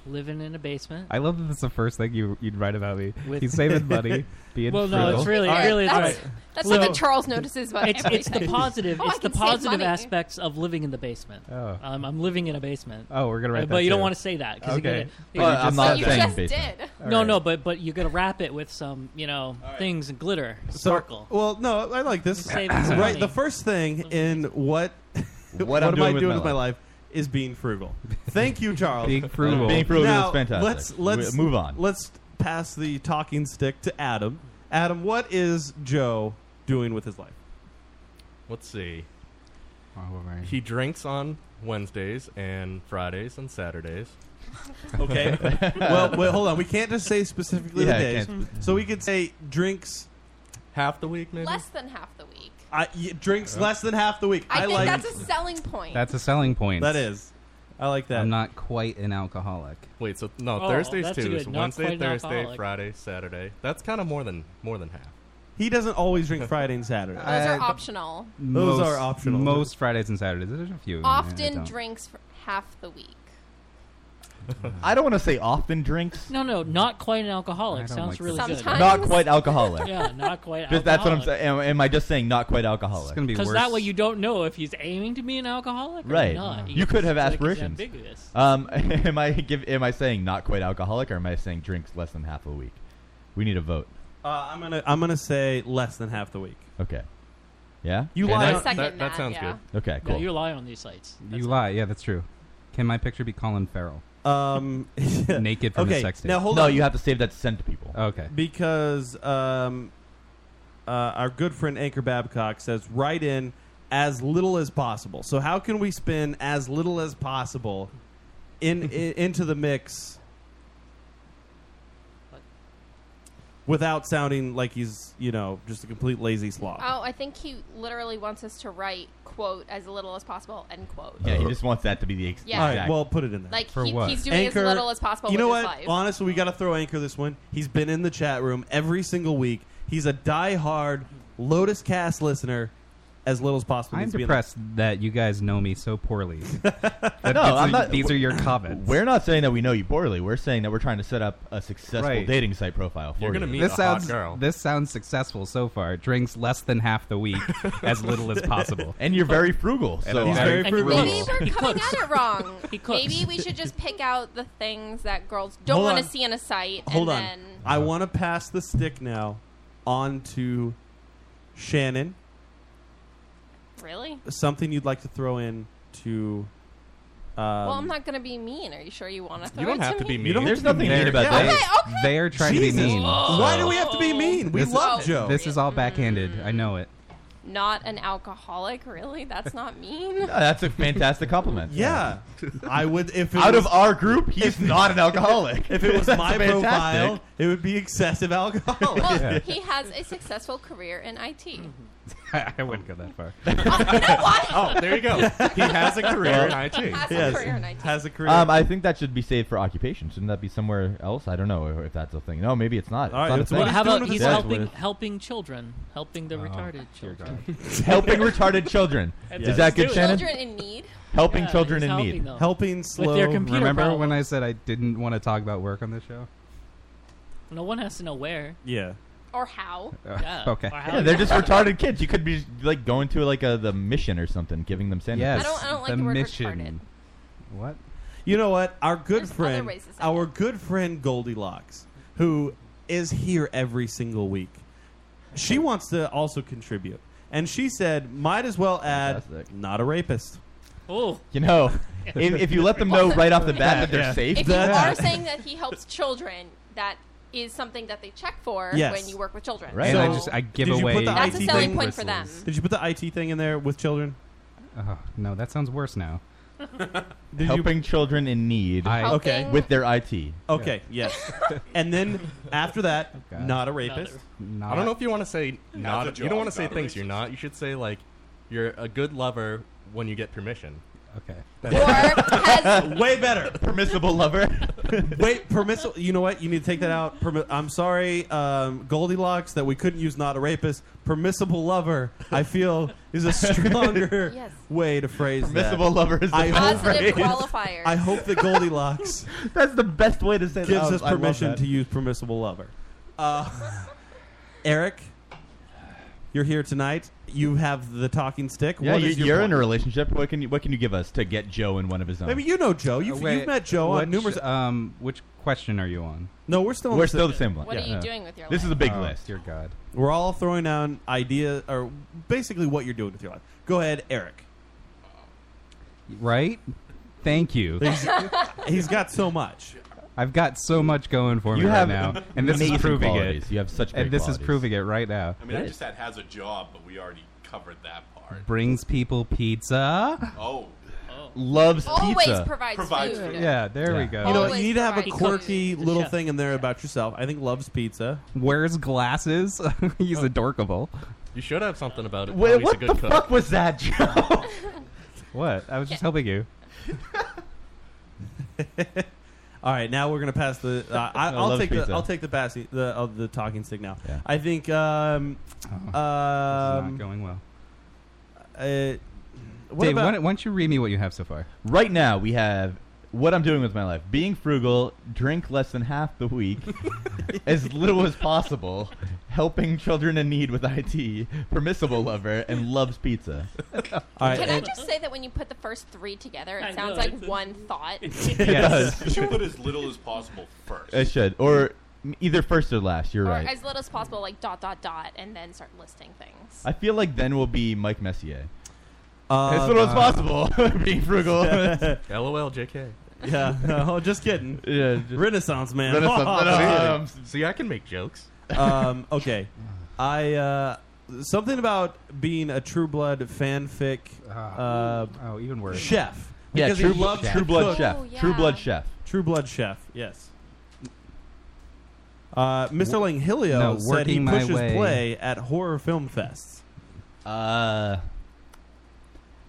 [SPEAKER 2] living in a basement.
[SPEAKER 5] I love that that's the first thing you you'd write about me.
[SPEAKER 2] With-
[SPEAKER 5] He's
[SPEAKER 2] *laughs*
[SPEAKER 1] *laughs*
[SPEAKER 5] saving money, being
[SPEAKER 2] well, no,
[SPEAKER 5] frugal.
[SPEAKER 2] it's really, it really,
[SPEAKER 9] That's,
[SPEAKER 2] is-
[SPEAKER 9] that's
[SPEAKER 2] Well,
[SPEAKER 9] something Charles notices about
[SPEAKER 2] it's, it's the
[SPEAKER 9] everything.
[SPEAKER 2] positive.
[SPEAKER 9] *laughs* Oh, I
[SPEAKER 2] it's the
[SPEAKER 9] can save
[SPEAKER 2] positive
[SPEAKER 9] money.
[SPEAKER 2] aspects of living in the basement.
[SPEAKER 5] Oh.
[SPEAKER 2] Um, I'm living in a basement.
[SPEAKER 5] Oh, we're gonna write
[SPEAKER 2] Uh,
[SPEAKER 5] that
[SPEAKER 2] But you don't
[SPEAKER 5] too.
[SPEAKER 2] want to say that because
[SPEAKER 5] Okay.
[SPEAKER 2] you
[SPEAKER 5] Well, I'm not
[SPEAKER 2] you
[SPEAKER 5] saying basement. All
[SPEAKER 2] No,
[SPEAKER 5] right.
[SPEAKER 2] no, but but you gotta wrap it with some you know things and glitter, sparkle.
[SPEAKER 1] Well, no, I like this.
[SPEAKER 2] Save it some
[SPEAKER 1] right,
[SPEAKER 2] money.
[SPEAKER 1] the first thing in what *laughs* what,
[SPEAKER 3] I'm
[SPEAKER 1] am
[SPEAKER 3] doing
[SPEAKER 1] I
[SPEAKER 3] with
[SPEAKER 1] doing
[SPEAKER 3] my
[SPEAKER 1] with my life is being frugal. Thank you, Charles.
[SPEAKER 3] Being frugal. Being frugal is
[SPEAKER 1] Now,
[SPEAKER 3] fantastic.
[SPEAKER 1] Let's
[SPEAKER 3] We-
[SPEAKER 1] let's
[SPEAKER 3] move on.
[SPEAKER 1] Let's pass the talking stick to Adam. Adam, what is Joe doing with his life?
[SPEAKER 4] Let's see.
[SPEAKER 5] right.
[SPEAKER 4] He drinks on Wednesdays and Fridays and Saturdays. *laughs*
[SPEAKER 1] *laughs* Okay. well, wait, hold on. We can't just say specifically
[SPEAKER 4] Yeah,
[SPEAKER 1] the
[SPEAKER 4] I
[SPEAKER 1] days.
[SPEAKER 4] can't.
[SPEAKER 1] So we could say drinks
[SPEAKER 4] half the week, maybe.
[SPEAKER 9] Less than half the week.
[SPEAKER 1] I, y- drinks less than half the week.
[SPEAKER 9] I,
[SPEAKER 1] I,
[SPEAKER 9] think
[SPEAKER 1] like
[SPEAKER 9] that's a selling point.
[SPEAKER 5] That's a selling point.
[SPEAKER 1] That is. I like that.
[SPEAKER 5] I'm not quite an alcoholic.
[SPEAKER 4] Wait, so no
[SPEAKER 1] Oh,
[SPEAKER 4] Thursdays
[SPEAKER 1] that's a
[SPEAKER 4] too.
[SPEAKER 1] good-
[SPEAKER 4] so
[SPEAKER 1] not
[SPEAKER 4] Wednesday,
[SPEAKER 1] quite an
[SPEAKER 4] Thursday,
[SPEAKER 1] alcoholic.
[SPEAKER 4] Friday, Saturday. That's kind of more than more than half.
[SPEAKER 1] He doesn't always
[SPEAKER 3] *laughs*
[SPEAKER 1] drink Friday and Saturday.
[SPEAKER 9] Those are optional.
[SPEAKER 1] Those are optional.
[SPEAKER 5] Most Fridays and Saturdays. There's a few.
[SPEAKER 9] Often drinks for half the week.
[SPEAKER 3] I don't want to say often drinks.
[SPEAKER 2] No, no, not quite an
[SPEAKER 3] I
[SPEAKER 2] alcoholic.
[SPEAKER 3] don't like
[SPEAKER 2] Sounds really
[SPEAKER 3] this.
[SPEAKER 2] good.
[SPEAKER 3] Sometimes. Not quite alcoholic.
[SPEAKER 2] *laughs* yeah, not quite.
[SPEAKER 3] Just- that's what I'm
[SPEAKER 2] alcoholic.
[SPEAKER 3] saying. Am, am I just saying not quite alcoholic?
[SPEAKER 2] Because that way you don't know if he's aiming to be an alcoholic or
[SPEAKER 3] Right.
[SPEAKER 2] not.
[SPEAKER 3] You could have
[SPEAKER 2] It's like it's
[SPEAKER 3] aspirations.
[SPEAKER 2] ambiguous.
[SPEAKER 3] Um, *laughs* am I give, am I saying not quite alcoholic, or am I saying drinks less than half a week? We need a vote.
[SPEAKER 1] Uh, I'm gonna I'm gonna say less than half the week. *laughs*
[SPEAKER 3] Okay. Yeah.
[SPEAKER 1] You
[SPEAKER 3] Okay,
[SPEAKER 1] lie.
[SPEAKER 3] that's-
[SPEAKER 1] on-
[SPEAKER 2] second that,
[SPEAKER 3] sounds
[SPEAKER 2] yeah.
[SPEAKER 3] good. Okay,
[SPEAKER 2] No,
[SPEAKER 3] cool.
[SPEAKER 2] you lie on these sites.
[SPEAKER 5] You lie. Yeah, that's true. Can my picture be Colin Farrell?
[SPEAKER 1] Um, *laughs*
[SPEAKER 5] naked from
[SPEAKER 1] okay,
[SPEAKER 5] a sex tape.
[SPEAKER 1] now hold
[SPEAKER 3] no,
[SPEAKER 1] on.
[SPEAKER 3] you have to save that to send to people.
[SPEAKER 5] Okay.
[SPEAKER 1] because um, uh, our good friend Anchor Babcock says write in as little as possible. So how can we spin as little as possible
[SPEAKER 5] *laughs*
[SPEAKER 1] in, i into the mix without sounding like he's you know just a complete lazy slob?
[SPEAKER 9] Oh, I think he literally wants us to write quote as little as possible end quote.
[SPEAKER 3] Yeah, he
[SPEAKER 5] Uh-huh.
[SPEAKER 3] just wants that to be the ex-
[SPEAKER 9] Yeah. All right,
[SPEAKER 3] exact-
[SPEAKER 1] well, put it in there.
[SPEAKER 9] Uh, Like, For he- what? he's doing as little as possible
[SPEAKER 1] You know
[SPEAKER 9] with his
[SPEAKER 1] what?
[SPEAKER 9] life.
[SPEAKER 1] Honestly, we got to throw Anchor this one. He's been in the chat room every single week. He's a die-hard Lotus Cast listener, as little as possible.
[SPEAKER 5] I'm
[SPEAKER 1] needs to be in
[SPEAKER 5] depressed that you guys know me so poorly. That
[SPEAKER 3] No, I'm
[SPEAKER 5] these are-
[SPEAKER 3] not-
[SPEAKER 5] These are your comments.
[SPEAKER 3] We're not saying that we know you poorly. We're saying that we're trying to set up a successful
[SPEAKER 5] Right.
[SPEAKER 3] dating site profile for you.
[SPEAKER 5] this sounds, This sounds successful so far. Drinks less than half the *laughs* week, as little as possible.
[SPEAKER 3] And you're very frugal.
[SPEAKER 5] And
[SPEAKER 3] so
[SPEAKER 5] I'm
[SPEAKER 3] He's very
[SPEAKER 9] And maybe we're coming at it wrong. Maybe we should just pick out the things that girls don't
[SPEAKER 1] Hold
[SPEAKER 9] want to
[SPEAKER 1] on.
[SPEAKER 9] see in a site.
[SPEAKER 1] Hold
[SPEAKER 9] and
[SPEAKER 1] on.
[SPEAKER 9] Then
[SPEAKER 1] I want to pass the stick now on to Shannon.
[SPEAKER 9] Really?
[SPEAKER 1] Something you'd like to throw in to. Um,
[SPEAKER 9] well, I'm not going to be mean. Are you sure you want to throw it to me?
[SPEAKER 1] You don't
[SPEAKER 5] There's
[SPEAKER 1] have to
[SPEAKER 5] nothing
[SPEAKER 1] be mean
[SPEAKER 5] mean
[SPEAKER 1] about
[SPEAKER 5] about
[SPEAKER 1] that.
[SPEAKER 5] that. They are trying
[SPEAKER 1] Jesus.
[SPEAKER 5] to be mean.
[SPEAKER 1] Why do we have to
[SPEAKER 9] Oh.
[SPEAKER 1] be mean? We
[SPEAKER 5] This is-
[SPEAKER 1] love Joe.
[SPEAKER 5] This is all backhanded. I know it.
[SPEAKER 9] Not an alcoholic, really? That's not mean.
[SPEAKER 3] Oh,
[SPEAKER 1] *laughs*
[SPEAKER 3] That's a fantastic compliment. *laughs*
[SPEAKER 1] Yeah. I would if it
[SPEAKER 3] out
[SPEAKER 1] was-
[SPEAKER 3] of our group, he's
[SPEAKER 1] *laughs* if-
[SPEAKER 3] not an alcoholic.
[SPEAKER 1] if it was
[SPEAKER 3] That's
[SPEAKER 1] my
[SPEAKER 3] fantastic.
[SPEAKER 1] profile, it would be excessive alcoholic.
[SPEAKER 9] Well, he has a successful career in IT.
[SPEAKER 5] *laughs*
[SPEAKER 1] *laughs*
[SPEAKER 5] I, I wouldn't go that far. *laughs*
[SPEAKER 4] Oh, there you go. He has a career in IT. Has a
[SPEAKER 1] Yes. career in IT. Has a career.
[SPEAKER 3] Um, I think that should be saved for occupation. Shouldn't that be somewhere else? I don't know if that's a thing. No, maybe it's not.
[SPEAKER 1] All right,
[SPEAKER 3] it's
[SPEAKER 1] that's
[SPEAKER 3] not a
[SPEAKER 1] what
[SPEAKER 3] thing.
[SPEAKER 2] How about he's
[SPEAKER 3] That's what
[SPEAKER 2] helping
[SPEAKER 3] it-
[SPEAKER 2] helping children, helping the retarded children, *laughs*
[SPEAKER 3] helping retarded children.
[SPEAKER 2] That's
[SPEAKER 3] Is
[SPEAKER 2] it.
[SPEAKER 3] that good,
[SPEAKER 2] Let's do it.
[SPEAKER 3] Shannon?
[SPEAKER 9] Children in need?
[SPEAKER 3] Helping
[SPEAKER 9] Yeah,
[SPEAKER 3] children in
[SPEAKER 9] he's helping
[SPEAKER 3] need.
[SPEAKER 9] them.
[SPEAKER 1] Helping slow.
[SPEAKER 5] Remember when I said I didn't want to talk about work on this show?
[SPEAKER 2] No one has to know where
[SPEAKER 1] Yeah.
[SPEAKER 9] or how.
[SPEAKER 5] Uh,
[SPEAKER 3] *laughs*
[SPEAKER 2] Yeah.
[SPEAKER 5] *laughs* okay.
[SPEAKER 2] Or how
[SPEAKER 3] Yeah,
[SPEAKER 2] you- *laughs*
[SPEAKER 3] they're just retarded kids. You could be like going to like a, the mission or something, giving them sandwiches.
[SPEAKER 5] Yes,
[SPEAKER 9] I don't- I don't like
[SPEAKER 5] the
[SPEAKER 9] the word
[SPEAKER 5] mission. What?
[SPEAKER 1] You know what? Our good friend,
[SPEAKER 9] ways to say
[SPEAKER 1] our good friend Goldilocks, who is here every single week, she wants to also contribute, and she said, "Might as well add not a rapist."
[SPEAKER 2] Oh,
[SPEAKER 3] You
[SPEAKER 9] *laughs*
[SPEAKER 3] know, if, if you let them know right off the bat that they're
[SPEAKER 1] Yeah.
[SPEAKER 3] safe,
[SPEAKER 9] If you
[SPEAKER 3] that's- *laughs*
[SPEAKER 9] are saying that he helps children, that is something that they check for
[SPEAKER 1] Yes.
[SPEAKER 9] when you work with children.
[SPEAKER 1] Right.
[SPEAKER 9] So
[SPEAKER 1] And I just-
[SPEAKER 5] I give
[SPEAKER 1] Did you put
[SPEAKER 5] away.
[SPEAKER 1] the
[SPEAKER 9] That's a
[SPEAKER 1] IT
[SPEAKER 9] selling
[SPEAKER 1] thing-
[SPEAKER 9] point for them.
[SPEAKER 1] Did you put the IT thing in there with children?
[SPEAKER 5] Oh, no, that sounds worse
[SPEAKER 1] *laughs*
[SPEAKER 5] now.
[SPEAKER 1] you-
[SPEAKER 3] helping children in need.
[SPEAKER 5] I-
[SPEAKER 1] Okay.
[SPEAKER 3] with their IT.
[SPEAKER 1] Okay,
[SPEAKER 3] *laughs*
[SPEAKER 1] yes. and then after that,
[SPEAKER 3] Oh,
[SPEAKER 1] not a rapist.
[SPEAKER 5] Not-
[SPEAKER 4] I don't know if you want to say not.
[SPEAKER 1] That's a
[SPEAKER 4] you
[SPEAKER 1] joke,
[SPEAKER 4] don't want to say
[SPEAKER 1] not a
[SPEAKER 4] things you're not. You should say like you're a good lover when you get permission.
[SPEAKER 9] *laughs*
[SPEAKER 5] Okay.
[SPEAKER 4] *laughs*
[SPEAKER 3] *laughs*
[SPEAKER 1] way better.
[SPEAKER 3] Permissible lover.
[SPEAKER 1] *laughs* Wait, permissible. You know what? You need to take that out. Permi- I'm sorry, um, Goldilocks, that we couldn't use not a rapist. Permissible lover, I feel, is a stronger
[SPEAKER 9] *laughs* Yes.
[SPEAKER 1] way to phrase
[SPEAKER 3] Permissible
[SPEAKER 1] that.
[SPEAKER 3] lover is the *laughs*
[SPEAKER 1] I
[SPEAKER 3] best
[SPEAKER 1] hope,
[SPEAKER 9] Positive qualifier.
[SPEAKER 1] I hope that
[SPEAKER 3] *laughs*
[SPEAKER 1] Goldilocks
[SPEAKER 3] *laughs* That's the best way to say that.
[SPEAKER 1] gives
[SPEAKER 3] Oh,
[SPEAKER 1] us
[SPEAKER 3] I love
[SPEAKER 1] permission
[SPEAKER 3] that.
[SPEAKER 1] to use permissible lover. Uh, *laughs* Eric, you're here tonight. You have the talking stick.
[SPEAKER 3] Yeah,
[SPEAKER 1] What
[SPEAKER 3] you,
[SPEAKER 1] is your
[SPEAKER 3] you're
[SPEAKER 1] point?
[SPEAKER 3] in a relationship. What can you What can you give us to get Joe in one of his own?
[SPEAKER 1] Maybe you know Joe. You've,
[SPEAKER 5] Uh, wait,
[SPEAKER 1] you've met Joe
[SPEAKER 5] which,
[SPEAKER 1] on numerous.
[SPEAKER 5] Um, which question are you on?
[SPEAKER 1] No, we're still. on
[SPEAKER 3] We're still the same one.
[SPEAKER 9] What are you doing with your
[SPEAKER 3] This
[SPEAKER 9] life?
[SPEAKER 3] is a big
[SPEAKER 5] Oh,
[SPEAKER 3] list.
[SPEAKER 5] Dear God.
[SPEAKER 1] We're all throwing down idea or basically what you're doing with your life. Go ahead, Eric.
[SPEAKER 5] Right? Thank you.
[SPEAKER 1] He's- he's got so much.
[SPEAKER 5] I've got so much going for me
[SPEAKER 3] You
[SPEAKER 5] right
[SPEAKER 3] have *laughs*
[SPEAKER 5] now, and this is
[SPEAKER 3] amazing
[SPEAKER 5] proving
[SPEAKER 3] qualities.
[SPEAKER 5] it.
[SPEAKER 3] You have such great
[SPEAKER 5] and this is
[SPEAKER 3] qualities.
[SPEAKER 5] proving it right now.
[SPEAKER 15] I mean, I just had has a job, but we already covered that part.
[SPEAKER 5] Brings people pizza.
[SPEAKER 15] Oh,
[SPEAKER 3] Loves
[SPEAKER 9] Always provides,
[SPEAKER 15] Provides
[SPEAKER 9] food.
[SPEAKER 15] food.
[SPEAKER 5] Yeah, there we go.
[SPEAKER 1] You know, what?
[SPEAKER 9] Always
[SPEAKER 1] you need to have a
[SPEAKER 9] providing
[SPEAKER 1] quirky
[SPEAKER 9] food.
[SPEAKER 1] little
[SPEAKER 9] Chef.
[SPEAKER 1] thing in there about yourself. I think loves pizza. Oh.
[SPEAKER 5] Wears glasses. *laughs* He's adorkable.
[SPEAKER 4] You should have something about it.
[SPEAKER 5] Wait,
[SPEAKER 4] Tony's
[SPEAKER 5] what
[SPEAKER 4] a good
[SPEAKER 5] the
[SPEAKER 4] cook.
[SPEAKER 5] fuck was that, *laughs* Joe? What? I was just helping you.
[SPEAKER 1] *laughs* All right, now we're gonna pass the. Uh, I,
[SPEAKER 5] *laughs* I
[SPEAKER 1] I'll
[SPEAKER 5] love
[SPEAKER 1] take the.
[SPEAKER 5] pizza.
[SPEAKER 1] I'll take the passing the of the talking stick now.
[SPEAKER 5] Yeah.
[SPEAKER 1] I think. Um,
[SPEAKER 5] this is
[SPEAKER 1] um,
[SPEAKER 5] Oh, not going
[SPEAKER 1] *laughs*
[SPEAKER 5] well.
[SPEAKER 1] Uh, what
[SPEAKER 5] Dave,
[SPEAKER 1] about-
[SPEAKER 5] why, don't- why don't you read me what you have so far?
[SPEAKER 3] Right now, we have what I'm doing with my life: being frugal, drink less than half the
[SPEAKER 1] *laughs*
[SPEAKER 3] week, as little as possible, helping children in need with IT, permissible lover, and loves
[SPEAKER 1] *laughs*
[SPEAKER 3] pizza.
[SPEAKER 1] All right,
[SPEAKER 9] Can I
[SPEAKER 1] and-
[SPEAKER 9] just say that when you put the first three together, it
[SPEAKER 2] I
[SPEAKER 9] sounds
[SPEAKER 2] know,
[SPEAKER 9] like
[SPEAKER 2] it's-
[SPEAKER 9] one
[SPEAKER 2] *laughs*
[SPEAKER 9] thought?
[SPEAKER 3] It does.
[SPEAKER 15] you should put as little as possible first.
[SPEAKER 3] It should, or either first or last. You're
[SPEAKER 9] or
[SPEAKER 3] right.
[SPEAKER 9] as little as possible, like dot, dot, dot, and then start listing things.
[SPEAKER 3] I feel like then we'll be Mike Messier.
[SPEAKER 1] Uh,
[SPEAKER 3] as little as
[SPEAKER 1] uh,
[SPEAKER 3] possible, *laughs* being frugal.
[SPEAKER 1] *laughs*
[SPEAKER 4] LOL, JK.
[SPEAKER 1] yeah. *laughs* No, just kidding.
[SPEAKER 3] *laughs* Yeah, just-
[SPEAKER 1] Renaissance
[SPEAKER 4] *laughs*
[SPEAKER 1] man. *laughs*
[SPEAKER 3] Renaissance.
[SPEAKER 4] See, I can make jokes. *laughs*
[SPEAKER 1] um, okay, I uh, something about being a True Blood fanfic.
[SPEAKER 3] Ah.
[SPEAKER 1] Uh,
[SPEAKER 5] oh, even worse.
[SPEAKER 1] Chef.
[SPEAKER 3] Yeah,
[SPEAKER 1] Because
[SPEAKER 3] True,
[SPEAKER 1] he
[SPEAKER 3] Blo-
[SPEAKER 1] loves
[SPEAKER 3] True
[SPEAKER 1] to
[SPEAKER 3] Blood
[SPEAKER 1] cook.
[SPEAKER 3] Chef. True Blood Chef.
[SPEAKER 1] True Blood Chef. Yes. Uh, Mr. Langhilio
[SPEAKER 5] No,
[SPEAKER 1] said he
[SPEAKER 5] working my
[SPEAKER 1] pushes
[SPEAKER 5] way-
[SPEAKER 1] play at horror film fests.
[SPEAKER 3] Uh,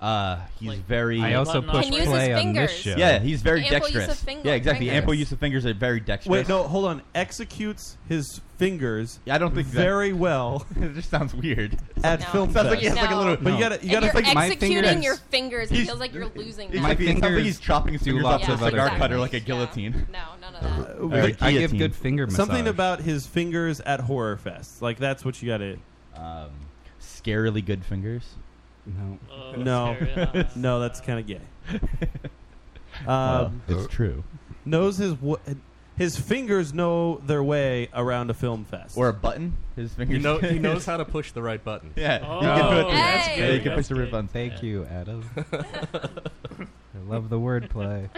[SPEAKER 3] uh, he's very.
[SPEAKER 5] I also
[SPEAKER 9] push Can use his play on this fingers. show.
[SPEAKER 3] Yeah, he's very
[SPEAKER 9] Ample use of
[SPEAKER 3] dexterous.
[SPEAKER 9] finger-
[SPEAKER 3] yeah, exactly.
[SPEAKER 9] fingers.
[SPEAKER 3] Ample use of fingers are very dexterous.
[SPEAKER 1] Wait, no,
[SPEAKER 3] *laughs*
[SPEAKER 1] hold on. Executes his fingers.
[SPEAKER 3] I don't think that-
[SPEAKER 1] very well *laughs*
[SPEAKER 3] it just sounds weird.
[SPEAKER 1] at
[SPEAKER 9] No.
[SPEAKER 1] film.
[SPEAKER 3] Sounds like
[SPEAKER 1] fest.
[SPEAKER 3] he has like a
[SPEAKER 9] No.
[SPEAKER 3] little.
[SPEAKER 1] But you gotta, you
[SPEAKER 9] if
[SPEAKER 1] gotta
[SPEAKER 9] you're
[SPEAKER 1] think.
[SPEAKER 5] my
[SPEAKER 9] executing
[SPEAKER 5] fingers-
[SPEAKER 9] your fingers, it
[SPEAKER 3] He's-
[SPEAKER 9] feels like you're losing
[SPEAKER 3] It
[SPEAKER 9] them.
[SPEAKER 3] might be, it sounds like
[SPEAKER 5] fingers
[SPEAKER 3] he's chopping his
[SPEAKER 5] do
[SPEAKER 3] fingers off
[SPEAKER 5] lots
[SPEAKER 3] with a
[SPEAKER 5] of
[SPEAKER 3] cigar
[SPEAKER 5] other
[SPEAKER 3] cutter like a
[SPEAKER 9] things.
[SPEAKER 3] guillotine.
[SPEAKER 9] No, none of that.
[SPEAKER 1] Or
[SPEAKER 5] Uh, I, I give
[SPEAKER 3] guillotine.
[SPEAKER 5] good finger massage.
[SPEAKER 1] Something about his fingers at horror fest. Like that's what you gotta.
[SPEAKER 3] Um, scarily good fingers.
[SPEAKER 5] No.
[SPEAKER 1] no, *laughs*
[SPEAKER 2] scary.
[SPEAKER 1] no, that's kind of gay.
[SPEAKER 3] *laughs*
[SPEAKER 1] Um,
[SPEAKER 3] Well, it's true.
[SPEAKER 1] knows his wa- his fingers know their way around a film fest.
[SPEAKER 3] Or a button. *laughs* His fingers.
[SPEAKER 4] You know, he
[SPEAKER 1] *laughs*
[SPEAKER 4] knows how to push the right button.
[SPEAKER 3] Yeah,
[SPEAKER 2] Oh,
[SPEAKER 3] he can put,
[SPEAKER 9] that's
[SPEAKER 3] yeah,
[SPEAKER 9] good.
[SPEAKER 3] he can push
[SPEAKER 2] That's
[SPEAKER 3] the
[SPEAKER 2] good.
[SPEAKER 3] rip on.
[SPEAKER 5] Thank you, Adam. I love the wordplay.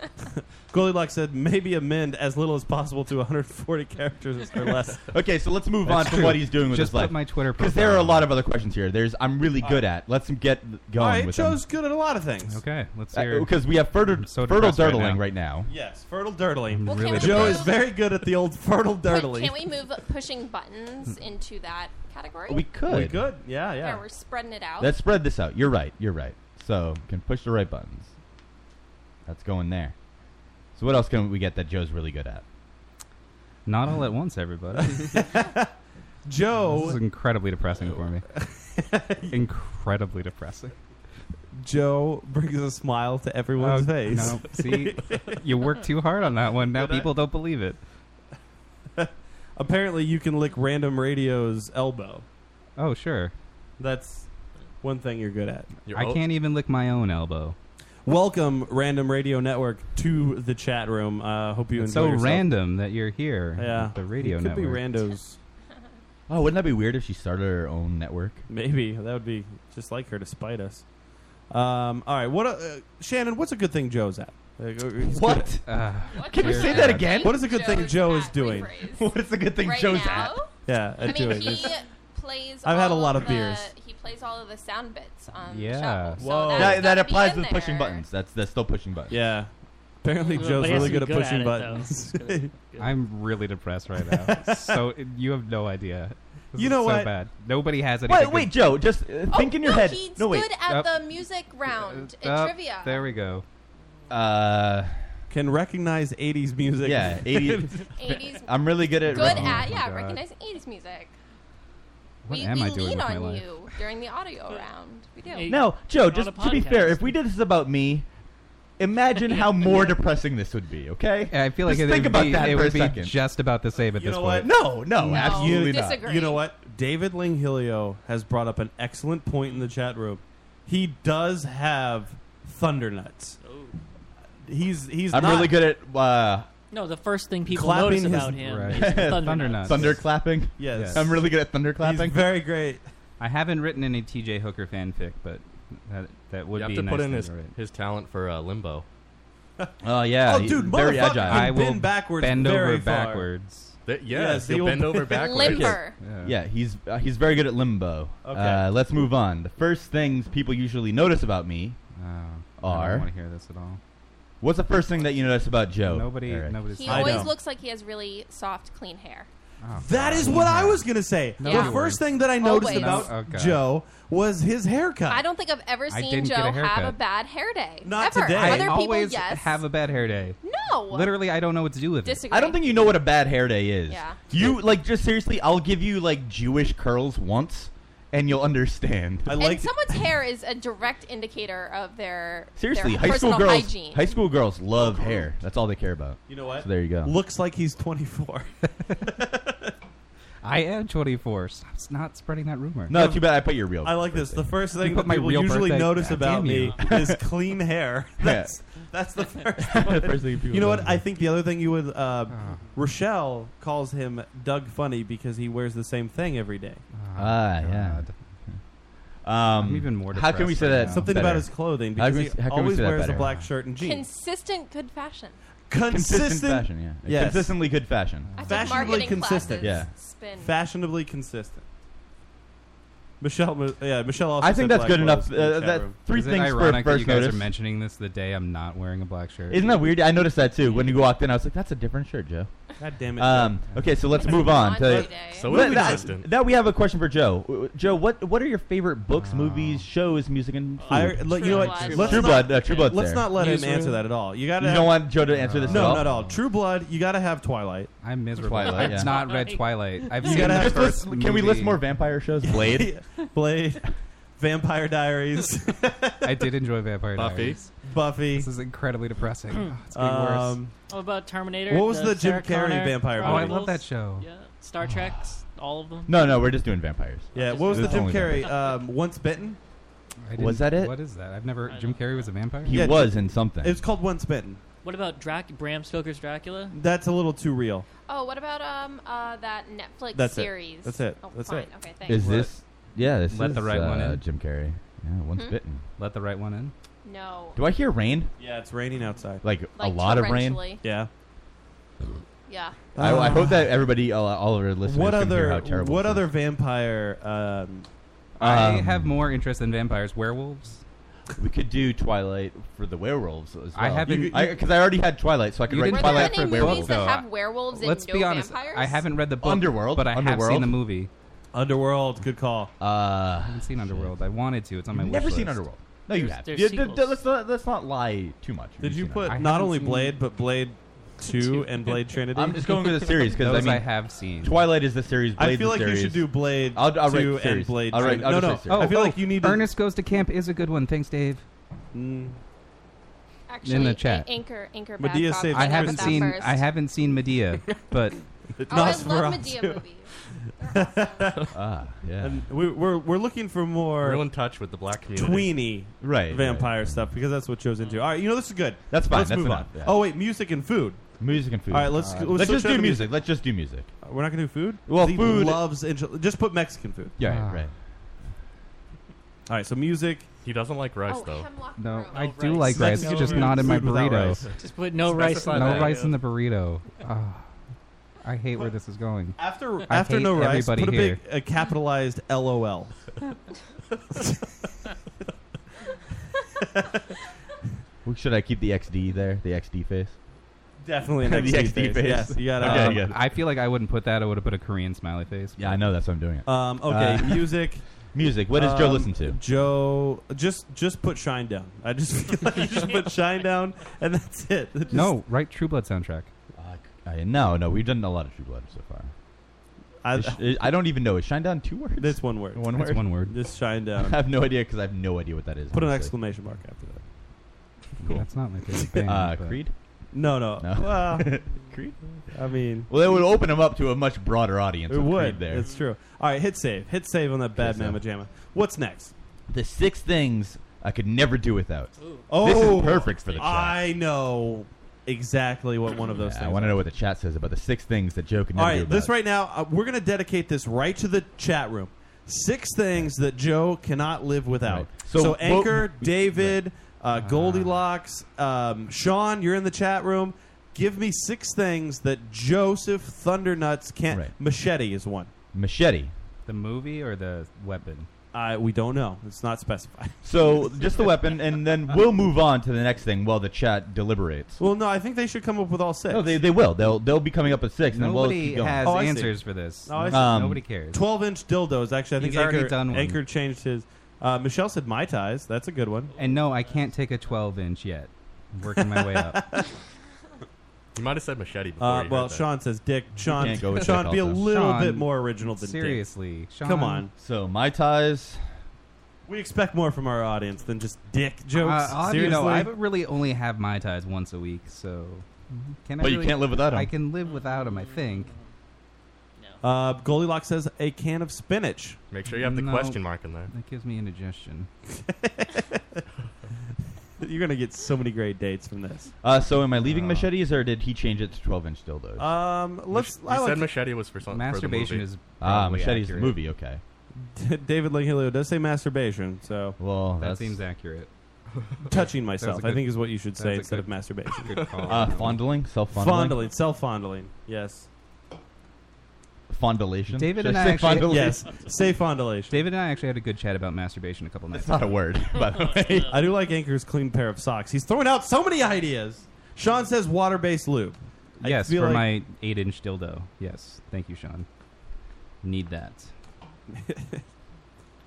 [SPEAKER 1] *laughs* Goldilocks said maybe amend as little as possible to 140 characters or *laughs* less.
[SPEAKER 3] okay, so let's move on to what he's doing with his life. because there are a lot of other questions here. There's I'm really good at. Let's get going
[SPEAKER 1] All right,
[SPEAKER 3] with
[SPEAKER 1] Joe's good at a lot of things. Uh,
[SPEAKER 5] Okay, let's
[SPEAKER 3] them. Because we have fertile,
[SPEAKER 5] so
[SPEAKER 3] fertile
[SPEAKER 5] depressed right
[SPEAKER 3] dirtling
[SPEAKER 5] now.
[SPEAKER 3] right now.
[SPEAKER 1] Yes, fertile dirtling.
[SPEAKER 9] Well, can we
[SPEAKER 1] Joe
[SPEAKER 9] move-
[SPEAKER 1] is very good at the old *laughs* fertile dirtling.
[SPEAKER 9] Can we move pushing buttons into that category?
[SPEAKER 3] We could.
[SPEAKER 1] Hmm. We could. Yeah, yeah.
[SPEAKER 9] Where we're spreading it out.
[SPEAKER 3] Let's spread this out. You're right. You're right. So can push the right buttons. That's going there. So what else can we get that Joe's really good at?
[SPEAKER 5] Not all at once,
[SPEAKER 1] *laughs*
[SPEAKER 5] everybody.
[SPEAKER 1] Joe.
[SPEAKER 5] This is incredibly depressing for me.
[SPEAKER 1] *laughs*
[SPEAKER 5] incredibly depressing.
[SPEAKER 1] Joe brings a smile to everyone's
[SPEAKER 5] Oh,
[SPEAKER 1] face. *laughs*
[SPEAKER 5] no. See, you worked too hard on that one. Now
[SPEAKER 1] Did I?
[SPEAKER 5] people don't believe it.
[SPEAKER 1] *laughs* Apparently, you can lick random radio's elbow.
[SPEAKER 5] Oh, sure.
[SPEAKER 1] That's one thing you're good at.
[SPEAKER 5] I can't even lick my own elbow.
[SPEAKER 1] Welcome, Random Radio Network, to the chat room. Uh, hope you
[SPEAKER 5] It's
[SPEAKER 1] enjoy
[SPEAKER 5] so
[SPEAKER 1] yourself.
[SPEAKER 5] random that you're here.
[SPEAKER 1] Yeah,
[SPEAKER 5] at the radio
[SPEAKER 1] it could
[SPEAKER 5] network.
[SPEAKER 1] be randos.
[SPEAKER 3] *laughs* Oh, wouldn't that be weird if she started her own network?
[SPEAKER 1] Maybe that would be just like her to spite us. Um, all right, what uh, Shannon? What's a good thing Joe's at? Uh, he's
[SPEAKER 3] What?
[SPEAKER 1] good at-
[SPEAKER 5] Uh,
[SPEAKER 3] Can you say that again?
[SPEAKER 1] What is a good thing Joe is doing? *laughs*
[SPEAKER 3] What is a *laughs* good thing
[SPEAKER 9] Right
[SPEAKER 3] Joe's
[SPEAKER 9] now?
[SPEAKER 3] at?
[SPEAKER 1] Yeah,
[SPEAKER 9] I
[SPEAKER 1] at
[SPEAKER 9] mean,
[SPEAKER 1] doing
[SPEAKER 9] he
[SPEAKER 1] this.
[SPEAKER 9] plays.
[SPEAKER 1] I've had a
[SPEAKER 9] all
[SPEAKER 1] lot of
[SPEAKER 9] the,
[SPEAKER 1] beers.
[SPEAKER 9] He plays all of the sound bits
[SPEAKER 5] um,
[SPEAKER 9] on the
[SPEAKER 3] Yeah.
[SPEAKER 9] show. So that's
[SPEAKER 3] That, that
[SPEAKER 9] gotta be
[SPEAKER 3] applies
[SPEAKER 9] in
[SPEAKER 3] with pushing
[SPEAKER 9] there.
[SPEAKER 3] buttons. That's that's still pushing buttons.
[SPEAKER 1] Yeah. Apparently,
[SPEAKER 5] Well,
[SPEAKER 1] Joe's
[SPEAKER 5] but he has
[SPEAKER 1] really
[SPEAKER 5] to
[SPEAKER 1] good
[SPEAKER 5] be
[SPEAKER 1] at
[SPEAKER 5] good at
[SPEAKER 1] pushing
[SPEAKER 5] it, though.
[SPEAKER 1] buttons.
[SPEAKER 3] *laughs*
[SPEAKER 5] I'm really depressed right now. so *laughs* it- you have no idea. This
[SPEAKER 3] You
[SPEAKER 5] is
[SPEAKER 3] know
[SPEAKER 5] so
[SPEAKER 3] what?
[SPEAKER 5] Bad. Nobody has anything.
[SPEAKER 3] Wait, wait,
[SPEAKER 5] good-
[SPEAKER 3] Joe. Just uh,
[SPEAKER 9] Oh,
[SPEAKER 3] think in your
[SPEAKER 9] no,
[SPEAKER 3] head.
[SPEAKER 9] He's
[SPEAKER 3] no, wait.
[SPEAKER 9] good at
[SPEAKER 5] Up.
[SPEAKER 9] the music round at
[SPEAKER 5] Up.
[SPEAKER 9] trivia.
[SPEAKER 5] There we go.
[SPEAKER 3] Uh,
[SPEAKER 1] can recognize '80s
[SPEAKER 3] *laughs*
[SPEAKER 1] music.
[SPEAKER 3] Yeah, 80s.
[SPEAKER 9] 80s.
[SPEAKER 3] *laughs* I'm really good at.
[SPEAKER 9] Good
[SPEAKER 3] oh my
[SPEAKER 9] at yeah,
[SPEAKER 3] God.
[SPEAKER 9] recognizing '80s music.
[SPEAKER 3] What
[SPEAKER 9] we
[SPEAKER 3] am
[SPEAKER 9] we
[SPEAKER 3] I doing
[SPEAKER 9] lean
[SPEAKER 3] with my
[SPEAKER 9] on
[SPEAKER 3] life?
[SPEAKER 9] you during the audio round. We do.
[SPEAKER 3] No, Joe. Just to be fair, if we did this about me, imagine how
[SPEAKER 9] *laughs*
[SPEAKER 3] more depressing this would be. Okay.
[SPEAKER 5] I feel like
[SPEAKER 3] Just
[SPEAKER 5] it,
[SPEAKER 3] think
[SPEAKER 5] would
[SPEAKER 3] about
[SPEAKER 5] be,
[SPEAKER 3] that
[SPEAKER 5] it
[SPEAKER 3] for
[SPEAKER 5] would
[SPEAKER 3] a second.
[SPEAKER 5] be just about the same at
[SPEAKER 1] You
[SPEAKER 5] this
[SPEAKER 1] know
[SPEAKER 5] point.
[SPEAKER 1] what?
[SPEAKER 3] no, No, absolutely not. disagree.
[SPEAKER 1] You know what? David Linghilio has brought up an excellent point in the chat room. He does have thunder nuts.
[SPEAKER 9] Oh.
[SPEAKER 1] He's he's.
[SPEAKER 3] I'm
[SPEAKER 1] not-
[SPEAKER 3] really good at. Uh,
[SPEAKER 2] No, the first thing people
[SPEAKER 1] Clapping
[SPEAKER 2] notice
[SPEAKER 1] his-
[SPEAKER 2] about
[SPEAKER 3] *laughs*
[SPEAKER 2] him
[SPEAKER 1] Right.
[SPEAKER 2] is the thunder, nuts.
[SPEAKER 3] Thunder
[SPEAKER 2] *clears throat*
[SPEAKER 3] clapping.
[SPEAKER 1] Yes.
[SPEAKER 3] I'm really good at thunder clapping.
[SPEAKER 1] very great.
[SPEAKER 5] I haven't written any TJ Hooker fanfic, but that that would
[SPEAKER 4] you have
[SPEAKER 5] be
[SPEAKER 4] to
[SPEAKER 5] a
[SPEAKER 4] put
[SPEAKER 5] nice
[SPEAKER 4] in
[SPEAKER 5] thing
[SPEAKER 4] his,
[SPEAKER 5] to write.
[SPEAKER 4] his talent for
[SPEAKER 3] *laughs*
[SPEAKER 4] uh, limbo.
[SPEAKER 3] Oh yeah.
[SPEAKER 1] Oh, dude,
[SPEAKER 4] very
[SPEAKER 1] motherfucker
[SPEAKER 4] agile.
[SPEAKER 1] can
[SPEAKER 4] I will
[SPEAKER 1] bend backwards.
[SPEAKER 5] bend
[SPEAKER 1] very
[SPEAKER 5] over
[SPEAKER 1] far.
[SPEAKER 5] backwards.
[SPEAKER 4] That-
[SPEAKER 1] Yes,
[SPEAKER 4] yes,
[SPEAKER 1] he
[SPEAKER 4] he'll
[SPEAKER 1] will
[SPEAKER 4] bend over
[SPEAKER 3] *laughs*
[SPEAKER 1] bend-
[SPEAKER 4] backwards.
[SPEAKER 9] Limber.
[SPEAKER 3] Yeah, he's uh, he's very good at limbo.
[SPEAKER 1] Okay.
[SPEAKER 3] Uh, let's move on. The first things people usually notice about me
[SPEAKER 5] Oh, I don't
[SPEAKER 3] are
[SPEAKER 5] want to hear this at all.
[SPEAKER 3] what's the first thing that you notice about Joe?
[SPEAKER 5] Nobody-
[SPEAKER 3] Eric?
[SPEAKER 5] nobody's-
[SPEAKER 9] He
[SPEAKER 3] I
[SPEAKER 9] always
[SPEAKER 3] know. Oh
[SPEAKER 9] looks like he has really soft, clean hair.
[SPEAKER 1] That is what I was gonna say.
[SPEAKER 9] No
[SPEAKER 1] The
[SPEAKER 9] worries.
[SPEAKER 1] first thing that I noticed
[SPEAKER 9] Always.
[SPEAKER 1] about
[SPEAKER 5] No, okay.
[SPEAKER 1] Joe was his haircut.
[SPEAKER 9] I don't think I've ever
[SPEAKER 5] I
[SPEAKER 9] seen
[SPEAKER 5] didn't get
[SPEAKER 9] Joe
[SPEAKER 5] a
[SPEAKER 9] have a
[SPEAKER 5] haircut.
[SPEAKER 9] bad hair day.
[SPEAKER 1] Not
[SPEAKER 9] ever.
[SPEAKER 1] today.
[SPEAKER 9] Other
[SPEAKER 5] I
[SPEAKER 9] people,
[SPEAKER 5] always
[SPEAKER 3] *laughs*
[SPEAKER 9] yes.
[SPEAKER 5] have a bad hair day.
[SPEAKER 9] no.
[SPEAKER 5] Literally, I don't know what to do with it.
[SPEAKER 9] Disagree.
[SPEAKER 3] I don't think you know what a bad hair day is.
[SPEAKER 9] Yeah.
[SPEAKER 3] You like just seriously, I'll give you like Jewish curls once, and you'll understand. I
[SPEAKER 9] and
[SPEAKER 3] *laughs*
[SPEAKER 9] someone's hair is a direct indicator of their
[SPEAKER 3] seriously
[SPEAKER 9] their
[SPEAKER 3] high school
[SPEAKER 9] personal
[SPEAKER 3] girls.
[SPEAKER 9] hygiene.
[SPEAKER 3] High school girls love hair. That's all they care about.
[SPEAKER 1] Oh, You know what?
[SPEAKER 3] So there you go.
[SPEAKER 1] Looks like
[SPEAKER 5] *laughs*
[SPEAKER 1] he's *laughs* 24.
[SPEAKER 5] I am 24. Stop s- not spreading that rumor.
[SPEAKER 3] No, too bad I put your real.
[SPEAKER 1] I like this. The first
[SPEAKER 5] You
[SPEAKER 1] thing
[SPEAKER 5] put
[SPEAKER 1] that
[SPEAKER 5] my
[SPEAKER 1] people
[SPEAKER 5] real
[SPEAKER 1] usually
[SPEAKER 5] birthday?
[SPEAKER 1] notice
[SPEAKER 5] God
[SPEAKER 1] about
[SPEAKER 5] damn
[SPEAKER 1] me
[SPEAKER 5] you.
[SPEAKER 1] *laughs* is
[SPEAKER 3] *laughs*
[SPEAKER 1] clean hair.
[SPEAKER 5] Yeah.
[SPEAKER 1] That's that's the first.
[SPEAKER 5] The first thing people
[SPEAKER 1] you know what?
[SPEAKER 5] notice.
[SPEAKER 1] I think the other thing you would uh,
[SPEAKER 3] Ah.
[SPEAKER 1] Rochelle calls him Doug Funny because he wears the same thing every day.
[SPEAKER 3] Ah, yeah. Um,
[SPEAKER 5] Oh, I'm even more
[SPEAKER 3] How can we
[SPEAKER 5] depressed
[SPEAKER 3] say
[SPEAKER 5] right
[SPEAKER 3] that?
[SPEAKER 5] now.
[SPEAKER 1] Something
[SPEAKER 3] better?
[SPEAKER 1] about his clothing
[SPEAKER 3] How
[SPEAKER 1] because
[SPEAKER 3] can we-
[SPEAKER 1] he
[SPEAKER 3] how can we
[SPEAKER 1] always
[SPEAKER 3] say that
[SPEAKER 1] wears a
[SPEAKER 3] better?
[SPEAKER 1] black shirt and jeans.
[SPEAKER 9] Consistent good fashion.
[SPEAKER 1] consistent,
[SPEAKER 3] fashion, yeah.
[SPEAKER 1] Yes.
[SPEAKER 3] Consistently good fashion.
[SPEAKER 9] I took
[SPEAKER 1] fashionably
[SPEAKER 9] marketing
[SPEAKER 1] consistent.
[SPEAKER 9] classes. Spin.
[SPEAKER 1] Fashionably consistent. Michelle, Mi- yeah, Michelle. Also
[SPEAKER 3] I think
[SPEAKER 1] said
[SPEAKER 3] that's
[SPEAKER 1] black
[SPEAKER 3] good
[SPEAKER 1] clothes
[SPEAKER 3] enough.
[SPEAKER 1] in the
[SPEAKER 3] Uh,
[SPEAKER 1] chat
[SPEAKER 3] that
[SPEAKER 1] room.
[SPEAKER 3] three
[SPEAKER 5] Is it
[SPEAKER 3] things
[SPEAKER 5] ironic
[SPEAKER 3] for
[SPEAKER 5] that
[SPEAKER 3] first
[SPEAKER 5] you guys
[SPEAKER 3] notice.
[SPEAKER 5] are mentioning this the day I'm not wearing a black shirt.
[SPEAKER 3] Isn't that weird? I noticed that too. When you walked in, I was like, "That's a different shirt, Joe."
[SPEAKER 1] God damn it,
[SPEAKER 3] Um,
[SPEAKER 1] Joe.
[SPEAKER 3] okay, so let's move on to.
[SPEAKER 4] So
[SPEAKER 3] Well,
[SPEAKER 4] inconsistent.
[SPEAKER 3] that, that we have a question for Joe. W- Joe, what what are your favorite books, movies, shows, music, and food?
[SPEAKER 1] I, let- you know what? Let's
[SPEAKER 3] True
[SPEAKER 1] not-
[SPEAKER 3] Blood. uh, True Blood.
[SPEAKER 1] Let's not let him answer that at all. You got to.
[SPEAKER 3] You don't want Joe to answer this
[SPEAKER 1] No,
[SPEAKER 3] at all?
[SPEAKER 1] not at all. True Blood. You got to have Twilight.
[SPEAKER 5] I'm miserable.
[SPEAKER 3] Twilight,
[SPEAKER 5] I've
[SPEAKER 3] yeah.
[SPEAKER 5] not read Twilight. I've
[SPEAKER 1] You
[SPEAKER 5] seen
[SPEAKER 1] gotta
[SPEAKER 5] the
[SPEAKER 1] have-
[SPEAKER 5] first
[SPEAKER 3] Can we
[SPEAKER 5] movie.
[SPEAKER 3] list more vampire shows?
[SPEAKER 1] *laughs*
[SPEAKER 3] Blade.
[SPEAKER 1] Blade, Vampire Diaries.
[SPEAKER 5] *laughs* I did enjoy Vampire
[SPEAKER 1] Buffy.
[SPEAKER 5] Diaries.
[SPEAKER 1] Buffy.
[SPEAKER 5] This is incredibly depressing.
[SPEAKER 1] *clears throat*
[SPEAKER 5] Oh, it's getting
[SPEAKER 1] Um,
[SPEAKER 2] What about Terminator?
[SPEAKER 1] What was the
[SPEAKER 2] Sarah
[SPEAKER 1] Jim Carrey
[SPEAKER 2] Connor
[SPEAKER 1] vampire
[SPEAKER 5] Oh, I
[SPEAKER 2] Chronicles?
[SPEAKER 5] love that show.
[SPEAKER 2] Yeah, Star
[SPEAKER 3] *sighs*
[SPEAKER 2] Trek's, all of them.
[SPEAKER 3] No, no, we're just doing vampires.
[SPEAKER 1] Yeah. What was the
[SPEAKER 3] It's
[SPEAKER 1] Jim
[SPEAKER 3] only
[SPEAKER 1] Carrey? Um, Once bitten.
[SPEAKER 5] I
[SPEAKER 3] Was
[SPEAKER 5] didn't-
[SPEAKER 3] that it?
[SPEAKER 5] What is that? I've never. Jim Carrey was a vampire.
[SPEAKER 3] He was in something.
[SPEAKER 1] It was called Once bitten.
[SPEAKER 2] What about Drac- Bram Stoker's Dracula?
[SPEAKER 1] That's a little too real.
[SPEAKER 9] Oh, what about um uh, that Netflix
[SPEAKER 1] That's it.
[SPEAKER 9] series?
[SPEAKER 1] That's it.
[SPEAKER 9] Oh,
[SPEAKER 1] That's
[SPEAKER 9] fine.
[SPEAKER 1] it.
[SPEAKER 9] Okay, thanks.
[SPEAKER 3] Is this? Yeah, this
[SPEAKER 5] Let
[SPEAKER 3] is
[SPEAKER 5] the right one
[SPEAKER 3] uh,
[SPEAKER 5] in.
[SPEAKER 3] Jim Carrey. Yeah, once
[SPEAKER 9] Hmm?
[SPEAKER 3] bitten.
[SPEAKER 5] Let the right one in.
[SPEAKER 9] No.
[SPEAKER 3] Do I hear rain?
[SPEAKER 1] Yeah, it's raining outside.
[SPEAKER 3] Like, a lot of
[SPEAKER 9] torrentially.
[SPEAKER 3] rain.
[SPEAKER 1] Yeah.
[SPEAKER 9] *laughs*
[SPEAKER 4] *laughs*
[SPEAKER 9] Yeah.
[SPEAKER 3] I, I
[SPEAKER 5] Ah.
[SPEAKER 3] hope that everybody, all, all of our listeners,
[SPEAKER 1] What
[SPEAKER 3] can hear
[SPEAKER 1] other
[SPEAKER 3] how terrible.
[SPEAKER 1] what
[SPEAKER 3] it is.
[SPEAKER 1] other vampire? Um,
[SPEAKER 5] I
[SPEAKER 3] Um,
[SPEAKER 5] have more interest in vampires. Werewolves.
[SPEAKER 3] We could do Twilight for the werewolves as well.
[SPEAKER 5] I haven't-
[SPEAKER 3] because I, already had Twilight, so I could
[SPEAKER 5] You
[SPEAKER 3] write
[SPEAKER 5] didn't-
[SPEAKER 9] Were
[SPEAKER 3] Twilight
[SPEAKER 9] there
[SPEAKER 3] for
[SPEAKER 9] any movies
[SPEAKER 3] werewolves.
[SPEAKER 9] that have werewolves and
[SPEAKER 5] Let's
[SPEAKER 9] no
[SPEAKER 5] be honest.
[SPEAKER 9] vampires?
[SPEAKER 5] I haven't read the book,
[SPEAKER 3] Underworld,
[SPEAKER 5] but I have
[SPEAKER 3] Underworld.
[SPEAKER 5] seen the movie.
[SPEAKER 1] Underworld, good call.
[SPEAKER 3] Uh, I
[SPEAKER 5] haven't seen Underworld. I wanted to. It's on my
[SPEAKER 3] You've
[SPEAKER 5] wish
[SPEAKER 3] never seen
[SPEAKER 5] list.
[SPEAKER 3] Underworld. No, you
[SPEAKER 5] There's-
[SPEAKER 3] have.
[SPEAKER 5] there's
[SPEAKER 3] Yeah, d- d-
[SPEAKER 5] sequels.
[SPEAKER 3] let's, not, let's not lie too much.
[SPEAKER 1] did you put
[SPEAKER 5] I
[SPEAKER 1] not
[SPEAKER 5] haven't
[SPEAKER 1] only
[SPEAKER 5] seen-
[SPEAKER 1] Blade but Blade
[SPEAKER 5] *laughs*
[SPEAKER 1] Two and Blade Trinity?
[SPEAKER 3] I'm just going with the series because I
[SPEAKER 5] Those
[SPEAKER 3] mean,
[SPEAKER 5] I have seen.
[SPEAKER 3] Twilight is the series.
[SPEAKER 1] I
[SPEAKER 3] Blade's
[SPEAKER 1] feel
[SPEAKER 3] the
[SPEAKER 1] like you
[SPEAKER 3] series.
[SPEAKER 1] should do Blade
[SPEAKER 3] I'll, I'll write
[SPEAKER 1] Two
[SPEAKER 3] the
[SPEAKER 1] and
[SPEAKER 3] series.
[SPEAKER 1] Blade
[SPEAKER 3] I'll write,
[SPEAKER 1] Trinity.
[SPEAKER 3] I'll
[SPEAKER 1] No,
[SPEAKER 3] just
[SPEAKER 1] no.
[SPEAKER 3] write the
[SPEAKER 1] Oh,
[SPEAKER 3] series.
[SPEAKER 1] I feel like you need to-
[SPEAKER 5] Ernest goes to camp is a good one. Thanks, Dave.
[SPEAKER 9] Actually,
[SPEAKER 5] in the chat.
[SPEAKER 9] A- Anchor, Anchor
[SPEAKER 1] Medea
[SPEAKER 9] Babcock
[SPEAKER 1] saved
[SPEAKER 9] came
[SPEAKER 5] I
[SPEAKER 9] up with
[SPEAKER 5] haven't
[SPEAKER 9] that
[SPEAKER 5] seen.
[SPEAKER 9] first.
[SPEAKER 5] I haven't seen
[SPEAKER 1] *laughs*
[SPEAKER 5] Medea, but
[SPEAKER 9] Oh, I love Medea movies.
[SPEAKER 3] ah, yeah.
[SPEAKER 1] And we, we're we're looking for more.
[SPEAKER 4] We're in touch with the black community.
[SPEAKER 1] tweeny
[SPEAKER 3] Right,
[SPEAKER 1] vampire stuff because that's what Joe's into. All right, you know this is good.
[SPEAKER 3] That's fine,
[SPEAKER 1] Let's
[SPEAKER 3] that's
[SPEAKER 1] move
[SPEAKER 3] enough,
[SPEAKER 1] on.
[SPEAKER 3] yeah.
[SPEAKER 1] Oh wait, music and food.
[SPEAKER 3] Music and food.
[SPEAKER 1] All right, let's
[SPEAKER 5] Uh,
[SPEAKER 3] All let's
[SPEAKER 1] let's, switch
[SPEAKER 3] just
[SPEAKER 1] over
[SPEAKER 3] do
[SPEAKER 1] to
[SPEAKER 3] music. Let's just do
[SPEAKER 5] *laughs*
[SPEAKER 3] music.
[SPEAKER 1] We're not gonna do food.
[SPEAKER 3] Well,
[SPEAKER 1] 'Cause he
[SPEAKER 3] food-
[SPEAKER 1] loves enchil- just put Mexican food.
[SPEAKER 3] Yeah, Ah. right.
[SPEAKER 1] All right, so music.
[SPEAKER 4] He doesn't like rice
[SPEAKER 9] Oh,
[SPEAKER 4] though.
[SPEAKER 5] *laughs* no, I do like rice. It's just not in my burrito.
[SPEAKER 4] *laughs*
[SPEAKER 2] Just put no rice in
[SPEAKER 5] No
[SPEAKER 2] the burrito.
[SPEAKER 5] rice in the burrito. Ah, I hate where this is going.
[SPEAKER 1] After
[SPEAKER 5] I
[SPEAKER 1] after
[SPEAKER 5] hate
[SPEAKER 1] no rice, put
[SPEAKER 5] everybody
[SPEAKER 1] a
[SPEAKER 5] here.
[SPEAKER 1] big a capitalized LOL.
[SPEAKER 9] Mm.
[SPEAKER 4] Uh,
[SPEAKER 3] Should I keep the XD there? The XD face. *laughs*
[SPEAKER 1] Definitely an
[SPEAKER 3] the
[SPEAKER 1] XD face, yes. You gotta- uh,
[SPEAKER 3] Okay,
[SPEAKER 5] Um,
[SPEAKER 3] good.
[SPEAKER 5] I feel like I wouldn't put that. I would have put a Korean smiley face.
[SPEAKER 3] Yeah, I know that's what I'm doing it.
[SPEAKER 1] Um, okay,
[SPEAKER 3] Uh, *laughs*
[SPEAKER 1] music.
[SPEAKER 3] Music. What does Joe
[SPEAKER 1] Um,
[SPEAKER 3] listen to?
[SPEAKER 1] Joe, just just put Shine Down. I just *laughs* feel like you just put Shine Down, and that's it. *laughs* It just-
[SPEAKER 5] No, right. Oh, True Blood soundtrack.
[SPEAKER 3] I, no, no, we've done a lot of True Blood so far.
[SPEAKER 1] I,
[SPEAKER 3] Is sh- is- I don't even know. Is Shine Down two words?
[SPEAKER 1] That's one word.
[SPEAKER 3] One
[SPEAKER 5] That's
[SPEAKER 3] word.
[SPEAKER 5] one word.
[SPEAKER 1] Just Shine
[SPEAKER 3] *laughs* I
[SPEAKER 1] Down.
[SPEAKER 3] have no idea because I have no idea what that is.
[SPEAKER 1] Put an
[SPEAKER 3] honestly.
[SPEAKER 1] exclamation mark after that.
[SPEAKER 5] That's not
[SPEAKER 3] *laughs*
[SPEAKER 5] my favorite band.
[SPEAKER 3] Uh,
[SPEAKER 5] but-
[SPEAKER 3] Creed.
[SPEAKER 1] No, no.
[SPEAKER 3] No.
[SPEAKER 1] *laughs*
[SPEAKER 3] *laughs*
[SPEAKER 1] Well,
[SPEAKER 3] Creed.
[SPEAKER 1] uh, I mean,
[SPEAKER 3] Well, it would open him up to a much broader audience.
[SPEAKER 1] it
[SPEAKER 3] with
[SPEAKER 1] would.
[SPEAKER 3] Creed there.
[SPEAKER 1] It's true. All right, hit save. Hit save on that bad
[SPEAKER 3] so-
[SPEAKER 1] mamma jamma. What's next?
[SPEAKER 3] The six things I could never do without.
[SPEAKER 1] Oh, Ah.
[SPEAKER 3] this is perfect for the chat.
[SPEAKER 1] I know exactly what one of those
[SPEAKER 3] I
[SPEAKER 1] things.
[SPEAKER 3] want to
[SPEAKER 1] are.
[SPEAKER 3] know what the chat says about the six things that Joe could
[SPEAKER 1] All
[SPEAKER 3] never do
[SPEAKER 1] right,
[SPEAKER 3] about.
[SPEAKER 1] this right now, uh, we're going to dedicate this right to the chat room. Six things that Joe cannot live without.
[SPEAKER 3] Right. Ah.
[SPEAKER 1] So,
[SPEAKER 3] So what-
[SPEAKER 1] Anchor, David, uh, Goldilocks, um, Sean, you're in the chat room. Give me six things that Joseph Thundernuts can't. Machete is one.
[SPEAKER 3] Machete.
[SPEAKER 5] The movie or the weapon?
[SPEAKER 1] Uh, we don't know. It's not specified.
[SPEAKER 3] *laughs* So just the weapon, and then we'll move on to the next thing while the chat deliberates.
[SPEAKER 1] Well, no, I think they should come up with all six.
[SPEAKER 3] No, they, they will. They'll they'll be coming up with six, and then we'll
[SPEAKER 5] Nobody
[SPEAKER 3] keep going.
[SPEAKER 5] has
[SPEAKER 1] Oh, I see.
[SPEAKER 5] answers for this.
[SPEAKER 1] Oh, I see.
[SPEAKER 3] Um,
[SPEAKER 5] Nobody cares.
[SPEAKER 1] 12 inch dildos. Actually, I think
[SPEAKER 5] He's already
[SPEAKER 1] Anchor,
[SPEAKER 5] done one.
[SPEAKER 1] Anchor changed his. Uh, Michelle said my ties. That's a good one.
[SPEAKER 5] And no, I can't take a 12 inch yet. I'm working my way
[SPEAKER 1] *laughs*
[SPEAKER 5] up.
[SPEAKER 4] You might have said machete before.
[SPEAKER 1] Uh,
[SPEAKER 4] you
[SPEAKER 1] well,
[SPEAKER 4] heard that.
[SPEAKER 1] Sean says dick. Sean,
[SPEAKER 3] can't go with
[SPEAKER 1] Sean,
[SPEAKER 3] dick
[SPEAKER 1] be a
[SPEAKER 3] also.
[SPEAKER 1] little
[SPEAKER 5] Sean,
[SPEAKER 1] bit more original than dick.
[SPEAKER 5] seriously, Sean.
[SPEAKER 1] Come on,
[SPEAKER 3] So my ties.
[SPEAKER 1] we expect more from our audience than just dick jokes.
[SPEAKER 5] Uh, I'll have
[SPEAKER 1] seriously,
[SPEAKER 5] you know, I really only have my ties once a week, so can I
[SPEAKER 3] But you
[SPEAKER 5] really-
[SPEAKER 3] can't live without 'em.
[SPEAKER 5] I can live without them. I think.
[SPEAKER 1] uh, Goldilocks says a can of spinach.
[SPEAKER 4] Make sure you have the
[SPEAKER 5] No.
[SPEAKER 4] question mark in there.
[SPEAKER 5] That gives me
[SPEAKER 1] *laughs*
[SPEAKER 5] indigestion.
[SPEAKER 1] *laughs* You're gonna get so many great dates from this.
[SPEAKER 3] Uh, so am I leaving machetes, or did he change it to twelve inch dildos?
[SPEAKER 1] Um, let's.
[SPEAKER 4] You
[SPEAKER 1] I like
[SPEAKER 4] said machete was for something.
[SPEAKER 5] Masturbation
[SPEAKER 4] for the movie.
[SPEAKER 5] is
[SPEAKER 3] ah,
[SPEAKER 5] probably
[SPEAKER 3] machetes the
[SPEAKER 5] accurate.
[SPEAKER 3] movie. Okay.
[SPEAKER 1] *laughs* David Linghilio does say masturbation, so
[SPEAKER 3] Well,
[SPEAKER 5] That
[SPEAKER 3] that's
[SPEAKER 5] seems accurate.
[SPEAKER 1] *laughs* touching
[SPEAKER 5] That's a
[SPEAKER 1] myself, I
[SPEAKER 5] good-
[SPEAKER 1] think, is what you should
[SPEAKER 5] that's
[SPEAKER 1] say
[SPEAKER 5] a
[SPEAKER 1] instead
[SPEAKER 5] good-
[SPEAKER 1] of masturbation.
[SPEAKER 5] *laughs* good call.
[SPEAKER 3] uh, fondling, self fondling,
[SPEAKER 1] fondling, self fondling. Yes,
[SPEAKER 3] fondulation.
[SPEAKER 5] David
[SPEAKER 3] Should
[SPEAKER 5] and I
[SPEAKER 3] say
[SPEAKER 5] actually-
[SPEAKER 3] fondulation?
[SPEAKER 1] yes. *laughs* Say fondulation.
[SPEAKER 5] David and I actually had a good chat about masturbation a couple nights.
[SPEAKER 3] That's not a
[SPEAKER 5] ago.
[SPEAKER 3] word, *laughs* by the way.
[SPEAKER 1] *laughs* I do like Anchor's clean pair of socks. He's throwing out so many ideas. Sean says water based lube. I
[SPEAKER 5] Yes,
[SPEAKER 1] feel
[SPEAKER 5] for my
[SPEAKER 1] like-
[SPEAKER 5] eight-inch dildo. Yes, thank you, Sean. Need that.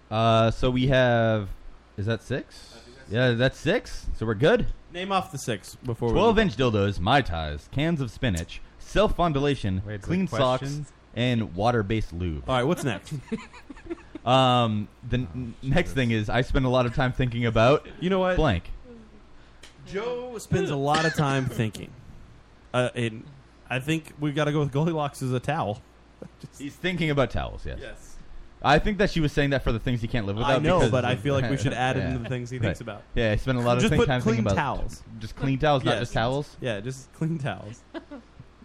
[SPEAKER 3] Uh, so we have. Is that six? Yeah, that's six. So we're good.
[SPEAKER 1] Name off the six before we.
[SPEAKER 3] Twelve inch dildos, mai tais, cans of spinach, self fondulation,
[SPEAKER 5] Wait, is
[SPEAKER 3] clean
[SPEAKER 5] there
[SPEAKER 3] socks,
[SPEAKER 5] questions?
[SPEAKER 3] and water based lube.
[SPEAKER 1] All right, what's next?
[SPEAKER 3] *laughs* Um, the n-
[SPEAKER 5] Oh,
[SPEAKER 3] next thing is I spend a lot of time thinking about
[SPEAKER 1] You know what?
[SPEAKER 3] blank.
[SPEAKER 1] Joe spends a lot of time thinking. Uh, and I think we've got to go with Goldilocks as a towel. *laughs*
[SPEAKER 3] He's thinking about towels. Yes. I think that she was saying that for the things he can't live without.
[SPEAKER 1] I know,
[SPEAKER 3] because-
[SPEAKER 1] but I feel
[SPEAKER 3] *laughs*
[SPEAKER 1] like we should add it
[SPEAKER 3] Yeah.
[SPEAKER 1] into the things he thinks about.
[SPEAKER 3] Yeah, I spend a lot of
[SPEAKER 1] Just
[SPEAKER 3] thing-
[SPEAKER 1] put
[SPEAKER 3] time
[SPEAKER 1] clean
[SPEAKER 3] thinking about
[SPEAKER 1] towels.
[SPEAKER 3] Just clean towels, not
[SPEAKER 1] Yes.
[SPEAKER 3] just towels. *laughs*
[SPEAKER 1] Yeah, just clean towels.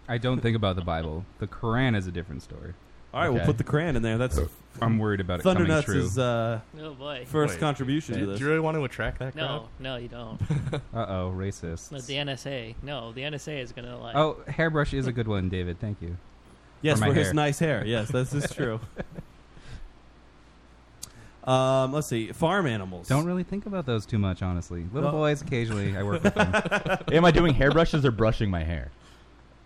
[SPEAKER 5] I don't think about the Bible. The Quran is a different story.
[SPEAKER 1] All right, we'll put the crayon in there. That's
[SPEAKER 5] I'm worried about it coming
[SPEAKER 1] Thundernuts
[SPEAKER 5] true.
[SPEAKER 1] is uh,
[SPEAKER 2] Oh, boy.
[SPEAKER 1] first
[SPEAKER 2] Wait,
[SPEAKER 1] contribution
[SPEAKER 4] do,
[SPEAKER 1] to this.
[SPEAKER 4] Do you really want to attract that
[SPEAKER 2] No, no, you don't.
[SPEAKER 5] Uh oh, racist.
[SPEAKER 2] No, the NSA. No, the NSA is going to like.
[SPEAKER 5] Oh, hairbrush is a good one, David. Thank you.
[SPEAKER 1] Yes,
[SPEAKER 5] my
[SPEAKER 1] for his nice hair. Yes,
[SPEAKER 3] *laughs*
[SPEAKER 5] *laughs*
[SPEAKER 1] this is true. um, let's see, farm animals.
[SPEAKER 5] Don't really think about those too much, honestly. Little
[SPEAKER 1] Well-
[SPEAKER 5] boys, occasionally, I work with them.
[SPEAKER 3] *laughs* Am I doing hairbrushes or brushing my hair?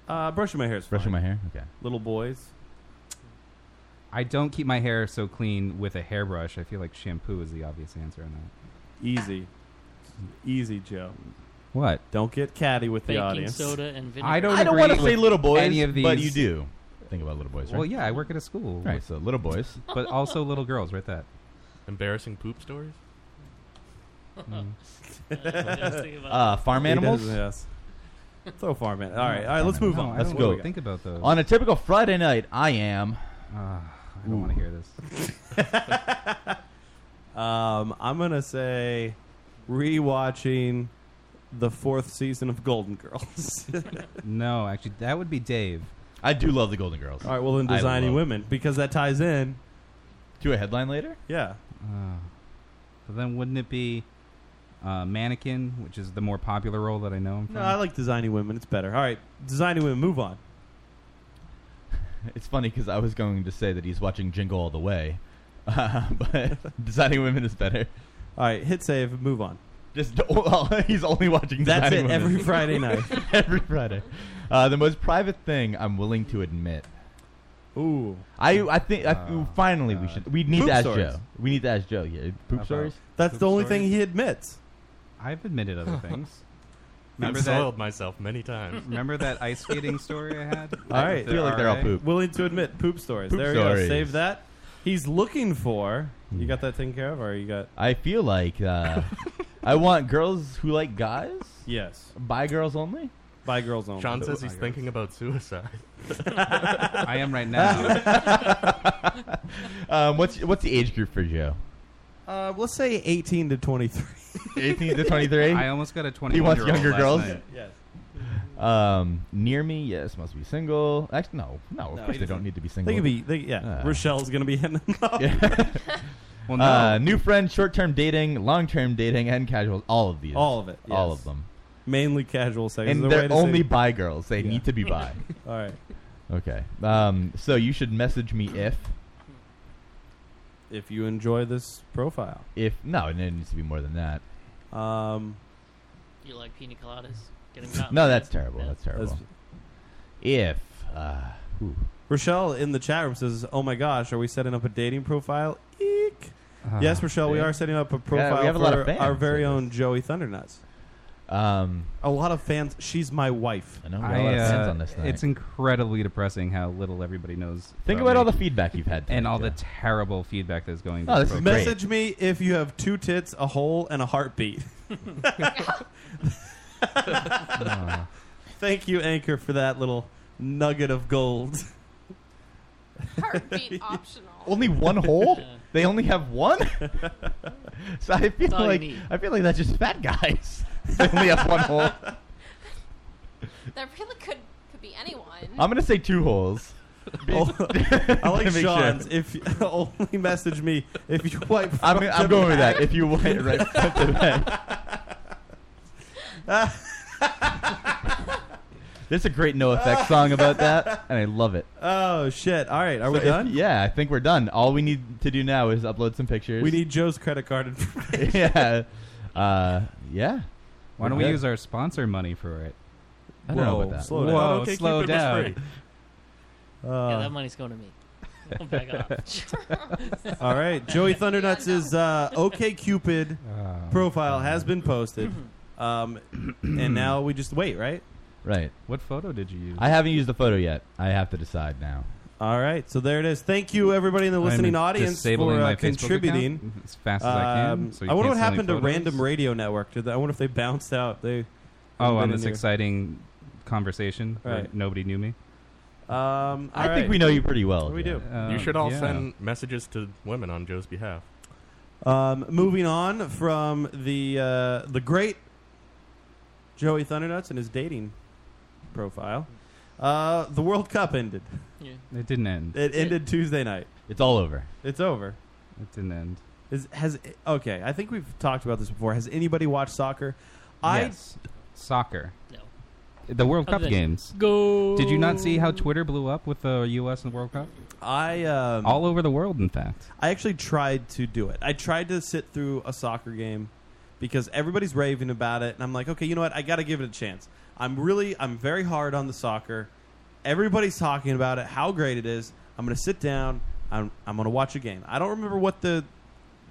[SPEAKER 1] Uh, brushing my hair is
[SPEAKER 3] Brushing my hair? Okay.
[SPEAKER 1] Little boys.
[SPEAKER 5] I don't keep my hair so clean with a hairbrush. I feel like shampoo is the obvious answer on that.
[SPEAKER 1] Easy, easy, Joe.
[SPEAKER 5] What?
[SPEAKER 1] Don't get catty with the
[SPEAKER 5] Baking
[SPEAKER 1] audience.
[SPEAKER 5] soda and vinegar. I don't I don't agree
[SPEAKER 3] wanna say
[SPEAKER 5] with
[SPEAKER 3] little boys,
[SPEAKER 5] any of
[SPEAKER 3] but you
[SPEAKER 5] these.
[SPEAKER 3] do. Think about little boys, right?
[SPEAKER 5] Well, yeah, I work at a school. uh,
[SPEAKER 3] Right, so little boys.
[SPEAKER 2] *laughs*
[SPEAKER 5] but also little girls, right? That.
[SPEAKER 4] Embarrassing poop stories?
[SPEAKER 3] Uh, farm
[SPEAKER 1] He does,
[SPEAKER 3] animals?
[SPEAKER 1] yes. Throw farm animals. All right, all right. Let's move on.
[SPEAKER 3] Let's
[SPEAKER 1] What do we
[SPEAKER 3] go.
[SPEAKER 1] got?
[SPEAKER 3] On a typical Friday night, I am.
[SPEAKER 5] Ah, I don't want to hear this.
[SPEAKER 3] *laughs*
[SPEAKER 1] *laughs* Um, I'm gonna say rewatching the fourth season of Golden Girls. *laughs*
[SPEAKER 5] no, actually, that would be Dave.
[SPEAKER 3] I do love the Golden Girls.
[SPEAKER 1] All right, well then
[SPEAKER 3] I
[SPEAKER 1] designing
[SPEAKER 3] love-
[SPEAKER 1] women because that ties in
[SPEAKER 3] to a headline later.
[SPEAKER 1] Yeah.
[SPEAKER 5] Uh, but then wouldn't it be uh, mannequin, which is the more popular role that I know him from?
[SPEAKER 1] No, I like designing women. It's better. All right, designing women. Move on.
[SPEAKER 3] It's funny because I was going to say that he's watching Jingle All the Way, *laughs* uh,
[SPEAKER 1] *laughs*
[SPEAKER 3] but designing women is better.
[SPEAKER 1] All right, hit save. Move on.
[SPEAKER 3] Just *laughs* well, he's only watching.
[SPEAKER 1] That's
[SPEAKER 3] Designing
[SPEAKER 1] it,
[SPEAKER 3] Women. *laughs*
[SPEAKER 1] every Friday night.
[SPEAKER 3] every Friday. Uh, the most private thing I'm willing to admit.
[SPEAKER 1] Ooh.
[SPEAKER 3] I I think I, ooh, finally we should we need
[SPEAKER 1] Poop
[SPEAKER 3] to ask
[SPEAKER 1] stories.
[SPEAKER 3] Joe. We need to ask Joe. Yeah, poop
[SPEAKER 1] About-
[SPEAKER 3] stories.
[SPEAKER 1] That's the only thing he admits.
[SPEAKER 5] I've admitted other things.
[SPEAKER 4] *laughs* I've soiled myself many times.
[SPEAKER 5] Remember that ice skating story I had?
[SPEAKER 1] All right,
[SPEAKER 5] With the RA?
[SPEAKER 1] Willing to admit poop stories.
[SPEAKER 3] Poop
[SPEAKER 1] there we
[SPEAKER 3] stories.
[SPEAKER 1] go. Save that. He's looking for. You got that taken care of, or you got?
[SPEAKER 3] I feel like
[SPEAKER 1] *laughs*
[SPEAKER 3] uh, I want girls who like guys.
[SPEAKER 1] Yes.
[SPEAKER 3] By girls only.
[SPEAKER 1] By girls only.
[SPEAKER 4] Sean says he's thinking about suicide.
[SPEAKER 5] *laughs* I am right now.
[SPEAKER 3] *laughs* um, what's what's the age group for Joe?
[SPEAKER 1] Uh, let's say 18 to 23.
[SPEAKER 3] 18 to 23.
[SPEAKER 5] I almost got a
[SPEAKER 3] He
[SPEAKER 5] 21
[SPEAKER 3] wants
[SPEAKER 5] year old
[SPEAKER 3] younger
[SPEAKER 5] last
[SPEAKER 3] girls.
[SPEAKER 5] night.
[SPEAKER 1] Yes.
[SPEAKER 3] Um, near me, yes, must be single. Actually, no, no. Of
[SPEAKER 1] No,
[SPEAKER 3] course,
[SPEAKER 1] he
[SPEAKER 3] they
[SPEAKER 1] doesn't.
[SPEAKER 3] don't need to be single.
[SPEAKER 1] They could be. They, yeah.
[SPEAKER 3] Uh.
[SPEAKER 1] Rochelle's gonna be hitting them up. *laughs*
[SPEAKER 5] Well,
[SPEAKER 3] Uh, new friend, short-term dating, long-term dating, and casual. All of these.
[SPEAKER 1] All of it.
[SPEAKER 3] All
[SPEAKER 1] yes.
[SPEAKER 3] of them.
[SPEAKER 1] Mainly casual sex.
[SPEAKER 3] And
[SPEAKER 1] Is there a
[SPEAKER 3] they're
[SPEAKER 1] way to
[SPEAKER 3] only
[SPEAKER 1] say-
[SPEAKER 3] bi girls. They
[SPEAKER 1] Yeah.
[SPEAKER 3] need to be
[SPEAKER 9] *laughs*
[SPEAKER 3] bi.
[SPEAKER 1] All right.
[SPEAKER 3] okay. Um, so you should message me if
[SPEAKER 1] If you enjoy this profile,
[SPEAKER 3] if no, it needs to be more than that.
[SPEAKER 1] um,
[SPEAKER 2] You like pina coladas? Getting caught
[SPEAKER 3] No,
[SPEAKER 2] in the-
[SPEAKER 3] that's terrible. That's terrible. if uh, ooh.
[SPEAKER 1] Rochelle in the chat room says, "Oh my gosh, are we setting up a dating profile?" Eek.
[SPEAKER 3] Ah,
[SPEAKER 1] yes, Rochelle, we
[SPEAKER 3] see?
[SPEAKER 1] are setting up a
[SPEAKER 3] Yeah, we
[SPEAKER 1] profile
[SPEAKER 3] have a
[SPEAKER 1] for
[SPEAKER 3] lot of fans
[SPEAKER 1] our very
[SPEAKER 3] of
[SPEAKER 1] own Joey Thundernuts.
[SPEAKER 3] Um,
[SPEAKER 1] a lot of fans. She's my wife.
[SPEAKER 3] I know.
[SPEAKER 5] I, uh, It's incredibly depressing how little everybody knows.
[SPEAKER 3] Think
[SPEAKER 5] about
[SPEAKER 3] about all
[SPEAKER 5] me
[SPEAKER 3] the feedback you've had.
[SPEAKER 5] and
[SPEAKER 3] tonight,
[SPEAKER 5] all
[SPEAKER 3] Joe.
[SPEAKER 5] the terrible feedback that's going.
[SPEAKER 3] Oh, this is great.
[SPEAKER 1] Message me if you have two tits, a hole, and
[SPEAKER 3] *laughs*
[SPEAKER 1] a heartbeat.
[SPEAKER 4] *laughs*
[SPEAKER 9] *laughs*
[SPEAKER 1] Thank you, Anchor, for that little nugget of gold. *laughs*
[SPEAKER 9] Heartbeat optional.
[SPEAKER 3] Only one hole? They only have one? *laughs* so I feel
[SPEAKER 9] That's all you
[SPEAKER 3] like
[SPEAKER 9] need.
[SPEAKER 3] I feel like that's just fat guys. *laughs* they only have one hole.
[SPEAKER 1] *laughs*
[SPEAKER 9] That really could could be anyone.
[SPEAKER 3] I'm gonna say two holes. Oh.
[SPEAKER 1] *laughs* I
[SPEAKER 5] *laughs*
[SPEAKER 3] *laughs*
[SPEAKER 1] like
[SPEAKER 3] To make sure.
[SPEAKER 1] Sean's. If *laughs* only message me if you wipe.
[SPEAKER 3] I'm,
[SPEAKER 1] from
[SPEAKER 3] I'm
[SPEAKER 1] the
[SPEAKER 3] going with that.
[SPEAKER 1] back.
[SPEAKER 3] If you want it right front to back.
[SPEAKER 1] *laughs*
[SPEAKER 3] There's a great No Effects song about that, and I love it.
[SPEAKER 1] Oh shit! All right, are we
[SPEAKER 3] So if-
[SPEAKER 1] done?
[SPEAKER 3] yeah, I think we're done. All we need to do now is upload some pictures.
[SPEAKER 1] We need Joe's credit
[SPEAKER 3] *laughs*
[SPEAKER 1] card information.
[SPEAKER 3] yeah, uh, yeah.
[SPEAKER 5] Why don't we use our sponsor money for it?
[SPEAKER 3] I don't know about that.
[SPEAKER 5] Whoa, slow *laughs* down.
[SPEAKER 2] yeah, that money's going to me. Don't back *laughs* off.
[SPEAKER 1] *laughs* All right, Joey Thundernuts' uh,
[SPEAKER 5] *laughs*
[SPEAKER 1] OK Cupid
[SPEAKER 5] Ah.
[SPEAKER 1] profile has been posted, um, and now we just wait, right?
[SPEAKER 3] Right.
[SPEAKER 5] What photo did you use?
[SPEAKER 3] I haven't used the photo yet. I have to decide now.
[SPEAKER 1] All right, so there it is. Thank you, everybody in the
[SPEAKER 5] I'm
[SPEAKER 1] listening audience,
[SPEAKER 5] disabling
[SPEAKER 1] for
[SPEAKER 5] my
[SPEAKER 1] uh,
[SPEAKER 5] Facebook
[SPEAKER 1] contributing
[SPEAKER 5] account Mm-hmm. as fast as I can,
[SPEAKER 1] Um,
[SPEAKER 5] so you
[SPEAKER 1] I wonder
[SPEAKER 5] can't send
[SPEAKER 1] what
[SPEAKER 5] any
[SPEAKER 1] happened to
[SPEAKER 5] photos.
[SPEAKER 1] Random Radio Network. Did they, I wonder if they bounced out? They
[SPEAKER 5] Oh,
[SPEAKER 1] haven't
[SPEAKER 5] on
[SPEAKER 1] been
[SPEAKER 5] this
[SPEAKER 1] in here.
[SPEAKER 5] exciting conversation where
[SPEAKER 1] Right.
[SPEAKER 5] nobody knew me.
[SPEAKER 1] Um,
[SPEAKER 3] I
[SPEAKER 1] all
[SPEAKER 3] think
[SPEAKER 1] right.
[SPEAKER 3] we know you pretty well,
[SPEAKER 1] We
[SPEAKER 3] Joe.
[SPEAKER 1] do.
[SPEAKER 5] Um, Uh,
[SPEAKER 4] you should all
[SPEAKER 1] yeah.
[SPEAKER 4] send messages to women on Joe's behalf.
[SPEAKER 1] Um, moving on from the uh, the great Joey Thundernuts and his dating profile, Uh, the World Cup ended.
[SPEAKER 2] Yeah.
[SPEAKER 5] It didn't end.
[SPEAKER 1] It ended Tuesday night.
[SPEAKER 3] It's all over.
[SPEAKER 1] It's over.
[SPEAKER 5] It didn't end.
[SPEAKER 1] Is has okay? I think we've talked about this before. Has anybody watched soccer? I
[SPEAKER 5] Yes. Soccer. The World
[SPEAKER 1] Other
[SPEAKER 5] Cup
[SPEAKER 1] than-
[SPEAKER 5] games.
[SPEAKER 1] Go.
[SPEAKER 5] Did you not see how Twitter blew up with the U.S. and the World Cup?
[SPEAKER 1] I um,
[SPEAKER 5] all over the world, in fact.
[SPEAKER 1] I actually tried to do it. I tried to sit through a soccer game because everybody's raving about it, and I'm like, okay, you know what? I got to give it a chance. I'm really, I'm very hard on the soccer. Everybody's talking about it, how great it is. I'm going to sit down. I'm, I'm going to watch a game. I don't remember what the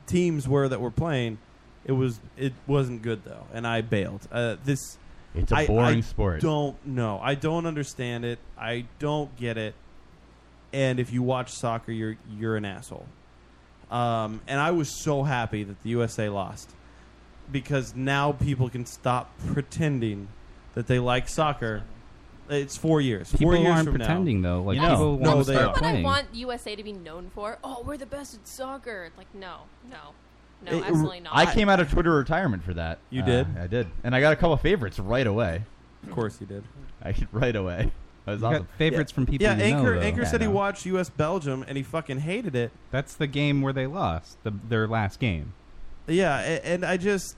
[SPEAKER 1] teams were that were playing. It was, it wasn't good though, and I bailed. Uh, this,
[SPEAKER 3] It's a
[SPEAKER 1] I-
[SPEAKER 3] boring
[SPEAKER 1] I
[SPEAKER 3] sport.
[SPEAKER 1] Don't know. I don't understand it. I don't get it and if you watch soccer, you're you're an asshole. Um, and I was so happy that the USA lost because now people can stop pretending that they like soccer. It's four years. four
[SPEAKER 5] People
[SPEAKER 1] years
[SPEAKER 5] aren't
[SPEAKER 1] from now.
[SPEAKER 5] pretending, though. Like, No. people
[SPEAKER 1] no,
[SPEAKER 5] wanna
[SPEAKER 1] they
[SPEAKER 5] start
[SPEAKER 1] are.
[SPEAKER 9] What I want USA to be known for? Oh, we're the best at soccer. Like, no, no, no,
[SPEAKER 3] It-
[SPEAKER 9] absolutely not.
[SPEAKER 3] I came out of Twitter retirement for that.
[SPEAKER 1] You
[SPEAKER 3] Uh,
[SPEAKER 1] did?
[SPEAKER 3] I did, and I got a couple favorites right away.
[SPEAKER 1] Of course, you did.
[SPEAKER 3] *laughs* I right away. That was
[SPEAKER 5] You got
[SPEAKER 3] awesome.
[SPEAKER 5] favorites from people
[SPEAKER 1] Yeah,
[SPEAKER 5] you know,
[SPEAKER 1] Anchor
[SPEAKER 5] though.
[SPEAKER 1] Anchor
[SPEAKER 5] Yeah,
[SPEAKER 1] said he
[SPEAKER 5] no.
[SPEAKER 1] watched US Belgium and he fucking hated it.
[SPEAKER 5] That's the game where they lost the, their last game.
[SPEAKER 1] Yeah, a- and I just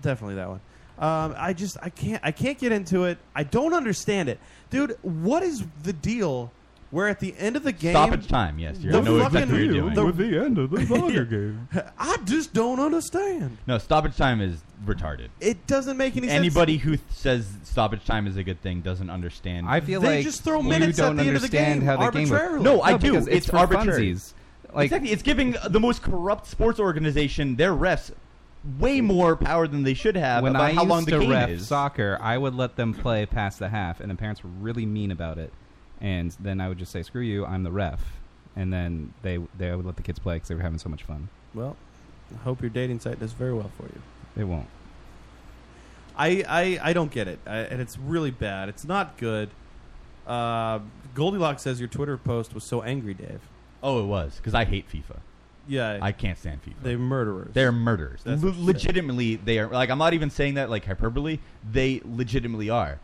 [SPEAKER 1] definitely that one. Um, I just I can't I can't get into it. I don't understand it, dude. What is the deal? Where at the end of the game,
[SPEAKER 3] Stoppage time, yes, you know exactly what you're doing. With
[SPEAKER 1] the end *laughs* of the
[SPEAKER 3] soccer
[SPEAKER 1] game. *laughs* I just don't understand.
[SPEAKER 3] No, stoppage time is retarded.
[SPEAKER 1] It doesn't make any sense.
[SPEAKER 3] Anybody who th- says stoppage time is a good thing doesn't understand.
[SPEAKER 5] I feel like you don't understand how the game works.
[SPEAKER 3] No, I
[SPEAKER 5] No,
[SPEAKER 3] do.
[SPEAKER 5] because
[SPEAKER 3] It's,
[SPEAKER 5] it's for
[SPEAKER 3] arbitrary.
[SPEAKER 5] funsies. Like-
[SPEAKER 3] exactly, it's giving the most corrupt sports organization their refs way more power than they should have
[SPEAKER 5] when
[SPEAKER 3] Uh, about
[SPEAKER 5] I
[SPEAKER 3] how
[SPEAKER 5] used
[SPEAKER 3] long the
[SPEAKER 5] to
[SPEAKER 3] game
[SPEAKER 5] ref
[SPEAKER 3] is.
[SPEAKER 5] soccer, I would let them play past the half, and the parents were really mean about it. And then I would just say, "Screw you, I'm the ref," and then they they would let the kids play because they were having so much fun.
[SPEAKER 1] Well, I hope your dating site does very well for you.
[SPEAKER 5] They won't.
[SPEAKER 1] I, I, I don't get it, I, and it's really bad. It's not good. Uh, Goldilocks says your Twitter post was so angry, Dave.
[SPEAKER 3] Oh, it was because I hate FIFA.
[SPEAKER 1] Yeah,
[SPEAKER 3] I can't stand FIFA.
[SPEAKER 1] They're murderers.
[SPEAKER 3] They're murderers.
[SPEAKER 1] That's
[SPEAKER 3] Le-
[SPEAKER 1] what she said.
[SPEAKER 3] legitimately, they are. Like I'm not even saying that like hyperbole. They legitimately are.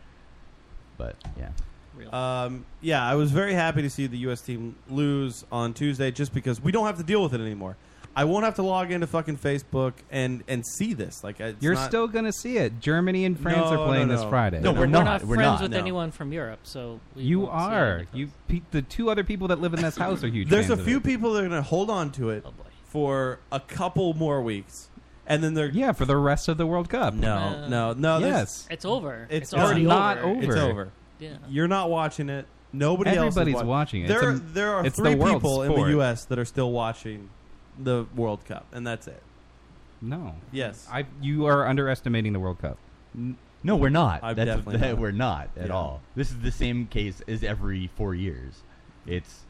[SPEAKER 3] But yeah,
[SPEAKER 1] Um, yeah, I was very happy to see the U.S. team lose on Tuesday, just because we don't have to deal with it anymore. I won't have to log into fucking Facebook and and see this. Like, it's
[SPEAKER 5] You're
[SPEAKER 1] not-
[SPEAKER 5] still gonna see it. Germany and France
[SPEAKER 1] No,
[SPEAKER 5] are playing
[SPEAKER 1] no,
[SPEAKER 5] this
[SPEAKER 1] no.
[SPEAKER 5] Friday.
[SPEAKER 1] No, we're
[SPEAKER 2] We're not friends with
[SPEAKER 1] No.
[SPEAKER 2] anyone from Europe, so we
[SPEAKER 5] You
[SPEAKER 2] won't see
[SPEAKER 5] are.
[SPEAKER 2] anything.
[SPEAKER 5] You pe- the two other people that live in this house are huge.
[SPEAKER 1] There's
[SPEAKER 5] fans
[SPEAKER 1] a
[SPEAKER 5] of
[SPEAKER 1] few
[SPEAKER 5] it.
[SPEAKER 1] people that are going to hold on to
[SPEAKER 2] Oh,
[SPEAKER 1] it for a couple more weeks, and then they're
[SPEAKER 5] yeah for the rest of the World Cup.
[SPEAKER 1] No, no, no. there's-
[SPEAKER 5] Yes.
[SPEAKER 2] It's over.
[SPEAKER 1] It's,
[SPEAKER 2] It's already
[SPEAKER 1] not
[SPEAKER 2] over.
[SPEAKER 1] It's
[SPEAKER 5] over.
[SPEAKER 1] over.
[SPEAKER 2] Yeah.
[SPEAKER 1] You're not watching it. Nobody
[SPEAKER 5] Everybody's
[SPEAKER 1] else is
[SPEAKER 5] watching it. It's
[SPEAKER 1] There,
[SPEAKER 5] a-
[SPEAKER 1] there are
[SPEAKER 5] it's the
[SPEAKER 1] three
[SPEAKER 5] world
[SPEAKER 1] people in
[SPEAKER 5] sport.
[SPEAKER 1] the U.S. that are still watching the World Cup, and that's it.
[SPEAKER 5] No.
[SPEAKER 1] Yes.
[SPEAKER 5] I. You are underestimating the World Cup.
[SPEAKER 3] No, we're not.
[SPEAKER 5] I'm
[SPEAKER 3] That's,
[SPEAKER 5] definitely
[SPEAKER 3] that-
[SPEAKER 5] not.
[SPEAKER 3] We're not at
[SPEAKER 5] Yeah.
[SPEAKER 3] all. This is the same case as every four years. It's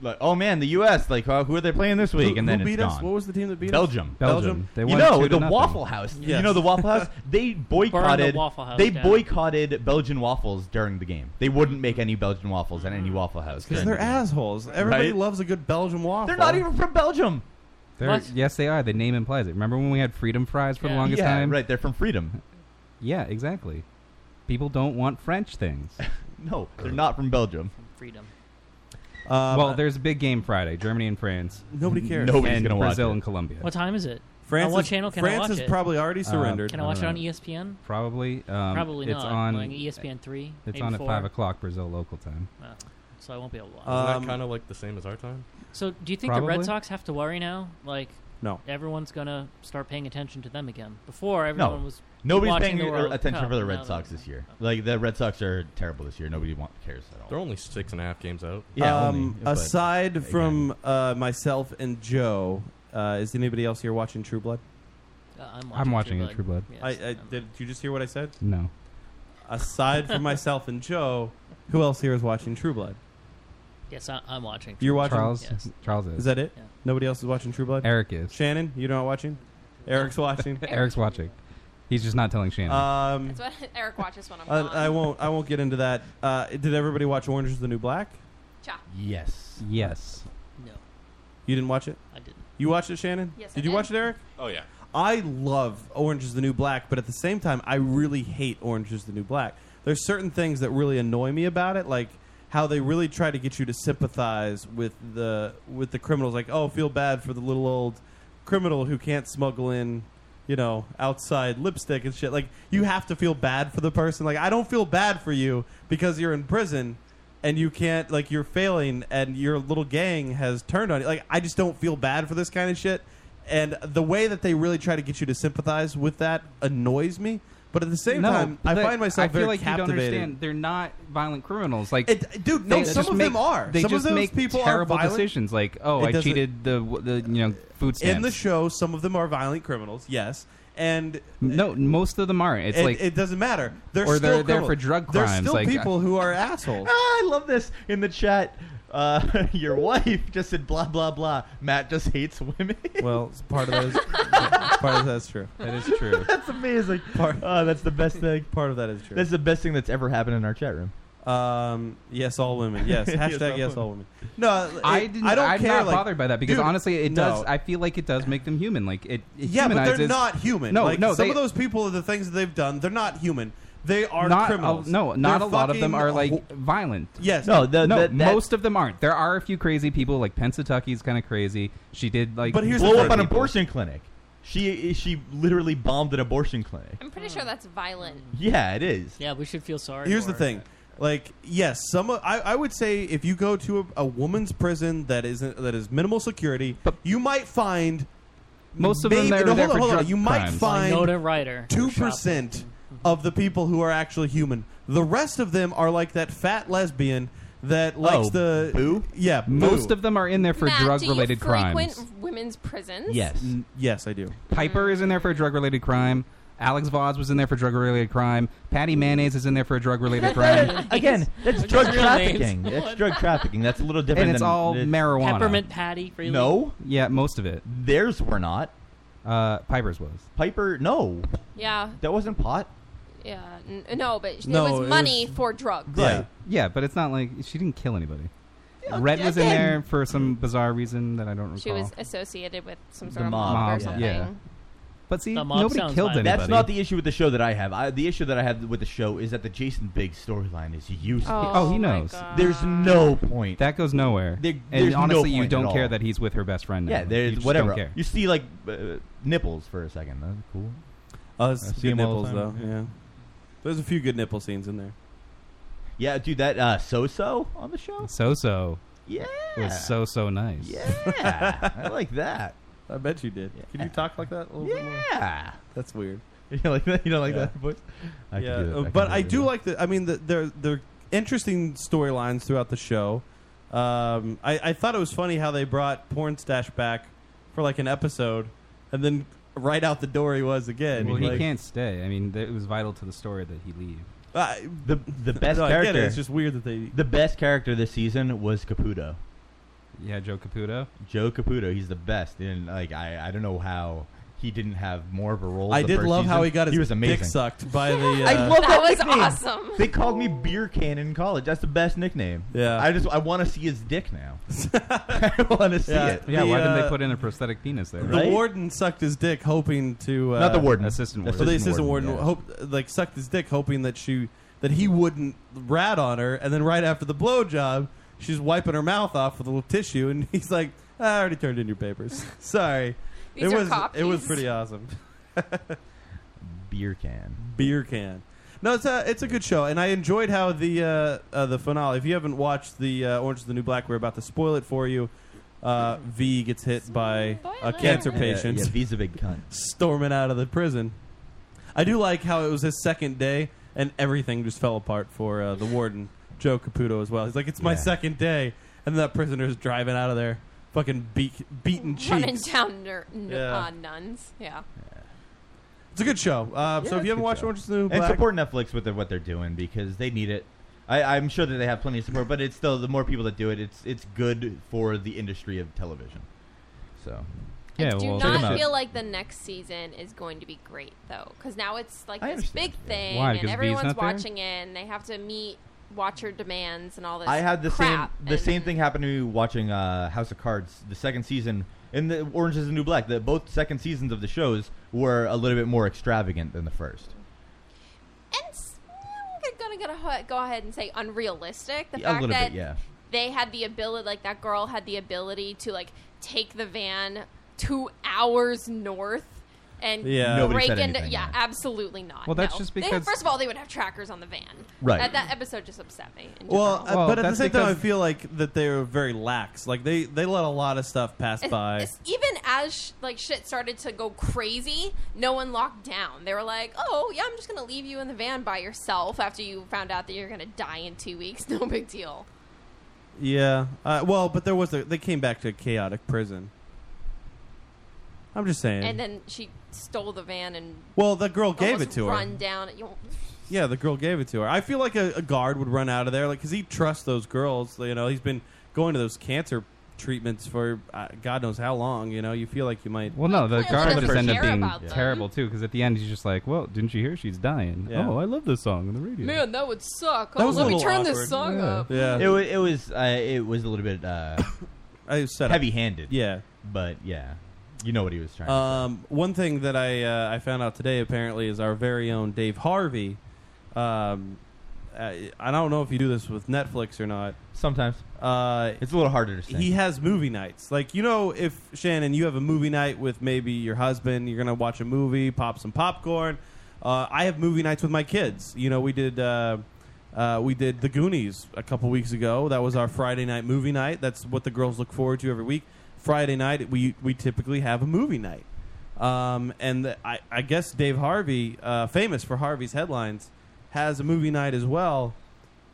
[SPEAKER 3] like, oh man, the U.S. Like, uh, who are they playing this week?
[SPEAKER 1] Who-
[SPEAKER 3] and then
[SPEAKER 1] who
[SPEAKER 3] it's
[SPEAKER 1] beat us?
[SPEAKER 3] gone.
[SPEAKER 1] What was the team that beat us?
[SPEAKER 3] Belgium?
[SPEAKER 1] Belgium. They
[SPEAKER 3] you
[SPEAKER 1] won two
[SPEAKER 3] know
[SPEAKER 1] to
[SPEAKER 3] the
[SPEAKER 1] nothing.
[SPEAKER 3] Waffle House.
[SPEAKER 1] Yes.
[SPEAKER 3] You know the Waffle
[SPEAKER 1] *laughs*
[SPEAKER 3] House. They boycotted.
[SPEAKER 2] Waffle House
[SPEAKER 3] they
[SPEAKER 2] down.
[SPEAKER 3] boycotted Belgian waffles during the game. They wouldn't make any Belgian waffles at any Waffle House
[SPEAKER 1] Mm. Because
[SPEAKER 3] during
[SPEAKER 1] they're
[SPEAKER 3] the game.
[SPEAKER 1] assholes. Everybody
[SPEAKER 3] Right?
[SPEAKER 1] loves a good Belgian waffle.
[SPEAKER 3] They're not even from Belgium.
[SPEAKER 5] They're-
[SPEAKER 3] What?
[SPEAKER 5] Yes, they are. The name implies it. Remember when we had Freedom Fries for the
[SPEAKER 3] Yeah.
[SPEAKER 5] longest
[SPEAKER 3] Yeah,
[SPEAKER 5] time?
[SPEAKER 3] right. They're from Freedom.
[SPEAKER 5] Yeah, exactly. People don't want French things.
[SPEAKER 3] *laughs* No, they're not from Belgium.
[SPEAKER 2] Freedom.
[SPEAKER 5] well, there's a big game Friday: Germany and France.
[SPEAKER 1] Uh, Nobody cares.
[SPEAKER 3] Nobody's
[SPEAKER 5] and
[SPEAKER 3] gonna watch
[SPEAKER 5] Brazil
[SPEAKER 3] it.
[SPEAKER 5] and Colombia.
[SPEAKER 2] What time is it?
[SPEAKER 1] France
[SPEAKER 2] on what
[SPEAKER 1] is-
[SPEAKER 2] channel can
[SPEAKER 1] France
[SPEAKER 2] I watch
[SPEAKER 1] has
[SPEAKER 2] it?
[SPEAKER 1] probably already
[SPEAKER 5] Uh,
[SPEAKER 1] surrendered.
[SPEAKER 2] Can I watch it
[SPEAKER 5] don't
[SPEAKER 2] on E
[SPEAKER 5] know.
[SPEAKER 2] ESPN?
[SPEAKER 5] Probably. Um,
[SPEAKER 2] Probably
[SPEAKER 5] it's
[SPEAKER 2] not.
[SPEAKER 5] On
[SPEAKER 2] Like E ESPN 3,
[SPEAKER 5] It's
[SPEAKER 2] maybe
[SPEAKER 5] on at
[SPEAKER 2] 4.
[SPEAKER 5] five o'clock Brazil local time.
[SPEAKER 2] Oh, so I won't be able to watch.
[SPEAKER 1] Um,
[SPEAKER 4] Isn't that kind of like the same as our time?
[SPEAKER 2] so do you think the
[SPEAKER 5] probably.
[SPEAKER 2] Red Sox have to worry now? Like,
[SPEAKER 1] No.
[SPEAKER 2] everyone's gonna start paying attention to them again. Before everyone
[SPEAKER 3] no.
[SPEAKER 2] was
[SPEAKER 3] Nobody's paying
[SPEAKER 2] watching the World
[SPEAKER 3] attention
[SPEAKER 2] Cup.
[SPEAKER 3] for the
[SPEAKER 2] No,
[SPEAKER 3] Red
[SPEAKER 2] no,
[SPEAKER 3] Sox
[SPEAKER 2] no.
[SPEAKER 3] this year. Like the Red Sox are terrible this year. Nobody want, cares at all.
[SPEAKER 4] They're only six and a half games out.
[SPEAKER 3] Yeah,
[SPEAKER 1] um,
[SPEAKER 3] only, but-
[SPEAKER 1] aside from uh, myself and Joe, uh, is anybody else here watching True Blood?
[SPEAKER 2] Uh,
[SPEAKER 5] I'm watching it, True Blood.
[SPEAKER 1] I, I, did you just hear what I said?
[SPEAKER 5] No.
[SPEAKER 1] Aside from myself and Joe, who else here is watching True Blood?
[SPEAKER 2] Yes, I, I'm watching.
[SPEAKER 1] You're watching
[SPEAKER 5] Charles. Charles is.
[SPEAKER 1] Is that it? Nobody else is watching True Blood.
[SPEAKER 5] Eric is.
[SPEAKER 1] Shannon, you're not watching. Eric's watching.
[SPEAKER 5] *laughs* Eric's watching. He's just not telling Shannon.
[SPEAKER 1] Um,
[SPEAKER 9] That's what Eric watches when I'm
[SPEAKER 1] I,
[SPEAKER 9] on.
[SPEAKER 1] I won't. I won't get into that. Uh, did everybody watch Orange Is the New Black?
[SPEAKER 9] Cha.
[SPEAKER 3] Yes.
[SPEAKER 5] Yes.
[SPEAKER 2] No.
[SPEAKER 1] You didn't watch it?
[SPEAKER 2] I didn't.
[SPEAKER 1] You watched it, Shannon?
[SPEAKER 9] Yes, I
[SPEAKER 1] Did you
[SPEAKER 9] did.
[SPEAKER 1] watch it, Eric?
[SPEAKER 15] Oh, yeah.
[SPEAKER 1] I love Orange is the New Black, but at the same time, I really hate Orange is the New Black. there's certain things that really annoy me about it, like how they really try to get you to sympathize with the with the criminals, like oh, feel bad for the little old criminal who can't smuggle in, you know, outside lipstick and shit. Like you have to feel bad for the person. Like I don't feel bad for you because you're in prison and you can't like you're failing and your little gang has turned on you. Like I just don't feel bad for this kind of shit. And the way that they really try to get you to sympathize with that annoys me. But at the same
[SPEAKER 5] No,
[SPEAKER 1] time, I
[SPEAKER 5] but
[SPEAKER 1] find myself
[SPEAKER 5] I feel
[SPEAKER 1] very
[SPEAKER 5] like
[SPEAKER 1] captivated.
[SPEAKER 5] You don't understand. They're not violent criminals. Like,
[SPEAKER 1] dude, no,
[SPEAKER 5] they
[SPEAKER 1] some
[SPEAKER 5] just
[SPEAKER 1] of them
[SPEAKER 5] make-
[SPEAKER 1] are.
[SPEAKER 5] They
[SPEAKER 1] Some of
[SPEAKER 5] just
[SPEAKER 1] those
[SPEAKER 5] make
[SPEAKER 1] people are
[SPEAKER 5] terrible
[SPEAKER 1] violent.
[SPEAKER 5] decisions. Like, oh,
[SPEAKER 1] It
[SPEAKER 5] I
[SPEAKER 1] doesn't-
[SPEAKER 5] cheated the the you know food stamps.
[SPEAKER 1] In the show, some of them are violent criminals, yes, and
[SPEAKER 5] no, most of them aren't. It's
[SPEAKER 1] it,
[SPEAKER 5] like
[SPEAKER 1] it doesn't matter. They're
[SPEAKER 5] or
[SPEAKER 1] still
[SPEAKER 5] they're there
[SPEAKER 1] criminals.
[SPEAKER 5] for drug
[SPEAKER 1] There's
[SPEAKER 5] crimes,
[SPEAKER 1] still
[SPEAKER 5] like,
[SPEAKER 1] people who are assholes.
[SPEAKER 3] *laughs* Ah, I love this in the chat. Uh, *laughs* your wife just said blah blah blah. Matt just hates women.
[SPEAKER 1] well, it's part
[SPEAKER 3] *laughs*
[SPEAKER 1] of those.
[SPEAKER 5] *laughs*
[SPEAKER 1] part of that's true.
[SPEAKER 5] That is
[SPEAKER 1] *laughs*
[SPEAKER 5] true.
[SPEAKER 3] that's amazing. oh, that's the best thing.
[SPEAKER 1] Part of that is true.
[SPEAKER 3] That's the best thing that's ever happened in our chat room.
[SPEAKER 1] Um, yes, all
[SPEAKER 5] *laughs*
[SPEAKER 1] women. Yes.
[SPEAKER 3] Yes,
[SPEAKER 1] Hashtag yes, all women. No, it-
[SPEAKER 5] I didn't,
[SPEAKER 1] I don't
[SPEAKER 5] I'm
[SPEAKER 1] care.
[SPEAKER 5] not
[SPEAKER 1] like-
[SPEAKER 5] bothered by that because
[SPEAKER 1] Dude,
[SPEAKER 5] honestly, it
[SPEAKER 1] no.
[SPEAKER 5] does. I feel like it does make them human. Like it, it
[SPEAKER 1] yeah, but they're
[SPEAKER 5] humanizes-
[SPEAKER 1] not human.
[SPEAKER 5] No,
[SPEAKER 1] like,
[SPEAKER 5] no,
[SPEAKER 1] Some
[SPEAKER 5] they-
[SPEAKER 1] of those people, the things that they've done, they're not human. They are
[SPEAKER 5] not
[SPEAKER 1] criminals.
[SPEAKER 5] A, no, not
[SPEAKER 1] They're
[SPEAKER 5] a lot of them
[SPEAKER 1] fucking
[SPEAKER 5] are like
[SPEAKER 1] ho-
[SPEAKER 5] violent.
[SPEAKER 1] Yes.
[SPEAKER 5] no,
[SPEAKER 1] No, the-
[SPEAKER 5] no.
[SPEAKER 1] that- that-
[SPEAKER 5] most of them aren't. There are a few crazy people. Like Pensatucky's kind of crazy. She did like
[SPEAKER 3] But here's
[SPEAKER 5] blow
[SPEAKER 3] blow
[SPEAKER 5] up
[SPEAKER 3] up an
[SPEAKER 5] people.
[SPEAKER 3] abortion clinic. She she literally bombed an abortion clinic.
[SPEAKER 9] I'm pretty sure that's violent.
[SPEAKER 3] Yeah, it is.
[SPEAKER 2] Yeah, we should feel sorry.
[SPEAKER 1] Here's
[SPEAKER 2] for
[SPEAKER 1] the thing. Like yes, some of- I, I would say if you go to a, a woman's prison that isn't that is minimal security, you might find
[SPEAKER 5] Most of them
[SPEAKER 1] maybe-
[SPEAKER 5] there
[SPEAKER 1] no,
[SPEAKER 5] are there
[SPEAKER 1] hold on,
[SPEAKER 5] for
[SPEAKER 1] hold on.
[SPEAKER 5] drug
[SPEAKER 1] You might
[SPEAKER 5] crimes.
[SPEAKER 1] find
[SPEAKER 2] Winona Ryder.
[SPEAKER 1] two percent of the people who are actually human. The rest of them are like that fat lesbian that likes
[SPEAKER 5] Oh,
[SPEAKER 1] the
[SPEAKER 3] boo.
[SPEAKER 1] Yeah, boo.
[SPEAKER 5] Most
[SPEAKER 1] *laughs*
[SPEAKER 5] of them are in there for
[SPEAKER 9] Matt,
[SPEAKER 5] drug
[SPEAKER 9] do you
[SPEAKER 5] related
[SPEAKER 9] frequent
[SPEAKER 5] crimes.
[SPEAKER 9] women's prisons?
[SPEAKER 1] N- yes, I do.
[SPEAKER 5] Piper is in there for a drug related crime. Alex Voss was in there for drug related crime. Patty Mayonnaise is in there for a drug
[SPEAKER 9] *laughs*
[SPEAKER 5] related crime. *laughs*
[SPEAKER 3] Again, that's
[SPEAKER 5] Which
[SPEAKER 3] drug
[SPEAKER 5] is real names.
[SPEAKER 3] trafficking. That's drug trafficking. That's a little different.
[SPEAKER 5] and it's
[SPEAKER 3] than-
[SPEAKER 5] all marijuana.
[SPEAKER 2] Peppermint patty, really?
[SPEAKER 3] No,
[SPEAKER 5] Yeah, most of it.
[SPEAKER 3] Theirs were not.
[SPEAKER 5] Uh, Piper's was.
[SPEAKER 3] Piper, no,
[SPEAKER 9] Yeah.
[SPEAKER 3] that wasn't pot.
[SPEAKER 9] Yeah. N- no, but
[SPEAKER 5] No,
[SPEAKER 9] it
[SPEAKER 5] it
[SPEAKER 9] was
[SPEAKER 5] was-
[SPEAKER 9] money for drugs.
[SPEAKER 5] Yeah. Yeah, but it's not like she didn't kill anybody.
[SPEAKER 9] Yeah,
[SPEAKER 5] Red was in
[SPEAKER 9] again.
[SPEAKER 5] there for some bizarre reason that I don't recall.
[SPEAKER 9] She was associated with some
[SPEAKER 5] the
[SPEAKER 9] sort of
[SPEAKER 5] mob,
[SPEAKER 9] mob, or
[SPEAKER 5] yeah.
[SPEAKER 9] something.
[SPEAKER 5] But see,
[SPEAKER 2] The mob
[SPEAKER 5] nobody
[SPEAKER 2] sounds
[SPEAKER 5] killed
[SPEAKER 2] violent.
[SPEAKER 5] anybody.
[SPEAKER 3] That's not the issue with the show that I have. I, the issue that I have with the show is that the Jason Biggs storyline is useless.
[SPEAKER 5] Oh, Oh, he my knows. God.
[SPEAKER 3] There's no point.
[SPEAKER 5] That goes nowhere.
[SPEAKER 3] There-
[SPEAKER 5] and
[SPEAKER 3] there's no
[SPEAKER 5] honestly, you
[SPEAKER 3] point
[SPEAKER 5] don't
[SPEAKER 3] at
[SPEAKER 5] care
[SPEAKER 3] all.
[SPEAKER 5] that he's with her best friend. Now.
[SPEAKER 3] Yeah,
[SPEAKER 5] you
[SPEAKER 3] there's
[SPEAKER 5] just
[SPEAKER 3] whatever.
[SPEAKER 5] Don't care.
[SPEAKER 3] You see like uh, nipples for a second. That's cool.
[SPEAKER 1] Uh,
[SPEAKER 3] I
[SPEAKER 1] see
[SPEAKER 3] see 'em all
[SPEAKER 1] nipples
[SPEAKER 3] the
[SPEAKER 1] though.
[SPEAKER 3] time.
[SPEAKER 1] Yeah. there's a few good nipple scenes in there.
[SPEAKER 3] Yeah, dude, that uh, so-so on the show.
[SPEAKER 5] So so.
[SPEAKER 3] Yeah.
[SPEAKER 5] It was so so
[SPEAKER 9] *laughs*
[SPEAKER 5] nice.
[SPEAKER 3] Yeah, I like that.
[SPEAKER 1] I bet you did. Can you talk like that a little bit more?
[SPEAKER 3] Yeah.
[SPEAKER 1] That's weird.
[SPEAKER 3] *laughs* You don't like that? You don't like
[SPEAKER 1] Yeah.
[SPEAKER 3] that voice? I can
[SPEAKER 1] yeah,
[SPEAKER 3] do that.
[SPEAKER 1] uh,
[SPEAKER 3] I can
[SPEAKER 1] but
[SPEAKER 3] do
[SPEAKER 1] I
[SPEAKER 3] that.
[SPEAKER 1] do like the. I mean, the, they're they're interesting storylines throughout the show. Um, I, I thought it was funny how they brought Porn Stash back for like an episode, and then right out the door he was again.
[SPEAKER 5] Well, he
[SPEAKER 1] Like,
[SPEAKER 5] can't stay. I mean, th- it was vital to the story that he leave.
[SPEAKER 1] uh,
[SPEAKER 3] the
[SPEAKER 5] *laughs*
[SPEAKER 3] the best
[SPEAKER 1] No, I get it.
[SPEAKER 3] character.
[SPEAKER 1] It's just weird that they-
[SPEAKER 3] The best character this season was Caputo.
[SPEAKER 5] Yeah, Joe Caputo.
[SPEAKER 3] Joe Caputo, he's the best, and like I, I don't know how he didn't have more of a role.
[SPEAKER 1] I
[SPEAKER 3] the
[SPEAKER 1] did
[SPEAKER 3] first
[SPEAKER 1] love how
[SPEAKER 3] season.
[SPEAKER 1] he got his
[SPEAKER 3] was amazing.
[SPEAKER 1] dick sucked by the. Uh,
[SPEAKER 3] I love
[SPEAKER 9] That was
[SPEAKER 3] nickname.
[SPEAKER 9] awesome.
[SPEAKER 3] They called me beer can in college. That's the best nickname.
[SPEAKER 1] Yeah.
[SPEAKER 3] I just I want to see his dick
[SPEAKER 1] *laughs*
[SPEAKER 3] now. I want to see
[SPEAKER 1] Yeah.
[SPEAKER 3] it.
[SPEAKER 5] Yeah,
[SPEAKER 1] The,
[SPEAKER 5] why didn't
[SPEAKER 1] uh,
[SPEAKER 5] they put in a prosthetic penis there?
[SPEAKER 1] The
[SPEAKER 5] right?
[SPEAKER 1] warden sucked his dick, hoping to uh,
[SPEAKER 5] Not the warden. Assistant
[SPEAKER 1] Oh,
[SPEAKER 5] warden.
[SPEAKER 1] the
[SPEAKER 5] Assistant
[SPEAKER 1] assistant warden,
[SPEAKER 5] warden,
[SPEAKER 1] hope like sucked his dick, hoping that she that he wouldn't rat on her. And then right after the blowjob, she's wiping her mouth off with a little tissue, and *laughs* he's like, "I already turned in your papers. *laughs* Sorry."
[SPEAKER 9] These
[SPEAKER 1] it
[SPEAKER 9] are
[SPEAKER 1] was it was
[SPEAKER 9] copies.
[SPEAKER 1] pretty awesome. *laughs*
[SPEAKER 3] beer can.
[SPEAKER 1] Beer can. No, it's a it's a good show, and I enjoyed how the uh, uh, the finale. If you haven't watched the uh, Orange is the New Black, we're about to spoil it for you. Uh, v gets hit by a cancer
[SPEAKER 3] Yeah,
[SPEAKER 1] patient.
[SPEAKER 3] Yeah, V's a big cunt.
[SPEAKER 1] storming out of the prison. I do like how it was his second day, and everything just fell apart for uh, the warden, Joe Caputo, as well. He's like, "It's my
[SPEAKER 3] Yeah.
[SPEAKER 1] second day," and that prisoner's driving out of there, fucking beak, beaten
[SPEAKER 9] Running
[SPEAKER 1] cheeks.
[SPEAKER 9] down ner- n-
[SPEAKER 1] Yeah.
[SPEAKER 9] uh, nuns. Yeah.
[SPEAKER 1] It's a good show. Uh,
[SPEAKER 3] Yeah,
[SPEAKER 1] so if
[SPEAKER 3] it's
[SPEAKER 1] you haven't
[SPEAKER 3] good
[SPEAKER 1] watched
[SPEAKER 3] show.
[SPEAKER 1] Orange is the New
[SPEAKER 3] and
[SPEAKER 1] Black,
[SPEAKER 3] support Netflix with the, what they're doing because they need it. I, I'm sure that they have plenty of support, but it's still the more people that do it, it's it's good for the industry of television. So
[SPEAKER 5] Yeah,
[SPEAKER 9] Do
[SPEAKER 5] well,
[SPEAKER 9] not feel like the next season is going to be great though, because now it's like
[SPEAKER 3] I
[SPEAKER 9] this big thing,
[SPEAKER 5] Why,
[SPEAKER 9] and
[SPEAKER 5] because V's
[SPEAKER 9] everyone's
[SPEAKER 5] not there?
[SPEAKER 9] watching it, and they have to meet watcher demands and all this.
[SPEAKER 3] I had the
[SPEAKER 9] crap,
[SPEAKER 3] same the
[SPEAKER 9] and-
[SPEAKER 3] same thing happened to me watching uh, House of Cards, the second season, and the Orange Is the New Black. The both second seasons of the shows were a little bit more extravagant than the first.
[SPEAKER 9] And s- I'm gonna gotta ho- go ahead and say unrealistic. The
[SPEAKER 3] Yeah, a
[SPEAKER 9] fact
[SPEAKER 3] little
[SPEAKER 9] that
[SPEAKER 3] bit, yeah.
[SPEAKER 9] they had the ability, like that girl had the ability to like take the van two hours north and
[SPEAKER 3] Yeah. Nobody
[SPEAKER 9] break
[SPEAKER 3] said
[SPEAKER 9] into.
[SPEAKER 3] anything,
[SPEAKER 9] yeah, absolutely not.
[SPEAKER 5] Well, that's
[SPEAKER 9] no.
[SPEAKER 5] just
[SPEAKER 9] They-
[SPEAKER 5] because-
[SPEAKER 9] first of all, they would have trackers on the van.
[SPEAKER 1] Right.
[SPEAKER 9] Uh, that episode just upset me. in
[SPEAKER 1] Well,
[SPEAKER 9] general.
[SPEAKER 1] uh, but at the
[SPEAKER 5] that's
[SPEAKER 1] same time, I
[SPEAKER 5] because-
[SPEAKER 1] feel like that they were very lax. Like they they let a lot of stuff pass
[SPEAKER 9] It's-
[SPEAKER 1] by.
[SPEAKER 9] it's even as sh- like shit started to go crazy, no one locked down. They were like, "Oh yeah, I'm just gonna leave you in the van by yourself after you found out that you're gonna die in two weeks. *laughs* No big deal."
[SPEAKER 1] Yeah. Uh, well, but there was a, they came back to a chaotic prison. I'm just saying.
[SPEAKER 9] And then she stole the van and
[SPEAKER 1] well, the girl gave it
[SPEAKER 9] almost
[SPEAKER 1] to her.
[SPEAKER 9] Run down. You know,
[SPEAKER 1] Yeah, the girl gave it to her. I feel like a, a guard would run out of there, like because he trusts those girls. You know, he's been going to those cancer treatments for uh, God knows how long. You know, you feel like you might.
[SPEAKER 5] Well, no, the guard would just end up being
[SPEAKER 9] about them.
[SPEAKER 5] terrible too, because at the end he's just like, "Well, didn't you hear she's dying?
[SPEAKER 1] Yeah.
[SPEAKER 5] Oh, I love this song on the radio."
[SPEAKER 9] Man, *laughs* that would suck.
[SPEAKER 5] That was a little awkward. Yeah. Yeah.
[SPEAKER 3] It, wa- it was uh, it was a little bit uh,
[SPEAKER 1] *coughs* I said
[SPEAKER 3] heavy-handed.
[SPEAKER 1] Yeah,
[SPEAKER 3] but yeah, you know what he was trying. to
[SPEAKER 1] Um, one thing that I uh, I found out today apparently is our very own Dave Harvey. Um, I, I don't know if you do this with Netflix or not.
[SPEAKER 3] Sometimes
[SPEAKER 1] uh,
[SPEAKER 3] it's a little harder to.
[SPEAKER 1] He has movie nights. Like you know, if Shannon, you have a movie night with maybe your husband, you're gonna watch a movie, pop some popcorn. Uh, I have movie nights with my kids. You know, we did. Uh, uh, we did The Goonies a couple weeks ago. That was our Friday night movie night. That's what the girls look forward to every week. Friday night, we we typically have a movie night. Um, and the, I, I guess Dave Harvey, uh, famous for Harvey's headlines, has a movie night as well.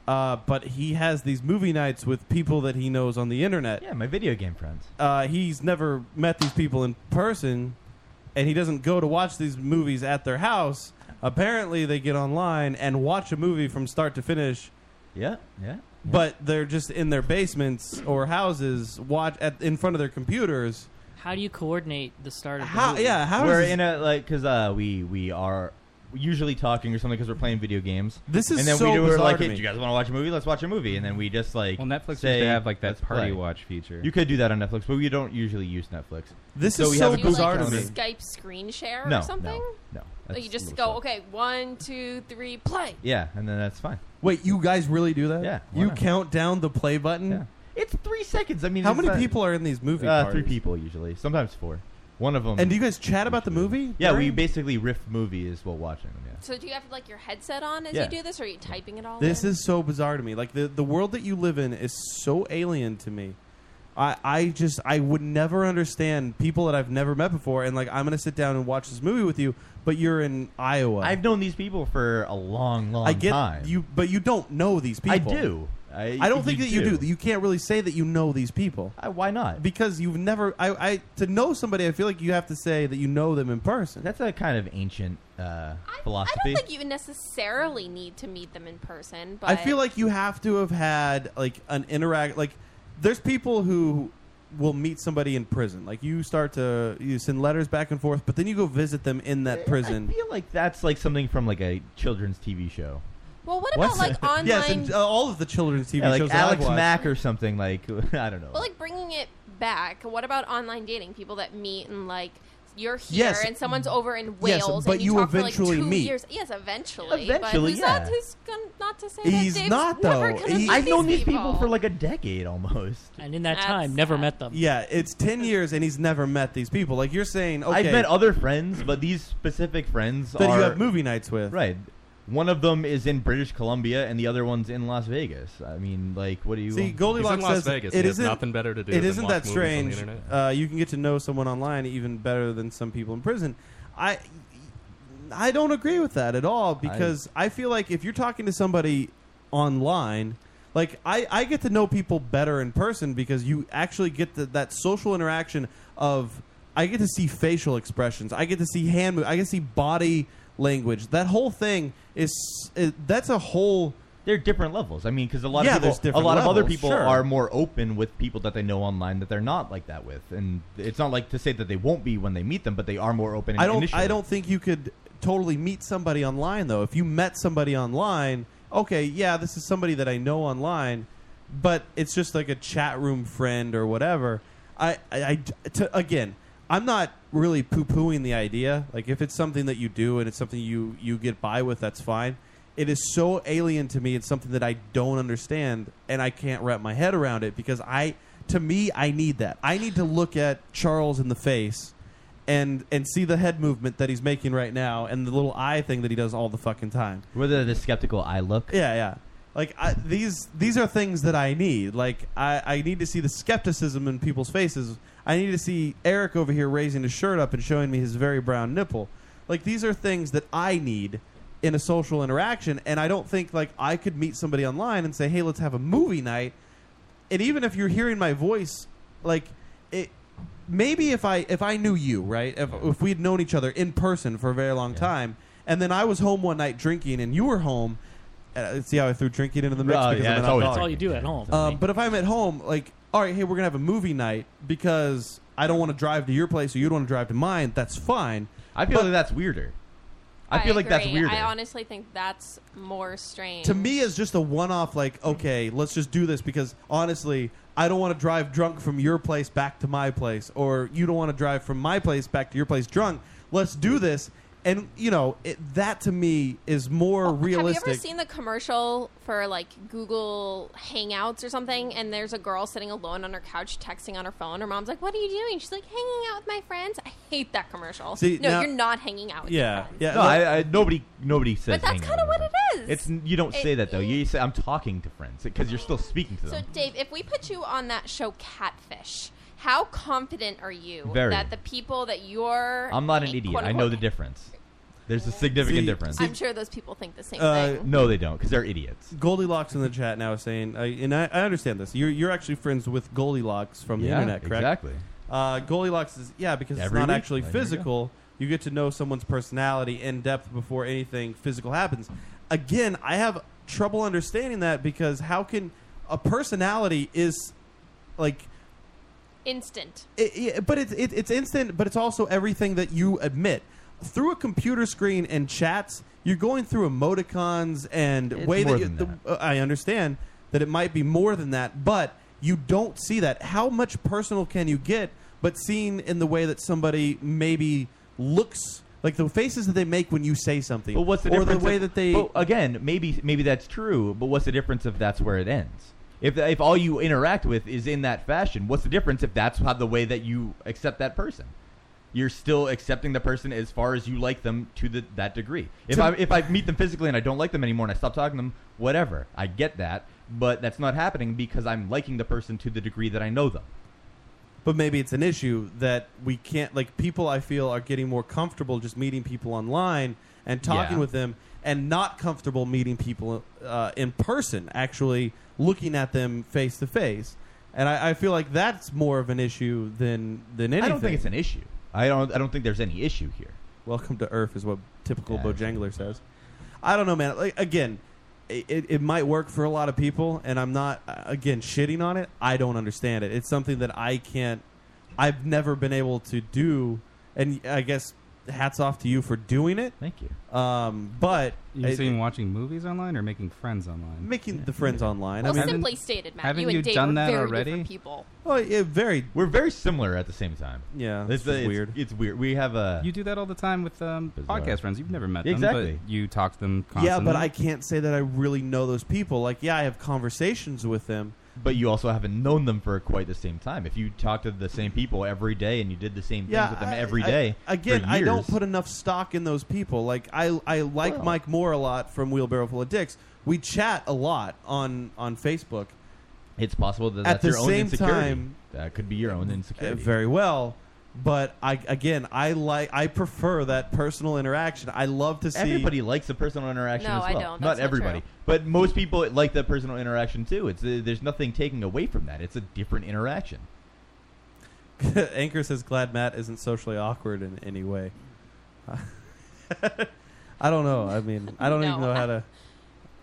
[SPEAKER 1] Uh, but he has these movie nights with people that he knows on the internet.
[SPEAKER 3] Yeah, my video game friends.
[SPEAKER 1] Uh, he's never met these people in person, and he doesn't go to watch these movies at their house. Apparently, they get online and watch a movie from start to finish.
[SPEAKER 3] Yeah, yeah.
[SPEAKER 1] But they're just in their basements or houses, watch at, in front of their computers.
[SPEAKER 2] How do you coordinate the start of the
[SPEAKER 1] How-
[SPEAKER 2] movie?
[SPEAKER 1] yeah, how
[SPEAKER 3] we're
[SPEAKER 1] does-
[SPEAKER 3] in a like because uh, we we are usually talking or something because we're playing video games.
[SPEAKER 1] This is
[SPEAKER 3] and then
[SPEAKER 1] so
[SPEAKER 3] we do we're
[SPEAKER 1] bizarre
[SPEAKER 3] like,
[SPEAKER 1] to
[SPEAKER 3] "Hey,
[SPEAKER 1] me."
[SPEAKER 3] do you guys want to watch a movie? Let's watch a movie, and then we just like well, Netflix
[SPEAKER 5] to have, like, that party watch feature.
[SPEAKER 3] You could do that on Netflix, but we don't usually use Netflix.
[SPEAKER 1] This
[SPEAKER 3] so
[SPEAKER 1] is
[SPEAKER 3] we
[SPEAKER 1] so
[SPEAKER 3] have a
[SPEAKER 9] do you,
[SPEAKER 3] Google
[SPEAKER 9] like
[SPEAKER 3] Calendar.
[SPEAKER 9] Skype screen share
[SPEAKER 3] No, no,
[SPEAKER 9] or something?
[SPEAKER 3] no,
[SPEAKER 9] Or
[SPEAKER 3] that's
[SPEAKER 9] you
[SPEAKER 3] a
[SPEAKER 9] just go,
[SPEAKER 3] little
[SPEAKER 9] okay, one, two, three, play.
[SPEAKER 3] Yeah, and then that's fine.
[SPEAKER 1] Wait, you guys really do that?
[SPEAKER 3] Yeah, why
[SPEAKER 1] You
[SPEAKER 3] not?
[SPEAKER 1] count down the play button?
[SPEAKER 3] It's three seconds. I mean,
[SPEAKER 1] How
[SPEAKER 3] it's
[SPEAKER 1] many
[SPEAKER 3] not-
[SPEAKER 1] people are in these movie
[SPEAKER 3] Uh,
[SPEAKER 1] parties?
[SPEAKER 3] three people usually, sometimes four. One of them.
[SPEAKER 1] And do you guys chat about the movie?
[SPEAKER 3] Yeah, we
[SPEAKER 1] during-
[SPEAKER 3] basically riff movies while watching them. Yeah.
[SPEAKER 9] So do you have like your headset on as
[SPEAKER 1] Yeah.
[SPEAKER 9] you do this, or are you typing it all?
[SPEAKER 1] This
[SPEAKER 9] in?
[SPEAKER 1] is so bizarre to me. Like the, the world that you live in is so alien to me. I, I just I would never understand people that I've never met before and like I'm gonna sit down and watch this movie with you, but you're in Iowa.
[SPEAKER 3] I've known these people for a long, long
[SPEAKER 1] I get
[SPEAKER 3] time.
[SPEAKER 1] you but you don't know these
[SPEAKER 3] I
[SPEAKER 1] people.
[SPEAKER 3] do. I-
[SPEAKER 1] don't think
[SPEAKER 3] you
[SPEAKER 1] that you
[SPEAKER 3] do. Uh,
[SPEAKER 1] do. You can't really say that you know these people.
[SPEAKER 3] why not?
[SPEAKER 1] Because you've never I, I to know somebody I feel like you have to say that you know them in person.
[SPEAKER 3] That's a kind of ancient uh, philosophy.
[SPEAKER 9] I don't think you necessarily need to meet them in person, but
[SPEAKER 1] I feel like you have to have had like an interact. Like, there's people who will meet somebody in prison. Like, you start to you send letters back and forth, but then you go visit them in that prison.
[SPEAKER 3] I feel like that's like something from like a children's TV show.
[SPEAKER 9] Well, what about
[SPEAKER 3] *laughs*
[SPEAKER 9] like online?
[SPEAKER 1] *laughs* Yes, and uh, all of the children's TV
[SPEAKER 3] Yeah, like
[SPEAKER 1] shows. that I've
[SPEAKER 3] Alex
[SPEAKER 1] watched.
[SPEAKER 3] Mack or something.
[SPEAKER 1] *laughs*
[SPEAKER 3] Like I don't know.
[SPEAKER 9] well, like bringing it back. What about online dating? People that meet and like you're here
[SPEAKER 3] Yes.
[SPEAKER 9] and someone's over in
[SPEAKER 1] Yes,
[SPEAKER 9] Wales,
[SPEAKER 1] but
[SPEAKER 9] and you,
[SPEAKER 1] you
[SPEAKER 9] talk for
[SPEAKER 1] eventually
[SPEAKER 9] like two
[SPEAKER 1] meet.
[SPEAKER 9] years. Yes, eventually.
[SPEAKER 3] Eventually,
[SPEAKER 9] but who's
[SPEAKER 3] yeah.
[SPEAKER 9] Not, who's gonna, not to say
[SPEAKER 1] He's
[SPEAKER 9] that Dave's
[SPEAKER 1] not
[SPEAKER 9] never
[SPEAKER 1] though.
[SPEAKER 9] gonna
[SPEAKER 1] He-
[SPEAKER 9] meet these
[SPEAKER 3] for like a decade almost.
[SPEAKER 2] And in that
[SPEAKER 9] That's
[SPEAKER 2] time, never met them.
[SPEAKER 1] Yeah, it's ten years, and he's never met these people. Like you're saying, okay,
[SPEAKER 3] I've met other friends, but these specific friends
[SPEAKER 1] That you
[SPEAKER 3] are-
[SPEAKER 1] have movie nights with.
[SPEAKER 3] Right. One of them is in British Columbia, and the other one's in Las Vegas. I mean, like, what do you
[SPEAKER 1] See,
[SPEAKER 3] want?
[SPEAKER 1] Goldilocks
[SPEAKER 4] Las
[SPEAKER 1] says
[SPEAKER 4] Vegas. He
[SPEAKER 1] it
[SPEAKER 4] has
[SPEAKER 1] isn't-
[SPEAKER 4] nothing better to do than
[SPEAKER 1] It not
[SPEAKER 4] watch
[SPEAKER 1] that
[SPEAKER 4] movies on the
[SPEAKER 1] strange.
[SPEAKER 4] internet.
[SPEAKER 1] Uh, you can get to know someone online even better than some people in prison. I I don't agree with that at all because I, feel like if you're talking to somebody online, like I, I get to know people better in person because you actually get the, that social interaction of I get to see facial expressions, I get to see hand, move, I get to see body language. That whole thing is, is that's a whole.
[SPEAKER 3] They're different levels. I mean, because a lot
[SPEAKER 1] Yeah,
[SPEAKER 3] of people,
[SPEAKER 1] there's different
[SPEAKER 3] a lot of other
[SPEAKER 1] levels,
[SPEAKER 3] people
[SPEAKER 1] sure.
[SPEAKER 3] are more open with people that they know online that they're not like that with, and it's not like to say that they won't be when they meet them, but they are more open.
[SPEAKER 1] I don't.
[SPEAKER 3] Initially.
[SPEAKER 1] I don't think you could totally meet somebody online though. If you met somebody online, okay, yeah, this is somebody that I know online, but it's just like a chat room friend or whatever. I, I, I to, again, I'm not really poo pooing the idea. Like if it's something that you do and it's something you you get by with, that's fine. it is so alien to me. It's something that I don't understand, and I can't wrap my head around it because I, to me, I need that. I need to look at Charles in the face, and and see the head movement that he's making right now, and the little eye thing that he does all the fucking time.
[SPEAKER 3] Whether the skeptical eye look.
[SPEAKER 1] Yeah, yeah. Like I, these these are things that I need. Like I, I need to see the skepticism in people's faces. I need to see Eric over here raising his shirt up and showing me his very brown nipple. Like these are things that I need in a social interaction and I don't think like I could meet somebody online and say, "Hey, let's have a movie night." And even if you're hearing my voice, like it maybe if I if I knew you, right? If if we had known each other in person for a very long time and then I was home one night drinking and you were home, uh, see how I threw drinking into the mix
[SPEAKER 2] Oh,
[SPEAKER 1] because
[SPEAKER 2] yeah,
[SPEAKER 1] I'm an
[SPEAKER 2] that's always
[SPEAKER 1] alcoholic.
[SPEAKER 2] That's all you do at home.
[SPEAKER 1] Uh, but if I'm at home, like, all right, hey, we're gonna have a movie night because I don't want to drive to your place or you don't want to drive to mine. That's fine. I feel like
[SPEAKER 3] that's weirder. I feel like that's
[SPEAKER 9] agree.
[SPEAKER 3] weirder.
[SPEAKER 9] I honestly think that's more strange.
[SPEAKER 1] to me it's just a one-off like okay let's just do this because honestly i don't want to drive drunk from your place back to my place or you don't want to drive from my place back to your place drunk let's do this and you know it, that to me is more realistic
[SPEAKER 9] Have you ever seen the commercial for like Google Hangouts or something? And there's a girl sitting alone on her couch texting on her phone. Her mom's like, "What are you doing?" She's like, "Hanging out with my friends." I hate that commercial.
[SPEAKER 3] See,
[SPEAKER 9] no,
[SPEAKER 3] now-
[SPEAKER 9] you're not hanging out. With Your
[SPEAKER 3] yeah,
[SPEAKER 9] friends.
[SPEAKER 3] yeah. No, I, I, nobody, nobody says.
[SPEAKER 9] but that's
[SPEAKER 3] hang
[SPEAKER 9] kind of
[SPEAKER 3] on.
[SPEAKER 9] what it is.
[SPEAKER 3] It's you don't
[SPEAKER 9] It-
[SPEAKER 3] say that though. You say I'm talking to friends because you're still speaking to
[SPEAKER 9] So,
[SPEAKER 3] them.
[SPEAKER 9] Dave, if we put you on that show, Catfish, how confident are you
[SPEAKER 3] Very.
[SPEAKER 9] that the people that you're
[SPEAKER 3] I'm not an idiot.
[SPEAKER 9] quote,
[SPEAKER 3] I know the difference. There's a significant
[SPEAKER 1] See-
[SPEAKER 3] difference.
[SPEAKER 9] I'm sure those people think the same
[SPEAKER 1] Uh,
[SPEAKER 9] thing.
[SPEAKER 3] no, they don't because they're idiots.
[SPEAKER 1] goldilocks in the chat now is saying I and I, I understand this you're, you're actually friends with goldilocks from the
[SPEAKER 3] Yeah,
[SPEAKER 1] internet correct
[SPEAKER 3] exactly.
[SPEAKER 1] uh, goldilocks is yeah because
[SPEAKER 3] Every
[SPEAKER 1] it's not
[SPEAKER 3] week.
[SPEAKER 1] actually
[SPEAKER 3] There you go.
[SPEAKER 1] physical you get to know someone's personality in depth before anything physical happens again i have trouble understanding that because how can a personality is like
[SPEAKER 9] Instant.
[SPEAKER 1] it, it, but it's it, it's instant, but it's also everything that you admit through a computer screen and chats. You're going through emoticons and
[SPEAKER 3] It's
[SPEAKER 1] way
[SPEAKER 3] more
[SPEAKER 1] that, you,
[SPEAKER 3] than
[SPEAKER 1] the- uh, I understand that it might be more than that, but you don't see that. How much personal can you get? But seen in the way that somebody maybe looks, like the faces that they make when you say something,
[SPEAKER 3] But what's the
[SPEAKER 1] or
[SPEAKER 3] difference?
[SPEAKER 1] the way
[SPEAKER 3] if-
[SPEAKER 1] that they
[SPEAKER 3] but again, maybe maybe that's true. But what's the difference if that's where it ends? If if all you interact with is in that fashion, what's the difference if that's how the way that you accept that person? You're still accepting the person as far as you like them to the, that degree. If
[SPEAKER 1] To-
[SPEAKER 3] I if I meet them physically and I don't like them anymore and I stop talking to them, whatever, I get that. But that's not happening because I'm liking the person to the degree that I know them.
[SPEAKER 1] but maybe it's an issue that we can't like people i feel are getting more comfortable just meeting people online and talking
[SPEAKER 3] Yeah.
[SPEAKER 1] with them and not comfortable meeting people uh, in person actually looking at them face to face and I, I feel like that's more of an issue than than anything
[SPEAKER 3] I don't think it's an issue. I don't I don't think there's any issue here.
[SPEAKER 1] Welcome to Earth is what typical Bojangler says. I don't know, man. Like, again, it, it, it might work for a lot of people, and I'm not uh, again shitting on it. I don't understand it. It's something that I can't. I've never been able to do, and I guess hats off to you for doing it.
[SPEAKER 3] Thank you.
[SPEAKER 1] Um, but
[SPEAKER 5] You
[SPEAKER 1] it-
[SPEAKER 5] saying watching movies online or making friends online?
[SPEAKER 1] Making the friends online.
[SPEAKER 9] Well,
[SPEAKER 5] I mean-
[SPEAKER 9] simply stated, Matt,
[SPEAKER 5] haven't
[SPEAKER 9] you and
[SPEAKER 5] you
[SPEAKER 9] Dave
[SPEAKER 5] done
[SPEAKER 9] are
[SPEAKER 5] that
[SPEAKER 9] very
[SPEAKER 5] already?
[SPEAKER 9] different people.
[SPEAKER 1] Well, it very
[SPEAKER 3] we're very similar at the same time.
[SPEAKER 1] Yeah,
[SPEAKER 3] it's,
[SPEAKER 5] this is
[SPEAKER 3] it's
[SPEAKER 5] weird.
[SPEAKER 3] It's weird. We have a
[SPEAKER 5] You do that all the time with um,
[SPEAKER 3] Bizarre.
[SPEAKER 5] podcast friends. You've never met them,
[SPEAKER 3] Exactly.
[SPEAKER 5] but you talk to them constantly.
[SPEAKER 1] yeah, but I can't say that I really know those people. Like, yeah, I have conversations with them.
[SPEAKER 3] but you also haven't known them for quite the same time. If you talk to the same people every day and you did the same things with them
[SPEAKER 1] I-
[SPEAKER 3] every
[SPEAKER 1] I-
[SPEAKER 3] day,
[SPEAKER 1] again,
[SPEAKER 3] for
[SPEAKER 1] I don't
[SPEAKER 3] years-
[SPEAKER 1] put enough stock in those people. Like I, I like
[SPEAKER 3] Well-
[SPEAKER 1] Mike Moore a lot from Wheelbarrow Full of Dicks. We chat a lot on on Facebook.
[SPEAKER 3] It's possible that
[SPEAKER 1] at
[SPEAKER 3] that's
[SPEAKER 1] the
[SPEAKER 3] your own
[SPEAKER 1] same
[SPEAKER 3] insecurity.
[SPEAKER 1] time
[SPEAKER 3] that could be your own
[SPEAKER 1] uh,
[SPEAKER 3] insecurity.
[SPEAKER 1] very well. But I again, I like I prefer that personal interaction. I love to see
[SPEAKER 3] Everybody likes the personal interaction
[SPEAKER 1] No,
[SPEAKER 3] as
[SPEAKER 1] I
[SPEAKER 3] well.
[SPEAKER 1] don't. That's not true.
[SPEAKER 3] everybody, but most people like that personal interaction too. It's uh, there's nothing taking away from that. It's a different interaction.
[SPEAKER 1] *laughs* Anchor says glad Matt isn't socially awkward in any way. *laughs* I don't know. I mean, I don't
[SPEAKER 9] No,
[SPEAKER 1] even know how to.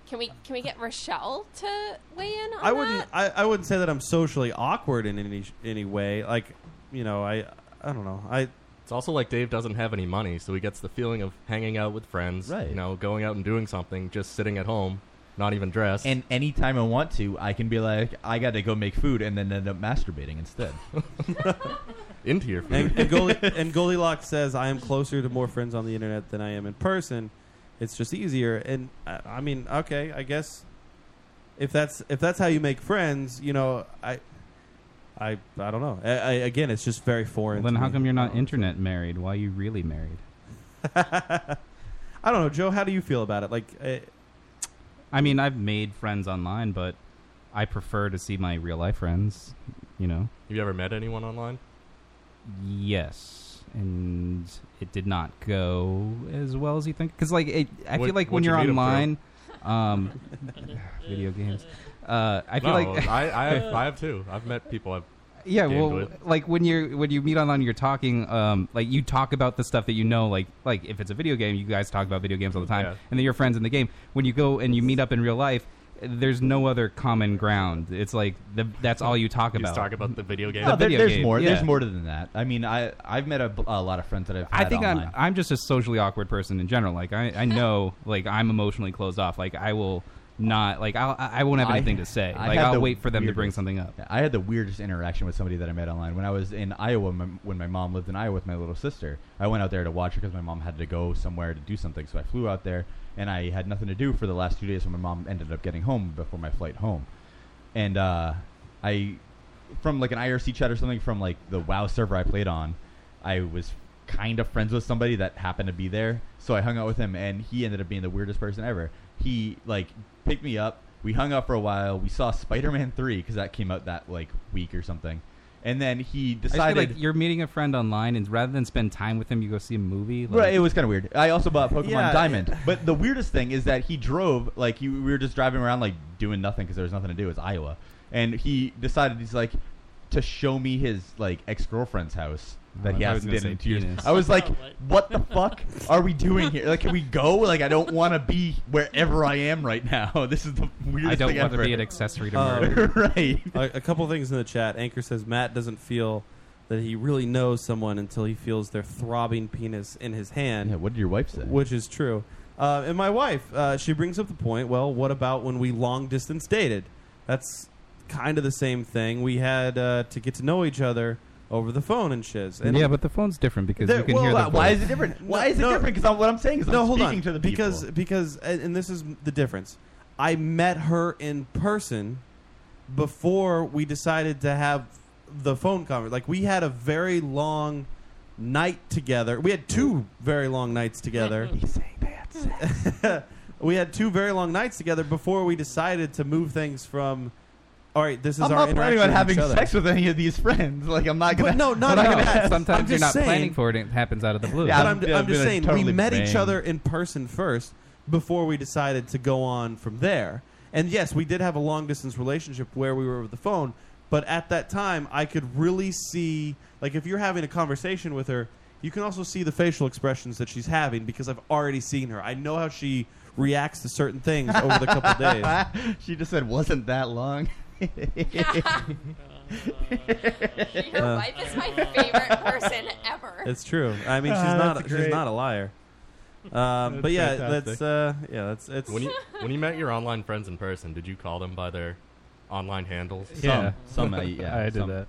[SPEAKER 9] Can we can we get Rochelle to weigh in on
[SPEAKER 1] I wouldn't. I, I wouldn't say that I'm socially awkward in any any way. Like, you know, I I don't know. I
[SPEAKER 4] It's also like Dave doesn't have any money, so he gets the feeling of hanging out with friends,
[SPEAKER 3] Right.
[SPEAKER 4] you know, going out and doing something, just sitting at home, not even dressed.
[SPEAKER 3] And anytime I want to, I can be like, I got to go make food, and then end up masturbating instead.
[SPEAKER 4] *laughs* Into your food. *laughs*
[SPEAKER 1] and, and, Goldie, and Goldilocks says I am closer to more friends on the internet than I am in person. It's just easier. And I, I mean, okay, I guess if that's if that's how you make friends, you know, I, I, I don't know. I, I, again, it's just very foreign.
[SPEAKER 5] then
[SPEAKER 1] to
[SPEAKER 5] how
[SPEAKER 1] me.
[SPEAKER 5] come you're not internet married? Why are you really married?
[SPEAKER 1] *laughs* I don't know, Joe. How do you feel about it? Like, eh, I,
[SPEAKER 5] I mean, I've made friends online, but I prefer to see my real life friends. You know.
[SPEAKER 4] Have you ever met anyone online?
[SPEAKER 5] Yes, and it did not go as well as you think. Because like, it, I
[SPEAKER 4] What-
[SPEAKER 5] feel like when
[SPEAKER 4] what'd you
[SPEAKER 5] you're
[SPEAKER 4] meet 'em through?
[SPEAKER 5] online, um, *laughs* video games. Uh, I feel
[SPEAKER 4] No,
[SPEAKER 5] like
[SPEAKER 4] I, I,
[SPEAKER 2] *laughs*
[SPEAKER 5] *laughs*
[SPEAKER 4] have, I have too. I've met people I've
[SPEAKER 5] yeah
[SPEAKER 4] gamed
[SPEAKER 5] well
[SPEAKER 4] with.
[SPEAKER 5] like when you're when you meet online you're talking um like you talk about the stuff that you know like like if it's a video game you guys talk about video games all the time
[SPEAKER 4] Yeah.
[SPEAKER 5] and then you're friends in the game when you go and you meet up in real life there's no other common ground it's like the, that's all you talk
[SPEAKER 3] You
[SPEAKER 5] about
[SPEAKER 3] just *laughs* talk
[SPEAKER 4] about the
[SPEAKER 3] No,
[SPEAKER 4] video
[SPEAKER 5] The
[SPEAKER 3] there-
[SPEAKER 5] video
[SPEAKER 3] there's
[SPEAKER 5] game,
[SPEAKER 3] more.
[SPEAKER 5] yeah.
[SPEAKER 3] There's more to than that. I mean, I I've met a, a lot of friends that I've.
[SPEAKER 5] I
[SPEAKER 3] had
[SPEAKER 5] think
[SPEAKER 3] online.
[SPEAKER 5] I'm I'm just a socially awkward person in general. Like I, I know like I'm emotionally closed off. Like I will not like I'll, I I won't have
[SPEAKER 3] I-
[SPEAKER 5] anything to say.
[SPEAKER 3] I
[SPEAKER 5] like
[SPEAKER 3] had
[SPEAKER 5] I'll
[SPEAKER 3] the
[SPEAKER 5] wait for them to bring
[SPEAKER 3] weirdest-
[SPEAKER 5] something up.
[SPEAKER 3] I had the weirdest interaction with somebody that I met online when I was in Iowa. My, when my mom lived in Iowa with my little sister, I went out there to watch her because my mom had to go somewhere to do something. So I flew out there, and I had nothing to do for the last two days. When my mom ended up getting home before my flight home, and uh, I, from like an IRC chat or something from like the WoW server I played on, I was kind of friends with somebody that happened to be there. So I hung out with him, and he ended up being the weirdest person ever. He like picked me up. We hung out for a while. We saw Spider-Man Three because that came out that like week or something, and then he
[SPEAKER 5] I just feel
[SPEAKER 3] decided.
[SPEAKER 5] like you're meeting a friend online, and rather than spend time with them, you go see a movie. Like,
[SPEAKER 3] Right, it was kind of weird. I also bought Uh, Pokemon
[SPEAKER 5] Yeah.
[SPEAKER 3] Diamond, but the weirdest thing is that he drove like you, we were just driving around like doing nothing because there was nothing to do. It's Iowa, and he decided he's like to show me his like ex girlfriend's house that
[SPEAKER 5] Oh,
[SPEAKER 3] he
[SPEAKER 5] I was
[SPEAKER 3] hasn't
[SPEAKER 5] gonna
[SPEAKER 3] been in
[SPEAKER 5] say
[SPEAKER 3] two years.
[SPEAKER 5] penis.
[SPEAKER 3] I was like, what the fuck are we doing here? Like, can we go? Like, I don't want to be wherever I am right now. *laughs* This is the weirdest.
[SPEAKER 5] I don't
[SPEAKER 3] thing
[SPEAKER 5] want to
[SPEAKER 3] ever. Uh,
[SPEAKER 5] be an accessory to
[SPEAKER 1] Um,
[SPEAKER 5] murder.
[SPEAKER 3] right.
[SPEAKER 1] A, a couple things in the chat. Anchor says Matt doesn't feel that he really knows someone until he feels their throbbing penis in his hand.
[SPEAKER 3] Yeah, what did your wife say?
[SPEAKER 1] Which is true. Uh, and my wife, uh, she brings up the point. Well, what about when we long distance dated? That's kind of the same thing. We had uh, to get to know each other over the phone and shiz. And
[SPEAKER 5] yeah, but the phone's different because
[SPEAKER 1] There-
[SPEAKER 5] you can
[SPEAKER 1] well,
[SPEAKER 5] hear
[SPEAKER 1] why-
[SPEAKER 5] the
[SPEAKER 1] why
[SPEAKER 5] voice.
[SPEAKER 1] is it different?
[SPEAKER 3] Why *laughs* is it different? Because what I'm saying is I'm
[SPEAKER 1] no, hold
[SPEAKER 3] speaking
[SPEAKER 1] on.
[SPEAKER 3] to the people.
[SPEAKER 1] because because and and this is the difference. I met her in person before we decided to have the phone conversation. Like we had a very long night together. We had two very long nights together. He's saying that. *laughs* we had two very long nights together before we decided to move things from. All right, this is
[SPEAKER 3] I'm
[SPEAKER 1] our
[SPEAKER 3] not planning
[SPEAKER 1] interaction
[SPEAKER 3] on
[SPEAKER 1] with
[SPEAKER 3] having
[SPEAKER 1] each other."
[SPEAKER 3] sex with any of these friends. *laughs* Like, I'm not gonna.
[SPEAKER 1] But no, not
[SPEAKER 3] *laughs* I'm not
[SPEAKER 1] at
[SPEAKER 3] gonna
[SPEAKER 1] all.
[SPEAKER 3] have-
[SPEAKER 1] I'm
[SPEAKER 5] Sometimes you're not
[SPEAKER 1] just
[SPEAKER 5] planning
[SPEAKER 1] saying-
[SPEAKER 5] for it; and it happens out of the blue.
[SPEAKER 1] but I'm, I'm just saying we met each other in person first before we decided to go on from there. And yes, we did have a long distance relationship where we were over the phone, but at that time I could really see like if you're having a conversation with her, you can also see the facial expressions that she's having because I've already seen her. I know how she reacts to certain things over the
[SPEAKER 3] *laughs*
[SPEAKER 1] couple days.
[SPEAKER 3] she just said, "Wasn't that long?"
[SPEAKER 1] *laughs*
[SPEAKER 9] Your wife is
[SPEAKER 4] *laughs*
[SPEAKER 9] my favorite person ever.
[SPEAKER 1] It's true. I
[SPEAKER 3] *laughs*
[SPEAKER 1] mean, she's
[SPEAKER 5] Uh,
[SPEAKER 4] Ah,
[SPEAKER 1] not
[SPEAKER 4] that's
[SPEAKER 1] she's
[SPEAKER 4] great.
[SPEAKER 1] not
[SPEAKER 5] *laughs*
[SPEAKER 1] a liar. Um, but
[SPEAKER 4] That's
[SPEAKER 1] yeah,
[SPEAKER 4] fantastic.
[SPEAKER 1] that's uh, yeah, that's it's
[SPEAKER 4] when you when you met your online friends in person, did you call them by their online handles?
[SPEAKER 5] *laughs* Yeah,
[SPEAKER 4] some, some uh, *laughs*
[SPEAKER 5] *laughs*
[SPEAKER 4] yeah,
[SPEAKER 5] I did
[SPEAKER 4] some.
[SPEAKER 5] that.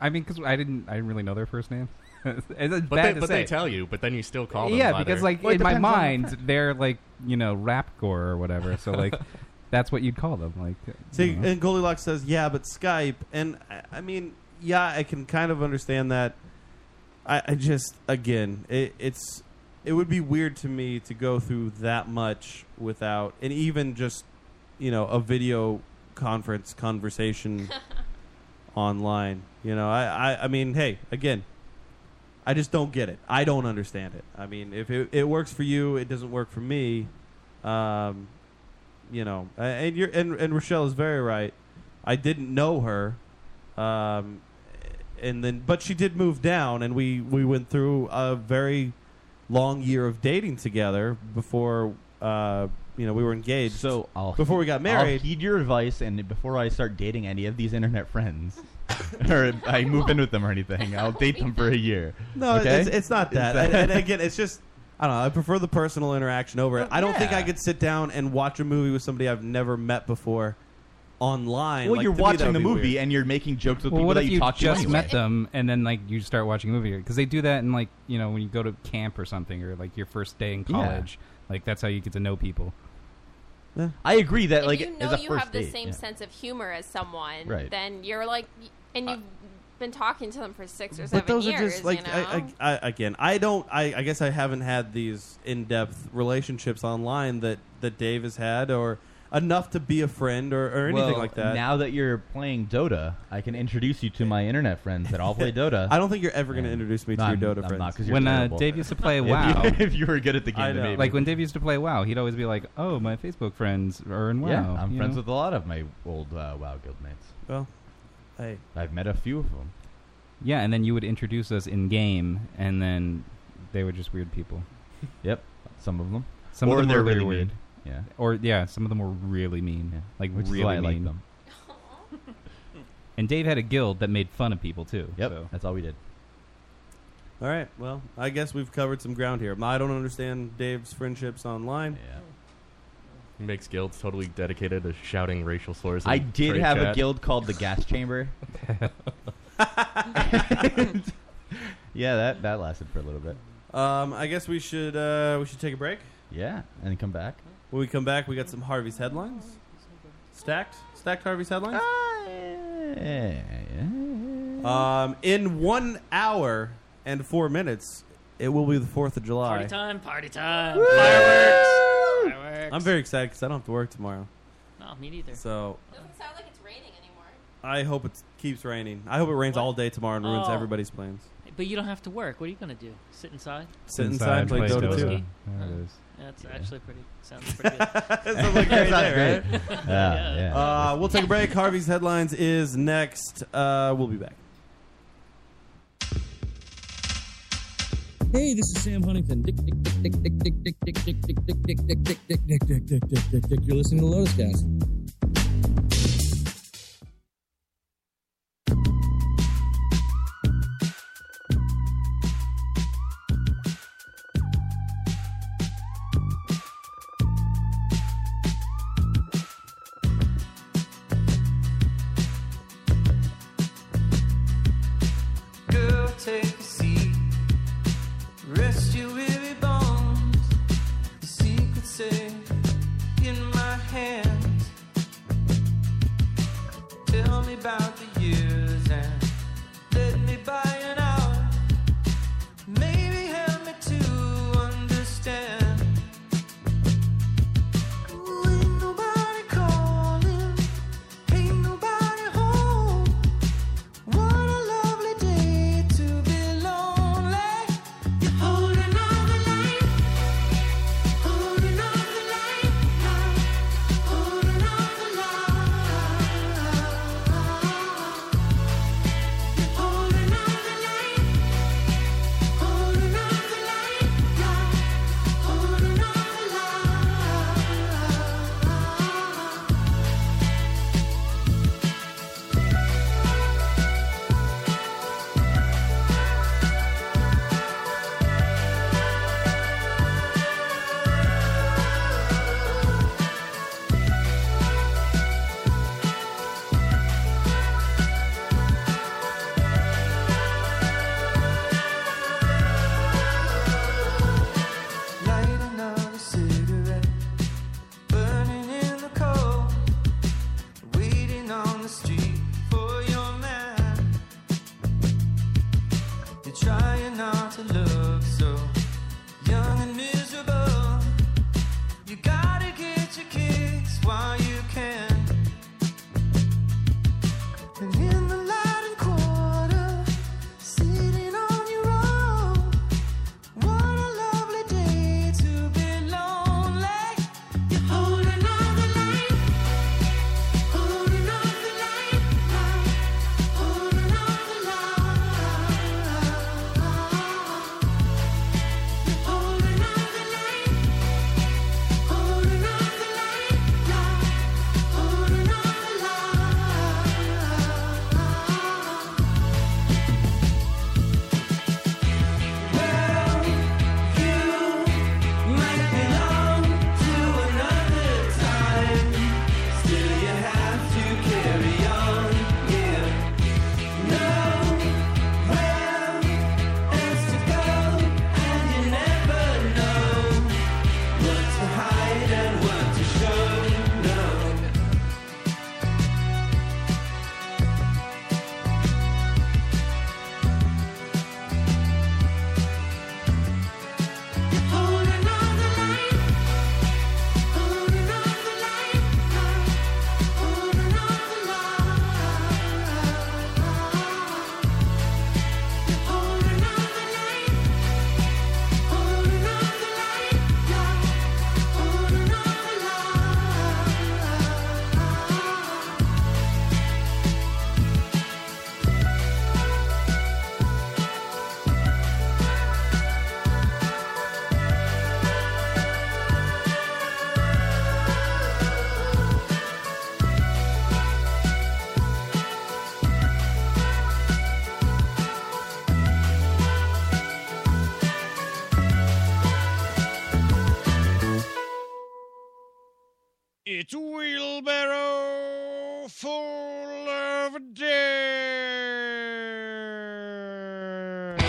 [SPEAKER 5] I mean, because I didn't, I didn't really know their first name. *laughs* It's
[SPEAKER 4] But,
[SPEAKER 5] bad
[SPEAKER 4] they,
[SPEAKER 5] to
[SPEAKER 4] but
[SPEAKER 5] say.
[SPEAKER 4] they tell you, but then you still call them.
[SPEAKER 5] yeah,
[SPEAKER 4] by
[SPEAKER 5] because
[SPEAKER 4] their-
[SPEAKER 5] like in my mind, they're like you know rap gore or whatever. So
[SPEAKER 4] *laughs*
[SPEAKER 5] like, that's what you'd call them. Like,
[SPEAKER 1] See,
[SPEAKER 5] you know.
[SPEAKER 1] and Goldilocks says, "Yeah, but Skype." And I, I mean, yeah, I can kind of understand that. I, I just, again, it, it's it would be weird to me to go through that much without, and even just you know a video conference conversation online. You know, I, I, I mean, hey, again. I just don't get it. I don't understand it. I mean, if it, it works for you, it doesn't work for me. Um, you know, a- and you're and, and Rochelle is very right. I didn't know her, um, and then but she did move down, and we we went through a very long year of dating together before uh, you know we were engaged.
[SPEAKER 3] So I'll
[SPEAKER 1] before we got married,
[SPEAKER 3] I'll heed your advice, and before I start dating any of these internet friends, *laughs* or I move in with them or anything, I'll date them for a year.
[SPEAKER 1] No,
[SPEAKER 3] okay?
[SPEAKER 1] it's, it's not that.
[SPEAKER 3] Is *laughs*
[SPEAKER 1] and, and again, it's just I don't know. I prefer the personal interaction
[SPEAKER 3] Uh,
[SPEAKER 1] over it. I don't think I could sit down and watch a movie with somebody I've never met before online.
[SPEAKER 3] well,
[SPEAKER 1] Like,
[SPEAKER 3] you're
[SPEAKER 1] to me, that
[SPEAKER 3] watching
[SPEAKER 1] would
[SPEAKER 3] the
[SPEAKER 1] be
[SPEAKER 3] movie
[SPEAKER 1] weird.
[SPEAKER 3] and you're making jokes with
[SPEAKER 5] well,
[SPEAKER 3] people
[SPEAKER 5] what
[SPEAKER 3] that
[SPEAKER 5] if
[SPEAKER 3] you,
[SPEAKER 5] you
[SPEAKER 3] talk
[SPEAKER 5] just
[SPEAKER 3] to anyway.
[SPEAKER 5] met them and then like you start watching a movie because they do that in like you know when you go to camp or something or like your first day in
[SPEAKER 3] Yeah.
[SPEAKER 5] college. Like that's how you get to know people.
[SPEAKER 3] I agree that like
[SPEAKER 9] you know
[SPEAKER 3] as a
[SPEAKER 9] you
[SPEAKER 3] first
[SPEAKER 9] have the
[SPEAKER 3] date,
[SPEAKER 9] same
[SPEAKER 3] yeah.
[SPEAKER 9] sense of humor as someone,
[SPEAKER 3] Right.
[SPEAKER 9] then you're like, and you've been talking to them for six or seven
[SPEAKER 1] But those
[SPEAKER 9] years.
[SPEAKER 1] are just like
[SPEAKER 9] you know?
[SPEAKER 1] I, I, I, again, I don't. I, I guess I haven't had these in-depth relationships online that that Dave has had, or enough to be a friend, or, or anything
[SPEAKER 3] Well,
[SPEAKER 1] like that.
[SPEAKER 3] Now that you're playing Dota, I can introduce you to my internet friends that all
[SPEAKER 1] *laughs*
[SPEAKER 3] play Dota.
[SPEAKER 1] I don't think you're ever going to introduce me to
[SPEAKER 3] I'm-
[SPEAKER 1] your Dota
[SPEAKER 3] I'm
[SPEAKER 1] friends.
[SPEAKER 3] not, 'cause you're
[SPEAKER 5] When uh,
[SPEAKER 3] terrible.
[SPEAKER 5] Dave used to
[SPEAKER 3] *laughs*
[SPEAKER 5] play
[SPEAKER 3] If you-
[SPEAKER 5] WoW,
[SPEAKER 3] if you were good at the game, then maybe.
[SPEAKER 5] like when Dave used to play WoW, he'd always be like, "Oh, my Facebook friends are in WoW."
[SPEAKER 3] yeah, I'm
[SPEAKER 5] you
[SPEAKER 3] friends
[SPEAKER 5] know?
[SPEAKER 3] with a lot of my old uh, WoW guildmates.
[SPEAKER 1] Well, hey,
[SPEAKER 3] I've met a few of them.
[SPEAKER 5] Yeah, and then you would introduce us in game, and then they were just weird people.
[SPEAKER 3] Yep, some of them.
[SPEAKER 5] Some
[SPEAKER 3] Or
[SPEAKER 5] of them
[SPEAKER 3] they're
[SPEAKER 5] were really
[SPEAKER 3] really
[SPEAKER 5] weird.
[SPEAKER 3] mean. Yeah.
[SPEAKER 5] or yeah, some of them were really mean, like
[SPEAKER 3] Which is
[SPEAKER 5] really
[SPEAKER 3] why I like
[SPEAKER 5] mean.
[SPEAKER 3] them.
[SPEAKER 5] *laughs* And Dave had a guild that made fun of people too. Yep,
[SPEAKER 3] that's all we did.
[SPEAKER 1] All right. Well, I guess we've covered some ground here. I don't understand Dave's friendships online.
[SPEAKER 3] Yeah.
[SPEAKER 4] He makes guilds totally dedicated to shouting racial slurs. in
[SPEAKER 3] I did
[SPEAKER 4] trade
[SPEAKER 3] have a
[SPEAKER 4] chat.
[SPEAKER 3] guild called the Gas Chamber. *laughs* yeah, that that lasted for a little bit.
[SPEAKER 1] Um, I guess we should uh, we should take a break.
[SPEAKER 3] Yeah, and come back.
[SPEAKER 1] When we come back, we got some Harvey's headlines. Stacked, stacked Harvey's headlines. Um, in one hour and four minutes, it will be the Fourth of July.
[SPEAKER 2] Party time, party time, fireworks. Fireworks.
[SPEAKER 1] I'm very excited because I don't have to work tomorrow.
[SPEAKER 2] No,
[SPEAKER 1] Oh,
[SPEAKER 2] me neither.
[SPEAKER 1] So
[SPEAKER 9] doesn't sound like it's raining anymore.
[SPEAKER 1] I hope it keeps raining. I hope it rains all day tomorrow and ruins
[SPEAKER 2] Oh. *laughs*
[SPEAKER 1] everybody's plans.
[SPEAKER 2] But you don't have to work. What are you going to do? Sit inside?
[SPEAKER 1] Sit inside, play
[SPEAKER 5] play
[SPEAKER 1] Dota
[SPEAKER 5] Dota.
[SPEAKER 1] 2.
[SPEAKER 5] Yeah, it
[SPEAKER 2] Uh,
[SPEAKER 5] is.
[SPEAKER 2] That's actually pretty.
[SPEAKER 1] *laughs*
[SPEAKER 2] Sounds pretty good.
[SPEAKER 1] Sounds like a great day,
[SPEAKER 2] Sounds
[SPEAKER 1] *laughs* right?
[SPEAKER 3] *laughs*
[SPEAKER 2] great.
[SPEAKER 1] Uh, we'll take a break. Harvey's headlines is next. Uh, we'll be back.
[SPEAKER 16] Hey, this is Sam Huntington. Dick, dick, dick, dick, dick, dick, dick, dick, dick, dick, dick, dick, dick, dick, dick, dick, dick, dick, dick, dick. You're listening to Lotus Cast.
[SPEAKER 8] Girl, take a seat. Rest your weary bones. The secret safe in my hands. Tell me about the years and let me buy an hour. Maybe help me to understand. Ooh, ain't nobody calling, ain't nobody home. What a lovely day to be lonely. You're holding on the line, holding on the line, holding on the line.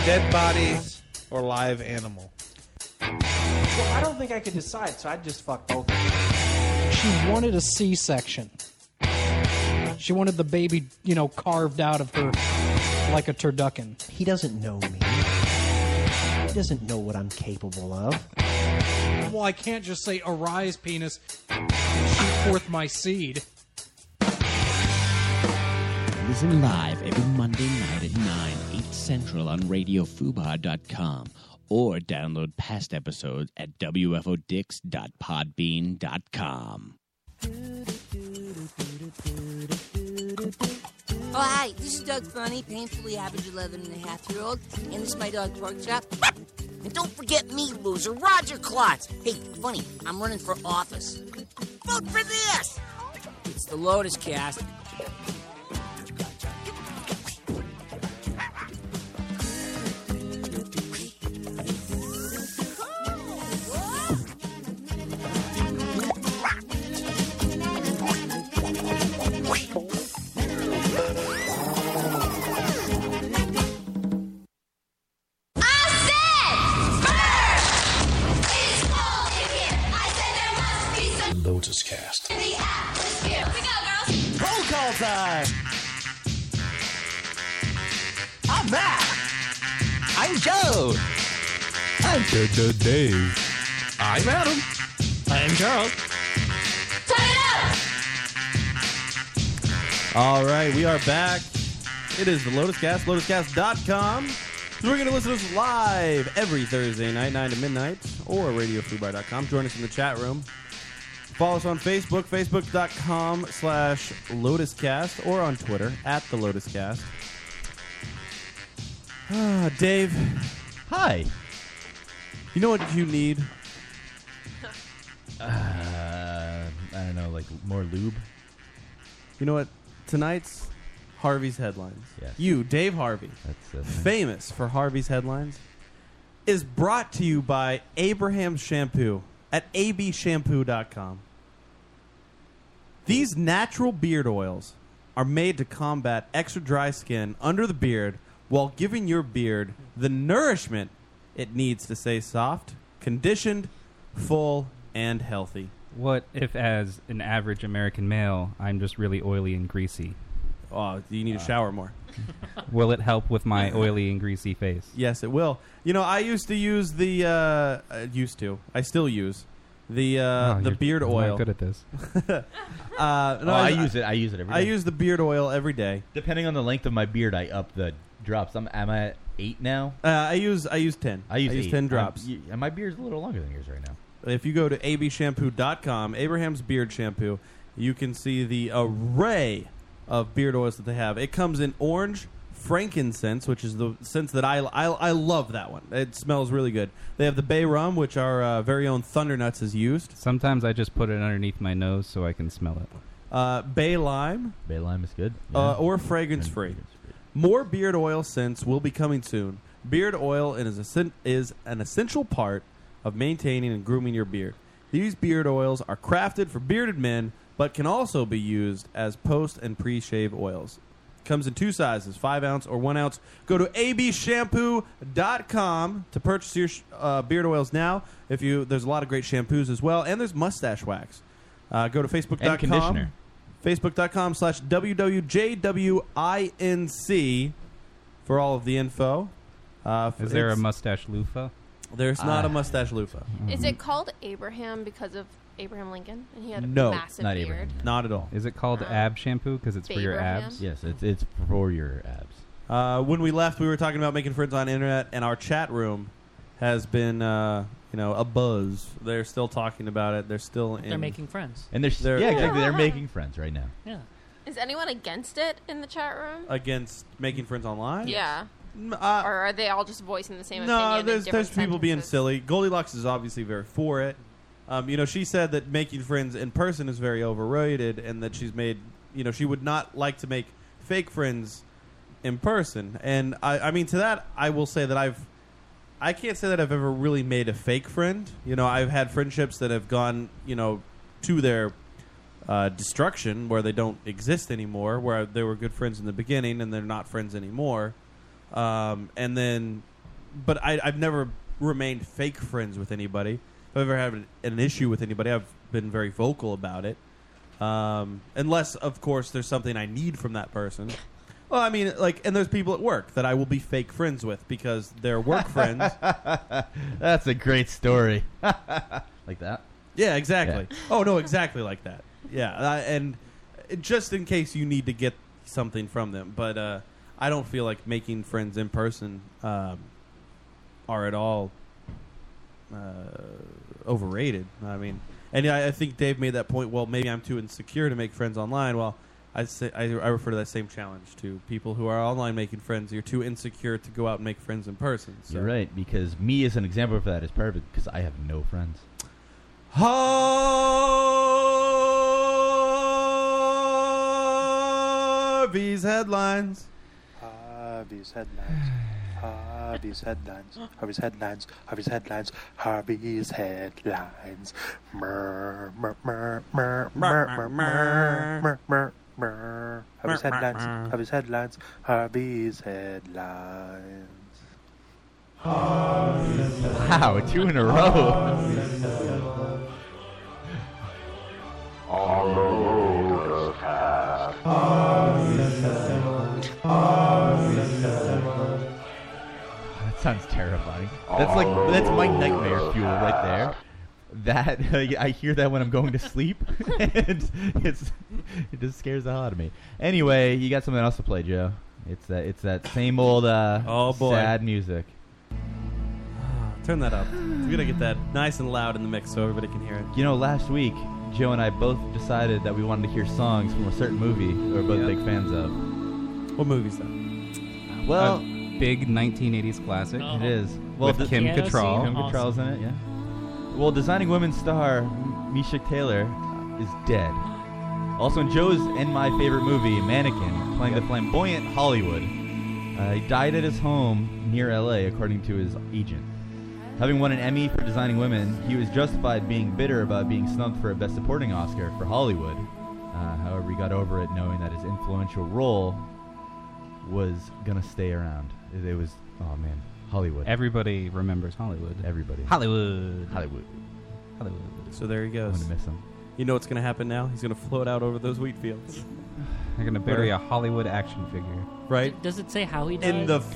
[SPEAKER 17] dead body or live animal?
[SPEAKER 18] Well, I don't think I could decide, so I'd just fuck both.
[SPEAKER 19] She wanted a C section. She wanted the baby, you know, carved out of her like a turducken.
[SPEAKER 20] He doesn't know me. He doesn't know what I'm capable of.
[SPEAKER 19] Well, I can't just say arise, penis, and shoot forth my seed.
[SPEAKER 21] Listen live every Monday night at 9, 8 Central on RadioFubar.com or download past episodes at WFODix.podbean.com.
[SPEAKER 22] Oh, hi, this is Doug Funny, painfully average 11 and a half year old, and this is my dog, Porkchop. And don't forget me, loser, Roger Klotz. Hey, Funny, I'm running for office. Vote for this! It's the Lotus Cast.
[SPEAKER 23] Lotus Cast.
[SPEAKER 8] Roll call time.
[SPEAKER 23] I'm back. I'm Joe.
[SPEAKER 8] I'm
[SPEAKER 23] Joe Joe Dave. I'm Adam.
[SPEAKER 1] I'm Charles.
[SPEAKER 8] Turn it
[SPEAKER 1] All right, we are back. It is the Lotus Cast, lotuscast.com. So we're going to listen to us live every Thursday night, 9 to midnight, or radiofreebar.com. Join us in the chat room. Follow us on Facebook, facebook.com slash lotuscast, or on Twitter, at the lotuscast. Ah, Dave. Hi. You know what you need?
[SPEAKER 3] Uh, I don't know, like more lube.
[SPEAKER 1] You know what? Tonight's Harvey's headlines. You, Dave Harvey,
[SPEAKER 3] uh,
[SPEAKER 1] famous for Harvey's headlines, is brought to you by Abraham Shampoo at abshampoo.com. These natural beard oils are made to combat extra dry skin under the beard while giving your beard the nourishment it needs to stay soft, conditioned, full, and healthy.
[SPEAKER 5] What if, as an average American male, I'm just really oily and greasy? Uh.
[SPEAKER 1] Oh, you need to shower more.
[SPEAKER 5] *laughs* Will it help with
[SPEAKER 1] *laughs*
[SPEAKER 5] my oily and greasy face?
[SPEAKER 1] Yes, it will. You know, I used to use the uh, I used to. I still use the uh,
[SPEAKER 5] Oh,
[SPEAKER 1] the
[SPEAKER 5] you're
[SPEAKER 1] beard
[SPEAKER 5] not
[SPEAKER 1] oil.
[SPEAKER 5] good at
[SPEAKER 3] *laughs*
[SPEAKER 5] this.
[SPEAKER 1] *laughs* uh,
[SPEAKER 3] Oh, I use it. I use it every
[SPEAKER 1] I
[SPEAKER 3] day.
[SPEAKER 1] use the beard oil every day.
[SPEAKER 3] Depending on the length of my beard, I up the drops. I'm Um, am I at eight now?
[SPEAKER 1] Uh, I use I use ten.
[SPEAKER 3] I use,
[SPEAKER 1] I use
[SPEAKER 3] eight.
[SPEAKER 1] ten
[SPEAKER 3] I'm-
[SPEAKER 1] drops.
[SPEAKER 3] you- and my beard's a little longer than yours right now.
[SPEAKER 1] If you go to abshampoo.com, Abraham's Beard Shampoo, you can see the array of beard oils that they have. It comes in orange frankincense, which is the scent that I, I, I love that one. It smells really good. They have the bay rum, which our uh, very own Thundernuts is used.
[SPEAKER 5] Sometimes I just put it underneath my nose so I can smell it. Oh,
[SPEAKER 1] Uh, bay lime.
[SPEAKER 3] Bay lime is good.
[SPEAKER 1] Uh, or fragrance free. More beard oil scents will be coming soon. Beard oil is, essen- is an essential part of maintaining and grooming your beard. These beard oils are crafted for bearded men, but can also be used as post and pre shave oils. Comes in two sizes, 5 ounce or 1 ounce. Go to abshampoo.com to purchase your sh- uh, beard oils now. If you, There's a lot of great shampoos as well, and there's mustache wax. Uh, go to facebook.com.
[SPEAKER 3] And conditioner.
[SPEAKER 1] Facebook.com slash WWJWINC for all of the info. Uh,
[SPEAKER 5] Is there a mustache loofah?
[SPEAKER 1] There's not a
[SPEAKER 3] Ah.
[SPEAKER 1] mustache loofah.
[SPEAKER 5] Mm-hmm.
[SPEAKER 9] Is it called Abraham because of Abraham Lincoln? And he had a
[SPEAKER 5] No,
[SPEAKER 9] massive beard. Oh.
[SPEAKER 1] Not at all.
[SPEAKER 5] Is it called ab shampoo because it's for your
[SPEAKER 9] Abraham?
[SPEAKER 5] abs?
[SPEAKER 3] Yes, it's it's for your abs.
[SPEAKER 1] Uh, when we left, we were talking about making friends on the internet, and our chat room has been, uh, you know, a buzz. They're still talking about it. They're still in.
[SPEAKER 2] They're making friends.
[SPEAKER 3] And they're,
[SPEAKER 1] They're-
[SPEAKER 3] yeah, exactly. They're making friends right now.
[SPEAKER 2] Yeah.
[SPEAKER 9] Is anyone against it in the chat room?
[SPEAKER 1] against making friends online.
[SPEAKER 9] Yeah.
[SPEAKER 1] or
[SPEAKER 9] are they all just voicing the same opinion?
[SPEAKER 1] uh, No,
[SPEAKER 9] in
[SPEAKER 1] there's there's
[SPEAKER 9] different
[SPEAKER 1] people being silly. Goldilocks is obviously very for it. Um, you know, she said that making friends in person is very overrated, and that she's made. You know, she would not like to make fake friends in person. And I, I mean, to that, I will say that I've. I can't say that I've ever really made a fake friend. You know, I've had friendships that have gone, you know, to their uh, destruction where they don't exist anymore, where they were good friends in the beginning and they're not friends anymore. Um, and then but I, I've never remained fake friends with anybody. If I've ever had an, an issue with anybody, I've been very vocal about it. Um, unless, of course, there's something I need from that person. Well, I mean, like, and there's people at work that I will be fake friends with because they're work friends.
[SPEAKER 3] *laughs* That's a great story. *laughs* like that.
[SPEAKER 1] Yeah, exactly. Oh no, exactly like that. Yeah, I, and just in case you need to get something from them, but uh, I don't feel like making friends in person um, are at all uh, overrated. I mean, and I, I think Dave made that point. Well, maybe I'm too insecure to make friends online. Well, I say I, I refer to that same challenge to people who are online making friends. You're too insecure to go out and make friends in person. So.
[SPEAKER 3] You're right because me as an example for that is perfect because I have no friends.
[SPEAKER 1] Harvey's headlines.
[SPEAKER 6] Harvey's headlines. Harvey's headlines. Harvey's headlines. Harvey's headlines. Harvey's headlines. Mer, mer, mer, mer, mer, mer, mer, mer, mer. Harvey's headlines. Harvey's headlines. Harvey's headlines.
[SPEAKER 3] Wow, two in a row. That sounds terrifying. That's like that's my nightmare fuel right there. That *laughs* I hear that when I'm going to sleep, *laughs* and it's it just scares the hell out of me. Anyway, you got something else to play, Joe. It's that it's that same old uh,
[SPEAKER 1] Oh, boy.
[SPEAKER 3] sad music.
[SPEAKER 1] *sighs* Turn that up. We gotta get that nice and loud in the mix so everybody can hear it.
[SPEAKER 3] You know, last week Joe and I both decided that we wanted to hear songs from a certain movie we we're both
[SPEAKER 1] Yep.
[SPEAKER 3] big fans of.
[SPEAKER 1] What movie's that?
[SPEAKER 3] Well,
[SPEAKER 5] big 1980s classic.
[SPEAKER 3] It is. Well,
[SPEAKER 5] with
[SPEAKER 3] the-
[SPEAKER 5] Kim Cattrall.
[SPEAKER 3] Kim Cattrall's in it. Yeah. Well, Designing Women star M- Misha Taylor uh, is dead. Also in Joe's and my favorite movie, Mannequin, playing the flamboyant Hollywood. Uh, he died at his home near L.A., according to his agent. Having won an Emmy for Designing Women, he was justified being bitter about being snubbed for a Best Supporting Oscar for Hollywood. Uh, however, he got over it knowing that his influential role was gonna stay around. It, it was oh man, Hollywood.
[SPEAKER 5] Everybody remembers Hollywood.
[SPEAKER 3] Everybody.
[SPEAKER 5] Hollywood.
[SPEAKER 3] Hollywood.
[SPEAKER 5] Hollywood.
[SPEAKER 1] So there he goes.
[SPEAKER 3] I'm gonna miss him.
[SPEAKER 1] You know what's gonna happen now? He's gonna float out over those wheat
[SPEAKER 3] *sighs*
[SPEAKER 1] fields.
[SPEAKER 5] They're gonna bury a Hollywood action figure.
[SPEAKER 1] right.
[SPEAKER 2] Does it say how he died?
[SPEAKER 1] In the f-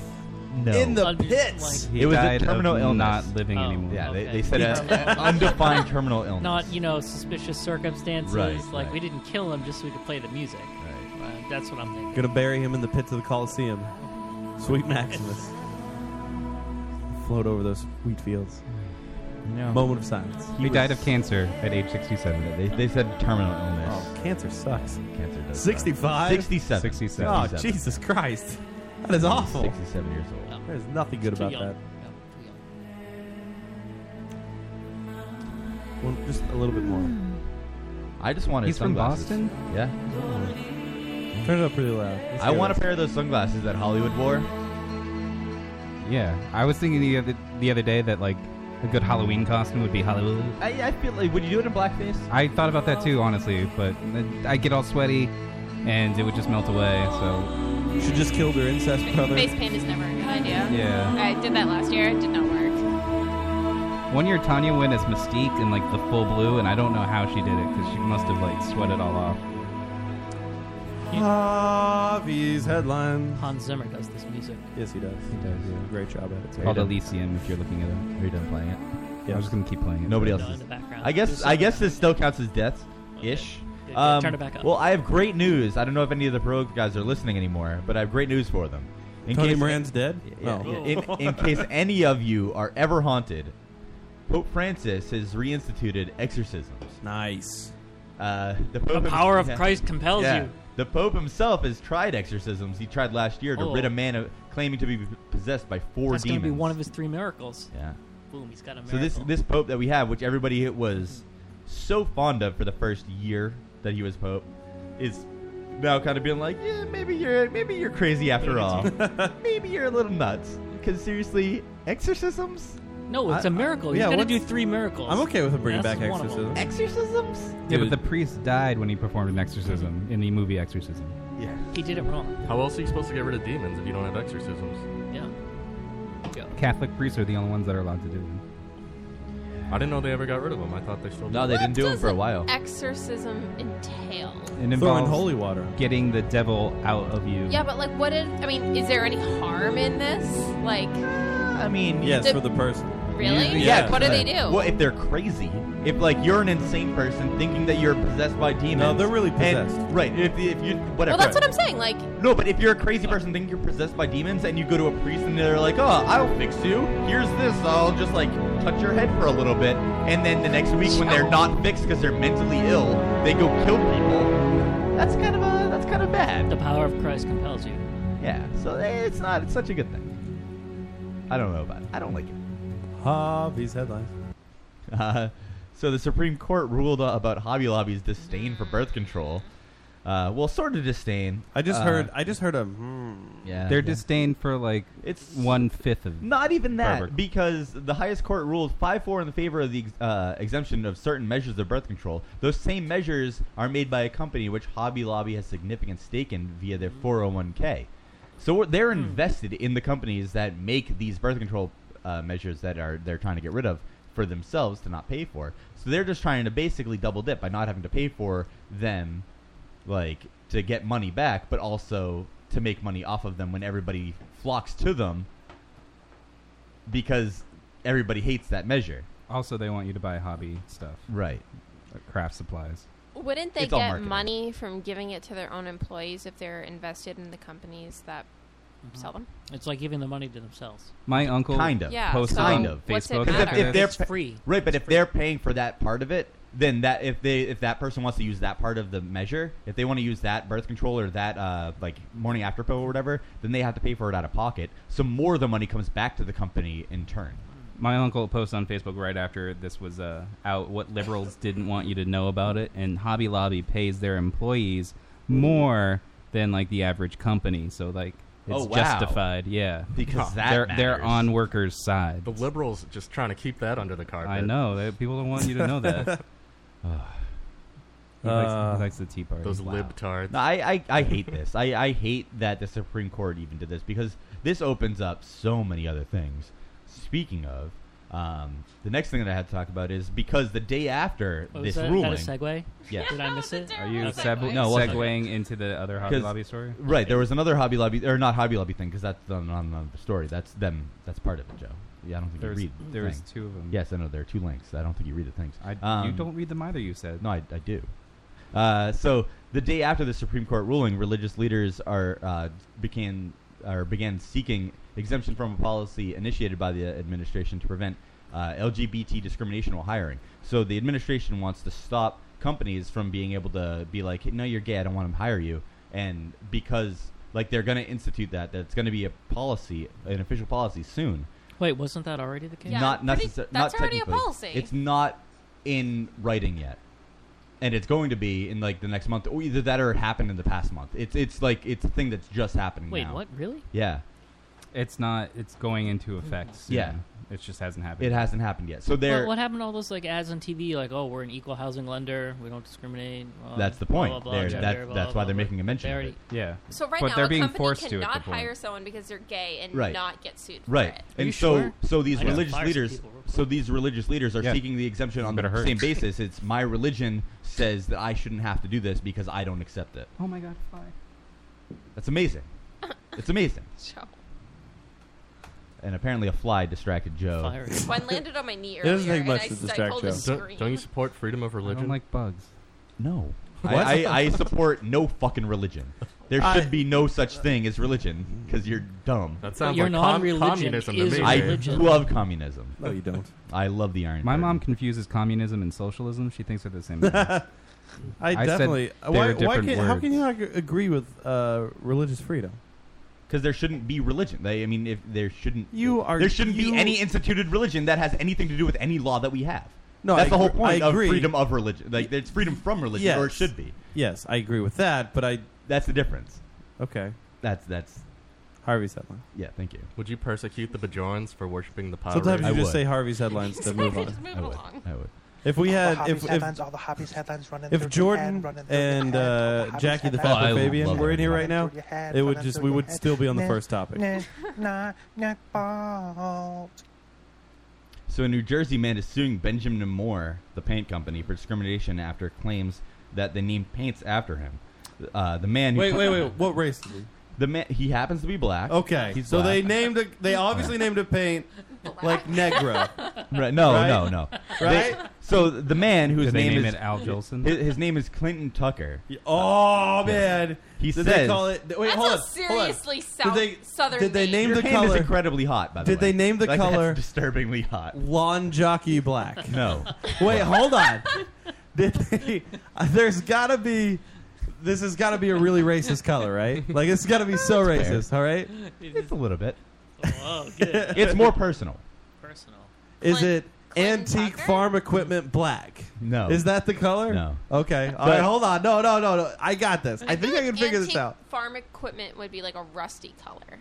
[SPEAKER 5] No.
[SPEAKER 1] in the
[SPEAKER 2] Like-
[SPEAKER 1] pits.
[SPEAKER 5] He
[SPEAKER 3] it was
[SPEAKER 5] died
[SPEAKER 3] a terminal
[SPEAKER 5] of
[SPEAKER 3] illness,
[SPEAKER 5] not living
[SPEAKER 2] Oh,
[SPEAKER 5] anymore.
[SPEAKER 3] Yeah, they,
[SPEAKER 2] okay.
[SPEAKER 3] they said an undefined terminal illness.
[SPEAKER 2] Not, you know, suspicious circumstances.
[SPEAKER 3] Right,
[SPEAKER 2] like,
[SPEAKER 3] right.
[SPEAKER 2] we didn't kill him just so we could play the music. Right. that's what I'm thinking.
[SPEAKER 1] Gonna bury him in the pits of the Coliseum. Sweet Maximus. Float over those wheat fields.
[SPEAKER 3] No.
[SPEAKER 1] Moment of silence.
[SPEAKER 5] He, died of cancer at age 67.
[SPEAKER 3] They, they said terminal illness.
[SPEAKER 1] Oh, cancer sucks.
[SPEAKER 3] Cancer does. suck.
[SPEAKER 1] 65?
[SPEAKER 3] 67.
[SPEAKER 5] 67.
[SPEAKER 1] Oh,
[SPEAKER 3] 67.
[SPEAKER 1] Jesus Christ. That is awful.
[SPEAKER 3] 67 years old.
[SPEAKER 1] There's nothing good
[SPEAKER 2] Too
[SPEAKER 1] about
[SPEAKER 2] young.
[SPEAKER 1] that. Well, just a little bit more.
[SPEAKER 3] I just wanted
[SPEAKER 5] He's from
[SPEAKER 3] sunglasses.
[SPEAKER 5] Boston?
[SPEAKER 3] Yeah.
[SPEAKER 1] Oh. Turn it up pretty loud. Let's
[SPEAKER 3] I
[SPEAKER 1] hear
[SPEAKER 3] want a
[SPEAKER 1] this.
[SPEAKER 3] pair of those sunglasses that Hollywood wore.
[SPEAKER 5] Yeah, I was thinking the other the other day that like a good Halloween costume would be Hollywood.
[SPEAKER 3] I, I feel like, would you do it in blackface?
[SPEAKER 5] I thought about that too, honestly, but I get all sweaty, and it would just melt away. So
[SPEAKER 1] you should just kill their incest brother.
[SPEAKER 9] Face paint is never a good idea.
[SPEAKER 5] Yeah.
[SPEAKER 9] I did that last year. It did not work.
[SPEAKER 5] One year Tanya went as Mystique in like the full blue, and I don't know how she did it because she must have like sweated all off.
[SPEAKER 1] Harvey's headlines.
[SPEAKER 2] Hans Zimmer does this music.
[SPEAKER 1] Yes, he does. He
[SPEAKER 5] does. Yeah.
[SPEAKER 1] Great job at it.
[SPEAKER 5] It's called Elysium if you're looking at it.
[SPEAKER 3] Are you done playing it?
[SPEAKER 5] Yeah, I'm just gonna keep playing it.
[SPEAKER 3] Nobody
[SPEAKER 5] No,
[SPEAKER 3] else.
[SPEAKER 5] in
[SPEAKER 3] Is.
[SPEAKER 5] the background.
[SPEAKER 3] I guess.
[SPEAKER 5] Just
[SPEAKER 3] I
[SPEAKER 5] in the
[SPEAKER 3] guess this still counts as deaths, ish.
[SPEAKER 2] Okay, turn it back up.
[SPEAKER 3] Well, I have great news. I don't know if any of the pro guys are listening anymore, but I have great news for them.
[SPEAKER 1] Tony Moran's dead?
[SPEAKER 3] Yeah,
[SPEAKER 1] Oh.
[SPEAKER 3] yeah. In, in
[SPEAKER 2] *laughs*
[SPEAKER 3] case any of you are ever haunted, Pope Francis has reinstituted exorcisms.
[SPEAKER 1] Nice.
[SPEAKER 3] Uh, the, Pope
[SPEAKER 2] power of Christ compels
[SPEAKER 3] yeah.
[SPEAKER 2] you.
[SPEAKER 3] The Pope himself has tried exorcisms. He tried last year to
[SPEAKER 2] Oh.
[SPEAKER 3] rid a man of claiming to be possessed by four
[SPEAKER 2] That's
[SPEAKER 3] demons.
[SPEAKER 2] gonna be one of his three miracles.
[SPEAKER 3] Yeah.
[SPEAKER 2] Boom, he's got a
[SPEAKER 3] So
[SPEAKER 2] miracle.
[SPEAKER 3] this this pope that we have, which everybody was so fond of for the first year that he was pope, is now kind of being like, yeah, maybe you're maybe you're crazy after all. *laughs* maybe you're a little nuts. Because seriously, exorcisms?
[SPEAKER 2] No, it's
[SPEAKER 3] a
[SPEAKER 2] a miracle. He's gonna do three miracles.
[SPEAKER 1] I'm okay with him bringing
[SPEAKER 2] That's
[SPEAKER 1] back
[SPEAKER 2] one of them.
[SPEAKER 1] exorcism.
[SPEAKER 3] Exorcisms?
[SPEAKER 5] Yeah, but the priest died when he performed an exorcism in the movie Exorcism.
[SPEAKER 3] Yeah.
[SPEAKER 2] He did it wrong.
[SPEAKER 4] How else are you supposed to get rid of demons if you don't have exorcisms?
[SPEAKER 2] Yeah. Yeah.
[SPEAKER 5] Catholic priests are the only ones that are allowed to do them.
[SPEAKER 4] I didn't know they ever got rid of them. I thought they still.
[SPEAKER 3] No, they didn't do them for a while.
[SPEAKER 9] Exorcism entail.
[SPEAKER 5] It involves holy water, getting the devil out of you.
[SPEAKER 9] Yeah, but like, what? Did, I mean, is there any harm in this? Like, I
[SPEAKER 3] mean,
[SPEAKER 9] do-
[SPEAKER 1] person.
[SPEAKER 9] Really?
[SPEAKER 3] Usually,
[SPEAKER 9] Yeah. What do they do?
[SPEAKER 3] Well, if they're crazy, if like you're an insane person thinking that you're possessed by demons, no, they're really possessed. right? If, if you whatever.
[SPEAKER 9] Well, that's what I'm saying. Like,
[SPEAKER 3] No, but if you're a crazy person thinking you're possessed by demons and you go to a priest and they're like, oh, I'll fix you. Here's this. I'll just like touch your head for a little bit. And then the next week when they're not fixed because they're mentally ill, they go kill people. That's kind of a that's kind of bad.
[SPEAKER 2] The power of Christ compels you.
[SPEAKER 3] Yeah. So eh, it's not. It's such a good thing. I don't know about it. I don't like it.
[SPEAKER 1] Hobbies headlines.
[SPEAKER 3] Uh, so the Supreme Court ruled uh, about Hobby Lobby's disdain for birth control. Uh, well, sort of disdain.
[SPEAKER 1] I just
[SPEAKER 3] Uh,
[SPEAKER 1] heard. I just heard a. Hmm.
[SPEAKER 3] Yeah.
[SPEAKER 5] They're
[SPEAKER 3] Yeah.
[SPEAKER 5] disdain for like
[SPEAKER 3] it's
[SPEAKER 5] one fifth of
[SPEAKER 3] Not even that,
[SPEAKER 5] Pervert.
[SPEAKER 3] because the highest court ruled 5 4 in favor of the ex- uh, exemption of certain measures of birth control. Those same measures are made by a company which Hobby Lobby has significant stake in via their 401k. So we're- they're invested in the companies that make these birth control uh, measures that are they're trying to get rid of for themselves to not pay for. So they're just trying to basically double dip by not having to pay for them, like to get money back, but also to make money off of them when everybody flocks to them because everybody hates that measure.
[SPEAKER 5] Also, they want you to buy hobby stuff, Uh,
[SPEAKER 3] right?
[SPEAKER 5] Craft supplies.
[SPEAKER 9] wouldn't they
[SPEAKER 5] It's all
[SPEAKER 9] get
[SPEAKER 5] marketing.
[SPEAKER 9] money from giving it to their own employees if they're invested in the companies that
[SPEAKER 3] Mm-hmm.
[SPEAKER 9] sell them?
[SPEAKER 2] It's like giving the money to themselves.
[SPEAKER 5] My uncle
[SPEAKER 3] kind of,
[SPEAKER 9] Yeah, posted so on
[SPEAKER 3] kind of.
[SPEAKER 2] what's it
[SPEAKER 3] Facebook.
[SPEAKER 2] matter?
[SPEAKER 3] If, if they're
[SPEAKER 2] It's free.
[SPEAKER 3] right? But if they're paying for that part of it, then that if they if that person wants to use that part of the measure, if they want to use that birth control or that uh, like morning after pill or whatever, then they have to pay for it out of pocket. So more of the money comes back to the company in turn.
[SPEAKER 5] My uncle posted on Facebook right after this was uh, out what liberals *laughs* didn't want you to know about it, and Hobby Lobby pays their employees more than like the average company. So like it's
[SPEAKER 4] Oh, wow.
[SPEAKER 5] justified, yeah,
[SPEAKER 4] Because that
[SPEAKER 5] they're they're
[SPEAKER 4] matters.
[SPEAKER 5] on workers' side.
[SPEAKER 4] The liberals just trying to keep that under the carpet.
[SPEAKER 5] I know that people don't want you to know
[SPEAKER 4] *laughs*
[SPEAKER 5] that. He
[SPEAKER 1] Uh,
[SPEAKER 5] likes- he likes the Tea Party.
[SPEAKER 4] Those
[SPEAKER 5] Wow.
[SPEAKER 4] libtards.
[SPEAKER 3] No, I, I, I hate this. I, I hate that the Supreme Court even did this because this opens up so many other things. Speaking of, um, the next thing that I had to talk about is because the day after
[SPEAKER 2] Oh,
[SPEAKER 3] this
[SPEAKER 2] is that,
[SPEAKER 3] ruling,
[SPEAKER 2] Is that
[SPEAKER 3] *laughs*
[SPEAKER 2] a segue?
[SPEAKER 3] Yes.
[SPEAKER 2] Did I miss it?
[SPEAKER 5] Are
[SPEAKER 9] *laughs*
[SPEAKER 5] you seg-
[SPEAKER 3] No, it wasn't.
[SPEAKER 5] segueing into the other Hobby
[SPEAKER 3] 'Cause-
[SPEAKER 5] Lobby story?
[SPEAKER 3] Right, there was another Hobby Lobby or not Hobby Lobby thing because that's not not another story. That's them. That's part of it, Joe. Yeah, I don't think
[SPEAKER 5] There's-
[SPEAKER 3] you read. the
[SPEAKER 5] there was
[SPEAKER 3] thing.
[SPEAKER 5] two of 'em.
[SPEAKER 3] Yes, I know there are two links. I don't think you read the things. I,
[SPEAKER 5] you don't read them either. You said
[SPEAKER 3] no. I, I do. Uh, so the day after the Supreme Court ruling, religious leaders are uh, began or began seeking exemption from a policy initiated by the administration to prevent uh, LGBT discrimination while hiring. So the administration wants to stop companies from being able to be like, no, you're gay. I don't want to hire you. And because like they're going to institute that, that's going to be a policy, an official policy soon
[SPEAKER 2] Wait, wasn't that already the case?
[SPEAKER 3] not necessarily.
[SPEAKER 9] that's
[SPEAKER 3] not
[SPEAKER 9] already a
[SPEAKER 3] technically.
[SPEAKER 9] policy.
[SPEAKER 3] It's not in writing yet, and it's going to be in like the next month, or either that or it happened in the past month. It's it's like it's a thing that's just happening.
[SPEAKER 2] Wait,
[SPEAKER 3] now.
[SPEAKER 2] what? Really?
[SPEAKER 3] Yeah,
[SPEAKER 5] it's not. It's going into effect. Soon.
[SPEAKER 3] Mm-hmm. Yeah.
[SPEAKER 5] it just hasn't happened.
[SPEAKER 3] it hasn't happened yet. So there.
[SPEAKER 2] What, what happened to all those like ads on TV? Like, oh, we're an equal housing lender. We don't discriminate. uh,
[SPEAKER 3] That's the
[SPEAKER 2] blah,
[SPEAKER 3] point.
[SPEAKER 2] blah, blah,
[SPEAKER 3] They're-
[SPEAKER 2] gender,
[SPEAKER 3] that-
[SPEAKER 2] blah,
[SPEAKER 3] that's
[SPEAKER 2] blah,
[SPEAKER 3] why they're
[SPEAKER 2] blah.
[SPEAKER 3] making a mention
[SPEAKER 2] They
[SPEAKER 3] of
[SPEAKER 2] already-
[SPEAKER 3] it. Yeah.
[SPEAKER 9] So right
[SPEAKER 3] But
[SPEAKER 9] now,
[SPEAKER 3] they're
[SPEAKER 9] a
[SPEAKER 3] being
[SPEAKER 9] company
[SPEAKER 3] forced to at the
[SPEAKER 9] cannot
[SPEAKER 3] point.
[SPEAKER 9] hire someone because they're gay and
[SPEAKER 3] Right.
[SPEAKER 9] not get sued. For
[SPEAKER 3] Right.
[SPEAKER 9] It.
[SPEAKER 3] And so so these
[SPEAKER 2] I gotta
[SPEAKER 3] religious
[SPEAKER 2] fire some
[SPEAKER 3] leaders
[SPEAKER 2] people real
[SPEAKER 3] so these religious leaders are
[SPEAKER 5] Yeah.
[SPEAKER 3] seeking the exemption on
[SPEAKER 5] Better
[SPEAKER 3] the
[SPEAKER 5] hurry. *laughs*
[SPEAKER 3] same basis. It's my religion says that I shouldn't have to do this because I don't accept it.
[SPEAKER 5] Oh my god, fire!
[SPEAKER 3] That's
[SPEAKER 9] *laughs*
[SPEAKER 3] amazing. It's amazing. And apparently a fly distracted Joe. *laughs*
[SPEAKER 2] Fire.
[SPEAKER 9] One landed on my knee
[SPEAKER 3] It doesn't
[SPEAKER 9] earlier,
[SPEAKER 3] take
[SPEAKER 9] and
[SPEAKER 3] much
[SPEAKER 9] I
[SPEAKER 3] to
[SPEAKER 9] stifled
[SPEAKER 3] distract
[SPEAKER 9] a
[SPEAKER 3] you.
[SPEAKER 9] scream.
[SPEAKER 4] Don't, don't you support freedom of religion?
[SPEAKER 5] like bugs.
[SPEAKER 4] *laughs*
[SPEAKER 3] No.
[SPEAKER 4] What?
[SPEAKER 3] I, I, I support no fucking religion. There
[SPEAKER 4] I-
[SPEAKER 3] should be no such thing as religion because you're dumb.
[SPEAKER 4] That sounds Your like com- non-religion communism to is me.
[SPEAKER 3] I
[SPEAKER 4] religion.
[SPEAKER 3] love communism.
[SPEAKER 5] No, you don't.
[SPEAKER 3] *laughs* I love the Iron.
[SPEAKER 5] My mom confuses communism and socialism. She thinks they're
[SPEAKER 3] *laughs*
[SPEAKER 5] the same. thing. I,
[SPEAKER 1] I,
[SPEAKER 5] said
[SPEAKER 1] definitely.
[SPEAKER 5] they
[SPEAKER 1] why,
[SPEAKER 5] were
[SPEAKER 1] why
[SPEAKER 5] different
[SPEAKER 1] can, how
[SPEAKER 5] words.
[SPEAKER 1] can you not ag- agree with uh, religious freedom?
[SPEAKER 3] Because there shouldn't be religion. They, I mean, if there shouldn't,
[SPEAKER 1] You are-
[SPEAKER 3] there shouldn't
[SPEAKER 1] you-
[SPEAKER 3] be any instituted religion that has anything to do with any law that we have.
[SPEAKER 1] No,
[SPEAKER 3] that's
[SPEAKER 1] I
[SPEAKER 3] the whole
[SPEAKER 1] agree-
[SPEAKER 3] point
[SPEAKER 1] I
[SPEAKER 3] of
[SPEAKER 1] agree.
[SPEAKER 3] freedom of religion. Like, it's freedom from religion, or it
[SPEAKER 1] Yes.
[SPEAKER 3] should be.
[SPEAKER 1] Yes, I agree with that, but I.
[SPEAKER 3] That's the difference.
[SPEAKER 1] Okay.
[SPEAKER 3] That's that's
[SPEAKER 1] Harvey's headline.
[SPEAKER 3] Yeah, thank you.
[SPEAKER 4] Would you persecute the Bajorans for worshiping the Pyre?
[SPEAKER 1] Sometimes you just say Harvey's headlines to move on.
[SPEAKER 3] I would. I would.
[SPEAKER 1] If
[SPEAKER 6] All
[SPEAKER 1] we
[SPEAKER 6] the
[SPEAKER 1] had, if,
[SPEAKER 6] hobbies
[SPEAKER 1] if,
[SPEAKER 6] headlines, all the hobbies headlines running through
[SPEAKER 1] if
[SPEAKER 6] your
[SPEAKER 1] Jordan
[SPEAKER 6] head, running through your
[SPEAKER 1] and uh, Jackie the
[SPEAKER 6] headlines.
[SPEAKER 1] Fat
[SPEAKER 6] Oh, I
[SPEAKER 1] Fabian
[SPEAKER 6] love
[SPEAKER 1] were in here
[SPEAKER 6] it.
[SPEAKER 1] right now,
[SPEAKER 6] Running through your head,
[SPEAKER 1] it would
[SPEAKER 6] running
[SPEAKER 1] just
[SPEAKER 6] through
[SPEAKER 1] we
[SPEAKER 6] your
[SPEAKER 1] would
[SPEAKER 6] head. *laughs*
[SPEAKER 1] still be on the
[SPEAKER 6] Nah,
[SPEAKER 1] first topic.
[SPEAKER 6] nah, nah, nah, balls.
[SPEAKER 3] So a New Jersey man is suing Benjamin Moore, the paint company, for discrimination after claims that they named paints after him. Uh, the man. Who
[SPEAKER 1] Wait, wait, wait. What race? Is he?
[SPEAKER 3] The man. He happens to be black.
[SPEAKER 1] Okay,
[SPEAKER 3] He's
[SPEAKER 1] so they
[SPEAKER 3] black.
[SPEAKER 1] named a,
[SPEAKER 3] *laughs*
[SPEAKER 1] they obviously named a paint like Negro.
[SPEAKER 3] Right? No,
[SPEAKER 1] Right?
[SPEAKER 3] no,
[SPEAKER 1] *laughs*
[SPEAKER 3] no. They-
[SPEAKER 1] Right?
[SPEAKER 3] so the man whose
[SPEAKER 5] Did they
[SPEAKER 3] name
[SPEAKER 5] name
[SPEAKER 3] is
[SPEAKER 5] it Al Jolson?
[SPEAKER 3] His, his name is Clinton Tucker.
[SPEAKER 1] Oh man,
[SPEAKER 3] He says.
[SPEAKER 1] Did they call it- wait,
[SPEAKER 9] That's a
[SPEAKER 1] hold on, hold on.
[SPEAKER 9] seriously
[SPEAKER 1] Did
[SPEAKER 9] south,
[SPEAKER 1] they-
[SPEAKER 9] southern
[SPEAKER 1] Did they name
[SPEAKER 9] name
[SPEAKER 3] Your
[SPEAKER 1] the
[SPEAKER 3] hand
[SPEAKER 1] color?
[SPEAKER 3] is incredibly hot, by the
[SPEAKER 1] did
[SPEAKER 3] way.
[SPEAKER 1] they name the
[SPEAKER 3] Like, *laughs* that's
[SPEAKER 1] color
[SPEAKER 3] disturbingly hot?
[SPEAKER 1] Lawn jockey black.
[SPEAKER 3] No.
[SPEAKER 1] Wait, hold on. Did they, uh, there's got to be. This has got to be a really racist color, right? Like it's got to be so
[SPEAKER 3] That's fair.
[SPEAKER 1] racist. All right.
[SPEAKER 3] It's a little bit.
[SPEAKER 2] Oh, good.
[SPEAKER 3] *laughs* It's more personal.
[SPEAKER 2] Personal.
[SPEAKER 1] Is it antique farm equipment black?
[SPEAKER 3] No.
[SPEAKER 1] Is that the color?
[SPEAKER 3] No.
[SPEAKER 1] Okay. All
[SPEAKER 3] But-
[SPEAKER 1] right. Hold on. No. No. No. No. I got this. I, think I can figure this
[SPEAKER 9] Antique
[SPEAKER 1] out.
[SPEAKER 9] Farm equipment would be like a rusty color.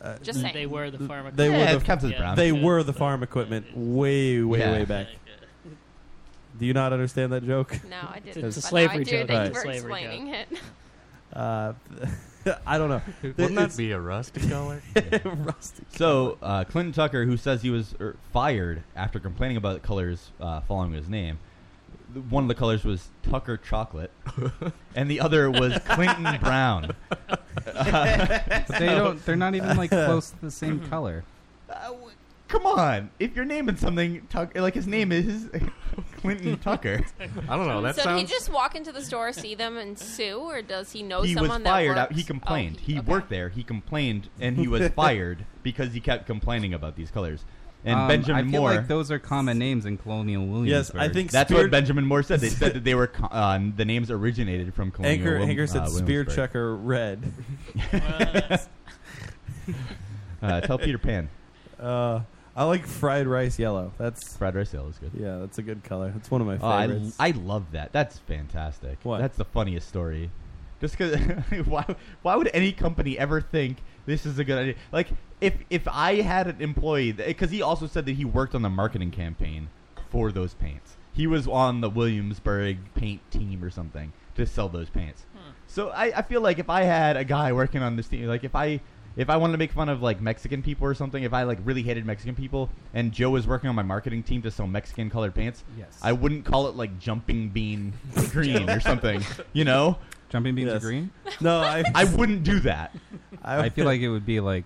[SPEAKER 1] Uh,
[SPEAKER 9] Just saying.
[SPEAKER 2] They were the farm
[SPEAKER 1] They
[SPEAKER 2] equipment.
[SPEAKER 1] were the, They were the farm equipment way, way,
[SPEAKER 3] Yeah.
[SPEAKER 1] way back. Do you not understand that joke?
[SPEAKER 9] No,
[SPEAKER 1] *laughs*
[SPEAKER 9] I didn't.
[SPEAKER 2] It's a
[SPEAKER 9] but
[SPEAKER 2] slavery
[SPEAKER 9] now I do.
[SPEAKER 2] joke.
[SPEAKER 9] Thank you
[SPEAKER 1] Right.
[SPEAKER 9] for
[SPEAKER 2] Slavery
[SPEAKER 9] explaining it.
[SPEAKER 1] Uh, *laughs* I don't know.
[SPEAKER 4] Wouldn't
[SPEAKER 1] It's-
[SPEAKER 4] that be a rusty
[SPEAKER 1] *laughs*
[SPEAKER 4] color?
[SPEAKER 1] rusty.
[SPEAKER 3] *laughs* So uh, Clinton Tucker, who says he was er, fired after complaining about colors uh, following his name, th- one of the colors was Tucker
[SPEAKER 4] *laughs*
[SPEAKER 3] chocolate, and the other was Clinton brown. *laughs*
[SPEAKER 5] But they don't. They're not even like close to the same color.
[SPEAKER 3] Uh, Come on, if you're naming something Tucker, like his name is *laughs* Clinton Tucker.
[SPEAKER 4] I don't know. Oh, That
[SPEAKER 9] so
[SPEAKER 4] sounds.
[SPEAKER 9] did he just walk into the store, see them, and sue, or does he know
[SPEAKER 3] he was
[SPEAKER 9] someone
[SPEAKER 3] fired.
[SPEAKER 9] that
[SPEAKER 3] Out,
[SPEAKER 9] works? Oh,
[SPEAKER 3] he complained. he worked there. He complained, and he
[SPEAKER 5] *laughs*
[SPEAKER 3] was fired because he kept complaining about these colors. And
[SPEAKER 5] Um,
[SPEAKER 3] Benjamin
[SPEAKER 5] I feel
[SPEAKER 3] Moore.
[SPEAKER 5] like those are common names in Colonial Williamsburg.
[SPEAKER 3] that's what Benjamin Moore said. They
[SPEAKER 1] *laughs*
[SPEAKER 3] said that they were co- uh, the names originated from Colonial
[SPEAKER 1] Anchor,
[SPEAKER 3] Wil-
[SPEAKER 1] Anchor said
[SPEAKER 3] uh,
[SPEAKER 1] spear
[SPEAKER 3] Williamsburg. *laughs*
[SPEAKER 1] checker red. *laughs*
[SPEAKER 3] Uh, tell Peter Pan.
[SPEAKER 1] Uh, I like fried rice yellow. That's
[SPEAKER 3] fried rice yellow is good.
[SPEAKER 1] Yeah, that's a good color. That's one of my
[SPEAKER 3] Oh, I-
[SPEAKER 1] favorites.
[SPEAKER 3] I, love that. That's fantastic.
[SPEAKER 1] What?
[SPEAKER 3] That's the funniest story. Just because *laughs* why why would any company ever think this is a good idea? Like if if I had an employee because he also said that he worked on the marketing campaign for those paints. He was on the Williamsburg paint team or something to sell those paints. So I, I feel like if I had a guy working on this team, like if I if I wanted to make fun of like Mexican people or something, if I like really hated Mexican people, and Joe was working on my marketing team to sell Mexican colored pants,
[SPEAKER 5] Yes.
[SPEAKER 3] I wouldn't call it like jumping bean green or
[SPEAKER 1] *laughs*
[SPEAKER 3] something, you know?
[SPEAKER 5] Jumping beans
[SPEAKER 3] *laughs*
[SPEAKER 5] are green.
[SPEAKER 1] *laughs* No, I
[SPEAKER 3] I wouldn't do that.
[SPEAKER 5] I, feel like it would be like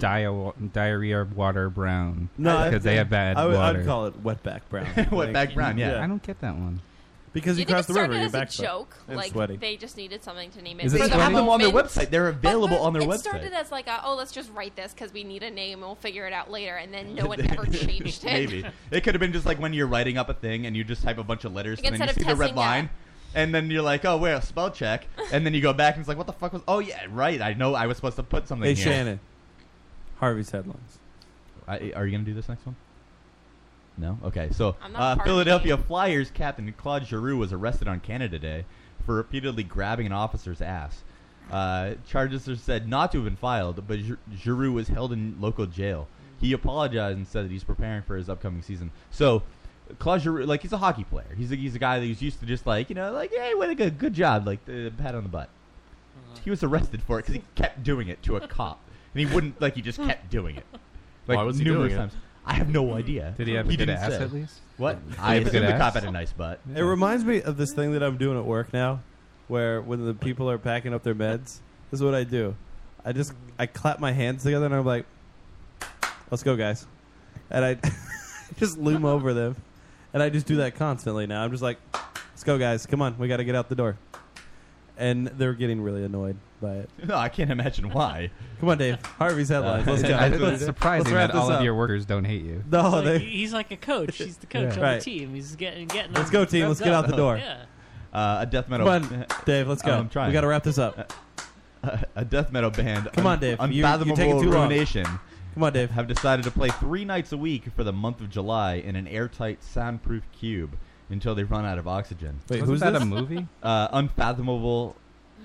[SPEAKER 5] dia- diarrhea water brown.
[SPEAKER 1] No, I-
[SPEAKER 5] because they have bad
[SPEAKER 1] I would- I'd
[SPEAKER 5] water.
[SPEAKER 1] call it wetback brown.
[SPEAKER 3] Wetback brown, yeah.
[SPEAKER 5] I don't get that one.
[SPEAKER 1] because
[SPEAKER 9] Do
[SPEAKER 1] you,
[SPEAKER 9] think
[SPEAKER 1] cross
[SPEAKER 9] it
[SPEAKER 1] the river,
[SPEAKER 9] started
[SPEAKER 1] you're
[SPEAKER 9] as a
[SPEAKER 1] back
[SPEAKER 9] joke.
[SPEAKER 1] and
[SPEAKER 9] like
[SPEAKER 1] sweaty.
[SPEAKER 9] they just needed something to name it.
[SPEAKER 3] Is
[SPEAKER 9] for
[SPEAKER 3] it
[SPEAKER 9] the
[SPEAKER 3] sweaty? They have them on their
[SPEAKER 9] moment.
[SPEAKER 3] website. They're
[SPEAKER 9] But
[SPEAKER 3] available on their
[SPEAKER 9] it
[SPEAKER 3] website.
[SPEAKER 9] started as like, a, oh, let's just write this because we need a name. We'll figure it out later, and
[SPEAKER 3] *laughs*
[SPEAKER 9] then no one ever changed it.
[SPEAKER 3] Maybe it could have been just like when you're writing up a thing and you just type a bunch of letters
[SPEAKER 9] Like,
[SPEAKER 3] and then you
[SPEAKER 9] instead
[SPEAKER 3] see
[SPEAKER 9] of
[SPEAKER 3] the red
[SPEAKER 9] testing, yeah.
[SPEAKER 3] line, and then you're like, oh, where spell check, and then you go back and it's like, what the fuck was? Oh yeah, right. I know I was supposed to put something.
[SPEAKER 1] Hey
[SPEAKER 3] here.
[SPEAKER 1] Shannon, Harvey's headlines.
[SPEAKER 3] I, are you gonna do this next one? No. Okay. So
[SPEAKER 1] I'm not
[SPEAKER 3] uh,
[SPEAKER 1] partying.
[SPEAKER 3] Philadelphia Flyers captain Claude Giroux was arrested on Canada Day for repeatedly grabbing an officer's ass. Uh, charges are said not to have been filed, but Gi- Giroux was held in local jail. He apologized and said that he's preparing for his upcoming season. So. Claude Giroux, like he's a hockey player. He's a, he's a guy who's used to just like you know like hey, what a good good job, like the pat on the butt.
[SPEAKER 1] Uh-huh.
[SPEAKER 3] He was arrested for it because he kept doing it to a cop, and he wouldn't like he just kept doing it. Like
[SPEAKER 4] Why was he
[SPEAKER 3] numerous
[SPEAKER 4] doing it?
[SPEAKER 3] times. I have no idea.
[SPEAKER 5] Did he have a good
[SPEAKER 3] didn't
[SPEAKER 5] ass
[SPEAKER 3] say.
[SPEAKER 5] at least?
[SPEAKER 3] What?
[SPEAKER 5] Did he
[SPEAKER 3] I
[SPEAKER 5] have a good
[SPEAKER 3] assume the
[SPEAKER 5] ass?
[SPEAKER 3] cop had a nice butt.
[SPEAKER 1] It reminds me of this thing that I'm doing at work now, where when the people are packing up their meds, this is what I do. I just I clap my hands together and I'm like, "Let's go, guys," and I *laughs* just loom over them, and I just do that constantly now. I'm just like, "Let's go, guys! Come on, we got to get out the door," and they're getting really annoyed
[SPEAKER 3] *laughs*
[SPEAKER 1] by it.
[SPEAKER 3] No, Oh, I can't imagine why.
[SPEAKER 1] Come on, Dave. Harvey's
[SPEAKER 3] *laughs*
[SPEAKER 5] *laughs*
[SPEAKER 1] headlines. Let's
[SPEAKER 5] Uh,
[SPEAKER 1] go.
[SPEAKER 5] I-
[SPEAKER 1] Let's
[SPEAKER 5] it's surprising
[SPEAKER 1] wrap
[SPEAKER 5] that all
[SPEAKER 1] this
[SPEAKER 5] of
[SPEAKER 1] up.
[SPEAKER 5] your workers don't hate you.
[SPEAKER 1] No,
[SPEAKER 2] It's like
[SPEAKER 1] Oh, they.
[SPEAKER 2] he- he's like a coach. He's the coach
[SPEAKER 1] Yeah.
[SPEAKER 2] on
[SPEAKER 1] Right.
[SPEAKER 2] the team. He's getting getting.
[SPEAKER 1] Let's
[SPEAKER 2] them
[SPEAKER 1] go, team. Let's
[SPEAKER 2] revved
[SPEAKER 1] get
[SPEAKER 2] up.
[SPEAKER 1] out the door.
[SPEAKER 2] *laughs* Yeah.
[SPEAKER 3] Uh, a death metal. Oh,
[SPEAKER 1] Come on, Dave. Let's go.
[SPEAKER 3] I'm trying.
[SPEAKER 1] We got to wrap this up.
[SPEAKER 3] Uh, *laughs* a death metal band.
[SPEAKER 1] Come on,
[SPEAKER 3] Un-
[SPEAKER 1] Dave. You- you're
[SPEAKER 3] Unfathomable
[SPEAKER 1] taking too long.
[SPEAKER 3] Ruination.
[SPEAKER 1] Come on, Dave.
[SPEAKER 3] Have decided to play three nights a week for the month of July in an airtight, soundproof cube until they run out of oxygen.
[SPEAKER 5] Wait, Wasn't who's that this? a movie?
[SPEAKER 3] *laughs* Uh, Unfathomable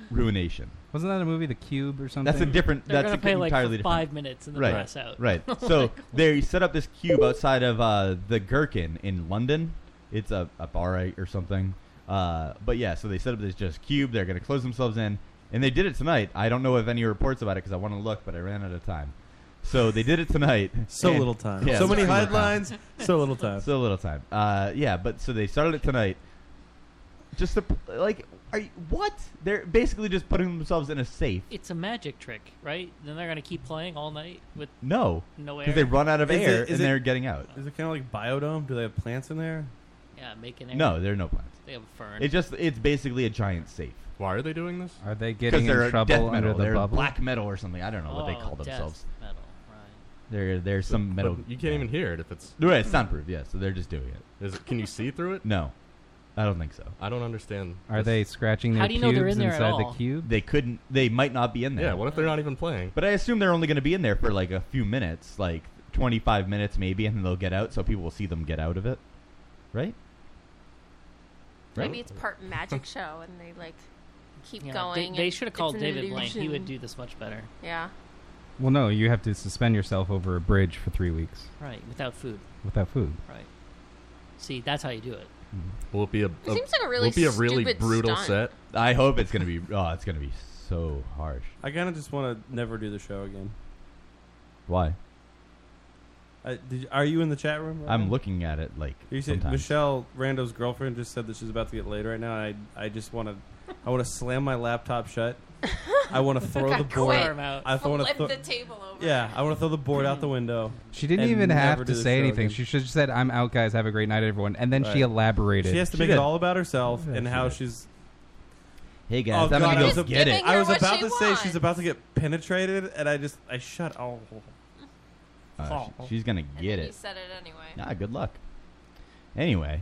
[SPEAKER 3] Ruination.
[SPEAKER 5] Wasn't that a movie, The Cube, or something?
[SPEAKER 3] That's a different.
[SPEAKER 2] They're
[SPEAKER 3] that's
[SPEAKER 2] gonna
[SPEAKER 3] a
[SPEAKER 2] play, like,
[SPEAKER 3] entirely
[SPEAKER 2] for
[SPEAKER 3] different.
[SPEAKER 2] five minutes and then
[SPEAKER 3] right.
[SPEAKER 2] *laughs* press out.
[SPEAKER 3] Right.
[SPEAKER 2] Oh my
[SPEAKER 3] So they set up this cube outside of uh, the Gherkin in London, It's a, a bar right or something. Uh, but yeah, so they set up this just cube. They're going to close themselves in, and they did it tonight. I don't know of any reports about it because I want to look, but I ran out of time. So they did it tonight.
[SPEAKER 1] *laughs* So
[SPEAKER 3] And-
[SPEAKER 1] little time.
[SPEAKER 3] Yeah,
[SPEAKER 1] So many
[SPEAKER 3] little time.
[SPEAKER 1] headlines, so little time.
[SPEAKER 3] So little time. Uh, yeah, but so they started it tonight. Just the, like, are you, what? They're basically just putting themselves in a safe.
[SPEAKER 2] It's a magic trick, right? Then they're gonna keep playing all night with
[SPEAKER 3] No,
[SPEAKER 2] no air.
[SPEAKER 3] because they run out of
[SPEAKER 1] Is it-
[SPEAKER 3] air
[SPEAKER 1] is
[SPEAKER 3] and
[SPEAKER 1] it-
[SPEAKER 3] they're getting out.
[SPEAKER 1] Is it kind of like biodome? Do they have plants in there?
[SPEAKER 2] Yeah, making air.
[SPEAKER 3] No, there are no plants.
[SPEAKER 2] They have a fern.
[SPEAKER 3] It's just it's basically a giant safe.
[SPEAKER 4] Why are they doing this?
[SPEAKER 5] Are they getting in trouble
[SPEAKER 3] death metal.
[SPEAKER 5] under the
[SPEAKER 3] they're
[SPEAKER 5] bubble?
[SPEAKER 3] Black metal or something. I don't know what they
[SPEAKER 2] Oh,
[SPEAKER 3] call
[SPEAKER 2] death
[SPEAKER 3] themselves.
[SPEAKER 2] metal,
[SPEAKER 3] They're they're
[SPEAKER 4] But-
[SPEAKER 3] some
[SPEAKER 4] but
[SPEAKER 3] metal.
[SPEAKER 4] You can't even hear it if it's
[SPEAKER 3] Right, it's soundproof. Yeah, so they're just doing it.
[SPEAKER 4] Is it can you see through it?
[SPEAKER 3] No, I don't think so.
[SPEAKER 4] I don't understand.
[SPEAKER 5] Are they scratching
[SPEAKER 4] How
[SPEAKER 5] their
[SPEAKER 4] do you know they're
[SPEAKER 5] cubes
[SPEAKER 4] in there at
[SPEAKER 5] inside
[SPEAKER 4] all?
[SPEAKER 5] the cube?
[SPEAKER 3] They couldn't. They might not be in there.
[SPEAKER 4] Yeah, what if they're not even playing?
[SPEAKER 3] But I assume they're only going to be in there for like a few minutes, like 25 minutes maybe, and then they'll get out, so people will see them get out of it. Right?
[SPEAKER 9] *laughs* Maybe it's part magic show, and they like keep
[SPEAKER 2] Yeah,
[SPEAKER 9] going.
[SPEAKER 2] They, they
[SPEAKER 9] and
[SPEAKER 2] should have
[SPEAKER 9] it's
[SPEAKER 2] called
[SPEAKER 9] an
[SPEAKER 2] David Blaine. He
[SPEAKER 9] illusion.
[SPEAKER 2] would do this much better.
[SPEAKER 9] Yeah.
[SPEAKER 5] Well, no, you have to suspend yourself over a bridge for three weeks
[SPEAKER 2] Right, without food.
[SPEAKER 5] without food.
[SPEAKER 2] Right. See, that's how you do it.
[SPEAKER 4] Will it be a? It
[SPEAKER 9] seems like a really
[SPEAKER 4] will it be a really
[SPEAKER 9] stupid
[SPEAKER 4] brutal
[SPEAKER 9] stunt.
[SPEAKER 4] set.
[SPEAKER 3] I hope it's going to be. Oh, it's going to be so harsh.
[SPEAKER 1] I kind of just want to never do the show again.
[SPEAKER 3] Why?
[SPEAKER 1] Uh, did, are you in the chat room? right
[SPEAKER 3] I'm
[SPEAKER 1] now?
[SPEAKER 3] looking at it like
[SPEAKER 1] You said
[SPEAKER 3] sometimes.
[SPEAKER 1] Michelle Rando's girlfriend just said that she's about to get laid right now. And I I just want to I want to slam my laptop *laughs* shut. I want to throw the
[SPEAKER 9] Quit.
[SPEAKER 1] board.
[SPEAKER 9] Arm out.
[SPEAKER 1] I want to
[SPEAKER 9] Flip the table over.
[SPEAKER 1] Yeah, I want to throw the board out the window.
[SPEAKER 5] She didn't
[SPEAKER 1] and
[SPEAKER 5] even
[SPEAKER 1] never
[SPEAKER 5] have
[SPEAKER 1] do
[SPEAKER 5] to
[SPEAKER 1] the
[SPEAKER 5] say
[SPEAKER 1] show
[SPEAKER 5] anything.
[SPEAKER 1] again.
[SPEAKER 5] She should have said, "I'm out, guys. Have a great night, everyone." And then she
[SPEAKER 1] Right.
[SPEAKER 5] elaborated.
[SPEAKER 1] She has to make it all about herself and how she's. Oh,
[SPEAKER 3] Hey
[SPEAKER 5] guys, I'm gonna
[SPEAKER 1] I
[SPEAKER 5] go
[SPEAKER 1] was ab-
[SPEAKER 5] get it.
[SPEAKER 1] I
[SPEAKER 9] Giving her
[SPEAKER 1] was
[SPEAKER 9] what
[SPEAKER 1] about
[SPEAKER 9] she
[SPEAKER 1] to say she's about to get penetrated, and I just I shut. Oh,
[SPEAKER 3] Uh, sh- she's going to get
[SPEAKER 9] You
[SPEAKER 3] it.
[SPEAKER 9] said it anyway.
[SPEAKER 3] Nah, good luck. Anyway,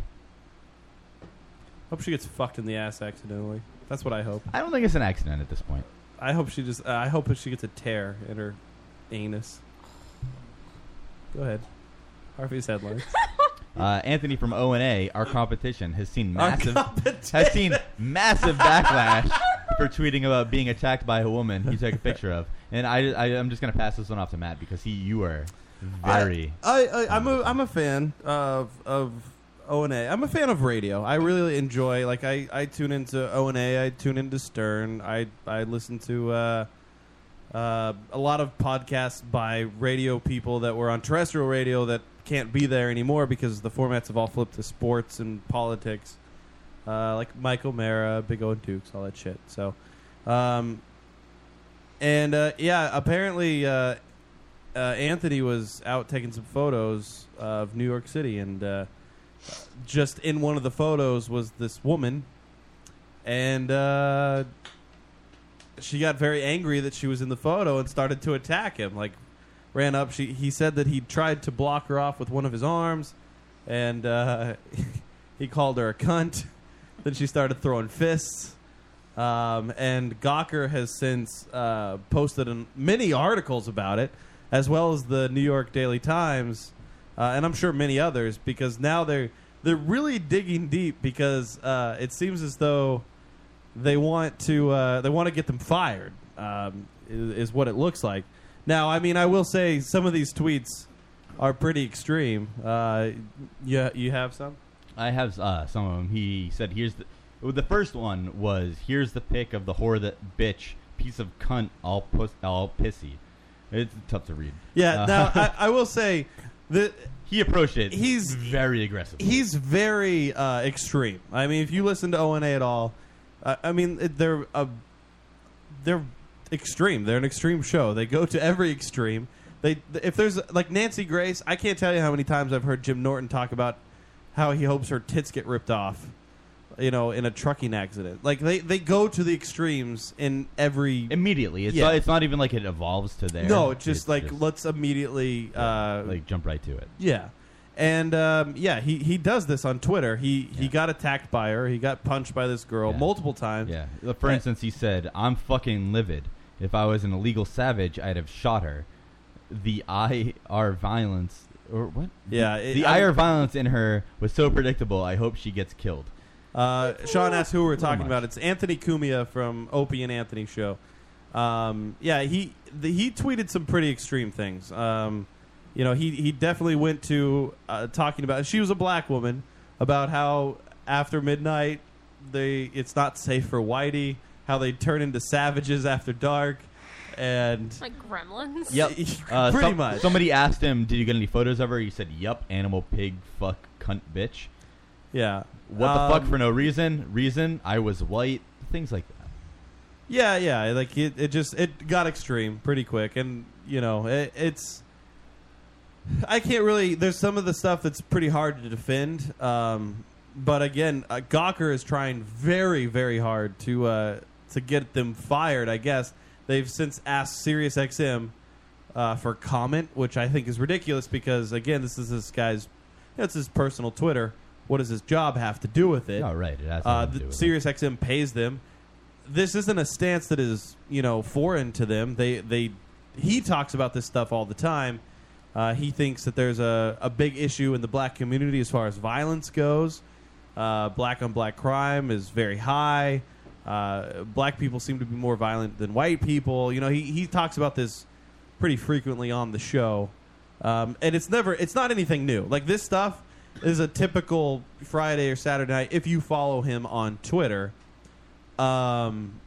[SPEAKER 1] hope she gets fucked in the ass accidentally. That's what I hope.
[SPEAKER 3] I don't think it's an accident at this point.
[SPEAKER 1] I hope she just. Uh, I hope that she gets a tear in her anus. Go ahead, Harvey's
[SPEAKER 3] *laughs*
[SPEAKER 1] headlines.
[SPEAKER 3] Uh, Anthony from O and A, our competition, has seen
[SPEAKER 1] Our
[SPEAKER 3] massive has seen massive backlash for tweeting about being attacked by a woman he took a picture of. And I, I am just gonna pass this one off to Matt because he you are very
[SPEAKER 1] I, I I'm a I'm a fan of of O and A. I'm a fan of radio. I really enjoy. Like I I tune into O and A. I tune into Stern. I I listen to. Uh, uh, a lot of podcasts by radio people that were on terrestrial radio that can't be there anymore because the formats have all flipped to sports and politics, uh, like Mike O'Mara, Big O and Dukes, all that shit. So, um, and uh, yeah, apparently uh, uh, Anthony was out taking some photos of New York City, and uh, just in one of the photos was this woman, and uh, she got very angry that she was in the photo and started to attack him. Like, ran up. She he said that he tried to block her off with one of his arms, and uh, *laughs* he called her a cunt. *laughs* Then she started throwing fists. Um, and Gawker has since uh, posted an, many articles about it, as well as the New York Daily Times, uh, and I'm sure many others, because now they're they're really digging deep because uh, it seems as though they want to uh, they want to get them fired um, is, is what it looks like. Now, I mean, I will say some of these tweets are pretty extreme. Uh, you you have some?
[SPEAKER 3] I have uh, some of them. He said, "Here's the." Well, the first one was, "Here's the pic of the whore that bitch piece of cunt all pus- all pissy." It's tough to read.
[SPEAKER 1] Yeah.
[SPEAKER 3] Uh, *laughs*
[SPEAKER 1] now, I, I will say that
[SPEAKER 3] he approached it.
[SPEAKER 1] He's
[SPEAKER 3] very aggressive.
[SPEAKER 1] He's very uh, extreme. I mean, if you listen to ONA at all, uh, I mean, it- they're a they're extreme. They're an extreme show. They go to every extreme. They if there's like Nancy Grace, I can't tell you how many times I've heard Jim Norton talk about how he hopes her tits get ripped off, you know, in a trucking accident. Like they they go to the extremes in every
[SPEAKER 3] immediately. it's, not, it's not even like it evolves to there.
[SPEAKER 1] No, it's just
[SPEAKER 3] It's
[SPEAKER 1] like let's immediately uh,
[SPEAKER 3] like jump right to it.
[SPEAKER 1] Yeah, and um, yeah, he he does this on Twitter. He he got attacked by her. He got punched by this girl multiple times.
[SPEAKER 3] Yeah. For instance, he said, "I'm fucking livid. If I was an illegal savage, I'd have shot her." The IR violence, or what?
[SPEAKER 1] Yeah,
[SPEAKER 3] The,
[SPEAKER 1] it-
[SPEAKER 3] the
[SPEAKER 1] I-
[SPEAKER 3] IR violence in her was so predictable. I hope she gets killed.
[SPEAKER 1] Uh, Sean asked who we're talking about. It's Anthony Cumia from Opie and Anthony show. Um, yeah, he the, he tweeted some pretty extreme things. Um, you know, he he definitely went to uh, talking about. She was a black woman about how after midnight they it's not safe for Whitey, how they turn into savages after dark, and
[SPEAKER 9] Like
[SPEAKER 3] *laughs*
[SPEAKER 9] gremlins?
[SPEAKER 1] *laughs*
[SPEAKER 3] Uh,
[SPEAKER 1] pretty
[SPEAKER 3] some-
[SPEAKER 1] much.
[SPEAKER 3] Somebody asked him, "Did you get any photos of her?" He said, "Yup, animal, pig, fuck, cunt, bitch."
[SPEAKER 1] Yeah.
[SPEAKER 3] What
[SPEAKER 1] Um,
[SPEAKER 3] the fuck for no reason? Reason I was white. Things like that.
[SPEAKER 1] Yeah, yeah. Like it, it just it got extreme pretty quick, and you know it, it's. I can't really. There's some of the stuff that's pretty hard to defend, um, but again, uh, Gawker is trying very, very hard to uh, to get them fired. I guess they've since asked SiriusXM uh, for comment, which I think is ridiculous because again, this is this guy's. That's his personal Twitter. What does his job have to do with it?
[SPEAKER 3] Oh, right. It has
[SPEAKER 1] uh,
[SPEAKER 3] nothing to do with it.
[SPEAKER 1] SiriusXM pays them. This isn't a stance that is you know foreign to them. They they he talks about this stuff all the time. Uh, he thinks that there's a, a big issue in the black community as far as violence goes. Uh, black on black crime is very high. Uh, black people seem to be more violent than white people. You know, he, he talks about this pretty frequently on the show. Um, and it's never, it's not anything new. Like this stuff is a typical Friday or Saturday night if you follow him on Twitter. Um,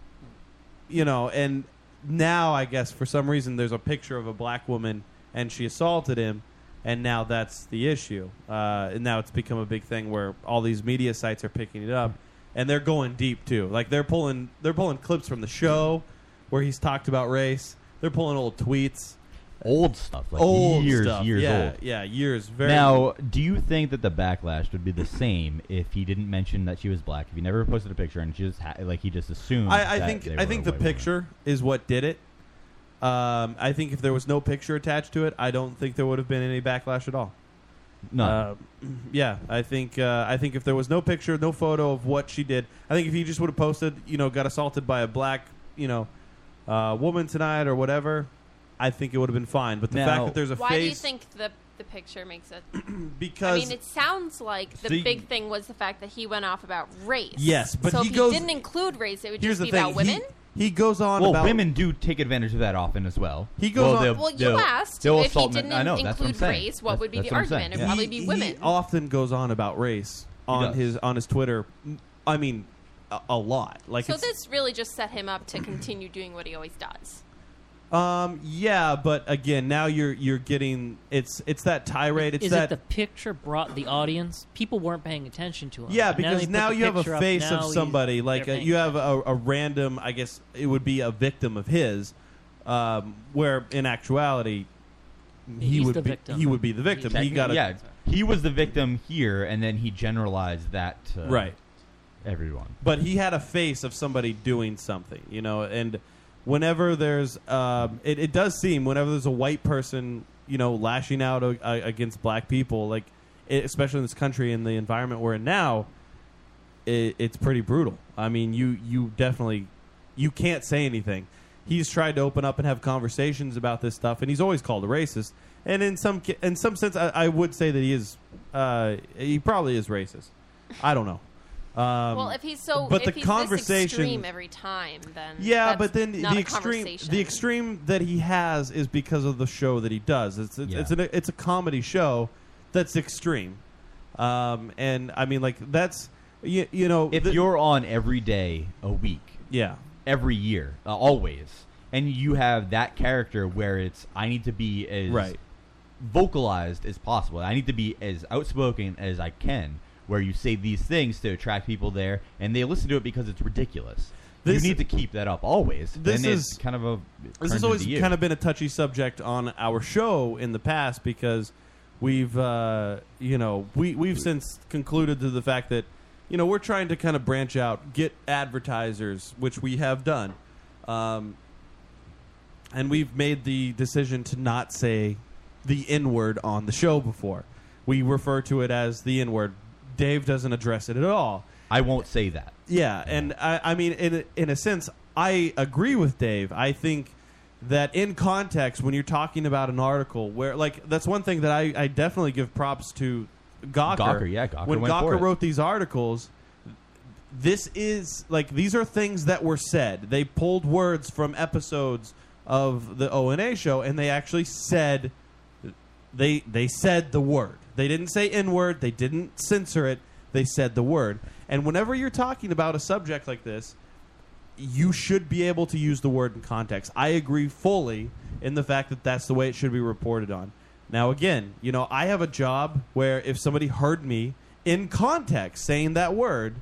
[SPEAKER 1] you know, and now I guess for some reason there's a picture of a black woman and she assaulted him, and now that's the issue. Uh, and now it's become a big thing where all these media sites are picking it up, and they're going deep too. Like they're pulling they're pulling clips from the show where he's talked about race. They're pulling old tweets,
[SPEAKER 3] old stuff, like
[SPEAKER 1] old
[SPEAKER 3] years,
[SPEAKER 1] stuff.
[SPEAKER 3] years
[SPEAKER 1] yeah,
[SPEAKER 3] old.
[SPEAKER 1] Yeah, years. Very
[SPEAKER 3] now, do you think that the backlash would be the same if he didn't mention that she was black? If he never posted a picture and she just ha- like he just assumed?
[SPEAKER 1] I, I
[SPEAKER 3] that
[SPEAKER 1] think
[SPEAKER 3] they
[SPEAKER 1] I
[SPEAKER 3] were
[SPEAKER 1] think
[SPEAKER 3] a
[SPEAKER 1] the
[SPEAKER 3] white woman?
[SPEAKER 1] picture is what did it. Um, I think if there was no picture attached to it, I don't think there would have been any backlash at all.
[SPEAKER 3] No.
[SPEAKER 1] Uh, *clears throat* yeah, I think uh, I think if there was no picture, no photo of what she did, I think if he just would have posted, you know, got assaulted by a black, you know, uh, woman tonight or whatever, I think it would have been fine. But the fact
[SPEAKER 3] Now-
[SPEAKER 1] that there's a
[SPEAKER 9] Why
[SPEAKER 1] face,
[SPEAKER 9] do you think the the picture makes it?
[SPEAKER 1] Because-
[SPEAKER 9] I mean, it sounds like the
[SPEAKER 1] See-
[SPEAKER 9] big thing was the fact that he went off about race.
[SPEAKER 3] Yes, but
[SPEAKER 9] so
[SPEAKER 3] he
[SPEAKER 9] if
[SPEAKER 3] goes-
[SPEAKER 9] he didn't include race, it would
[SPEAKER 1] Here's
[SPEAKER 9] just be
[SPEAKER 1] the thing,
[SPEAKER 9] about women.
[SPEAKER 1] He, goes on
[SPEAKER 3] Well,
[SPEAKER 1] about-
[SPEAKER 3] women do take advantage of that often as well.
[SPEAKER 1] He goes
[SPEAKER 3] well,
[SPEAKER 1] on-
[SPEAKER 3] they'll-
[SPEAKER 9] Well, you
[SPEAKER 3] they'll-
[SPEAKER 9] asked
[SPEAKER 3] they'll
[SPEAKER 9] if he
[SPEAKER 3] assault men.
[SPEAKER 9] didn't
[SPEAKER 3] I know, that's what I'm
[SPEAKER 9] include
[SPEAKER 3] saying.
[SPEAKER 9] race, what
[SPEAKER 3] That's-
[SPEAKER 9] would be
[SPEAKER 3] that's
[SPEAKER 9] the
[SPEAKER 3] what I'm saying,
[SPEAKER 9] argument? It'd
[SPEAKER 3] yeah.
[SPEAKER 9] probably be women.
[SPEAKER 1] He often goes on about race on
[SPEAKER 3] does.
[SPEAKER 1] his on his Twitter. I mean, a, a lot. Like
[SPEAKER 9] so
[SPEAKER 1] it's-
[SPEAKER 9] this really just set him up to continue doing what he always does.
[SPEAKER 1] Um. Yeah, but again, now you're you're getting it's it's that tirade. It's
[SPEAKER 2] Is
[SPEAKER 1] that
[SPEAKER 2] it the picture brought the audience? People weren't paying attention to him.
[SPEAKER 1] yeah,
[SPEAKER 2] Now they
[SPEAKER 1] because
[SPEAKER 2] put
[SPEAKER 1] now
[SPEAKER 2] the
[SPEAKER 1] you have
[SPEAKER 2] picture
[SPEAKER 1] a
[SPEAKER 2] up,
[SPEAKER 1] face
[SPEAKER 2] now
[SPEAKER 1] of
[SPEAKER 2] he's-
[SPEAKER 1] somebody. Like uh,
[SPEAKER 2] they're
[SPEAKER 1] you have a, a random. I guess it would be a victim of his, um, where in actuality he
[SPEAKER 3] He's
[SPEAKER 1] would
[SPEAKER 3] the
[SPEAKER 1] be
[SPEAKER 3] victim.
[SPEAKER 1] he would be the victim. He got a,
[SPEAKER 3] yeah. He was the victim here, and then he generalized that to
[SPEAKER 1] Right.
[SPEAKER 3] everyone.
[SPEAKER 1] but he had a face of somebody doing something, you know. And whenever there's, um, it, it does seem whenever there's a white person, you know, lashing out uh, against black people, like it, especially in this country and the environment we're in now, it, it's pretty brutal. I mean, you you definitely you can't say anything. He's tried to open up and have conversations about this stuff, and he's always called a racist. And in some ca- in some sense, I, I would say that he is. Uh, he probably is racist. I don't know. Um,
[SPEAKER 9] well, if he's so,
[SPEAKER 1] but
[SPEAKER 9] if
[SPEAKER 1] the
[SPEAKER 9] he's
[SPEAKER 1] conversation,
[SPEAKER 9] this extreme every time, then
[SPEAKER 1] yeah,
[SPEAKER 9] that's
[SPEAKER 1] but then
[SPEAKER 9] not
[SPEAKER 1] the
[SPEAKER 9] a
[SPEAKER 1] extreme,
[SPEAKER 9] conversation.
[SPEAKER 1] the extreme that he has is because of the show that he does. It's it's, it's, an, it's a comedy show that's extreme, um, and I mean like that's you, you know
[SPEAKER 3] if you're on every day a week,
[SPEAKER 1] yeah,
[SPEAKER 3] every year, uh, always, and you have that character where it's I need to be as
[SPEAKER 1] Right.
[SPEAKER 3] vocalized as possible. I need to be as outspoken as I can. Where you say these things to attract people there, and they listen to it because it's ridiculous.
[SPEAKER 1] This-
[SPEAKER 3] you need to keep that up always.
[SPEAKER 1] This
[SPEAKER 3] and
[SPEAKER 1] is-
[SPEAKER 3] it's kind of a
[SPEAKER 1] this has always kind of been a touchy subject on our show in the past because we've uh, you know we we've since concluded to the fact that you know we're trying to kind of branch out, get advertisers, which we have done, um, and we've made the decision to not say the N word on the show before. We refer to it as the N word. Dave doesn't address it at all.
[SPEAKER 3] I won't say that.
[SPEAKER 1] Yeah, and I, I mean, in a- in a sense, I agree with Dave. I think that in context, when you're talking about an article where, like, that's one thing that I, I definitely give props to Gawker.
[SPEAKER 3] Gawker, yeah, Gawker
[SPEAKER 1] When
[SPEAKER 3] went for
[SPEAKER 1] Gawker
[SPEAKER 3] it.
[SPEAKER 1] wrote these articles, this is like these are things that were said. They pulled words from episodes of the O and A show, and they actually said they they said the word. They didn't say N word. They didn't censor it. they said the word. And whenever you're talking about a subject like this, you should be able to use the word in context. I agree fully in the fact that that's the way it should be reported on. Now, again, you know, I have a job where if somebody heard me in context saying that word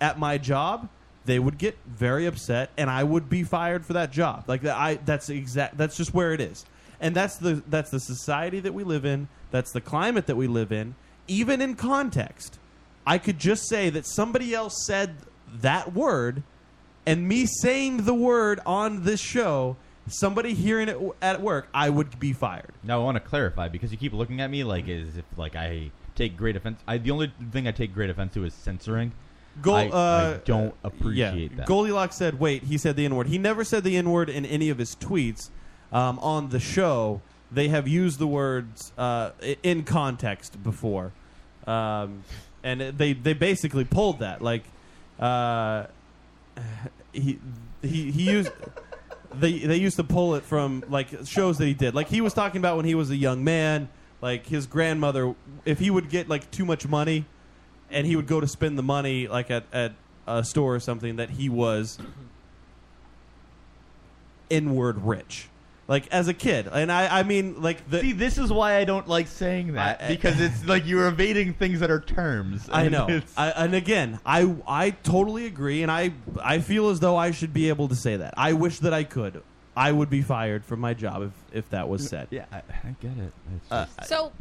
[SPEAKER 1] at my job, they would get very upset, and I would be fired for that job. Like that, I that's exact. That's just where it is, and that's the that's the society that we live in. That's the climate that we live in. Even in context, I could just say that somebody else said that word and me saying the word on this show, somebody hearing it w- at work, I would be fired.
[SPEAKER 3] Now I want to clarify because you keep looking at me like as if like I take great offense. I the only thing I take great offense to is censoring.
[SPEAKER 1] Goal,
[SPEAKER 3] I, I
[SPEAKER 1] uh,
[SPEAKER 3] don't
[SPEAKER 1] uh,
[SPEAKER 3] appreciate
[SPEAKER 1] yeah.
[SPEAKER 3] that.
[SPEAKER 1] Goldilocks said, "Wait, he said the N word. He never said the N word in any of his tweets um, on the show. They have used the words uh, i- in context before, um, and it- they they basically pulled that. Like uh, he he he used." *laughs* They, they used to pull it from like shows that he did. Like he was talking about when he was a young man, like his grandmother. If he would get like too much money, and he would go to spend the money like at, at a store or something that he was *clears throat* inward rich like as a kid and i i mean like the
[SPEAKER 3] See, this is why I don't like saying that
[SPEAKER 1] I-
[SPEAKER 3] because it's like you're evading things that are terms.
[SPEAKER 1] I
[SPEAKER 3] and *laughs*
[SPEAKER 1] know.
[SPEAKER 3] it's-
[SPEAKER 1] I, and again, I I totally agree, and I I feel as though I should be able to say that. I wish that I could. I would be fired from my job if, if that was said.
[SPEAKER 3] Yeah, I, I get it.
[SPEAKER 1] Uh,
[SPEAKER 9] So,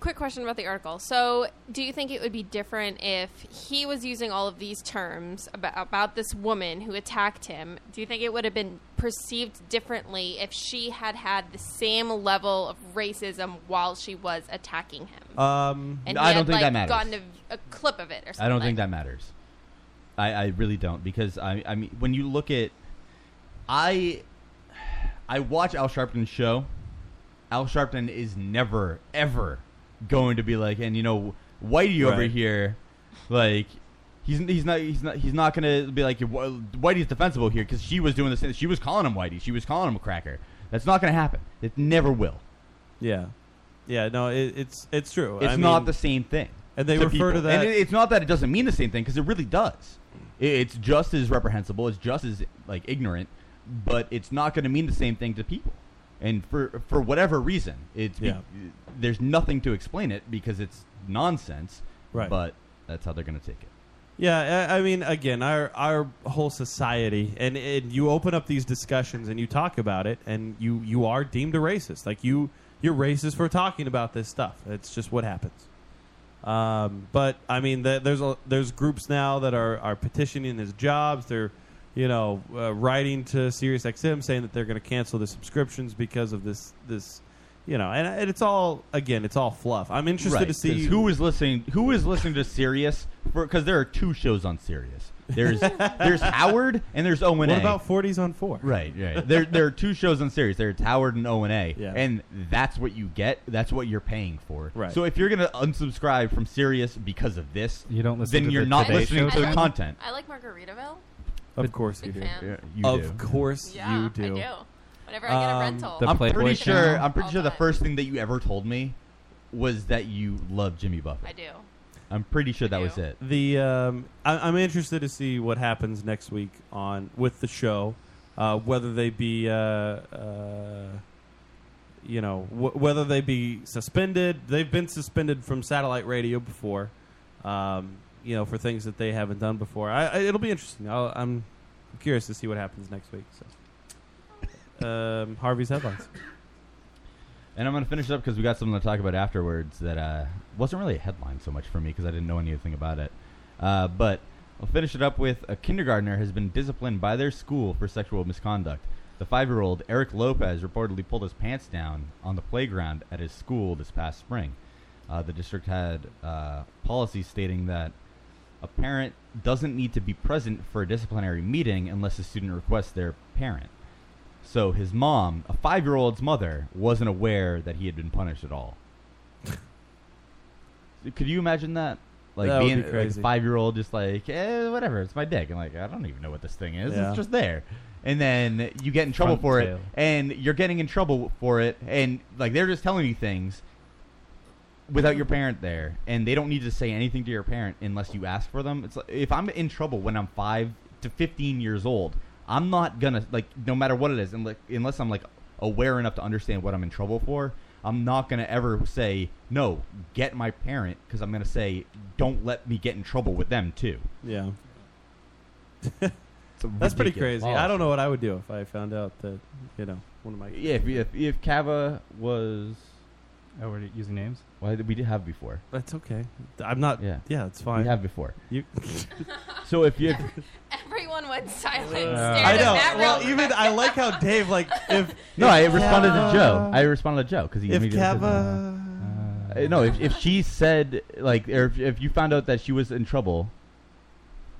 [SPEAKER 9] quick question about the article. So, do you think it would be different if he was using all of these terms about, about this woman who attacked him? Do you think it would have been perceived differently if she had had the same level of racism while she was attacking him?
[SPEAKER 3] Um,
[SPEAKER 9] And
[SPEAKER 3] I
[SPEAKER 9] he
[SPEAKER 3] don't
[SPEAKER 9] had,
[SPEAKER 3] think
[SPEAKER 9] like,
[SPEAKER 3] that matters.
[SPEAKER 9] Gotten a, a clip of it or something.
[SPEAKER 3] I don't think
[SPEAKER 9] like
[SPEAKER 3] that matters. I, I really don't because I I mean when you look at I I watch Al Sharpton's show. Al Sharpton is never ever going to be like and you know Whitey over
[SPEAKER 1] Right.
[SPEAKER 3] here like he's he's not he's not he's not going to be like "Wh- Whitey's defensible here cuz she was doing the same she was calling him Whitey. She was calling him a cracker. That's not going to happen. It never will.
[SPEAKER 1] Yeah, yeah. No, it, it's it's true.
[SPEAKER 3] It's
[SPEAKER 1] I
[SPEAKER 3] not
[SPEAKER 1] mean-
[SPEAKER 3] the same thing.
[SPEAKER 1] And they refer
[SPEAKER 3] people.
[SPEAKER 1] to that-
[SPEAKER 3] And it- it's not that it doesn't mean the same thing because it really does. I- It's just as reprehensible. It's just as like ignorant, but it's not going to mean the same thing to people. And for for whatever reason, it's be-
[SPEAKER 1] Yeah.
[SPEAKER 3] there's nothing to explain it because it's nonsense.
[SPEAKER 1] Right.
[SPEAKER 3] But that's how they're going to take it.
[SPEAKER 1] Yeah, I, I mean, again, our our whole society, and, and you open up these discussions and you talk about it, and you you are deemed a racist. Like you you're racist for talking about this stuff. It's just what happens. Um, but I mean, the, there's a, there's groups now that are are petitioning his jobs. They're you know uh, writing to SiriusXM saying that they're going to cancel the subscriptions because of this this. You know, and, and it's all again, it's all fluff. I'm interested
[SPEAKER 3] Right,
[SPEAKER 1] to
[SPEAKER 3] 'cause
[SPEAKER 1] see
[SPEAKER 3] who is listening. Who is listening to Sirius? Because there are two shows on Sirius.
[SPEAKER 1] *laughs*
[SPEAKER 3] There's there's Howard and there's O and
[SPEAKER 1] What about 40s on four?
[SPEAKER 3] Right, right. there, there are two shows on series. There's Howard and O and A,
[SPEAKER 1] Yeah.
[SPEAKER 3] and that's what you get. That's what you're paying for.
[SPEAKER 1] Right.
[SPEAKER 3] So if you're gonna unsubscribe from Sirius because of this,
[SPEAKER 5] You don't listen
[SPEAKER 3] Then
[SPEAKER 5] to
[SPEAKER 3] you're
[SPEAKER 5] the
[SPEAKER 3] not
[SPEAKER 5] Today
[SPEAKER 3] listening
[SPEAKER 5] Show
[SPEAKER 3] to their
[SPEAKER 5] then?
[SPEAKER 3] content.
[SPEAKER 9] I like Margaritaville.
[SPEAKER 1] *laughs* Of course you
[SPEAKER 9] Big
[SPEAKER 1] do.
[SPEAKER 9] fan.
[SPEAKER 3] Yeah, you
[SPEAKER 1] of
[SPEAKER 3] do.
[SPEAKER 1] course
[SPEAKER 9] Yeah,
[SPEAKER 1] you
[SPEAKER 9] I
[SPEAKER 1] do. Um,
[SPEAKER 9] do. Whenever I get a rental. The
[SPEAKER 3] I'm
[SPEAKER 9] Playboy
[SPEAKER 3] pretty
[SPEAKER 9] Channel?
[SPEAKER 3] sure. I'm pretty
[SPEAKER 9] All
[SPEAKER 3] sure the
[SPEAKER 9] that.
[SPEAKER 3] first thing that you ever told me was that you love Jimmy Buffett.
[SPEAKER 9] I do.
[SPEAKER 3] I'm pretty sure that was it.
[SPEAKER 1] The um, I, I'm interested to see what happens next week on with the show, uh, whether they be uh, uh, you know wh- whether they be suspended. They've been suspended from satellite radio before, um, you know, for things that they haven't done before. I, I, it'll be interesting. I'll, I'm curious to see what happens next week. So, *laughs* um, Harvey's headlines.
[SPEAKER 3] And I'm going to finish it up because we got something to talk about afterwards that uh, wasn't really a headline so much for me because I didn't know anything about it. Uh, but I'll finish it up with a kindergartner has been disciplined by their school for sexual misconduct. The five year old Eric Lopez reportedly pulled his pants down on the playground at his school this past spring. Uh, the district had uh, policy stating that a parent doesn't need to be present for a disciplinary meeting unless the student requests their parent. So his mom, a five year old's mother, wasn't aware that he had been punished at all. *laughs* Could you imagine that? Like
[SPEAKER 1] That would
[SPEAKER 3] being
[SPEAKER 1] be crazy.
[SPEAKER 3] like a five year old just like, eh, whatever, it's my dick. And like, I don't even know what this thing is.
[SPEAKER 1] Yeah.
[SPEAKER 3] It's just there. And then you get in trouble
[SPEAKER 1] Front
[SPEAKER 3] for
[SPEAKER 1] tail.
[SPEAKER 3] it. And you're getting in trouble for it. And like they're just telling you things without your parent there, and they don't need to say anything to your parent unless you ask for them. It's like, if I'm in trouble when I'm five to fifteen years old, I'm not gonna like no matter what it is, unle- unless I'm like aware enough to understand what I'm in trouble for. I'm not gonna ever say no. Get my parent because I'm gonna say don't let me get in trouble with them too.
[SPEAKER 1] Yeah. *laughs* That's pretty
[SPEAKER 3] ridiculous
[SPEAKER 1] crazy. I don't know what I would do if I found out that you know one of my
[SPEAKER 3] Yeah, if if, if Kava was.
[SPEAKER 5] Oh, we're using names.
[SPEAKER 3] Well, we did have before.
[SPEAKER 1] That's okay. I'm not.
[SPEAKER 3] Yeah,
[SPEAKER 1] yeah, it's fine.
[SPEAKER 3] We have before.
[SPEAKER 1] You.
[SPEAKER 3] *laughs* so if you.
[SPEAKER 9] Everyone went silent.
[SPEAKER 3] Uh,
[SPEAKER 9] stared
[SPEAKER 1] I
[SPEAKER 9] at
[SPEAKER 1] know.
[SPEAKER 9] Matt
[SPEAKER 1] Well,
[SPEAKER 9] real
[SPEAKER 1] even I like
[SPEAKER 9] *laughs*
[SPEAKER 1] how Dave like if
[SPEAKER 3] no, I responded
[SPEAKER 1] Kava-
[SPEAKER 3] to Joe. I responded to Joe because he
[SPEAKER 1] If
[SPEAKER 3] immediately said,
[SPEAKER 1] Kava-
[SPEAKER 3] uh, uh, no, if, if she said like, or if, if you found out that she was in trouble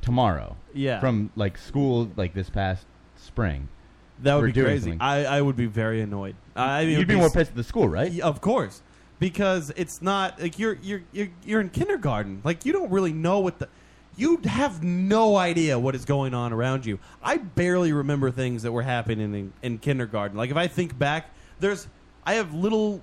[SPEAKER 3] tomorrow,
[SPEAKER 1] Yeah.
[SPEAKER 3] from like school like this past spring,
[SPEAKER 1] That would
[SPEAKER 3] for
[SPEAKER 1] be
[SPEAKER 3] doing
[SPEAKER 1] crazy.
[SPEAKER 3] something.
[SPEAKER 1] I, I would be very annoyed. I I mean, it
[SPEAKER 3] You'd
[SPEAKER 1] would
[SPEAKER 3] be more
[SPEAKER 1] s-
[SPEAKER 3] pissed at the school, right?
[SPEAKER 1] Y- Of course, because it's not like you're you're you're, you're in kindergarten. Like you don't really know what the you have no idea what is going on around you. I barely remember things that were happening in, in kindergarten. Like if I think back, there's I have little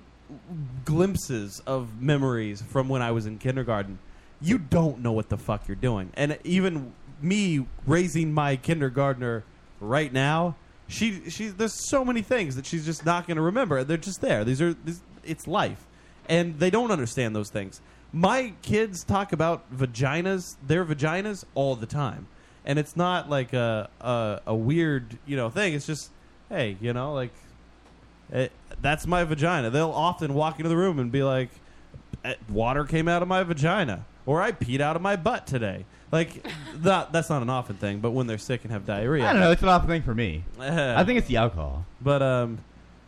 [SPEAKER 1] glimpses of memories from when I was in kindergarten. You don't know what the fuck you're doing. And even me raising my kindergartner right now, she she's there's so many things that she's just not going to remember. They're just there. These are this, it's life, and they don't understand those things. My kids talk about vaginas, their vaginas all the time, and it's not like a a, a weird you know thing. It's just hey, you know, like it, Eh, that's my vagina. They'll often walk into the room and be like, "Eh, "Water came out of my vagina," or "I peed out of my butt today." Like *laughs* that, that's not an often thing, but when they're sick and have diarrhea,
[SPEAKER 3] I don't know. It's an off thing for me.
[SPEAKER 1] Uh,
[SPEAKER 3] I think it's the alcohol.
[SPEAKER 1] But um,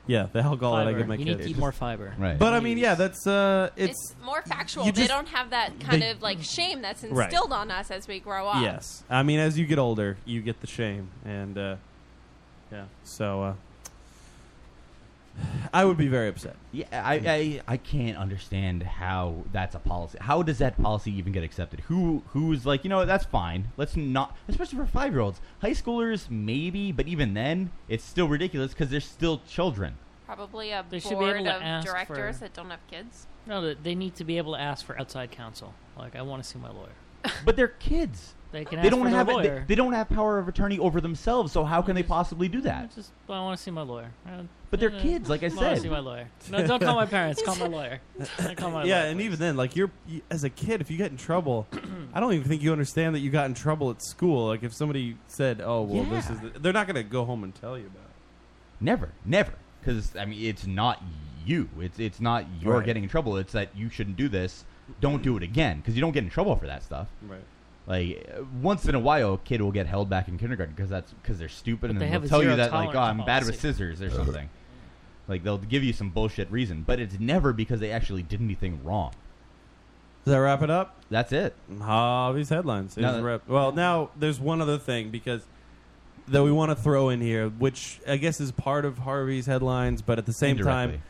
[SPEAKER 1] yeah, the alcohol that I
[SPEAKER 2] Fiber.
[SPEAKER 1] give my
[SPEAKER 2] You need
[SPEAKER 1] kids.
[SPEAKER 2] to eat more fiber.
[SPEAKER 3] Right.
[SPEAKER 1] But I mean, yeah, that's uh,
[SPEAKER 9] quick.
[SPEAKER 1] it's
[SPEAKER 9] It's, more factual.
[SPEAKER 1] you
[SPEAKER 9] They
[SPEAKER 1] just-
[SPEAKER 9] don't have that kind
[SPEAKER 1] they-
[SPEAKER 9] of like shame that's
[SPEAKER 1] Right.
[SPEAKER 9] instilled on us as we grow up.
[SPEAKER 1] yes. I mean, as you get older, you get the shame, and uh, yeah. So uh, I would be very upset.
[SPEAKER 3] Yeah, I, I I can't understand how that's a policy. How does that policy even get accepted? Who who's like, you know, what, that's fine. Let's not, especially for five year olds, high schoolers maybe, but even then, it's still ridiculous because they're still children.
[SPEAKER 9] Probably a
[SPEAKER 2] They should be
[SPEAKER 9] board
[SPEAKER 2] able to
[SPEAKER 9] of
[SPEAKER 2] ask
[SPEAKER 9] directors
[SPEAKER 2] for-
[SPEAKER 9] that don't have kids.
[SPEAKER 2] No, that they need to be able to ask for outside counsel. Like, I want to see my lawyer.
[SPEAKER 3] *laughs* But they're kids.
[SPEAKER 2] They can. Ask
[SPEAKER 3] They don't
[SPEAKER 2] for their
[SPEAKER 3] have they,
[SPEAKER 2] lawyer.
[SPEAKER 3] they don't have power of attorney over themselves. So how can they possibly do that?
[SPEAKER 2] Just, well, I want to see my lawyer. Uh,
[SPEAKER 3] But they're
[SPEAKER 2] uh,
[SPEAKER 3] kids, like I
[SPEAKER 2] I want
[SPEAKER 3] said.
[SPEAKER 2] to see my lawyer. No, don't call my parents. Call my *laughs* lawyer. Call my
[SPEAKER 1] *laughs* yeah,
[SPEAKER 2] lawyer.
[SPEAKER 1] and even then, like you're you, as a kid, if you get in
[SPEAKER 2] *clears throat*
[SPEAKER 1] trouble, I don't even think you understand that you got in trouble at school. Like if somebody said, "Oh, well, this
[SPEAKER 3] Yeah.
[SPEAKER 1] is," the, they're not going to go home and tell you about. it.
[SPEAKER 3] Never, never, because I mean, it's not you. It's it's not you're
[SPEAKER 1] Right.
[SPEAKER 3] getting in trouble. It's that you shouldn't do this. Don't do it again, because you don't get in trouble for that stuff.
[SPEAKER 1] Right.
[SPEAKER 3] Like uh, once in a while, a kid will get held back in kindergarten because that's because they're stupid and
[SPEAKER 2] they
[SPEAKER 3] they
[SPEAKER 2] have
[SPEAKER 3] will
[SPEAKER 2] a
[SPEAKER 3] tell you
[SPEAKER 2] zero
[SPEAKER 3] that like, oh,
[SPEAKER 2] tolerance
[SPEAKER 3] I'm bad with
[SPEAKER 2] policy.
[SPEAKER 3] scissors or something. like they'll give you some bullshit reason, but it's never because they actually did anything wrong.
[SPEAKER 1] Does that wrap it up?
[SPEAKER 3] That's it.
[SPEAKER 1] Hobbies headlines. It
[SPEAKER 3] Now
[SPEAKER 1] is
[SPEAKER 3] that-
[SPEAKER 1] wrap- well, now there's one other thing because that we want to throw in here, which I guess is part of Harvey's headlines, but at the same time,
[SPEAKER 3] Indirectly.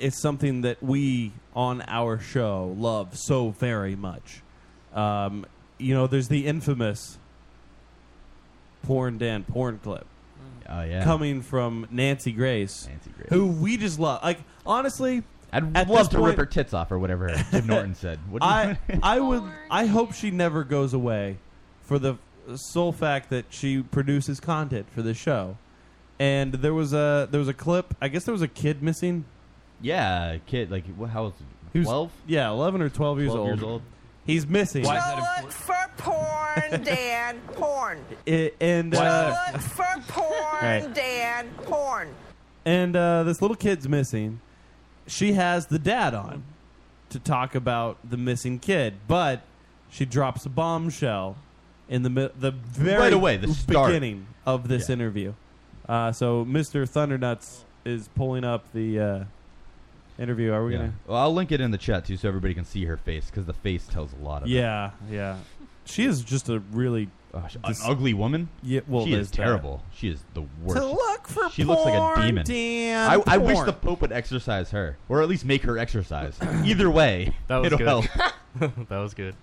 [SPEAKER 1] it's something that we on our show love so very much. Um, you know, there's the infamous porn Dan porn clip.
[SPEAKER 3] Oh yeah,
[SPEAKER 1] coming from Nancy Grace, Nancy
[SPEAKER 3] Grace,
[SPEAKER 1] who we just love. Like honestly,
[SPEAKER 3] I'd
[SPEAKER 1] at
[SPEAKER 3] love
[SPEAKER 1] this
[SPEAKER 3] to
[SPEAKER 1] point-
[SPEAKER 3] rip her tits off or whatever
[SPEAKER 1] *laughs*
[SPEAKER 3] Jim Norton said. What do you-
[SPEAKER 1] I *laughs* I would I hope she never goes away for the sole fact that she produces content for this show. And there was a there was a clip. I guess there was a kid missing.
[SPEAKER 3] yeah, kid, like wh- how old?
[SPEAKER 1] He was-
[SPEAKER 3] Twelve.
[SPEAKER 1] Yeah, eleven or twelve years
[SPEAKER 3] 12
[SPEAKER 1] old.
[SPEAKER 3] years old.
[SPEAKER 1] He's missing.
[SPEAKER 3] Why
[SPEAKER 7] look for
[SPEAKER 1] *laughs*
[SPEAKER 7] porn, Dan. Porn.
[SPEAKER 1] I- and
[SPEAKER 7] Go
[SPEAKER 1] uh,
[SPEAKER 7] look for porn,
[SPEAKER 1] Right.
[SPEAKER 7] Dan. Porn.
[SPEAKER 1] and uh, this little kid's missing. She has the dad on to talk about the missing kid, but she drops a bombshell in the mi- the very
[SPEAKER 3] Right away, the start.
[SPEAKER 1] beginning of this interview. Uh, so Mr. Thundernuts is pulling up the uh, interview. Are we
[SPEAKER 3] Yeah.
[SPEAKER 1] gonna?
[SPEAKER 3] Well, I'll link it in the chat too, so everybody can see her face because the face tells a lot of it. Uh,
[SPEAKER 1] Yeah, yeah. She is just a really
[SPEAKER 3] an ugly woman.
[SPEAKER 1] Yeah, well,
[SPEAKER 3] she is
[SPEAKER 1] there's that.
[SPEAKER 3] terrible. She is the worst.
[SPEAKER 1] look for
[SPEAKER 3] she looks like a
[SPEAKER 1] porn,
[SPEAKER 3] demon.
[SPEAKER 1] Dan,
[SPEAKER 3] I, I wish
[SPEAKER 1] porn.
[SPEAKER 3] the Pope would exercise her, or at least make her
[SPEAKER 1] *coughs*
[SPEAKER 3] exercise. Either way,
[SPEAKER 4] That was
[SPEAKER 3] it'll
[SPEAKER 4] good.
[SPEAKER 3] help.
[SPEAKER 1] *laughs*
[SPEAKER 4] that was good.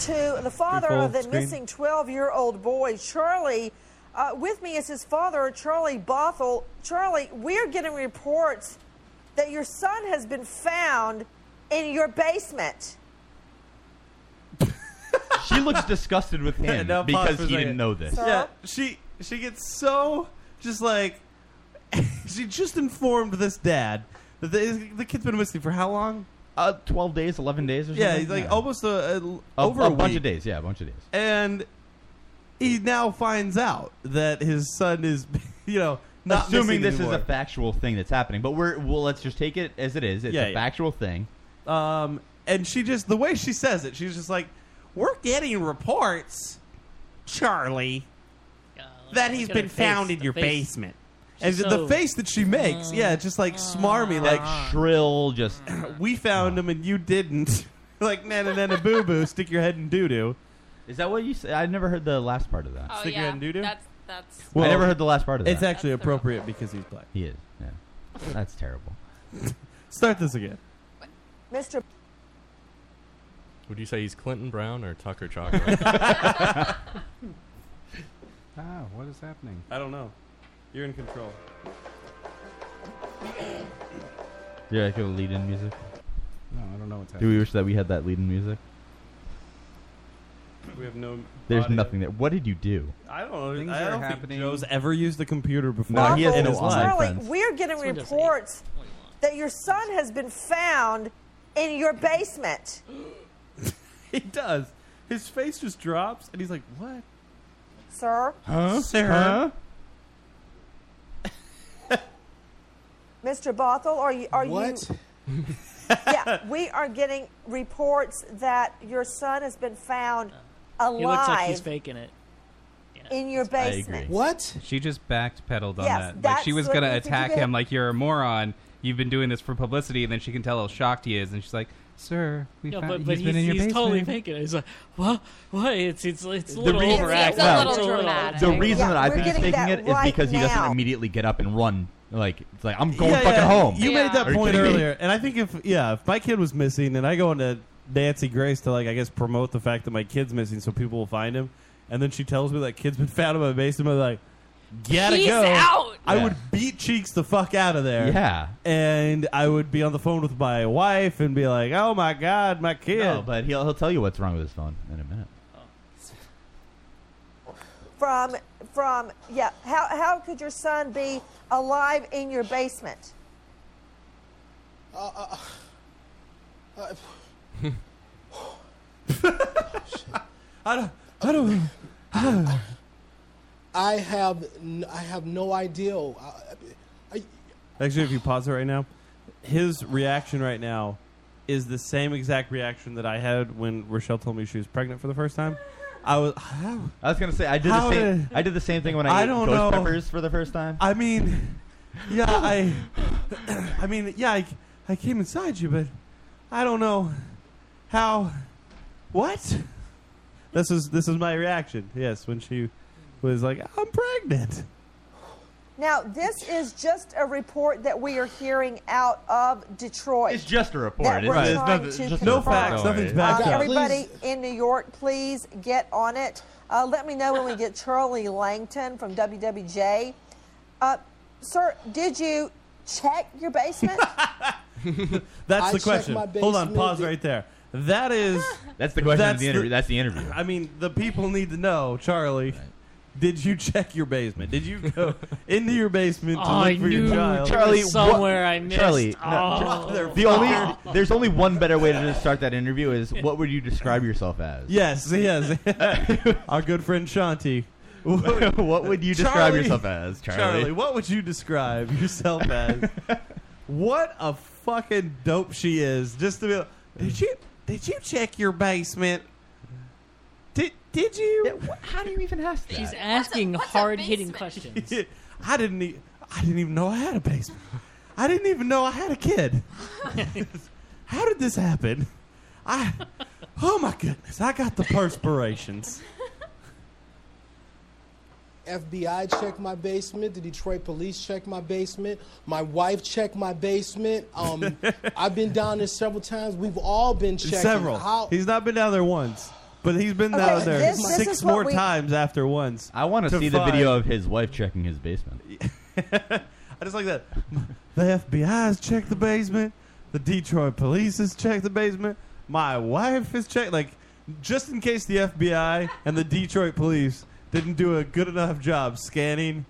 [SPEAKER 7] To the father
[SPEAKER 4] full
[SPEAKER 7] of the
[SPEAKER 4] screen.
[SPEAKER 7] missing 12 year old boy, Charlie. Uh, with me is his father, Charlie Bothell. Charlie, we're getting reports that your son has been found in your basement.
[SPEAKER 3] She looks disgusted
[SPEAKER 1] *laughs*
[SPEAKER 3] with him
[SPEAKER 1] No, pause
[SPEAKER 3] because
[SPEAKER 1] for a
[SPEAKER 3] he didn't
[SPEAKER 1] second.
[SPEAKER 3] know this.
[SPEAKER 1] Yeah, she she gets so just like *laughs* she just informed this dad that the, the kid's been missing for how long?
[SPEAKER 3] Uh, twelve days, eleven days, or
[SPEAKER 1] Yeah,
[SPEAKER 3] something?
[SPEAKER 1] he's like
[SPEAKER 3] Yeah.
[SPEAKER 1] almost a, a-
[SPEAKER 3] A-
[SPEAKER 1] over
[SPEAKER 3] a
[SPEAKER 1] a,
[SPEAKER 3] bunch of
[SPEAKER 1] week.
[SPEAKER 3] days. Yeah, a bunch of days.
[SPEAKER 1] and he now finds out that his son is, *laughs* you know, not
[SPEAKER 3] assuming
[SPEAKER 1] missing
[SPEAKER 3] this
[SPEAKER 1] anymore.
[SPEAKER 3] is a factual thing that's happening, but we're well, let's just take it as it is. It's
[SPEAKER 1] Yeah,
[SPEAKER 3] a
[SPEAKER 1] yeah.
[SPEAKER 3] factual thing.
[SPEAKER 1] Um, and she just the way she says it, she's just like, "We're getting reports, Charlie, that he's
[SPEAKER 8] look at
[SPEAKER 1] been
[SPEAKER 8] her
[SPEAKER 1] found
[SPEAKER 8] face,
[SPEAKER 1] in
[SPEAKER 8] the
[SPEAKER 1] your
[SPEAKER 8] face.
[SPEAKER 1] basement." And
[SPEAKER 8] She's
[SPEAKER 1] the
[SPEAKER 8] so- Mm.
[SPEAKER 1] face that she makes, yeah, it's just like smarmy, like
[SPEAKER 3] shrill, just
[SPEAKER 1] *clears throat* we found him and you didn't, *laughs* like na na na na boo boo, stick your head in doo doo.
[SPEAKER 8] Oh,
[SPEAKER 3] Is that what you said? I never heard the last part of that.
[SPEAKER 9] Oh
[SPEAKER 1] Stick your
[SPEAKER 9] yeah,
[SPEAKER 1] head in doo-doo?
[SPEAKER 9] that's that's.
[SPEAKER 3] I never heard the last part of that.
[SPEAKER 1] It's actually appropriate because he's black.
[SPEAKER 3] He is. Yeah, that's terrible.
[SPEAKER 1] Start this again.
[SPEAKER 7] Mr.
[SPEAKER 4] Would you say he's Clinton Brown or
[SPEAKER 7] *laughs*
[SPEAKER 4] Tucker Chocolate?
[SPEAKER 5] Ah, what is happening?
[SPEAKER 1] I don't know. You're in control.
[SPEAKER 3] Yeah, I could lead in music.
[SPEAKER 5] No, I don't know what's
[SPEAKER 3] Do
[SPEAKER 5] happening.
[SPEAKER 3] we wish that we had that lead in music?
[SPEAKER 1] We have no.
[SPEAKER 3] There's
[SPEAKER 1] audio.
[SPEAKER 3] nothing there. What did you do?
[SPEAKER 1] I don't know.
[SPEAKER 5] Things
[SPEAKER 1] I
[SPEAKER 5] are
[SPEAKER 1] don't think
[SPEAKER 5] happening.
[SPEAKER 1] Joe's ever used the computer before.
[SPEAKER 3] No, he has
[SPEAKER 1] in
[SPEAKER 3] no
[SPEAKER 1] his
[SPEAKER 3] online
[SPEAKER 1] life.
[SPEAKER 7] Charlie, we're getting reports that your son has been found in your basement.
[SPEAKER 1] *laughs* He does. His face just drops, and he's like, "What,
[SPEAKER 7] Sir,
[SPEAKER 1] huh,
[SPEAKER 7] *laughs* Huh? Mr. Bothell, are you? Are
[SPEAKER 8] What?
[SPEAKER 7] you? *laughs* yeah, we are getting reports that your son has been found alive
[SPEAKER 2] He looks like he's faking it.
[SPEAKER 7] in your basement.
[SPEAKER 5] What? She just backpedaled on
[SPEAKER 7] Yes,
[SPEAKER 5] that. Like she
[SPEAKER 7] that's
[SPEAKER 5] was
[SPEAKER 7] what
[SPEAKER 5] gonna
[SPEAKER 7] you- did you
[SPEAKER 5] attack
[SPEAKER 7] get-
[SPEAKER 5] him like you're a moron. You've been doing this for publicity, and then she can tell how shocked he is, and she's like, "Sir, we
[SPEAKER 2] Yeah,
[SPEAKER 5] found
[SPEAKER 2] but, but
[SPEAKER 5] he's been in your basement."
[SPEAKER 2] totally faking it. He's like, what? What? It's it's it's a
[SPEAKER 5] The
[SPEAKER 2] little
[SPEAKER 5] reason-
[SPEAKER 2] overacted.
[SPEAKER 5] It's a
[SPEAKER 2] It's
[SPEAKER 5] little dramatic.
[SPEAKER 3] The reason that I
[SPEAKER 2] we're
[SPEAKER 3] think he's
[SPEAKER 2] getting
[SPEAKER 3] taking
[SPEAKER 2] that
[SPEAKER 3] it is
[SPEAKER 2] right
[SPEAKER 3] because he
[SPEAKER 2] now.
[SPEAKER 3] doesn't immediately get up and run. Like it's like I'm going
[SPEAKER 1] Yeah,
[SPEAKER 3] fucking
[SPEAKER 1] yeah.
[SPEAKER 3] home.
[SPEAKER 1] You made that
[SPEAKER 3] Are you
[SPEAKER 1] point
[SPEAKER 3] kidding me?
[SPEAKER 1] earlier, and I think if yeah, if my kid was missing, and I go into Nancy Grace to like I guess promote the fact that my kid's missing, so people will find him, and then she tells me that kid's been *laughs* found in my basement, I'm like, gotta
[SPEAKER 8] He's
[SPEAKER 1] go.
[SPEAKER 8] out.
[SPEAKER 1] I
[SPEAKER 8] Yeah.
[SPEAKER 1] would beat cheeks the fuck out of there.
[SPEAKER 3] Yeah.
[SPEAKER 1] and I would be on the phone with my wife and be like, oh my god, my kid.
[SPEAKER 3] No, but he'll he'll tell you what's wrong with his phone in a minute.
[SPEAKER 7] From from yeah, how how could your son be alive in your basement?
[SPEAKER 8] Uh,
[SPEAKER 7] *laughs*
[SPEAKER 8] uh,
[SPEAKER 1] I don't. I don't.
[SPEAKER 8] I have n- I have no idea. Uh, I, I,
[SPEAKER 1] Actually, if you pause it right now, his reaction right now is the same exact reaction that I had when Rochelle told me she was pregnant for the first time. I was.
[SPEAKER 3] I was gonna say I did the
[SPEAKER 1] How
[SPEAKER 3] same.
[SPEAKER 1] did-
[SPEAKER 3] I did the same thing when I,
[SPEAKER 1] I
[SPEAKER 3] ate
[SPEAKER 1] don't
[SPEAKER 3] ghost
[SPEAKER 1] know.
[SPEAKER 3] peppers for the first time.
[SPEAKER 1] I mean, yeah, I. I mean, yeah, I, I came inside you, but I don't know how. What? This is this is my reaction. Yes, when she was like, "I'm pregnant."
[SPEAKER 7] Now this is just a report that we are hearing out of Detroit.
[SPEAKER 3] It's just a report.
[SPEAKER 7] That we're
[SPEAKER 3] It's- it's
[SPEAKER 7] trying
[SPEAKER 3] nothing- it's
[SPEAKER 7] to
[SPEAKER 3] just a
[SPEAKER 1] no
[SPEAKER 3] report.
[SPEAKER 1] facts.
[SPEAKER 3] Don't
[SPEAKER 1] Nothing's
[SPEAKER 3] worry.
[SPEAKER 1] backed
[SPEAKER 7] Um,
[SPEAKER 1] up.
[SPEAKER 7] everybody in New York, please get on it. Uh, let me know when we get Charlie Langton from WWJ. Uh, sir, did you check your
[SPEAKER 3] *laughs*
[SPEAKER 7] basement?
[SPEAKER 1] That's
[SPEAKER 7] I
[SPEAKER 1] the
[SPEAKER 7] checked
[SPEAKER 1] question.
[SPEAKER 7] my
[SPEAKER 1] Hold on,
[SPEAKER 7] basement.
[SPEAKER 1] pause right there.
[SPEAKER 7] *laughs*
[SPEAKER 1] That is.
[SPEAKER 3] That's the question of the interview. That's the interview.
[SPEAKER 1] I mean, the people need to know, Charlie. Did you check your basement? Did
[SPEAKER 3] *laughs*
[SPEAKER 1] you go into your basement to
[SPEAKER 2] Oh,
[SPEAKER 1] look
[SPEAKER 2] I
[SPEAKER 1] for
[SPEAKER 2] knew
[SPEAKER 1] your child?
[SPEAKER 2] there was somewhere I missed.
[SPEAKER 3] Charlie,
[SPEAKER 2] Oh.
[SPEAKER 3] no, the only there's only one better way to just start that interview is what would you describe yourself as? *laughs*
[SPEAKER 1] Yes, yes. *laughs* Our good friend Shanti.
[SPEAKER 3] what would you describe yourself as, Charlie?
[SPEAKER 1] what would you describe yourself
[SPEAKER 3] *laughs*
[SPEAKER 1] as? what a fucking dope she is. Just to be like, did you did you check your basement? Did did you?
[SPEAKER 3] How do you even ask
[SPEAKER 2] She's asking hard-hitting questions.
[SPEAKER 1] *laughs* I didn't. E- I didn't even know I had a basement. I didn't even know I had a kid. How did this happen? I. Oh my goodness! I got the perspirations.
[SPEAKER 8] FBI checked my basement. The Detroit police checked my basement. My wife checked my basement.
[SPEAKER 7] *laughs*
[SPEAKER 8] Um, I've been down there several times. We've all been checked.
[SPEAKER 1] Several. He's not been down there once, but he's been
[SPEAKER 8] Okay,
[SPEAKER 1] down there
[SPEAKER 8] this- this
[SPEAKER 1] six
[SPEAKER 8] is what
[SPEAKER 1] more
[SPEAKER 8] we-
[SPEAKER 1] times after once.
[SPEAKER 3] *laughs* I want to see the video of his wife checking his basement.
[SPEAKER 1] I just like that. The FBI's checked the basement. The Detroit police has checked the basement. My wife has checked. Like, just in case the FBI and the Detroit police didn't do a good enough job scanning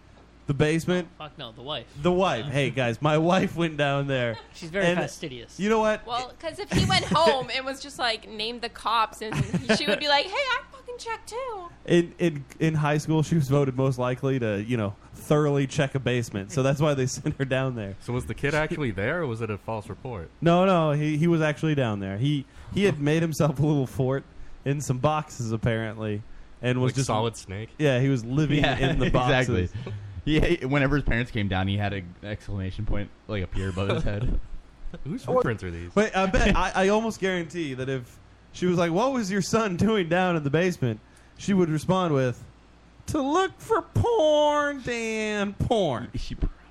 [SPEAKER 1] the basement.
[SPEAKER 2] Fuck no, the wife.
[SPEAKER 1] The wife. Hey, guys, my wife went down there.
[SPEAKER 2] She's very
[SPEAKER 1] And
[SPEAKER 2] fastidious.
[SPEAKER 1] You know what?
[SPEAKER 9] Well, because if he went home and was just like named the cops, and she would be like, "Hey, I fucking checked too."
[SPEAKER 1] In, in in high school, she was voted most likely to you know thoroughly check a basement, so that's why they *laughs* sent her down there.
[SPEAKER 4] So was the kid actually there, or was it a false report?
[SPEAKER 1] No, no, he he was actually down there. He he had made himself a little fort in some boxes apparently, and was
[SPEAKER 4] Like
[SPEAKER 1] just
[SPEAKER 4] Solid Snake?
[SPEAKER 1] Yeah, he was living
[SPEAKER 4] Yeah,
[SPEAKER 1] in the boxes.
[SPEAKER 3] *laughs*
[SPEAKER 1] *laughs*
[SPEAKER 3] Exactly. He, he- whenever his parents came down, he had an exclamation point like appear above his head.
[SPEAKER 4] Whose
[SPEAKER 1] Or-
[SPEAKER 4] footprints are these?
[SPEAKER 1] Wait, I bet I, I almost guarantee that if she was like, "What was your son *laughs* doing down in the basement?" she would respond with, "To look for porn, Dan, porn."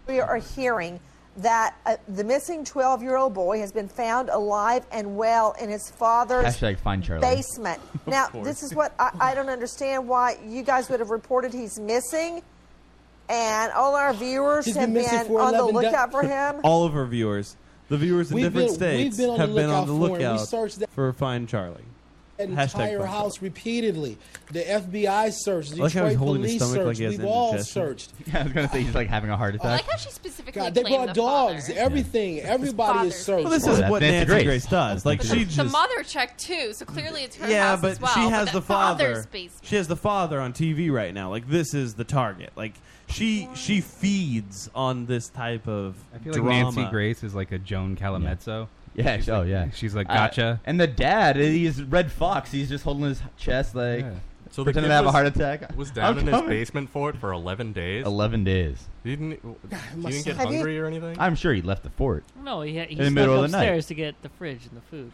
[SPEAKER 7] We are hearing that uh, the missing 12 year old boy has been found alive and well in his father's
[SPEAKER 3] Hashtag find Charlie.
[SPEAKER 7] basement.
[SPEAKER 3] *laughs* Of
[SPEAKER 7] Now,
[SPEAKER 3] course.
[SPEAKER 7] this is what I, I don't understand why you guys would have reported he's missing, and all our viewers
[SPEAKER 1] He's
[SPEAKER 7] have
[SPEAKER 1] been
[SPEAKER 7] been,
[SPEAKER 1] missing for
[SPEAKER 7] on the
[SPEAKER 1] 11
[SPEAKER 7] lookout for
[SPEAKER 3] *laughs*
[SPEAKER 7] him.
[SPEAKER 1] *laughs* All of our viewers, the viewers in
[SPEAKER 10] We've
[SPEAKER 1] different
[SPEAKER 10] been-
[SPEAKER 1] states,
[SPEAKER 10] we've been on the
[SPEAKER 1] have been on the
[SPEAKER 10] lookout for him. We
[SPEAKER 1] lookout
[SPEAKER 10] searched that-
[SPEAKER 1] for Find Charlie. Hashtag
[SPEAKER 10] entire
[SPEAKER 1] Find Charlie.
[SPEAKER 10] house repeatedly. The FBI searched.
[SPEAKER 1] I like how
[SPEAKER 10] Detroit
[SPEAKER 1] he's holding his
[SPEAKER 10] police
[SPEAKER 1] stomach like
[SPEAKER 10] searched.
[SPEAKER 1] he has
[SPEAKER 10] We've all
[SPEAKER 1] indigestion.
[SPEAKER 3] *laughs*
[SPEAKER 10] searched.
[SPEAKER 3] I was gonna say he's like having a heart
[SPEAKER 10] I
[SPEAKER 3] attack.
[SPEAKER 10] like
[SPEAKER 9] How she specifically
[SPEAKER 10] God, they
[SPEAKER 9] claimed
[SPEAKER 10] brought dogs. Everything. Everybody is searched.
[SPEAKER 1] Well, this is what Nancy Grace. does. Like she
[SPEAKER 9] the
[SPEAKER 1] just
[SPEAKER 9] mother checked too, so clearly it's her
[SPEAKER 1] yeah,
[SPEAKER 9] house
[SPEAKER 1] but
[SPEAKER 9] as well.
[SPEAKER 1] she has
[SPEAKER 9] but
[SPEAKER 1] the father.
[SPEAKER 9] father's basement.
[SPEAKER 1] She has the father on TV right now. Like this is the target. Like she she feeds on this type of
[SPEAKER 5] I feel like
[SPEAKER 1] drama.
[SPEAKER 5] Nancy Grace is like a Joan Calamezzo.
[SPEAKER 3] Yeah,
[SPEAKER 5] She's
[SPEAKER 3] oh
[SPEAKER 5] like-
[SPEAKER 3] yeah.
[SPEAKER 5] She's like
[SPEAKER 3] Uh,
[SPEAKER 5] gotcha.
[SPEAKER 3] and the dad, he's Red Fox. He's just holding his chest like
[SPEAKER 4] So the
[SPEAKER 3] pretending
[SPEAKER 4] kid
[SPEAKER 3] to have a
[SPEAKER 4] was-
[SPEAKER 3] heart attack.
[SPEAKER 4] Was
[SPEAKER 3] I'm
[SPEAKER 4] down in his
[SPEAKER 3] coming.
[SPEAKER 4] basement fort for eleven days.
[SPEAKER 3] 11 days.
[SPEAKER 4] He didn't. He
[SPEAKER 2] must
[SPEAKER 4] didn't get
[SPEAKER 2] have- Have you-
[SPEAKER 4] hungry or anything.
[SPEAKER 3] I'm sure he left the fort.
[SPEAKER 2] No, he, he
[SPEAKER 3] in the middle
[SPEAKER 2] snuck
[SPEAKER 3] of the night.
[SPEAKER 2] upstairs to get the fridge and the food.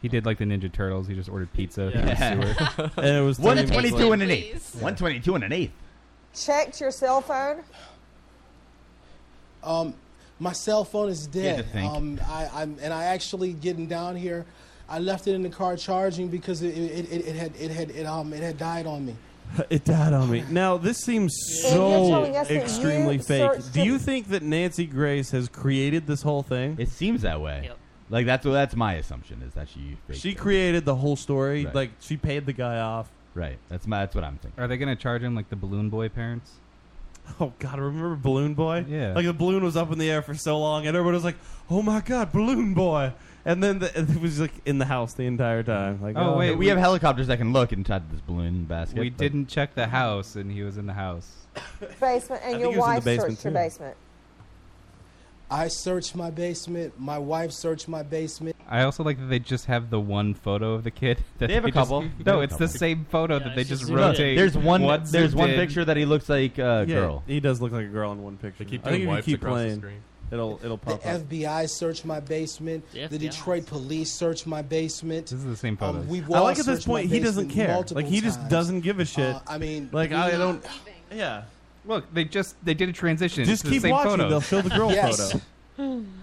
[SPEAKER 5] He did like the Ninja Turtles. He just ordered pizza.
[SPEAKER 3] Yeah.
[SPEAKER 5] From the sewer. *laughs*
[SPEAKER 3] And it was 1 22
[SPEAKER 5] minutes
[SPEAKER 3] and an
[SPEAKER 5] later.
[SPEAKER 3] eighth. 122 and an eighth.
[SPEAKER 7] Checked your cell phone.
[SPEAKER 10] Um, my cell phone is
[SPEAKER 3] You had to
[SPEAKER 10] dead.
[SPEAKER 3] think.
[SPEAKER 10] Um, I, I'm and I actually getting down here. I left it in the car charging because it, it, it, it had it had it um it had died on me.
[SPEAKER 1] *laughs* It died on me. Now this seems
[SPEAKER 10] And you're
[SPEAKER 1] so
[SPEAKER 10] telling us that you
[SPEAKER 1] extremely fake.
[SPEAKER 10] searched
[SPEAKER 1] Do
[SPEAKER 10] him-
[SPEAKER 1] you think that Nancy Grace has created this whole thing?
[SPEAKER 3] It seems that way. Like that's what that's my assumption is that she faked
[SPEAKER 1] She
[SPEAKER 3] it.
[SPEAKER 1] created the whole story.
[SPEAKER 3] Right.
[SPEAKER 1] Like she paid the guy off.
[SPEAKER 3] Right. That's my that's what I'm thinking.
[SPEAKER 5] Are they gonna charge him like the Balloon Boy parents?
[SPEAKER 1] Oh God! Remember Balloon Boy?
[SPEAKER 5] Yeah.
[SPEAKER 1] Like the balloon was up in the air for so long, and everybody was like, "Oh my God, Balloon Boy!" And then the, *laughs* it was like in the house the entire time. Like,
[SPEAKER 5] Oh, wait,
[SPEAKER 3] we,
[SPEAKER 5] we-
[SPEAKER 3] have helicopters that can look inside this balloon basket.
[SPEAKER 5] we
[SPEAKER 3] but-
[SPEAKER 5] didn't check the house, and he was in the house.
[SPEAKER 7] Basement,
[SPEAKER 10] I
[SPEAKER 7] and your
[SPEAKER 10] think it was in the
[SPEAKER 7] wife
[SPEAKER 10] basement,
[SPEAKER 7] searched your
[SPEAKER 10] too.
[SPEAKER 7] basement.
[SPEAKER 10] I searched my basement. My wife searched my basement.
[SPEAKER 5] I also like that they just have the one photo of the kid. *laughs* That
[SPEAKER 10] They have a
[SPEAKER 5] just-
[SPEAKER 10] couple. They
[SPEAKER 5] no,
[SPEAKER 10] have a
[SPEAKER 5] it's
[SPEAKER 10] couple.
[SPEAKER 5] the same photo that they just rotate.
[SPEAKER 3] There's one.
[SPEAKER 5] what they
[SPEAKER 3] there's one
[SPEAKER 5] did.
[SPEAKER 3] picture that he looks like a
[SPEAKER 1] Yeah,
[SPEAKER 3] uh, girl.
[SPEAKER 1] He does look like a girl in one picture.
[SPEAKER 3] They keep
[SPEAKER 1] I
[SPEAKER 3] doing
[SPEAKER 1] think if you
[SPEAKER 3] wipes
[SPEAKER 1] keep
[SPEAKER 3] across the
[SPEAKER 1] playing,
[SPEAKER 3] screen.
[SPEAKER 1] it'll it'll
[SPEAKER 10] The
[SPEAKER 1] pop up.
[SPEAKER 10] FBI searched my basement.
[SPEAKER 1] The
[SPEAKER 10] The Detroit police searched my basement. Um, This
[SPEAKER 5] is the same
[SPEAKER 1] I like at this point he doesn't care. Like he just doesn't
[SPEAKER 12] Uh,
[SPEAKER 1] give a shit.
[SPEAKER 10] I mean,
[SPEAKER 1] like I don't. Yeah.
[SPEAKER 5] Look, they just they did a transition. It's
[SPEAKER 1] Just
[SPEAKER 5] the
[SPEAKER 1] keep
[SPEAKER 5] same
[SPEAKER 1] watching,
[SPEAKER 5] photo.
[SPEAKER 1] they'll show the *laughs* girl
[SPEAKER 10] Yes. *sighs*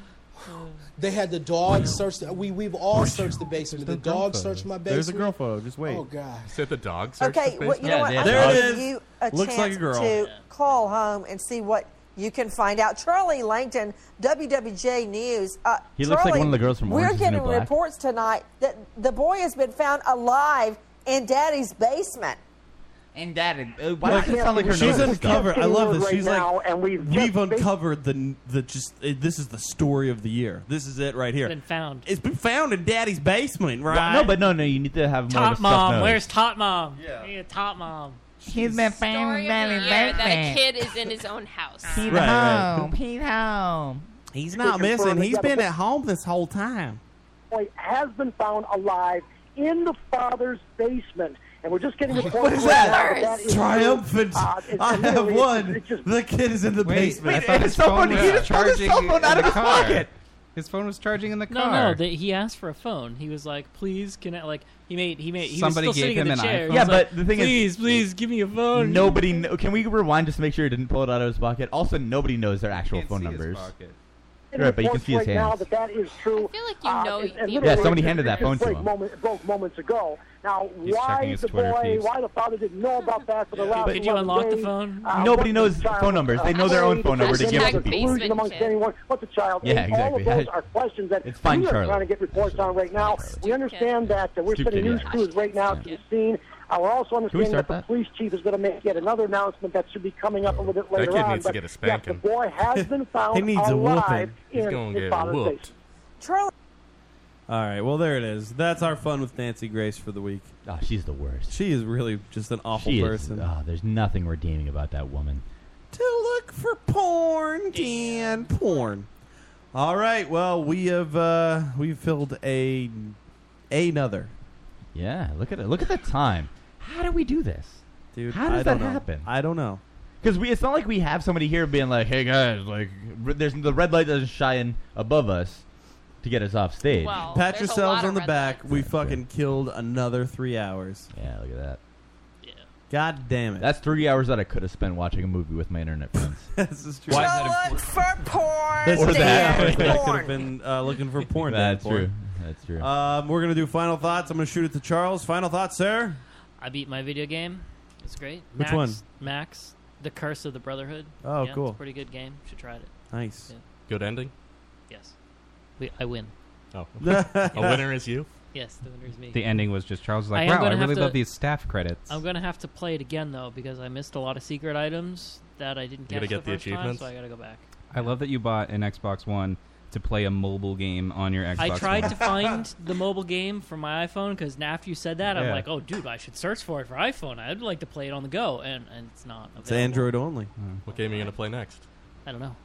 [SPEAKER 10] They had the dog search. The, we we've all searched the basement. The
[SPEAKER 1] girl
[SPEAKER 10] dog
[SPEAKER 1] photo.
[SPEAKER 10] searched my basement.
[SPEAKER 1] There's a girl photo. Just wait.
[SPEAKER 10] Oh God.
[SPEAKER 4] You said the dog searched
[SPEAKER 7] Okay,
[SPEAKER 4] the
[SPEAKER 7] well, you know
[SPEAKER 4] basement?
[SPEAKER 7] what? I'm
[SPEAKER 1] There
[SPEAKER 7] going
[SPEAKER 1] it
[SPEAKER 7] to
[SPEAKER 1] is.
[SPEAKER 7] give you a
[SPEAKER 1] Looks
[SPEAKER 7] chance
[SPEAKER 1] like a girl.
[SPEAKER 7] to call home and see what you can find out. Charlie Langton, WWJ News. Uh,
[SPEAKER 3] He looks like
[SPEAKER 7] Charlie,
[SPEAKER 3] one of the girls from
[SPEAKER 7] We're
[SPEAKER 3] Orange is the New
[SPEAKER 7] getting
[SPEAKER 3] Black.
[SPEAKER 7] reports tonight that the boy has been found alive in Daddy's basement.
[SPEAKER 12] And Daddy,
[SPEAKER 3] why does it sound like her
[SPEAKER 1] she's
[SPEAKER 3] nose is stuck?
[SPEAKER 1] uncovered. I love this.
[SPEAKER 12] Right
[SPEAKER 1] She's
[SPEAKER 12] now,
[SPEAKER 1] like,
[SPEAKER 12] and
[SPEAKER 1] we've,
[SPEAKER 12] we've just bas-
[SPEAKER 1] uncovered the the just. uh, this is the story of the year. This is it right here.
[SPEAKER 2] Been found.
[SPEAKER 1] It's been found in Daddy's basement, right?
[SPEAKER 3] No, but no, no. You need to have more of a
[SPEAKER 2] Top
[SPEAKER 3] stuffed
[SPEAKER 2] mom,
[SPEAKER 3] nose.
[SPEAKER 2] where's Top Mom? Yeah, Top Mom.
[SPEAKER 12] He's been
[SPEAKER 9] Story
[SPEAKER 12] found
[SPEAKER 9] of the
[SPEAKER 12] down
[SPEAKER 9] year
[SPEAKER 12] in
[SPEAKER 9] that a
[SPEAKER 12] basement.
[SPEAKER 9] kid is in his own house.
[SPEAKER 12] He's
[SPEAKER 1] right.
[SPEAKER 12] home. He's home.
[SPEAKER 1] He's not missing. He's been at home this whole time.
[SPEAKER 13] boy has been found alive in the father's basement. And we're just getting reports.
[SPEAKER 1] What is
[SPEAKER 13] right now
[SPEAKER 1] that?
[SPEAKER 13] that that is
[SPEAKER 1] Triumphant!
[SPEAKER 13] Uh, it's-
[SPEAKER 1] I have
[SPEAKER 13] literally, it's-
[SPEAKER 1] won. The kid is in the basement.
[SPEAKER 5] I
[SPEAKER 1] *laughs*
[SPEAKER 5] thought his phone was charging in the car. His phone was charging in the
[SPEAKER 2] No,
[SPEAKER 5] car.
[SPEAKER 2] no, they, he asked for a phone. He was like, "Please, can I?" Like he made, he made. He
[SPEAKER 5] Somebody
[SPEAKER 2] was still
[SPEAKER 5] gave
[SPEAKER 2] sitting in
[SPEAKER 5] him
[SPEAKER 2] the
[SPEAKER 5] an
[SPEAKER 2] chair.
[SPEAKER 5] iPhone.
[SPEAKER 2] He
[SPEAKER 3] Yeah,
[SPEAKER 2] was
[SPEAKER 3] but
[SPEAKER 2] like,
[SPEAKER 3] the thing
[SPEAKER 2] please,
[SPEAKER 3] is,
[SPEAKER 2] please give me a phone.
[SPEAKER 3] Nobody. Kn- can we rewind just to make sure he didn't pull it out of his pocket? Also, nobody knows their actual phone numbers. You're right, but you can
[SPEAKER 13] reports
[SPEAKER 3] see his
[SPEAKER 13] right now
[SPEAKER 3] hands.
[SPEAKER 13] that that is true. uh, I feel like you know.
[SPEAKER 3] Yeah, somebody handed that phone to him.
[SPEAKER 13] Moment, broke moments ago. Now,
[SPEAKER 3] He's checking
[SPEAKER 13] why
[SPEAKER 3] his
[SPEAKER 13] the
[SPEAKER 3] Twitter
[SPEAKER 13] boy,
[SPEAKER 3] feeds.
[SPEAKER 13] why the father didn't know about that for the last
[SPEAKER 2] Could you
[SPEAKER 13] 11
[SPEAKER 2] unlock the
[SPEAKER 13] days,
[SPEAKER 2] phone?
[SPEAKER 13] uh,
[SPEAKER 3] Nobody
[SPEAKER 13] what
[SPEAKER 3] knows
[SPEAKER 13] the child,
[SPEAKER 3] phone numbers. They
[SPEAKER 13] uh,
[SPEAKER 3] know their own
[SPEAKER 13] made,
[SPEAKER 3] phone number to
[SPEAKER 13] the
[SPEAKER 3] give to
[SPEAKER 13] fact
[SPEAKER 3] people.
[SPEAKER 13] collusion amongst anyone. What the child
[SPEAKER 3] Yeah,
[SPEAKER 13] ate. All
[SPEAKER 3] exactly.
[SPEAKER 13] of those are questions that
[SPEAKER 3] It's fine,
[SPEAKER 13] we are
[SPEAKER 3] Charlie.
[SPEAKER 13] trying to get reports on right now. We understand that uh, we're
[SPEAKER 3] Stupid
[SPEAKER 13] sending news
[SPEAKER 3] idiot.
[SPEAKER 13] crews right now to the scene. Uh, we're also understanding
[SPEAKER 3] start
[SPEAKER 13] that the
[SPEAKER 3] that?
[SPEAKER 13] police chief is going to make yet another announcement that should be coming up a little bit later
[SPEAKER 4] kid
[SPEAKER 13] on.
[SPEAKER 4] needs to
[SPEAKER 13] but
[SPEAKER 4] get a
[SPEAKER 13] yes, the
[SPEAKER 4] spanking.
[SPEAKER 13] boy
[SPEAKER 3] *laughs*
[SPEAKER 13] has been found
[SPEAKER 1] He needs a whooping.
[SPEAKER 13] alive
[SPEAKER 1] He's
[SPEAKER 13] in
[SPEAKER 1] gonna
[SPEAKER 13] his
[SPEAKER 1] get
[SPEAKER 13] father's
[SPEAKER 1] whooped.
[SPEAKER 13] basement.
[SPEAKER 7] Charlie.
[SPEAKER 1] All right, well there it is. That's our fun with Nancy Grace for the week.
[SPEAKER 3] Oh, she's the worst.
[SPEAKER 1] She is really just an awful
[SPEAKER 3] She is.
[SPEAKER 1] person.
[SPEAKER 3] Oh, there's nothing redeeming about that woman.
[SPEAKER 1] to look for porn and porn. All right. Well, we have uh we filled a another.
[SPEAKER 3] Yeah, look at it. Look at the time. How do we do this,
[SPEAKER 1] dude?
[SPEAKER 3] How does
[SPEAKER 1] I
[SPEAKER 3] that
[SPEAKER 1] don't know.
[SPEAKER 3] happen?
[SPEAKER 1] I don't know.
[SPEAKER 3] Because we, it's not like we have somebody here being like, "Hey guys, like, r- there's the red light doesn't shine above us to get us off stage."
[SPEAKER 1] Well, Pat yourselves on the back. We fucking killed another three hours.
[SPEAKER 3] Yeah, look at that.
[SPEAKER 1] God damn it.
[SPEAKER 3] That's three hours that I could have spent watching a movie with my internet friends.
[SPEAKER 1] *laughs* this is
[SPEAKER 3] Why is that
[SPEAKER 7] Look for porn.
[SPEAKER 3] Or that.
[SPEAKER 1] I
[SPEAKER 3] Or
[SPEAKER 1] could
[SPEAKER 3] that.
[SPEAKER 1] have been uh, looking for porn.
[SPEAKER 3] That's
[SPEAKER 1] damn porn.
[SPEAKER 3] true. That's true.
[SPEAKER 1] Um, we're gonna do final thoughts. I'm gonna shoot it to Charles. Final thoughts, sir.
[SPEAKER 2] I beat my video game. It's great.
[SPEAKER 1] Which
[SPEAKER 2] Max,
[SPEAKER 1] one?
[SPEAKER 2] Max, The Curse of the Brotherhood.
[SPEAKER 1] Oh,
[SPEAKER 2] Yeah,
[SPEAKER 1] cool.
[SPEAKER 2] It's a pretty good game. Should try it.
[SPEAKER 1] Nice.
[SPEAKER 2] Yeah.
[SPEAKER 4] Good
[SPEAKER 1] *laughs*
[SPEAKER 4] ending.
[SPEAKER 2] Yes. We, I win.
[SPEAKER 4] Oh, a winner is you.
[SPEAKER 2] Yes, the winner is me.
[SPEAKER 5] The ending was just Charles was
[SPEAKER 2] I
[SPEAKER 5] like,
[SPEAKER 2] am
[SPEAKER 5] wow, I
[SPEAKER 2] gonna have
[SPEAKER 5] really
[SPEAKER 2] to-
[SPEAKER 5] love these staff credits.
[SPEAKER 2] I'm gonna have to play it again though because I missed a lot of secret items that I didn't
[SPEAKER 4] You
[SPEAKER 2] catch
[SPEAKER 4] gotta get
[SPEAKER 2] the
[SPEAKER 4] the
[SPEAKER 2] first time,
[SPEAKER 4] achievements?
[SPEAKER 2] so I gotta go back.
[SPEAKER 5] I love that you bought an Xbox One to play a mobile game on your Xbox.
[SPEAKER 2] I tried
[SPEAKER 5] One.
[SPEAKER 2] to
[SPEAKER 5] *laughs*
[SPEAKER 2] find the mobile game for my iPhone because after you said that, I'm
[SPEAKER 5] Yeah.
[SPEAKER 2] like, oh, dude, I should search for it for iPhone. I'd like to play it on the go, and, and it's not. Available.
[SPEAKER 1] It's Android only.
[SPEAKER 4] What game are you gonna play next?
[SPEAKER 2] I don't know.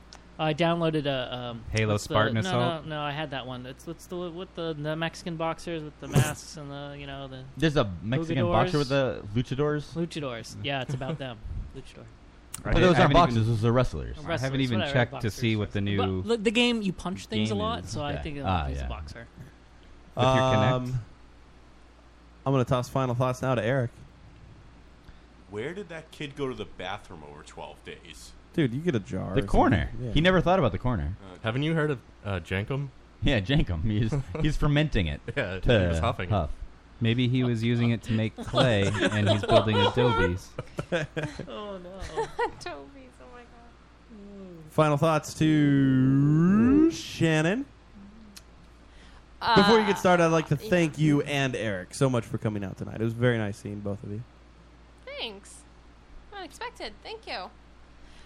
[SPEAKER 2] I downloaded a um,
[SPEAKER 5] Halo
[SPEAKER 2] what's the-
[SPEAKER 5] Spartan
[SPEAKER 2] no,
[SPEAKER 5] Assault?
[SPEAKER 2] No, no, I had that one. It's what's the what the, the Mexican boxers with the masks and the you know the.
[SPEAKER 3] There's a Mexican boxer with the luchadors.
[SPEAKER 5] *laughs*
[SPEAKER 2] Luchadors. Yeah, it's about them. Luchador.
[SPEAKER 3] But those aren't boxers; those are wrestlers.
[SPEAKER 2] Or
[SPEAKER 5] I haven't
[SPEAKER 2] wrestlers,
[SPEAKER 5] even
[SPEAKER 2] whatever,
[SPEAKER 5] checked to see what the
[SPEAKER 2] But
[SPEAKER 5] new.
[SPEAKER 2] look, the game you punch things a
[SPEAKER 5] game
[SPEAKER 2] lot,
[SPEAKER 5] is.
[SPEAKER 2] so I
[SPEAKER 5] Okay.
[SPEAKER 2] think
[SPEAKER 5] Ah,
[SPEAKER 2] it's
[SPEAKER 5] yeah.
[SPEAKER 2] a boxer.
[SPEAKER 5] With your Kinect.
[SPEAKER 1] Um, I'm gonna toss final thoughts now to Eric.
[SPEAKER 11] Where did that kid go to the bathroom over 12 days?
[SPEAKER 1] Dude, you get a jar.
[SPEAKER 3] The
[SPEAKER 1] or
[SPEAKER 3] corner.
[SPEAKER 1] something. Yeah.
[SPEAKER 3] He never thought about the corner.
[SPEAKER 4] Haven't you heard of uh, Jankum?
[SPEAKER 3] Yeah, Jankum.
[SPEAKER 4] *laughs*
[SPEAKER 3] He's he's fermenting it.
[SPEAKER 4] Yeah, he
[SPEAKER 3] to
[SPEAKER 4] was huffing it.
[SPEAKER 3] Huff.
[SPEAKER 5] Maybe he was using it
[SPEAKER 2] *laughs*
[SPEAKER 5] to make clay, and he's
[SPEAKER 9] *laughs*
[SPEAKER 5] building adobes.
[SPEAKER 2] Oh
[SPEAKER 1] *laughs*
[SPEAKER 2] no.
[SPEAKER 9] Toby's. Oh my god.
[SPEAKER 1] Final thoughts to Shannon. Before you
[SPEAKER 9] Uh,
[SPEAKER 1] get started, I'd like to thank you and Eric so much for coming out tonight. It was very nice seeing both of you.
[SPEAKER 9] Thanks. Unexpected. Thank you.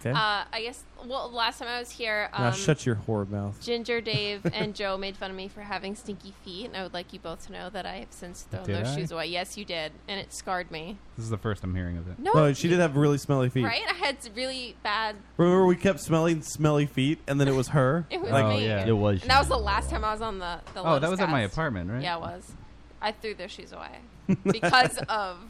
[SPEAKER 1] 'Kay.
[SPEAKER 9] Uh, I guess. Well, last time I was here, um,
[SPEAKER 1] now shut your whore mouth. *laughs*
[SPEAKER 9] Ginger, Dave, and Joe made fun of me for having stinky feet, and I would like you both to know that I have since thrown
[SPEAKER 5] Did
[SPEAKER 9] those
[SPEAKER 5] I?
[SPEAKER 9] shoes away. Yes, you did, and it scarred me.
[SPEAKER 5] This is the first I'm hearing of it.
[SPEAKER 9] No,
[SPEAKER 1] No, Oh, she did have really smelly feet.
[SPEAKER 9] Right? I had s- really bad.
[SPEAKER 1] Remember, we kept smelling smelly feet, and then it was her.
[SPEAKER 9] *laughs* It was
[SPEAKER 3] Oh,
[SPEAKER 1] Like-
[SPEAKER 9] me. And that was the last time I was on the. the
[SPEAKER 5] Oh, that was at my
[SPEAKER 9] Lotuscast.
[SPEAKER 5] apartment, right?
[SPEAKER 9] Yeah, it was. I threw those shoes
[SPEAKER 5] *laughs*
[SPEAKER 9] away because of. the *laughs*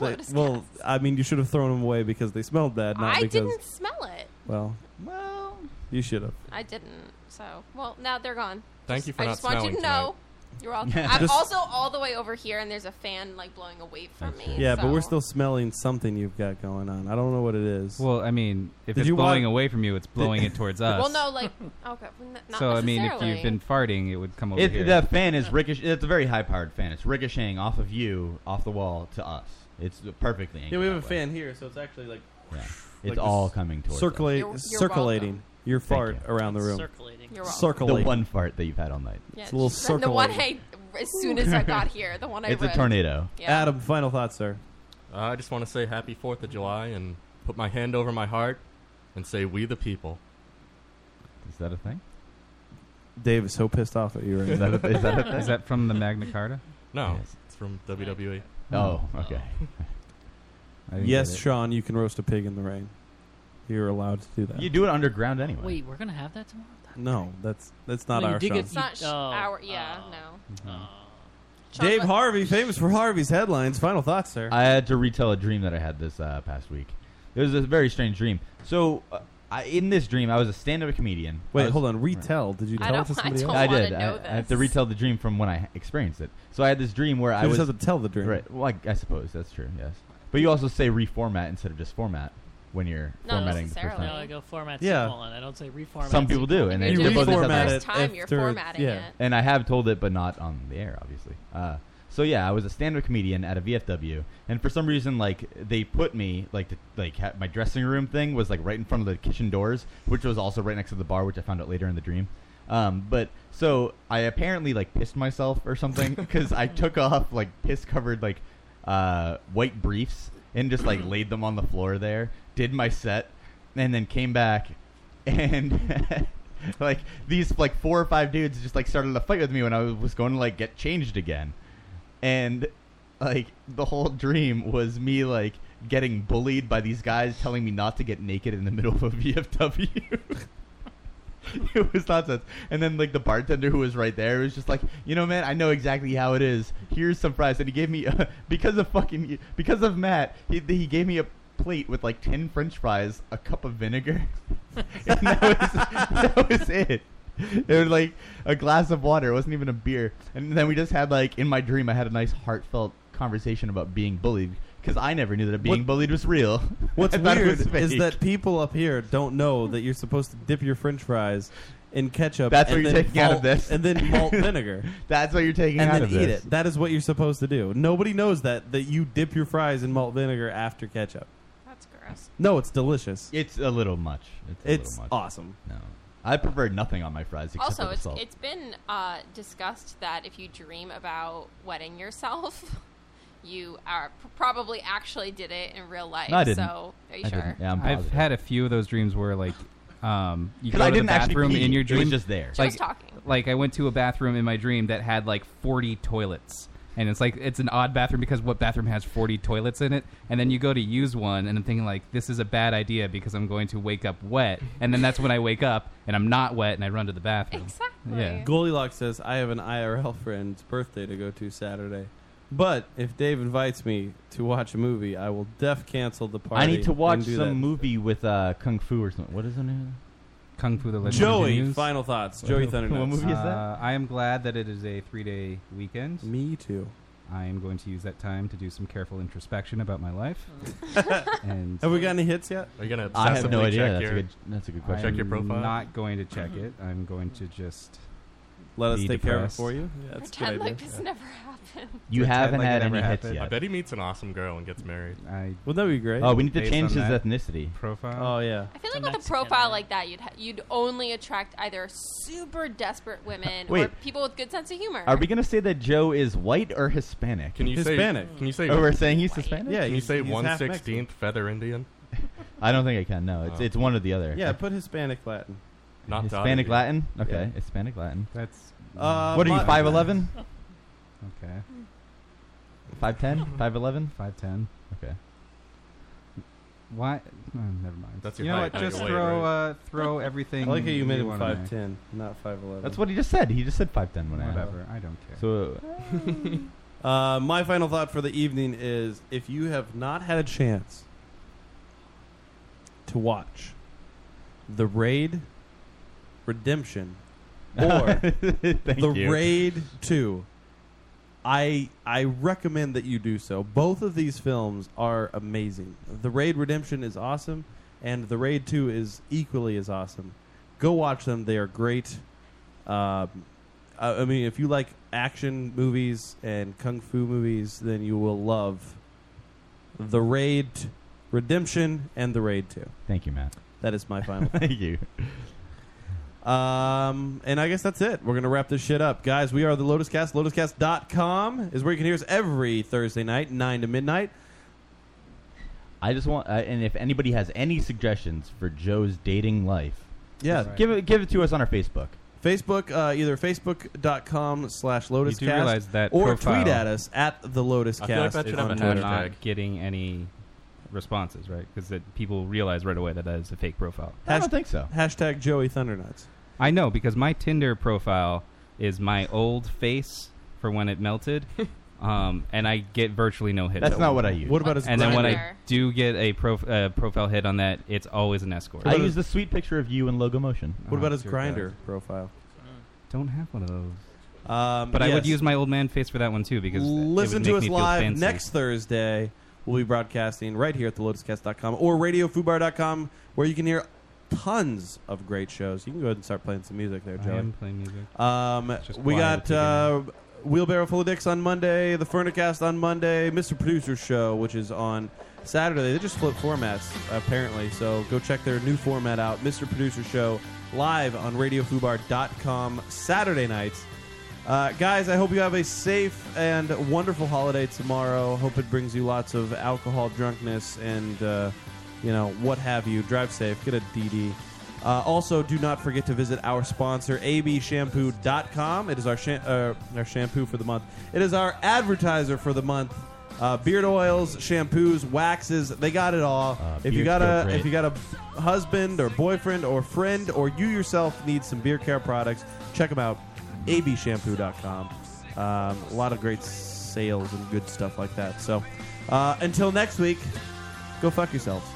[SPEAKER 1] Like,
[SPEAKER 9] Lotuscast.
[SPEAKER 1] well, I mean, you should have thrown them away because they smelled bad, not
[SPEAKER 9] I
[SPEAKER 1] because.
[SPEAKER 9] didn't smell it.
[SPEAKER 1] Well,
[SPEAKER 9] Well,
[SPEAKER 1] you should have.
[SPEAKER 9] I didn't. So, well, now they're gone.
[SPEAKER 1] Thank
[SPEAKER 9] Just-
[SPEAKER 1] you for
[SPEAKER 9] I
[SPEAKER 1] not
[SPEAKER 9] just want you
[SPEAKER 1] smelling
[SPEAKER 9] to know. You're welcome. I'm
[SPEAKER 1] Just-
[SPEAKER 9] also all the way over here, and there's a fan like blowing a wave from me.
[SPEAKER 1] Yeah, but
[SPEAKER 9] so-
[SPEAKER 1] we're still smelling something you've got going on. I don't know what it is.
[SPEAKER 5] Well, I mean, if
[SPEAKER 1] Did
[SPEAKER 5] it's
[SPEAKER 1] you
[SPEAKER 5] blowing
[SPEAKER 1] want-
[SPEAKER 5] away from you, it's blowing it
[SPEAKER 2] *laughs*
[SPEAKER 5] towards us.
[SPEAKER 9] Well, no, like okay, well, n- not
[SPEAKER 5] so I mean, if
[SPEAKER 9] necessarily.
[SPEAKER 5] you've been farting, it would come over here.
[SPEAKER 3] It, that fan is ricochet. It's a very high-powered fan. It's ricocheting off of you, off the wall to us. It's perfectly.
[SPEAKER 1] *laughs* yeah,
[SPEAKER 3] angled
[SPEAKER 1] we have a
[SPEAKER 3] that way.
[SPEAKER 1] fan here, so it's actually like.
[SPEAKER 3] Yeah.
[SPEAKER 1] like
[SPEAKER 3] It's
[SPEAKER 1] this
[SPEAKER 3] all coming towards.
[SPEAKER 1] circulate,
[SPEAKER 3] us.
[SPEAKER 1] circulating your fart around the room.
[SPEAKER 9] circulating. You're welcome.
[SPEAKER 1] circulating.
[SPEAKER 3] The one fart that you've had all night.
[SPEAKER 9] Yeah,
[SPEAKER 1] It's a little
[SPEAKER 9] just- and The
[SPEAKER 1] circle
[SPEAKER 9] one
[SPEAKER 1] of
[SPEAKER 9] I, as soon as I got here, the one I. read. Yeah.
[SPEAKER 1] Adam, final thoughts, sir.
[SPEAKER 4] Uh, I just want to say Happy Fourth of July and put my hand over my heart and say We the People.
[SPEAKER 3] Is that a thing?
[SPEAKER 1] Dave is so pissed off at you
[SPEAKER 5] *laughs*
[SPEAKER 1] right
[SPEAKER 3] Is
[SPEAKER 1] now.
[SPEAKER 3] that a- is
[SPEAKER 4] *laughs*
[SPEAKER 3] that a thing? Is
[SPEAKER 5] that from the Magna Carta?
[SPEAKER 4] No, it's from E. WWE.
[SPEAKER 3] Oh, *laughs* okay.
[SPEAKER 1] yes,
[SPEAKER 3] get it.
[SPEAKER 1] Sean, you can roast a pig in the rain. You're allowed to do that.
[SPEAKER 3] You do it underground anyway.
[SPEAKER 2] Wait, we're gonna have that tomorrow.
[SPEAKER 1] No, that's that's not
[SPEAKER 2] Well, you
[SPEAKER 1] our
[SPEAKER 2] dig
[SPEAKER 1] Sean.
[SPEAKER 2] it-
[SPEAKER 9] It's not sh-
[SPEAKER 2] Oh,
[SPEAKER 9] our. Yeah, no.
[SPEAKER 5] Mm-hmm.
[SPEAKER 1] Dave Harvey, famous for Harvey's headlines. Final thoughts, sir.
[SPEAKER 3] I had to retell a dream that I had this uh, past week. It was a very strange dream. So, uh, I, in this dream, I was a stand-up comedian. I
[SPEAKER 1] Wait,
[SPEAKER 3] was-
[SPEAKER 1] hold on. Retell. Did you
[SPEAKER 3] I
[SPEAKER 1] tell it
[SPEAKER 3] don't-
[SPEAKER 1] to
[SPEAKER 3] I
[SPEAKER 1] somebody
[SPEAKER 3] don't
[SPEAKER 1] else?
[SPEAKER 3] I did. I, I have to retell the dream from when I experienced it. So I had this dream where I
[SPEAKER 1] You
[SPEAKER 3] was
[SPEAKER 1] just have to tell the dream.
[SPEAKER 3] Right. Well, I, I suppose that's true. Yes. But you also say reformat instead of just format, when you're
[SPEAKER 2] Not
[SPEAKER 3] formatting. the first
[SPEAKER 9] necessarily.
[SPEAKER 3] time.
[SPEAKER 2] No, I go format
[SPEAKER 3] Yeah.
[SPEAKER 2] semicolon. I don't say reformat.
[SPEAKER 3] Some people do, and they they're
[SPEAKER 2] semicolon.
[SPEAKER 3] both
[SPEAKER 2] reformat
[SPEAKER 3] acceptable.
[SPEAKER 2] it time, you're after- formatting yeah. it.
[SPEAKER 3] And I have told it, but not on the air, obviously. Uh, so yeah, I was a stand-up comedian at a VFW, and for some reason, like they put me like the, like ha- my dressing room thing was like right in front of the kitchen doors, which was also right next to the bar, which I found out later in the dream. Um, but so I apparently like pissed myself or something because I took off like piss-covered like uh, white briefs and just like laid them on the floor there. Did my set, and then came back *laughs* and *laughs* like these like four or five dudes just like started a fight with me when I was going to like get changed again, and like the whole dream was me like getting bullied by these guys telling me not to get naked in the middle of a *laughs* VFW. *laughs* it was nonsense. And then like the bartender who was right there was just like, you know, man, I know exactly how it is. Here's some fries, and he gave me *laughs* because of fucking because of Matt, he, he gave me a plate with like ten French fries, a cup of vinegar, *laughs* and that was *laughs* that was it. It was like a glass of water. It wasn't even a beer. And then we just had like in my dream, I had a nice heartfelt conversation about being bullied because I never knew that being
[SPEAKER 1] What-
[SPEAKER 3] bullied was real. *laughs*
[SPEAKER 1] What's
[SPEAKER 3] I thought it
[SPEAKER 1] weird
[SPEAKER 3] was
[SPEAKER 1] is
[SPEAKER 3] fake.
[SPEAKER 1] that people up here don't know that you're supposed to dip your French fries in ketchup.
[SPEAKER 3] That's
[SPEAKER 1] and
[SPEAKER 3] what you're
[SPEAKER 1] then
[SPEAKER 3] taking out of
[SPEAKER 1] malt-
[SPEAKER 3] this.
[SPEAKER 1] and
[SPEAKER 3] *laughs*
[SPEAKER 1] then malt vinegar.
[SPEAKER 3] That's what you're taking
[SPEAKER 1] and
[SPEAKER 3] out
[SPEAKER 1] then
[SPEAKER 3] of
[SPEAKER 1] eat
[SPEAKER 3] this.
[SPEAKER 1] it. That is what you're supposed to do. Nobody knows that that you dip your fries in malt vinegar after ketchup.
[SPEAKER 9] That's gross.
[SPEAKER 1] No, it's delicious.
[SPEAKER 3] It's a little much. It's, a
[SPEAKER 1] It's
[SPEAKER 3] little much.
[SPEAKER 1] awesome.
[SPEAKER 3] No, I prefer nothing on my fries except for
[SPEAKER 9] Also,
[SPEAKER 3] the
[SPEAKER 9] it's,
[SPEAKER 3] salt.
[SPEAKER 9] it's been uh, discussed that if you dream about wetting yourself, *laughs* you are p- probably actually did it in real life.
[SPEAKER 5] No, I didn't.
[SPEAKER 9] So, are you
[SPEAKER 5] I
[SPEAKER 9] sure?
[SPEAKER 5] didn't.
[SPEAKER 3] Yeah, I'm
[SPEAKER 5] I've
[SPEAKER 3] positive.
[SPEAKER 5] had a few of those dreams where like um you
[SPEAKER 3] 'Cause
[SPEAKER 5] go
[SPEAKER 3] I
[SPEAKER 5] to
[SPEAKER 3] didn't
[SPEAKER 5] the
[SPEAKER 3] actually
[SPEAKER 5] bathroom
[SPEAKER 3] pee.
[SPEAKER 5] in your
[SPEAKER 3] It
[SPEAKER 5] dream
[SPEAKER 3] was just there. She
[SPEAKER 5] like,
[SPEAKER 9] was talking.
[SPEAKER 5] like I went to a bathroom in my dream that had like 40 toilets. And it's like it's an odd bathroom because what bathroom has 40 toilets in it? And then you go to use one and I'm thinking like this is a bad idea because I'm going to wake up wet. And then that's when I wake up and I'm not wet and I run to the bathroom.
[SPEAKER 9] Exactly.
[SPEAKER 5] Yeah.
[SPEAKER 1] Goldilocks says, I have an IRL friend's birthday to go to Saturday. But if Dave invites me to watch a movie, I will def cancel the party.
[SPEAKER 3] I need to
[SPEAKER 1] and
[SPEAKER 3] watch
[SPEAKER 1] do
[SPEAKER 3] some movie with uh, Kung Fu or something. What is the name?
[SPEAKER 5] Kung Fu the
[SPEAKER 1] that. Joey,
[SPEAKER 5] *laughs*
[SPEAKER 1] final thoughts. Joey Thundernuts.
[SPEAKER 5] Uh, I am glad that it is a three day weekend.
[SPEAKER 1] Me too.
[SPEAKER 5] I am going to use that time to do some careful introspection about my *laughs* life. and
[SPEAKER 1] Have we got any hits yet?
[SPEAKER 4] Are you gonna
[SPEAKER 5] I have no
[SPEAKER 4] obsessively
[SPEAKER 5] idea.
[SPEAKER 4] check
[SPEAKER 5] That's a
[SPEAKER 4] your-
[SPEAKER 5] good- that's a good
[SPEAKER 4] I
[SPEAKER 5] question.
[SPEAKER 4] Check your profile.
[SPEAKER 5] I'm not going to check it. I'm going to just
[SPEAKER 1] let us
[SPEAKER 5] be
[SPEAKER 1] take care of it
[SPEAKER 5] depressed.
[SPEAKER 1] for you.
[SPEAKER 5] Yeah,
[SPEAKER 1] that's
[SPEAKER 9] Pretend like this never happened.
[SPEAKER 3] You
[SPEAKER 5] Pretend
[SPEAKER 3] haven't
[SPEAKER 5] like it
[SPEAKER 3] had
[SPEAKER 5] never
[SPEAKER 3] any hits
[SPEAKER 5] happened.
[SPEAKER 3] yet.
[SPEAKER 4] I bet he meets an awesome girl and gets married.
[SPEAKER 5] I,
[SPEAKER 1] Wouldn't that be great?
[SPEAKER 3] Oh, we need to
[SPEAKER 5] Based
[SPEAKER 3] change
[SPEAKER 5] on
[SPEAKER 3] his
[SPEAKER 5] that
[SPEAKER 3] ethnicity
[SPEAKER 5] profile.
[SPEAKER 1] Oh yeah.
[SPEAKER 9] I feel like with a profile like that, you'd ha- you'd only attract either super desperate women or
[SPEAKER 3] Wait.
[SPEAKER 9] people with good sense of
[SPEAKER 1] Oh.
[SPEAKER 9] humor.
[SPEAKER 3] Are we gonna say that Joe is white or Hispanic?
[SPEAKER 4] Can you say- Hispanic. can you say-
[SPEAKER 3] Oh, we're saying he's Hispanic.
[SPEAKER 4] Can you say one sixteenth feather Indian?
[SPEAKER 3] I don't think I can. No, it's
[SPEAKER 4] Oh.
[SPEAKER 3] it's one or the other.
[SPEAKER 1] Yeah, put Hispanic Latin.
[SPEAKER 4] Not to
[SPEAKER 3] Hispanic
[SPEAKER 4] Odyssey.
[SPEAKER 3] Latin. Okay, Hispanic Latin.
[SPEAKER 5] That's
[SPEAKER 1] Uh,
[SPEAKER 3] what are
[SPEAKER 1] my-
[SPEAKER 3] you? Five eleven?
[SPEAKER 5] Okay.
[SPEAKER 3] Five
[SPEAKER 5] *laughs*
[SPEAKER 3] ten? Five eleven?
[SPEAKER 5] Five ten.
[SPEAKER 3] Okay.
[SPEAKER 5] Why? oh, never mind.
[SPEAKER 3] That's
[SPEAKER 5] you
[SPEAKER 3] your
[SPEAKER 5] know
[SPEAKER 3] height,
[SPEAKER 5] what?
[SPEAKER 3] not your
[SPEAKER 5] Just
[SPEAKER 3] weight,
[SPEAKER 5] throw
[SPEAKER 3] right?
[SPEAKER 5] uh, throw everything.
[SPEAKER 1] I like how you made him
[SPEAKER 5] want on there.
[SPEAKER 1] 5'10", not 5'11".
[SPEAKER 3] That's what he just said. He just said five ten when I asked.
[SPEAKER 5] Whatever. I don't care.
[SPEAKER 3] So
[SPEAKER 1] Uh, my final thought for the evening is: if you have not had a chance to watch the Raid
[SPEAKER 3] *laughs*
[SPEAKER 1] Redemption or the
[SPEAKER 3] you.
[SPEAKER 1] Raid Two, I I recommend that you do so. Both of these films are amazing. The Raid Redemption is awesome, and The Raid Two is equally as awesome. Go watch them; they are great. Um, I I mean, if you like action movies and kung fu movies, then you will love The Raid Redemption and The Raid Two.
[SPEAKER 3] Thank you, Matt.
[SPEAKER 1] That is
[SPEAKER 5] *laughs*
[SPEAKER 1] my final.
[SPEAKER 3] Thank you.
[SPEAKER 1] Um, and I guess that's it. We're going to wrap this shit up. Guys, we are the Lotus Cast. LotusCast.com is where you can hear us every Thursday night, 9 to midnight.
[SPEAKER 3] I just want, uh, and if anybody has any suggestions for Joe's dating life,
[SPEAKER 1] Yeah.
[SPEAKER 3] just give it give it to us on our Facebook.
[SPEAKER 1] Facebook, uh, either facebook.com slash LotusCast.
[SPEAKER 5] You do realize that
[SPEAKER 1] or
[SPEAKER 5] profile-
[SPEAKER 1] tweet at us at the LotusCast. on
[SPEAKER 5] It's
[SPEAKER 1] Twitter.
[SPEAKER 5] not getting any responses, right? Because people realize right away that that is a fake profile.
[SPEAKER 1] Hasht- Hashtag Joey Thundernuts.
[SPEAKER 5] I know because my Tinder profile is my old face for when it
[SPEAKER 1] *laughs*
[SPEAKER 5] melted, um, and I get virtually no hits.
[SPEAKER 3] That's not what I use. What about his
[SPEAKER 5] And then when I
[SPEAKER 3] Grindr?
[SPEAKER 5] do get a prof- uh, profile hit on that, it's always an escort.
[SPEAKER 3] I use the sweet picture of you in logo motion.
[SPEAKER 5] What about his Oh, Dear
[SPEAKER 1] Grinder profile?
[SPEAKER 5] Don't have one of those.
[SPEAKER 1] Um,
[SPEAKER 5] but I would
[SPEAKER 1] yes.
[SPEAKER 5] use my old man face for that one too because it would
[SPEAKER 1] listen to
[SPEAKER 5] make
[SPEAKER 1] us
[SPEAKER 5] me feel
[SPEAKER 1] live
[SPEAKER 5] fancy.
[SPEAKER 1] next Thursday will be broadcasting right here at thelotuscast.com or radiofubar.com, where you can hear tons of great shows. You can go ahead and start playing some music there,
[SPEAKER 5] I
[SPEAKER 1] Joey.
[SPEAKER 5] am playing music.
[SPEAKER 1] Um,
[SPEAKER 5] It's just
[SPEAKER 1] we
[SPEAKER 5] quiet at
[SPEAKER 1] got
[SPEAKER 5] the
[SPEAKER 1] uh, Wheelbarrow Full of Dicks on Monday, The Furnicast on Monday, Mr. Producer Show, which is on Saturday. They just flipped formats, apparently, so go check their new format out. Mr. Producer Show live on RadioFubar.com Saturday nights. Uh, guys, I hope you have a safe and wonderful holiday tomorrow. Hope it brings you lots of alcohol, drunkenness, and uh, you know what have you. Drive safe. Get a DD. Uh, also, do not forget to visit our sponsor, abshampoo.com. It is our sha- uh, our shampoo for the month. It is our advertiser for the month. Uh, beard oils, shampoos, waxes, they got it all. if you
[SPEAKER 3] Uh, beards
[SPEAKER 1] got
[SPEAKER 3] go
[SPEAKER 1] a
[SPEAKER 3] great.
[SPEAKER 1] if you got a husband or boyfriend or friend or you yourself need some beard care products, check them out. abshampoo.com. Um, a lot of great sales and good stuff like that. So uh, until next week, go fuck yourselves.